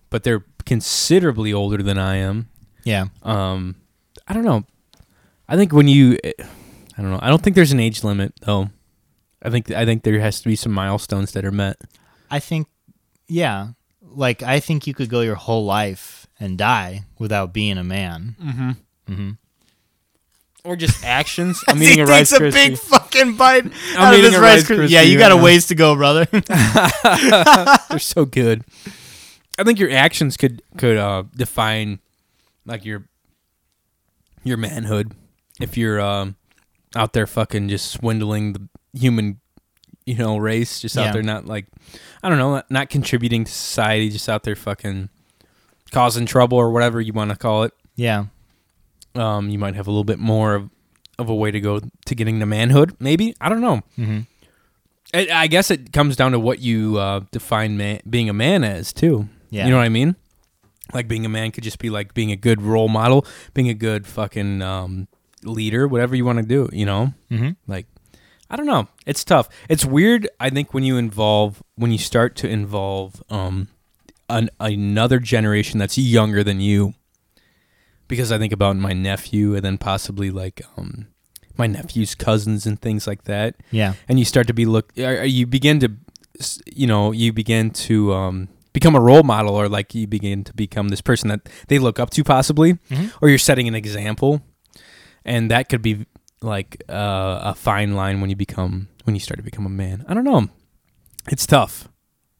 [SPEAKER 1] but they're considerably older than I am.
[SPEAKER 2] Yeah.
[SPEAKER 1] Um I don't know. I think when you, eh, I don't know. I don't think there's an age limit though. I think I think there has to be some milestones that are met.
[SPEAKER 2] I think, yeah, like I think you could go your whole life and die without being a man.
[SPEAKER 1] Mhm.
[SPEAKER 2] Mm-hmm.
[SPEAKER 1] Or just actions.
[SPEAKER 2] I'm eating a Rice
[SPEAKER 12] takes a big
[SPEAKER 2] Krispie. fucking bite
[SPEAKER 12] I'm
[SPEAKER 2] out of
[SPEAKER 12] eating a
[SPEAKER 2] this Rice
[SPEAKER 12] Rice
[SPEAKER 2] Krispie.
[SPEAKER 12] Krispie
[SPEAKER 2] Yeah, you got a
[SPEAKER 12] right now.
[SPEAKER 2] ways to go, brother.
[SPEAKER 1] They're so good. I think your actions could could uh, define like your your manhood. If you're um, out there fucking just swindling the human, you know, race, just
[SPEAKER 12] Yeah.
[SPEAKER 1] out there not like, I don't know, not contributing to society, just out there fucking causing trouble or whatever you want to call it.
[SPEAKER 2] Yeah.
[SPEAKER 1] Um, you might have a little bit more of, of a way to go to getting to manhood. Maybe I don't know.
[SPEAKER 2] Mhm.
[SPEAKER 1] I, I guess it comes down to what you uh, define man, being a man as too.
[SPEAKER 2] Yeah.
[SPEAKER 1] You know what I mean? Like being a man could just be like being a good role model, being a good fucking um, leader, whatever you want to do. You know,
[SPEAKER 2] Mhm.
[SPEAKER 1] like I don't know. It's tough. It's weird. I think when you involve, when you start to involve um, an, another generation that's younger than you, because I think about my nephew and then possibly like um, my nephew's cousins and things like that.
[SPEAKER 2] Yeah.
[SPEAKER 1] And you start to be look, or- or you begin to, s- you know, you begin to um, become a role model, or like you begin to become this person that they look up to, possibly,
[SPEAKER 12] Mhm.
[SPEAKER 1] or you're setting an example, and that could be like uh, a fine line when you become when you start to become a man. I don't know. It's tough.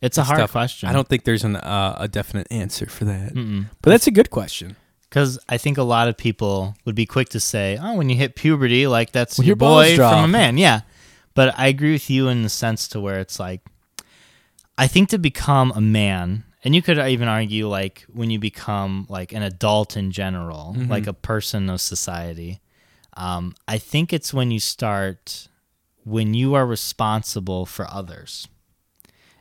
[SPEAKER 2] It's a hard question.
[SPEAKER 1] I don't think there's an uh, a definite answer for that.
[SPEAKER 2] Mm-mm.
[SPEAKER 1] But that's a good question.
[SPEAKER 2] Because I think a lot of people would be quick to say, "Oh, when you hit puberty, like that's
[SPEAKER 1] When
[SPEAKER 2] your
[SPEAKER 1] your balls
[SPEAKER 2] boy from a
[SPEAKER 1] drop."
[SPEAKER 2] man." Yeah, but I agree with you in the sense to where it's like, I think to become a man, and you could even argue like when you become like an adult in general,
[SPEAKER 1] Mm-hmm.
[SPEAKER 12] Mhm.
[SPEAKER 2] like a person of society. Um, I think it's when you start when you are responsible for others.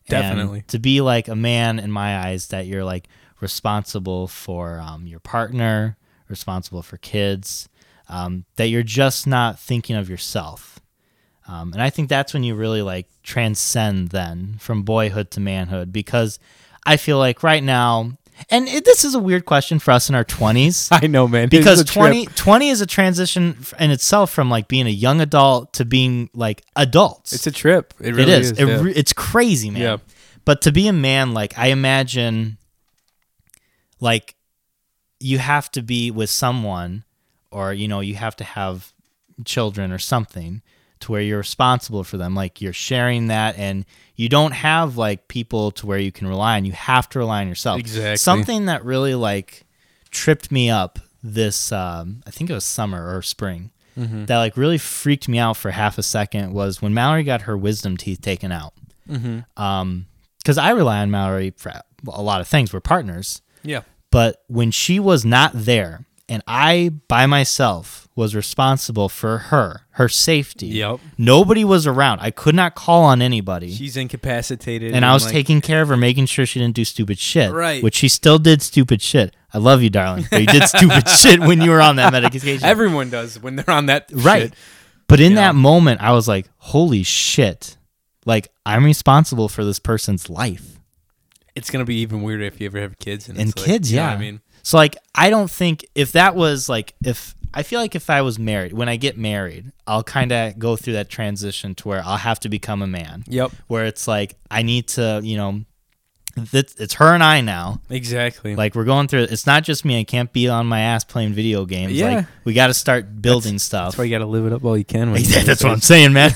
[SPEAKER 2] And
[SPEAKER 1] Definitely.
[SPEAKER 2] to be like a man in my eyes that you're like responsible for um, your partner responsible for kids um, that you're just not thinking of yourself um, and i think that's when you really like transcend then from boyhood to manhood because i feel like right now and it, this is a weird question for us in our 20s
[SPEAKER 1] i know man This is
[SPEAKER 2] because
[SPEAKER 1] a trip.
[SPEAKER 2] 20, 20 is a transition f- in itself from like being a young adult to being like adults
[SPEAKER 1] It's a trip. It really
[SPEAKER 2] is,
[SPEAKER 1] is,
[SPEAKER 2] It
[SPEAKER 1] yeah.
[SPEAKER 2] re- it's crazy man
[SPEAKER 1] Yeah.
[SPEAKER 2] but to be a man like i imagine like you have to be with someone or you know you have to have children or something to where you're responsible for them. Like you're sharing that and you don't have like people to where you can rely on. You have to rely on yourself.
[SPEAKER 1] Exactly.
[SPEAKER 2] Something that really like tripped me up this um I think it was summer or spring
[SPEAKER 12] Mhm.
[SPEAKER 2] that like really freaked me out for half a second was when Mallory got her wisdom teeth taken out.
[SPEAKER 12] Mhm.
[SPEAKER 2] Um cuz I rely on Mallory for a lot of things. We're partners.
[SPEAKER 12] Yeah.
[SPEAKER 2] But when she was not there and I by myself was responsible for her, her safety.
[SPEAKER 1] Yep.
[SPEAKER 2] Nobody was around. I could not call on anybody.
[SPEAKER 1] She's incapacitated.
[SPEAKER 2] and I was
[SPEAKER 1] like-
[SPEAKER 2] taking care of her, making sure she didn't do stupid shit.
[SPEAKER 1] Right.
[SPEAKER 2] Which she still did stupid shit. I love you, darling. But you did stupid shit when you were on that medication.
[SPEAKER 1] Everyone does when they're on that.
[SPEAKER 2] right.
[SPEAKER 1] shit.
[SPEAKER 2] But in that moment, I was like, holy shit. Like, I'm responsible for this person's life.
[SPEAKER 1] It's gonna be even weirder if you ever have kids and,
[SPEAKER 2] and
[SPEAKER 1] it's like-
[SPEAKER 2] kids
[SPEAKER 1] you know
[SPEAKER 2] yeah
[SPEAKER 1] what I mean,
[SPEAKER 2] so like i don't think if that was like if i feel like if i was married when i get married i'll kind of go through that transition to where i'll have to become a man
[SPEAKER 1] Yep.
[SPEAKER 2] where it's like i need to you know th- it's her and i now
[SPEAKER 1] exactly.
[SPEAKER 2] like we're going through it's not just me i can't be on my ass playing video games
[SPEAKER 1] Yeah.
[SPEAKER 2] like we got to start building stuff
[SPEAKER 1] That's why you gotta live it up while you can. when you
[SPEAKER 2] Yeah,
[SPEAKER 1] do
[SPEAKER 2] that's
[SPEAKER 1] this.
[SPEAKER 2] what i'm saying man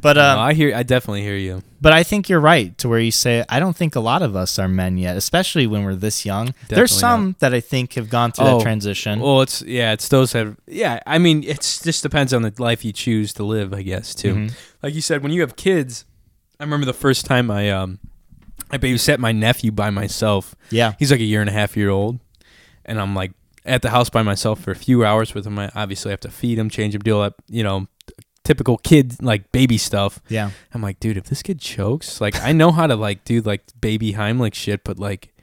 [SPEAKER 2] but
[SPEAKER 1] No,
[SPEAKER 2] um
[SPEAKER 1] I hear. I definitely hear you.
[SPEAKER 2] but I think you're right to where you say I don't think a lot of us are men yet, especially when we're this young. There's
[SPEAKER 1] Definitely
[SPEAKER 2] some that I think have gone through
[SPEAKER 1] Oh,
[SPEAKER 2] that transition.
[SPEAKER 1] Well, it's yeah, it's those that yeah. I mean, it's just depends on the life you choose to live, I guess. Too,
[SPEAKER 2] Mhm.
[SPEAKER 1] like you said, when you have kids, I remember the first time I um I babysat my nephew by myself.
[SPEAKER 2] Yeah.
[SPEAKER 1] he's like a year and a half year old, and I'm like at the house by myself for a few hours with him. I obviously have to feed him, change him, deal up, you know, typical kid like baby stuff.
[SPEAKER 2] Yeah.
[SPEAKER 1] I'm like, dude, if this kid chokes, like I know how to like do like baby Heimlich shit, but like.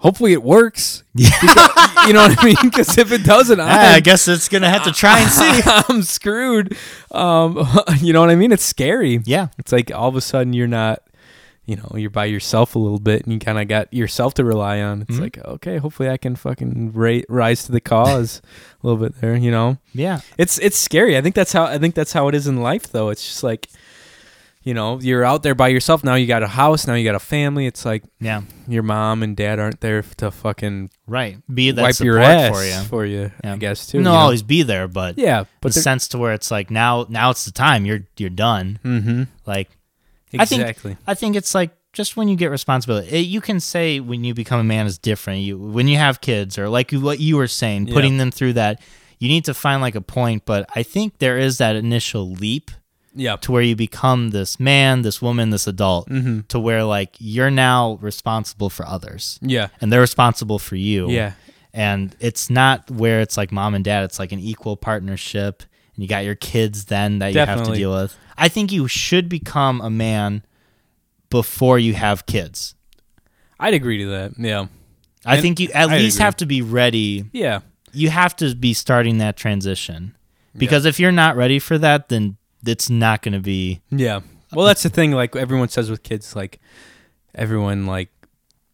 [SPEAKER 1] Hopefully it works. Because- you know what I mean? Because if it doesn't,
[SPEAKER 2] Ah, I
[SPEAKER 1] I'm-
[SPEAKER 2] guess it's gonna have to try and see.
[SPEAKER 1] I'm screwed. Um, you know what I mean? It's scary.
[SPEAKER 2] Yeah.
[SPEAKER 1] It's like all of a sudden you're not, you know, you're by yourself a little bit and you kind of got yourself to rely on. It's
[SPEAKER 2] Mhm.
[SPEAKER 1] like, okay, hopefully I can fucking ra- rise to the cause a little bit there, you know?
[SPEAKER 2] Yeah.
[SPEAKER 1] It's, it's scary. I think that's how, I think that's how it is in life though. It's just like, you know, you're out there by yourself. Now you got a house. Now you got a family. It's like,
[SPEAKER 2] Yeah.
[SPEAKER 1] your mom and dad aren't there to fucking
[SPEAKER 2] Right. Be that
[SPEAKER 1] wipe your
[SPEAKER 2] support
[SPEAKER 1] ass
[SPEAKER 2] for you.
[SPEAKER 1] for you,
[SPEAKER 2] Yeah.
[SPEAKER 1] I guess too.
[SPEAKER 2] No,
[SPEAKER 1] you know?
[SPEAKER 2] always be there, but
[SPEAKER 1] Yeah, but
[SPEAKER 2] but the
[SPEAKER 1] they're-
[SPEAKER 2] sense to where it's like now, now it's the time. You're you're done.
[SPEAKER 1] Mhm.
[SPEAKER 2] Like, I
[SPEAKER 1] Exactly.
[SPEAKER 2] think I think it's like just when you get responsibility, it, you can say when you become a man is different. You when you have kids or like you- what you were saying,
[SPEAKER 1] Yeah.
[SPEAKER 2] putting them through that, you need to find like a point. But I think there is that initial leap.
[SPEAKER 1] Yeah.
[SPEAKER 2] To where you become this man, this woman, this adult,
[SPEAKER 1] Mhm.
[SPEAKER 2] to where like you're now responsible for others.
[SPEAKER 1] Yeah.
[SPEAKER 2] And they're responsible for you.
[SPEAKER 1] Yeah.
[SPEAKER 2] And it's not where it's like mom and dad, it's like an equal partnership. And you got your kids then that you have to
[SPEAKER 1] Definitely.
[SPEAKER 2] deal with. I think you should become a man before you have kids.
[SPEAKER 1] I'd agree to that. Yeah.
[SPEAKER 2] I
[SPEAKER 1] And-
[SPEAKER 2] think you at
[SPEAKER 1] I'd
[SPEAKER 2] least
[SPEAKER 1] agree.
[SPEAKER 2] have to be ready.
[SPEAKER 1] Yeah.
[SPEAKER 2] You have to be starting that transition. Because if you're not ready for that, then it's not going to be.
[SPEAKER 1] Yeah. Well, that's the thing. Like everyone says with kids, like everyone like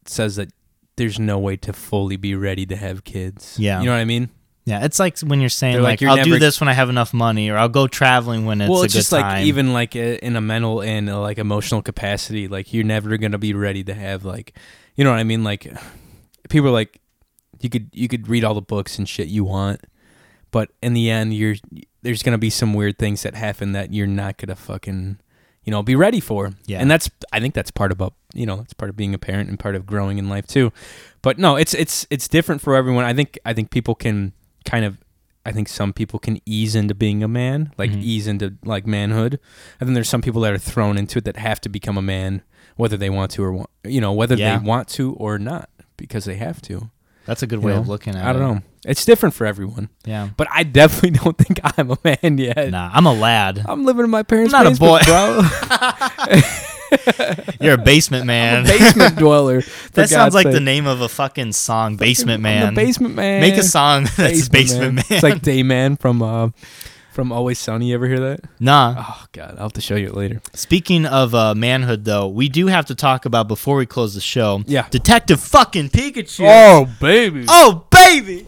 [SPEAKER 1] says that there's no way to fully be ready to have kids.
[SPEAKER 2] Yeah.
[SPEAKER 1] You know what I mean?
[SPEAKER 2] Yeah, it's like when you're saying
[SPEAKER 1] They're like,
[SPEAKER 2] like,
[SPEAKER 1] "You're
[SPEAKER 2] I'll do
[SPEAKER 1] never-
[SPEAKER 2] this when I have enough money, or I'll go traveling when it's
[SPEAKER 1] well,
[SPEAKER 2] a
[SPEAKER 1] it's
[SPEAKER 2] good
[SPEAKER 1] just like
[SPEAKER 2] time."
[SPEAKER 1] even like uh in a mental and uh, like emotional capacity, like you're never gonna be ready to have like, you know what I mean? Like people are like, you could you could read all the books and shit you want, but in the end, you're there's gonna be some weird things that happen that you're not gonna fucking you know be ready for.
[SPEAKER 2] Yeah.
[SPEAKER 1] and that's I think that's part about you know it's part of being a parent and part of growing in life too. But no, it's it's it's different for everyone. I think I think people can kind of I think some people can ease into being a man, like
[SPEAKER 2] Mm-hmm.
[SPEAKER 1] ease into like manhood. And then there's some people that are thrown into it that have to become a man, whether they want to or want, you know, whether
[SPEAKER 2] Yeah.
[SPEAKER 1] they want to or not because they have to.
[SPEAKER 2] That's a good
[SPEAKER 1] You
[SPEAKER 2] way of
[SPEAKER 1] know?
[SPEAKER 2] looking at
[SPEAKER 1] I don't
[SPEAKER 2] it.
[SPEAKER 1] know. It's different for everyone.
[SPEAKER 2] Yeah.
[SPEAKER 1] But I definitely don't think I'm a man yet.
[SPEAKER 2] Nah, I'm a lad.
[SPEAKER 1] I'm living in my parents'
[SPEAKER 2] I'm not a
[SPEAKER 1] basement,
[SPEAKER 2] boy.
[SPEAKER 1] bro.
[SPEAKER 2] You're a basement man.
[SPEAKER 1] I'm a basement dweller. for
[SPEAKER 2] that
[SPEAKER 1] God's
[SPEAKER 2] sounds like the
[SPEAKER 1] sake.
[SPEAKER 2] name of a fucking song, Basement Man.
[SPEAKER 1] I'm the basement man.
[SPEAKER 2] Make a song that's Basement Man.
[SPEAKER 1] It's like Dayman from uh, from Always Sunny. You ever hear that?
[SPEAKER 2] Nah.
[SPEAKER 1] Oh God, I'll have to show you it later.
[SPEAKER 2] Speaking of uh, manhood, though, we do have to talk about before we close the show.
[SPEAKER 1] Yeah.
[SPEAKER 2] Detective fucking Pikachu.
[SPEAKER 1] baby,
[SPEAKER 2] oh baby.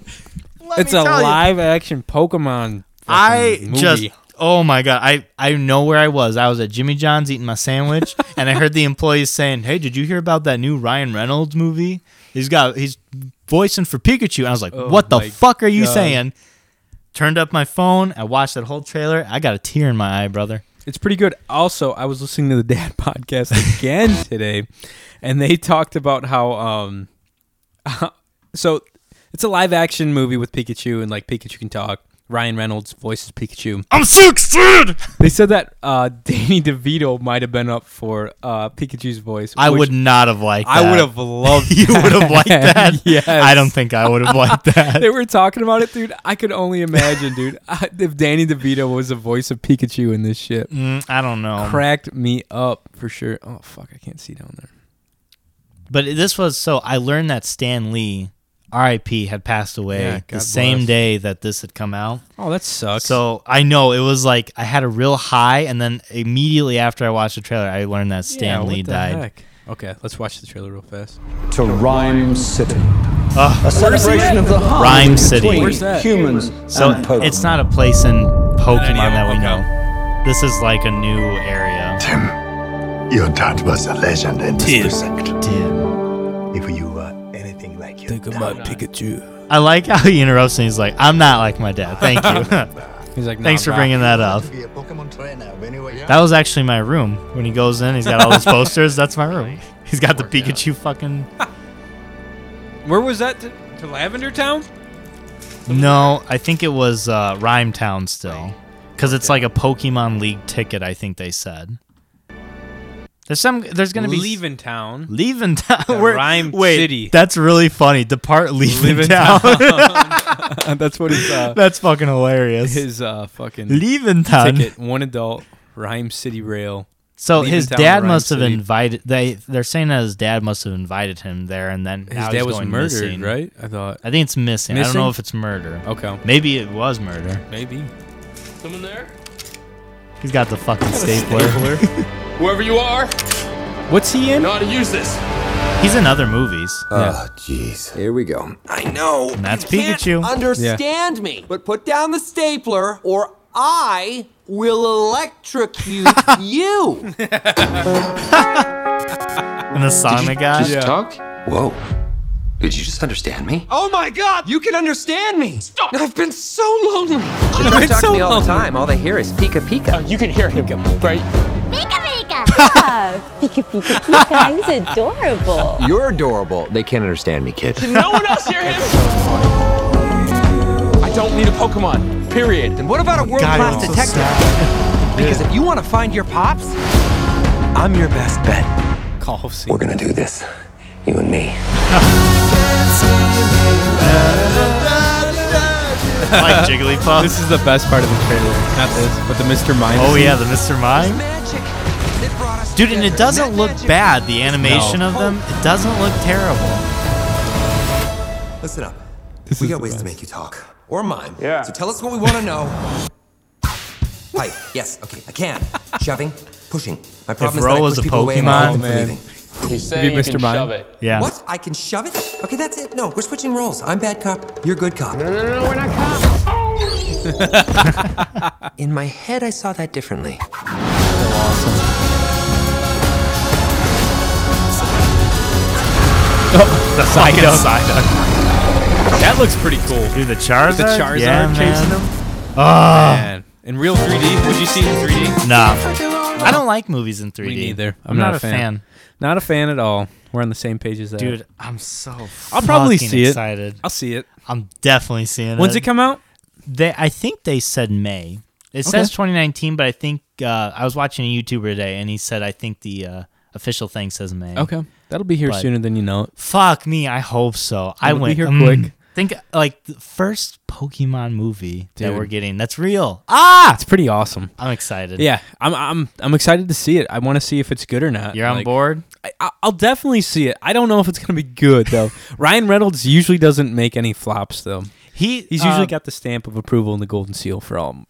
[SPEAKER 2] Let
[SPEAKER 1] it's
[SPEAKER 2] me
[SPEAKER 1] a
[SPEAKER 2] tell you.
[SPEAKER 1] live action Pokemon.
[SPEAKER 2] I
[SPEAKER 1] fucking movie.
[SPEAKER 2] just oh my god I I know where I was I was at Jimmy John's eating my sandwich and I heard the employees saying hey did you hear about that new Ryan Reynolds movie he's got he's voicing for Pikachu and I was like
[SPEAKER 1] Oh
[SPEAKER 2] what the
[SPEAKER 1] my
[SPEAKER 2] fuck are you
[SPEAKER 1] God.
[SPEAKER 2] saying Turned up my phone. I watched that whole trailer. I got a tear in my eye, brother.
[SPEAKER 1] It's pretty good. Also, I was listening to the Dad podcast again today, and they talked about how um, so it's a live action movie with Pikachu and like Pikachu can talk. Ryan Reynolds voices Pikachu.
[SPEAKER 2] I'm so excited.
[SPEAKER 1] They said that uh, Danny DeVito might have been up for uh, Pikachu's voice.
[SPEAKER 2] I
[SPEAKER 1] which
[SPEAKER 2] would not have liked.
[SPEAKER 1] I
[SPEAKER 2] that.
[SPEAKER 1] would have loved.
[SPEAKER 2] you would have liked that.
[SPEAKER 1] Yes.
[SPEAKER 2] I don't think I would have liked that.
[SPEAKER 1] they were talking about it, dude. I could only imagine, dude, I- if Danny DeVito was the voice of Pikachu in this shit.
[SPEAKER 2] Mm, I don't know.
[SPEAKER 1] Cracked me up for sure. Oh fuck, I can't see down there.
[SPEAKER 2] But this was so I learned that Stan Lee, R.I.P., had passed away
[SPEAKER 1] Yeah,
[SPEAKER 2] the
[SPEAKER 1] God
[SPEAKER 2] same
[SPEAKER 1] bless.
[SPEAKER 2] day that this had come out.
[SPEAKER 1] Oh, that sucks.
[SPEAKER 2] So I know it was like I had a real high, and then immediately after I watched the trailer, I learned that Stan
[SPEAKER 1] Yeah,
[SPEAKER 2] Lee
[SPEAKER 1] what the
[SPEAKER 2] died.
[SPEAKER 1] heck? Okay, let's watch the trailer real fast.
[SPEAKER 13] to Rhyme City.
[SPEAKER 2] Ugh.
[SPEAKER 13] a celebration of the harmony
[SPEAKER 2] Uh, Rhyme City.
[SPEAKER 13] between
[SPEAKER 2] Where's that?
[SPEAKER 13] humans
[SPEAKER 2] So
[SPEAKER 13] and Pokemon.
[SPEAKER 2] it's not a place in Pokemon that we know. This is like a new area.
[SPEAKER 14] Your dad was a legend in this precinct. If you were anything like your Think about Pikachu.
[SPEAKER 2] I like how he interrupts and he's like, "I'm not like my dad." Thank you.
[SPEAKER 1] He's like,
[SPEAKER 2] "Thanks
[SPEAKER 1] "Nah,
[SPEAKER 2] for
[SPEAKER 1] bro."
[SPEAKER 2] bringing that up." That was actually my room. When he goes in, he's got all his posters. That's my room. He's got the Pikachu fucking.
[SPEAKER 12] Where was that? To, to Lavender Town?
[SPEAKER 2] No, I think it was uh, Rhyme Town still, because it's like a Pokemon League ticket. I think they said. There's some. There's gonna be
[SPEAKER 12] leaving town.
[SPEAKER 2] leaving town.
[SPEAKER 12] The
[SPEAKER 2] We're-
[SPEAKER 12] Rhyme
[SPEAKER 2] wait,
[SPEAKER 12] City.
[SPEAKER 2] That's really funny. Depart leaving,
[SPEAKER 12] Leaving
[SPEAKER 2] town.
[SPEAKER 12] town. That's what his, uh,
[SPEAKER 2] that's fucking hilarious.
[SPEAKER 1] His uh, fucking
[SPEAKER 2] leaving town.
[SPEAKER 1] ticket, one adult, Rhyme City Rail.
[SPEAKER 2] So
[SPEAKER 1] Leaving
[SPEAKER 2] his
[SPEAKER 1] town,
[SPEAKER 2] dad
[SPEAKER 1] Rhyme
[SPEAKER 2] must have
[SPEAKER 1] City.
[SPEAKER 2] invited. They they're saying that his dad must have invited him there, and then
[SPEAKER 1] His
[SPEAKER 2] now
[SPEAKER 1] dad
[SPEAKER 2] he's
[SPEAKER 1] was
[SPEAKER 2] going
[SPEAKER 1] murdered,
[SPEAKER 2] missing.
[SPEAKER 1] right? I thought.
[SPEAKER 2] I think it's missing. I
[SPEAKER 1] Missing?
[SPEAKER 2] don't know if it's murder.
[SPEAKER 1] Okay.
[SPEAKER 2] Maybe it was murder.
[SPEAKER 1] Maybe.
[SPEAKER 12] Someone there?
[SPEAKER 2] He's got the fucking stapler.
[SPEAKER 12] Whoever you are,
[SPEAKER 1] What's he in?
[SPEAKER 12] know how to use this.
[SPEAKER 2] He's in other movies.
[SPEAKER 13] Oh,
[SPEAKER 1] Uh,
[SPEAKER 14] jeez.
[SPEAKER 13] Here we go.
[SPEAKER 15] I know.
[SPEAKER 2] And that's
[SPEAKER 15] you
[SPEAKER 2] Pikachu.
[SPEAKER 15] Can't understand me, but put down the stapler or I will electrocute you.
[SPEAKER 2] And the Sonic guy.
[SPEAKER 15] just Yeah.
[SPEAKER 2] talk.
[SPEAKER 15] Whoa.
[SPEAKER 16] Did you just understand me?
[SPEAKER 15] Oh my god, you can understand me. Stop. I've been so lonely.
[SPEAKER 16] They talk to me all the
[SPEAKER 15] lonely. Uh,
[SPEAKER 16] time. All they hear is Pika Pika. you can hear him, right?
[SPEAKER 17] oh, Pika Pika Pika, he's adorable.
[SPEAKER 16] You're adorable. They can't understand me, kid.
[SPEAKER 15] Can no one else hear him? I don't need a Pokemon. Period. And what about a world-class detective? because if you want to find your pops,
[SPEAKER 16] I'm your best bet.
[SPEAKER 1] Call We're
[SPEAKER 16] gonna do this, you and me.
[SPEAKER 2] like Jigglypuff.
[SPEAKER 1] This is the best part of the trailer. Not this, but the Mr. Mime.
[SPEAKER 2] Oh
[SPEAKER 1] scene.
[SPEAKER 2] yeah, the Mr. Mime. Dude, and it doesn't look bad. The animation
[SPEAKER 1] No.
[SPEAKER 2] of them, it doesn't look terrible.
[SPEAKER 15] Listen up. we got ways to make you talk. Or mime. Yeah. So tell us what we want to know. Hi. Yes. Okay. I can. Shoving. Pushing. My problem is
[SPEAKER 2] Ro
[SPEAKER 15] that I
[SPEAKER 2] was
[SPEAKER 15] push
[SPEAKER 2] a
[SPEAKER 15] people away and I
[SPEAKER 2] Pokemon-
[SPEAKER 15] keep
[SPEAKER 2] Oh, man.
[SPEAKER 15] leaving.
[SPEAKER 2] He's saying Maybe you can Mr. Mime. shove it. Yeah.
[SPEAKER 15] What? I can shove it? Okay, that's it. No, we're switching roles. I'm bad cop. You're good cop. No, no, no, we're not cops.
[SPEAKER 16] In my head, I saw that differently.
[SPEAKER 2] The
[SPEAKER 16] Psyduck.
[SPEAKER 2] fucking Psyduck.
[SPEAKER 1] That looks pretty cool.
[SPEAKER 2] Dude, the Charizard.
[SPEAKER 1] the Charizard
[SPEAKER 2] yeah,
[SPEAKER 1] chasing
[SPEAKER 2] man.
[SPEAKER 1] him.
[SPEAKER 2] Ah.
[SPEAKER 1] Man. In real 3D, would you see it in 3D?
[SPEAKER 2] Nah. I don't like movies in 3D.
[SPEAKER 1] Me neither.
[SPEAKER 2] I'm not a fan.
[SPEAKER 1] Not a fan at all. We're on the same page as that.
[SPEAKER 2] Dude, I'm so.
[SPEAKER 1] I'll probably
[SPEAKER 2] fucking
[SPEAKER 1] see it.
[SPEAKER 2] excited.
[SPEAKER 1] I'll see it.
[SPEAKER 2] I'm definitely seeing
[SPEAKER 1] When's
[SPEAKER 2] it.
[SPEAKER 1] it come out?
[SPEAKER 2] They, I think they said May. It
[SPEAKER 1] Okay.
[SPEAKER 2] says 2019, but I think uh, I was watching a YouTuber today, and he said I think the uh, official thing says May.
[SPEAKER 1] Okay. That'll be here
[SPEAKER 2] But-
[SPEAKER 1] sooner than you know it.
[SPEAKER 2] Fuck me, I hope so. I
[SPEAKER 1] It'll be
[SPEAKER 2] went
[SPEAKER 1] here
[SPEAKER 2] mm,
[SPEAKER 1] quick.
[SPEAKER 2] Think like the first Pokemon movie that
[SPEAKER 1] Dude.
[SPEAKER 2] we're getting that's real. Ah,
[SPEAKER 1] it's pretty awesome.
[SPEAKER 2] I'm excited.
[SPEAKER 1] Yeah, I'm I'm I'm excited to see it. I want to see if it's good or not.
[SPEAKER 2] You're on board?
[SPEAKER 1] I, I- I'll definitely see it. I don't know if it's gonna be good though. Ryan Reynolds usually doesn't make any flops though.
[SPEAKER 2] He
[SPEAKER 1] he's usually
[SPEAKER 2] uh,
[SPEAKER 1] got the stamp of approval and the golden seal for all,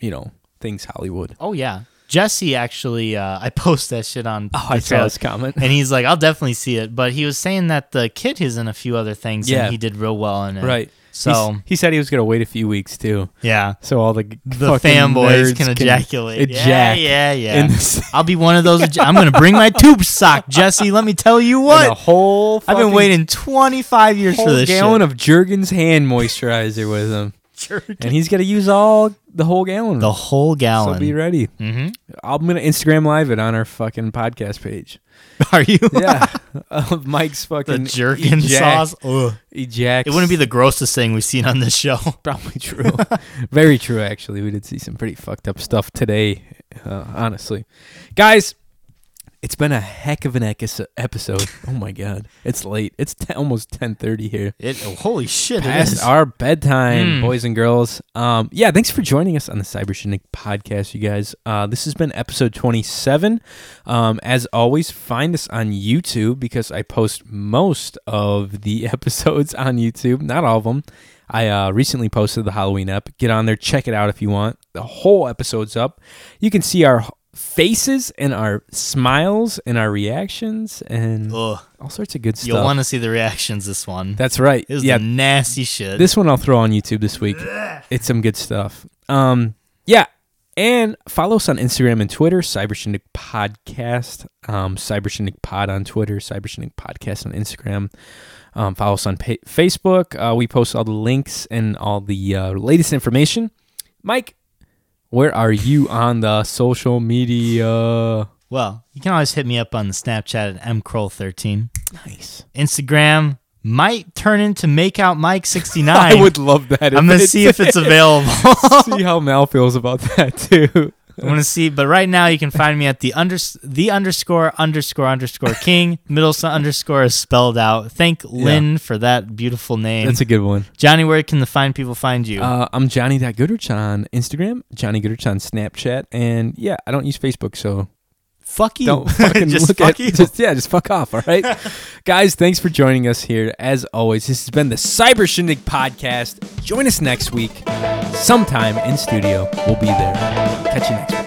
[SPEAKER 1] you know, things Hollywood.
[SPEAKER 2] Oh yeah. Jesse actually, uh, I post that shit on.
[SPEAKER 1] Oh, I
[SPEAKER 2] the
[SPEAKER 1] saw
[SPEAKER 2] trailer,
[SPEAKER 1] his comment.
[SPEAKER 2] and he's like, "I'll definitely see it." But he was saying that the kid is in a few other things,
[SPEAKER 1] Yeah.
[SPEAKER 2] and he did real well in it.
[SPEAKER 1] Right.
[SPEAKER 2] So
[SPEAKER 1] He's- he said he was gonna wait a few weeks too.
[SPEAKER 2] Yeah.
[SPEAKER 1] So all the g-
[SPEAKER 2] the
[SPEAKER 1] fucking
[SPEAKER 2] fanboys
[SPEAKER 1] nerds
[SPEAKER 2] can ejaculate.
[SPEAKER 1] Ejac
[SPEAKER 2] Yeah, yeah, yeah.
[SPEAKER 1] in the-
[SPEAKER 2] I'll be one of those. eja- I'm gonna bring my tube sock, Jesse. Let me tell you what.
[SPEAKER 1] a whole.
[SPEAKER 2] I've been
[SPEAKER 1] fucking
[SPEAKER 2] waiting 25 years for
[SPEAKER 1] whole
[SPEAKER 2] this
[SPEAKER 1] gallon
[SPEAKER 2] shit.
[SPEAKER 1] of Jergens hand moisturizer with him.
[SPEAKER 2] jerk.
[SPEAKER 1] And he's got to use all the whole gallon.
[SPEAKER 2] The whole gallon. Mm.
[SPEAKER 1] So be ready. Mm-hmm. I'm gonna Instagram live it on our fucking podcast page.
[SPEAKER 2] Are you?
[SPEAKER 1] Yeah. Of Mike's
[SPEAKER 2] the
[SPEAKER 1] fucking
[SPEAKER 2] jerkin
[SPEAKER 1] eject-
[SPEAKER 2] sauce. Ugh.
[SPEAKER 1] Ejects.
[SPEAKER 2] It wouldn't be the grossest thing we've seen on this show.
[SPEAKER 1] Probably true. Very true, actually. We did see some pretty fucked up stuff today, uh, honestly. Guys, it's been a heck of an ecus- episode. Oh my god, it's late. It's te- almost ten thirty here.
[SPEAKER 2] It, oh, holy shit! it
[SPEAKER 1] Past
[SPEAKER 2] is.
[SPEAKER 1] our bedtime,
[SPEAKER 2] Mm.
[SPEAKER 1] boys and girls. Um, yeah, thanks for joining us on the Cyber Shindig podcast, you guys. Uh, this has been episode 27. Um, as always, find us on YouTube because I post most of the episodes on YouTube, not all of them. I uh, recently posted the Halloween up. Get on there, check it out if you want. The whole episode's up. You can see our faces and our smiles and our reactions and all sorts of good stuff.
[SPEAKER 2] You'll want to see the reactions this one.
[SPEAKER 1] That's right.
[SPEAKER 2] It was
[SPEAKER 1] Yeah.
[SPEAKER 2] the nasty shit.
[SPEAKER 1] This one I'll throw on YouTube this week. It's some good stuff. Um, yeah, and follow us on Instagram and Twitter. Cyber Shindig Podcast, um, Cyber Shindig Pod on Twitter, Cyber Shindig Podcast on Instagram. Um, follow us on pa- Facebook. Uh, we post all the links and all the uh, latest information. Mike, where are you on the social media?
[SPEAKER 2] Well, you can always hit me up on the Snapchat at mcroll13.
[SPEAKER 1] Nice.
[SPEAKER 2] Instagram might turn into make out Mike 69.
[SPEAKER 1] I would love that.
[SPEAKER 2] I'm
[SPEAKER 1] going
[SPEAKER 2] gonna
[SPEAKER 1] to
[SPEAKER 2] see if it's available.
[SPEAKER 1] see how Mal feels about that too.
[SPEAKER 2] I want to see, but right now you can find me at the under the underscore underscore underscore king middle son underscore is spelled out. Thank Lynn for that beautiful name.
[SPEAKER 1] That's a good one.
[SPEAKER 2] Johnny. Where can the fine people find you?
[SPEAKER 1] Uh, I'm Johnny that Goodrich on Instagram, Johnny Goodrich on Snapchat, and yeah, I don't use Facebook, so
[SPEAKER 2] fuck you.
[SPEAKER 1] don't fucking
[SPEAKER 2] Just
[SPEAKER 1] look
[SPEAKER 2] fuck
[SPEAKER 1] at
[SPEAKER 2] you.
[SPEAKER 1] just yeah, just fuck off. All right, guys, thanks for joining us here. As always, this has been the Cyber Shindig podcast. Join us next week, sometime in studio. We'll be there. Catch you next week.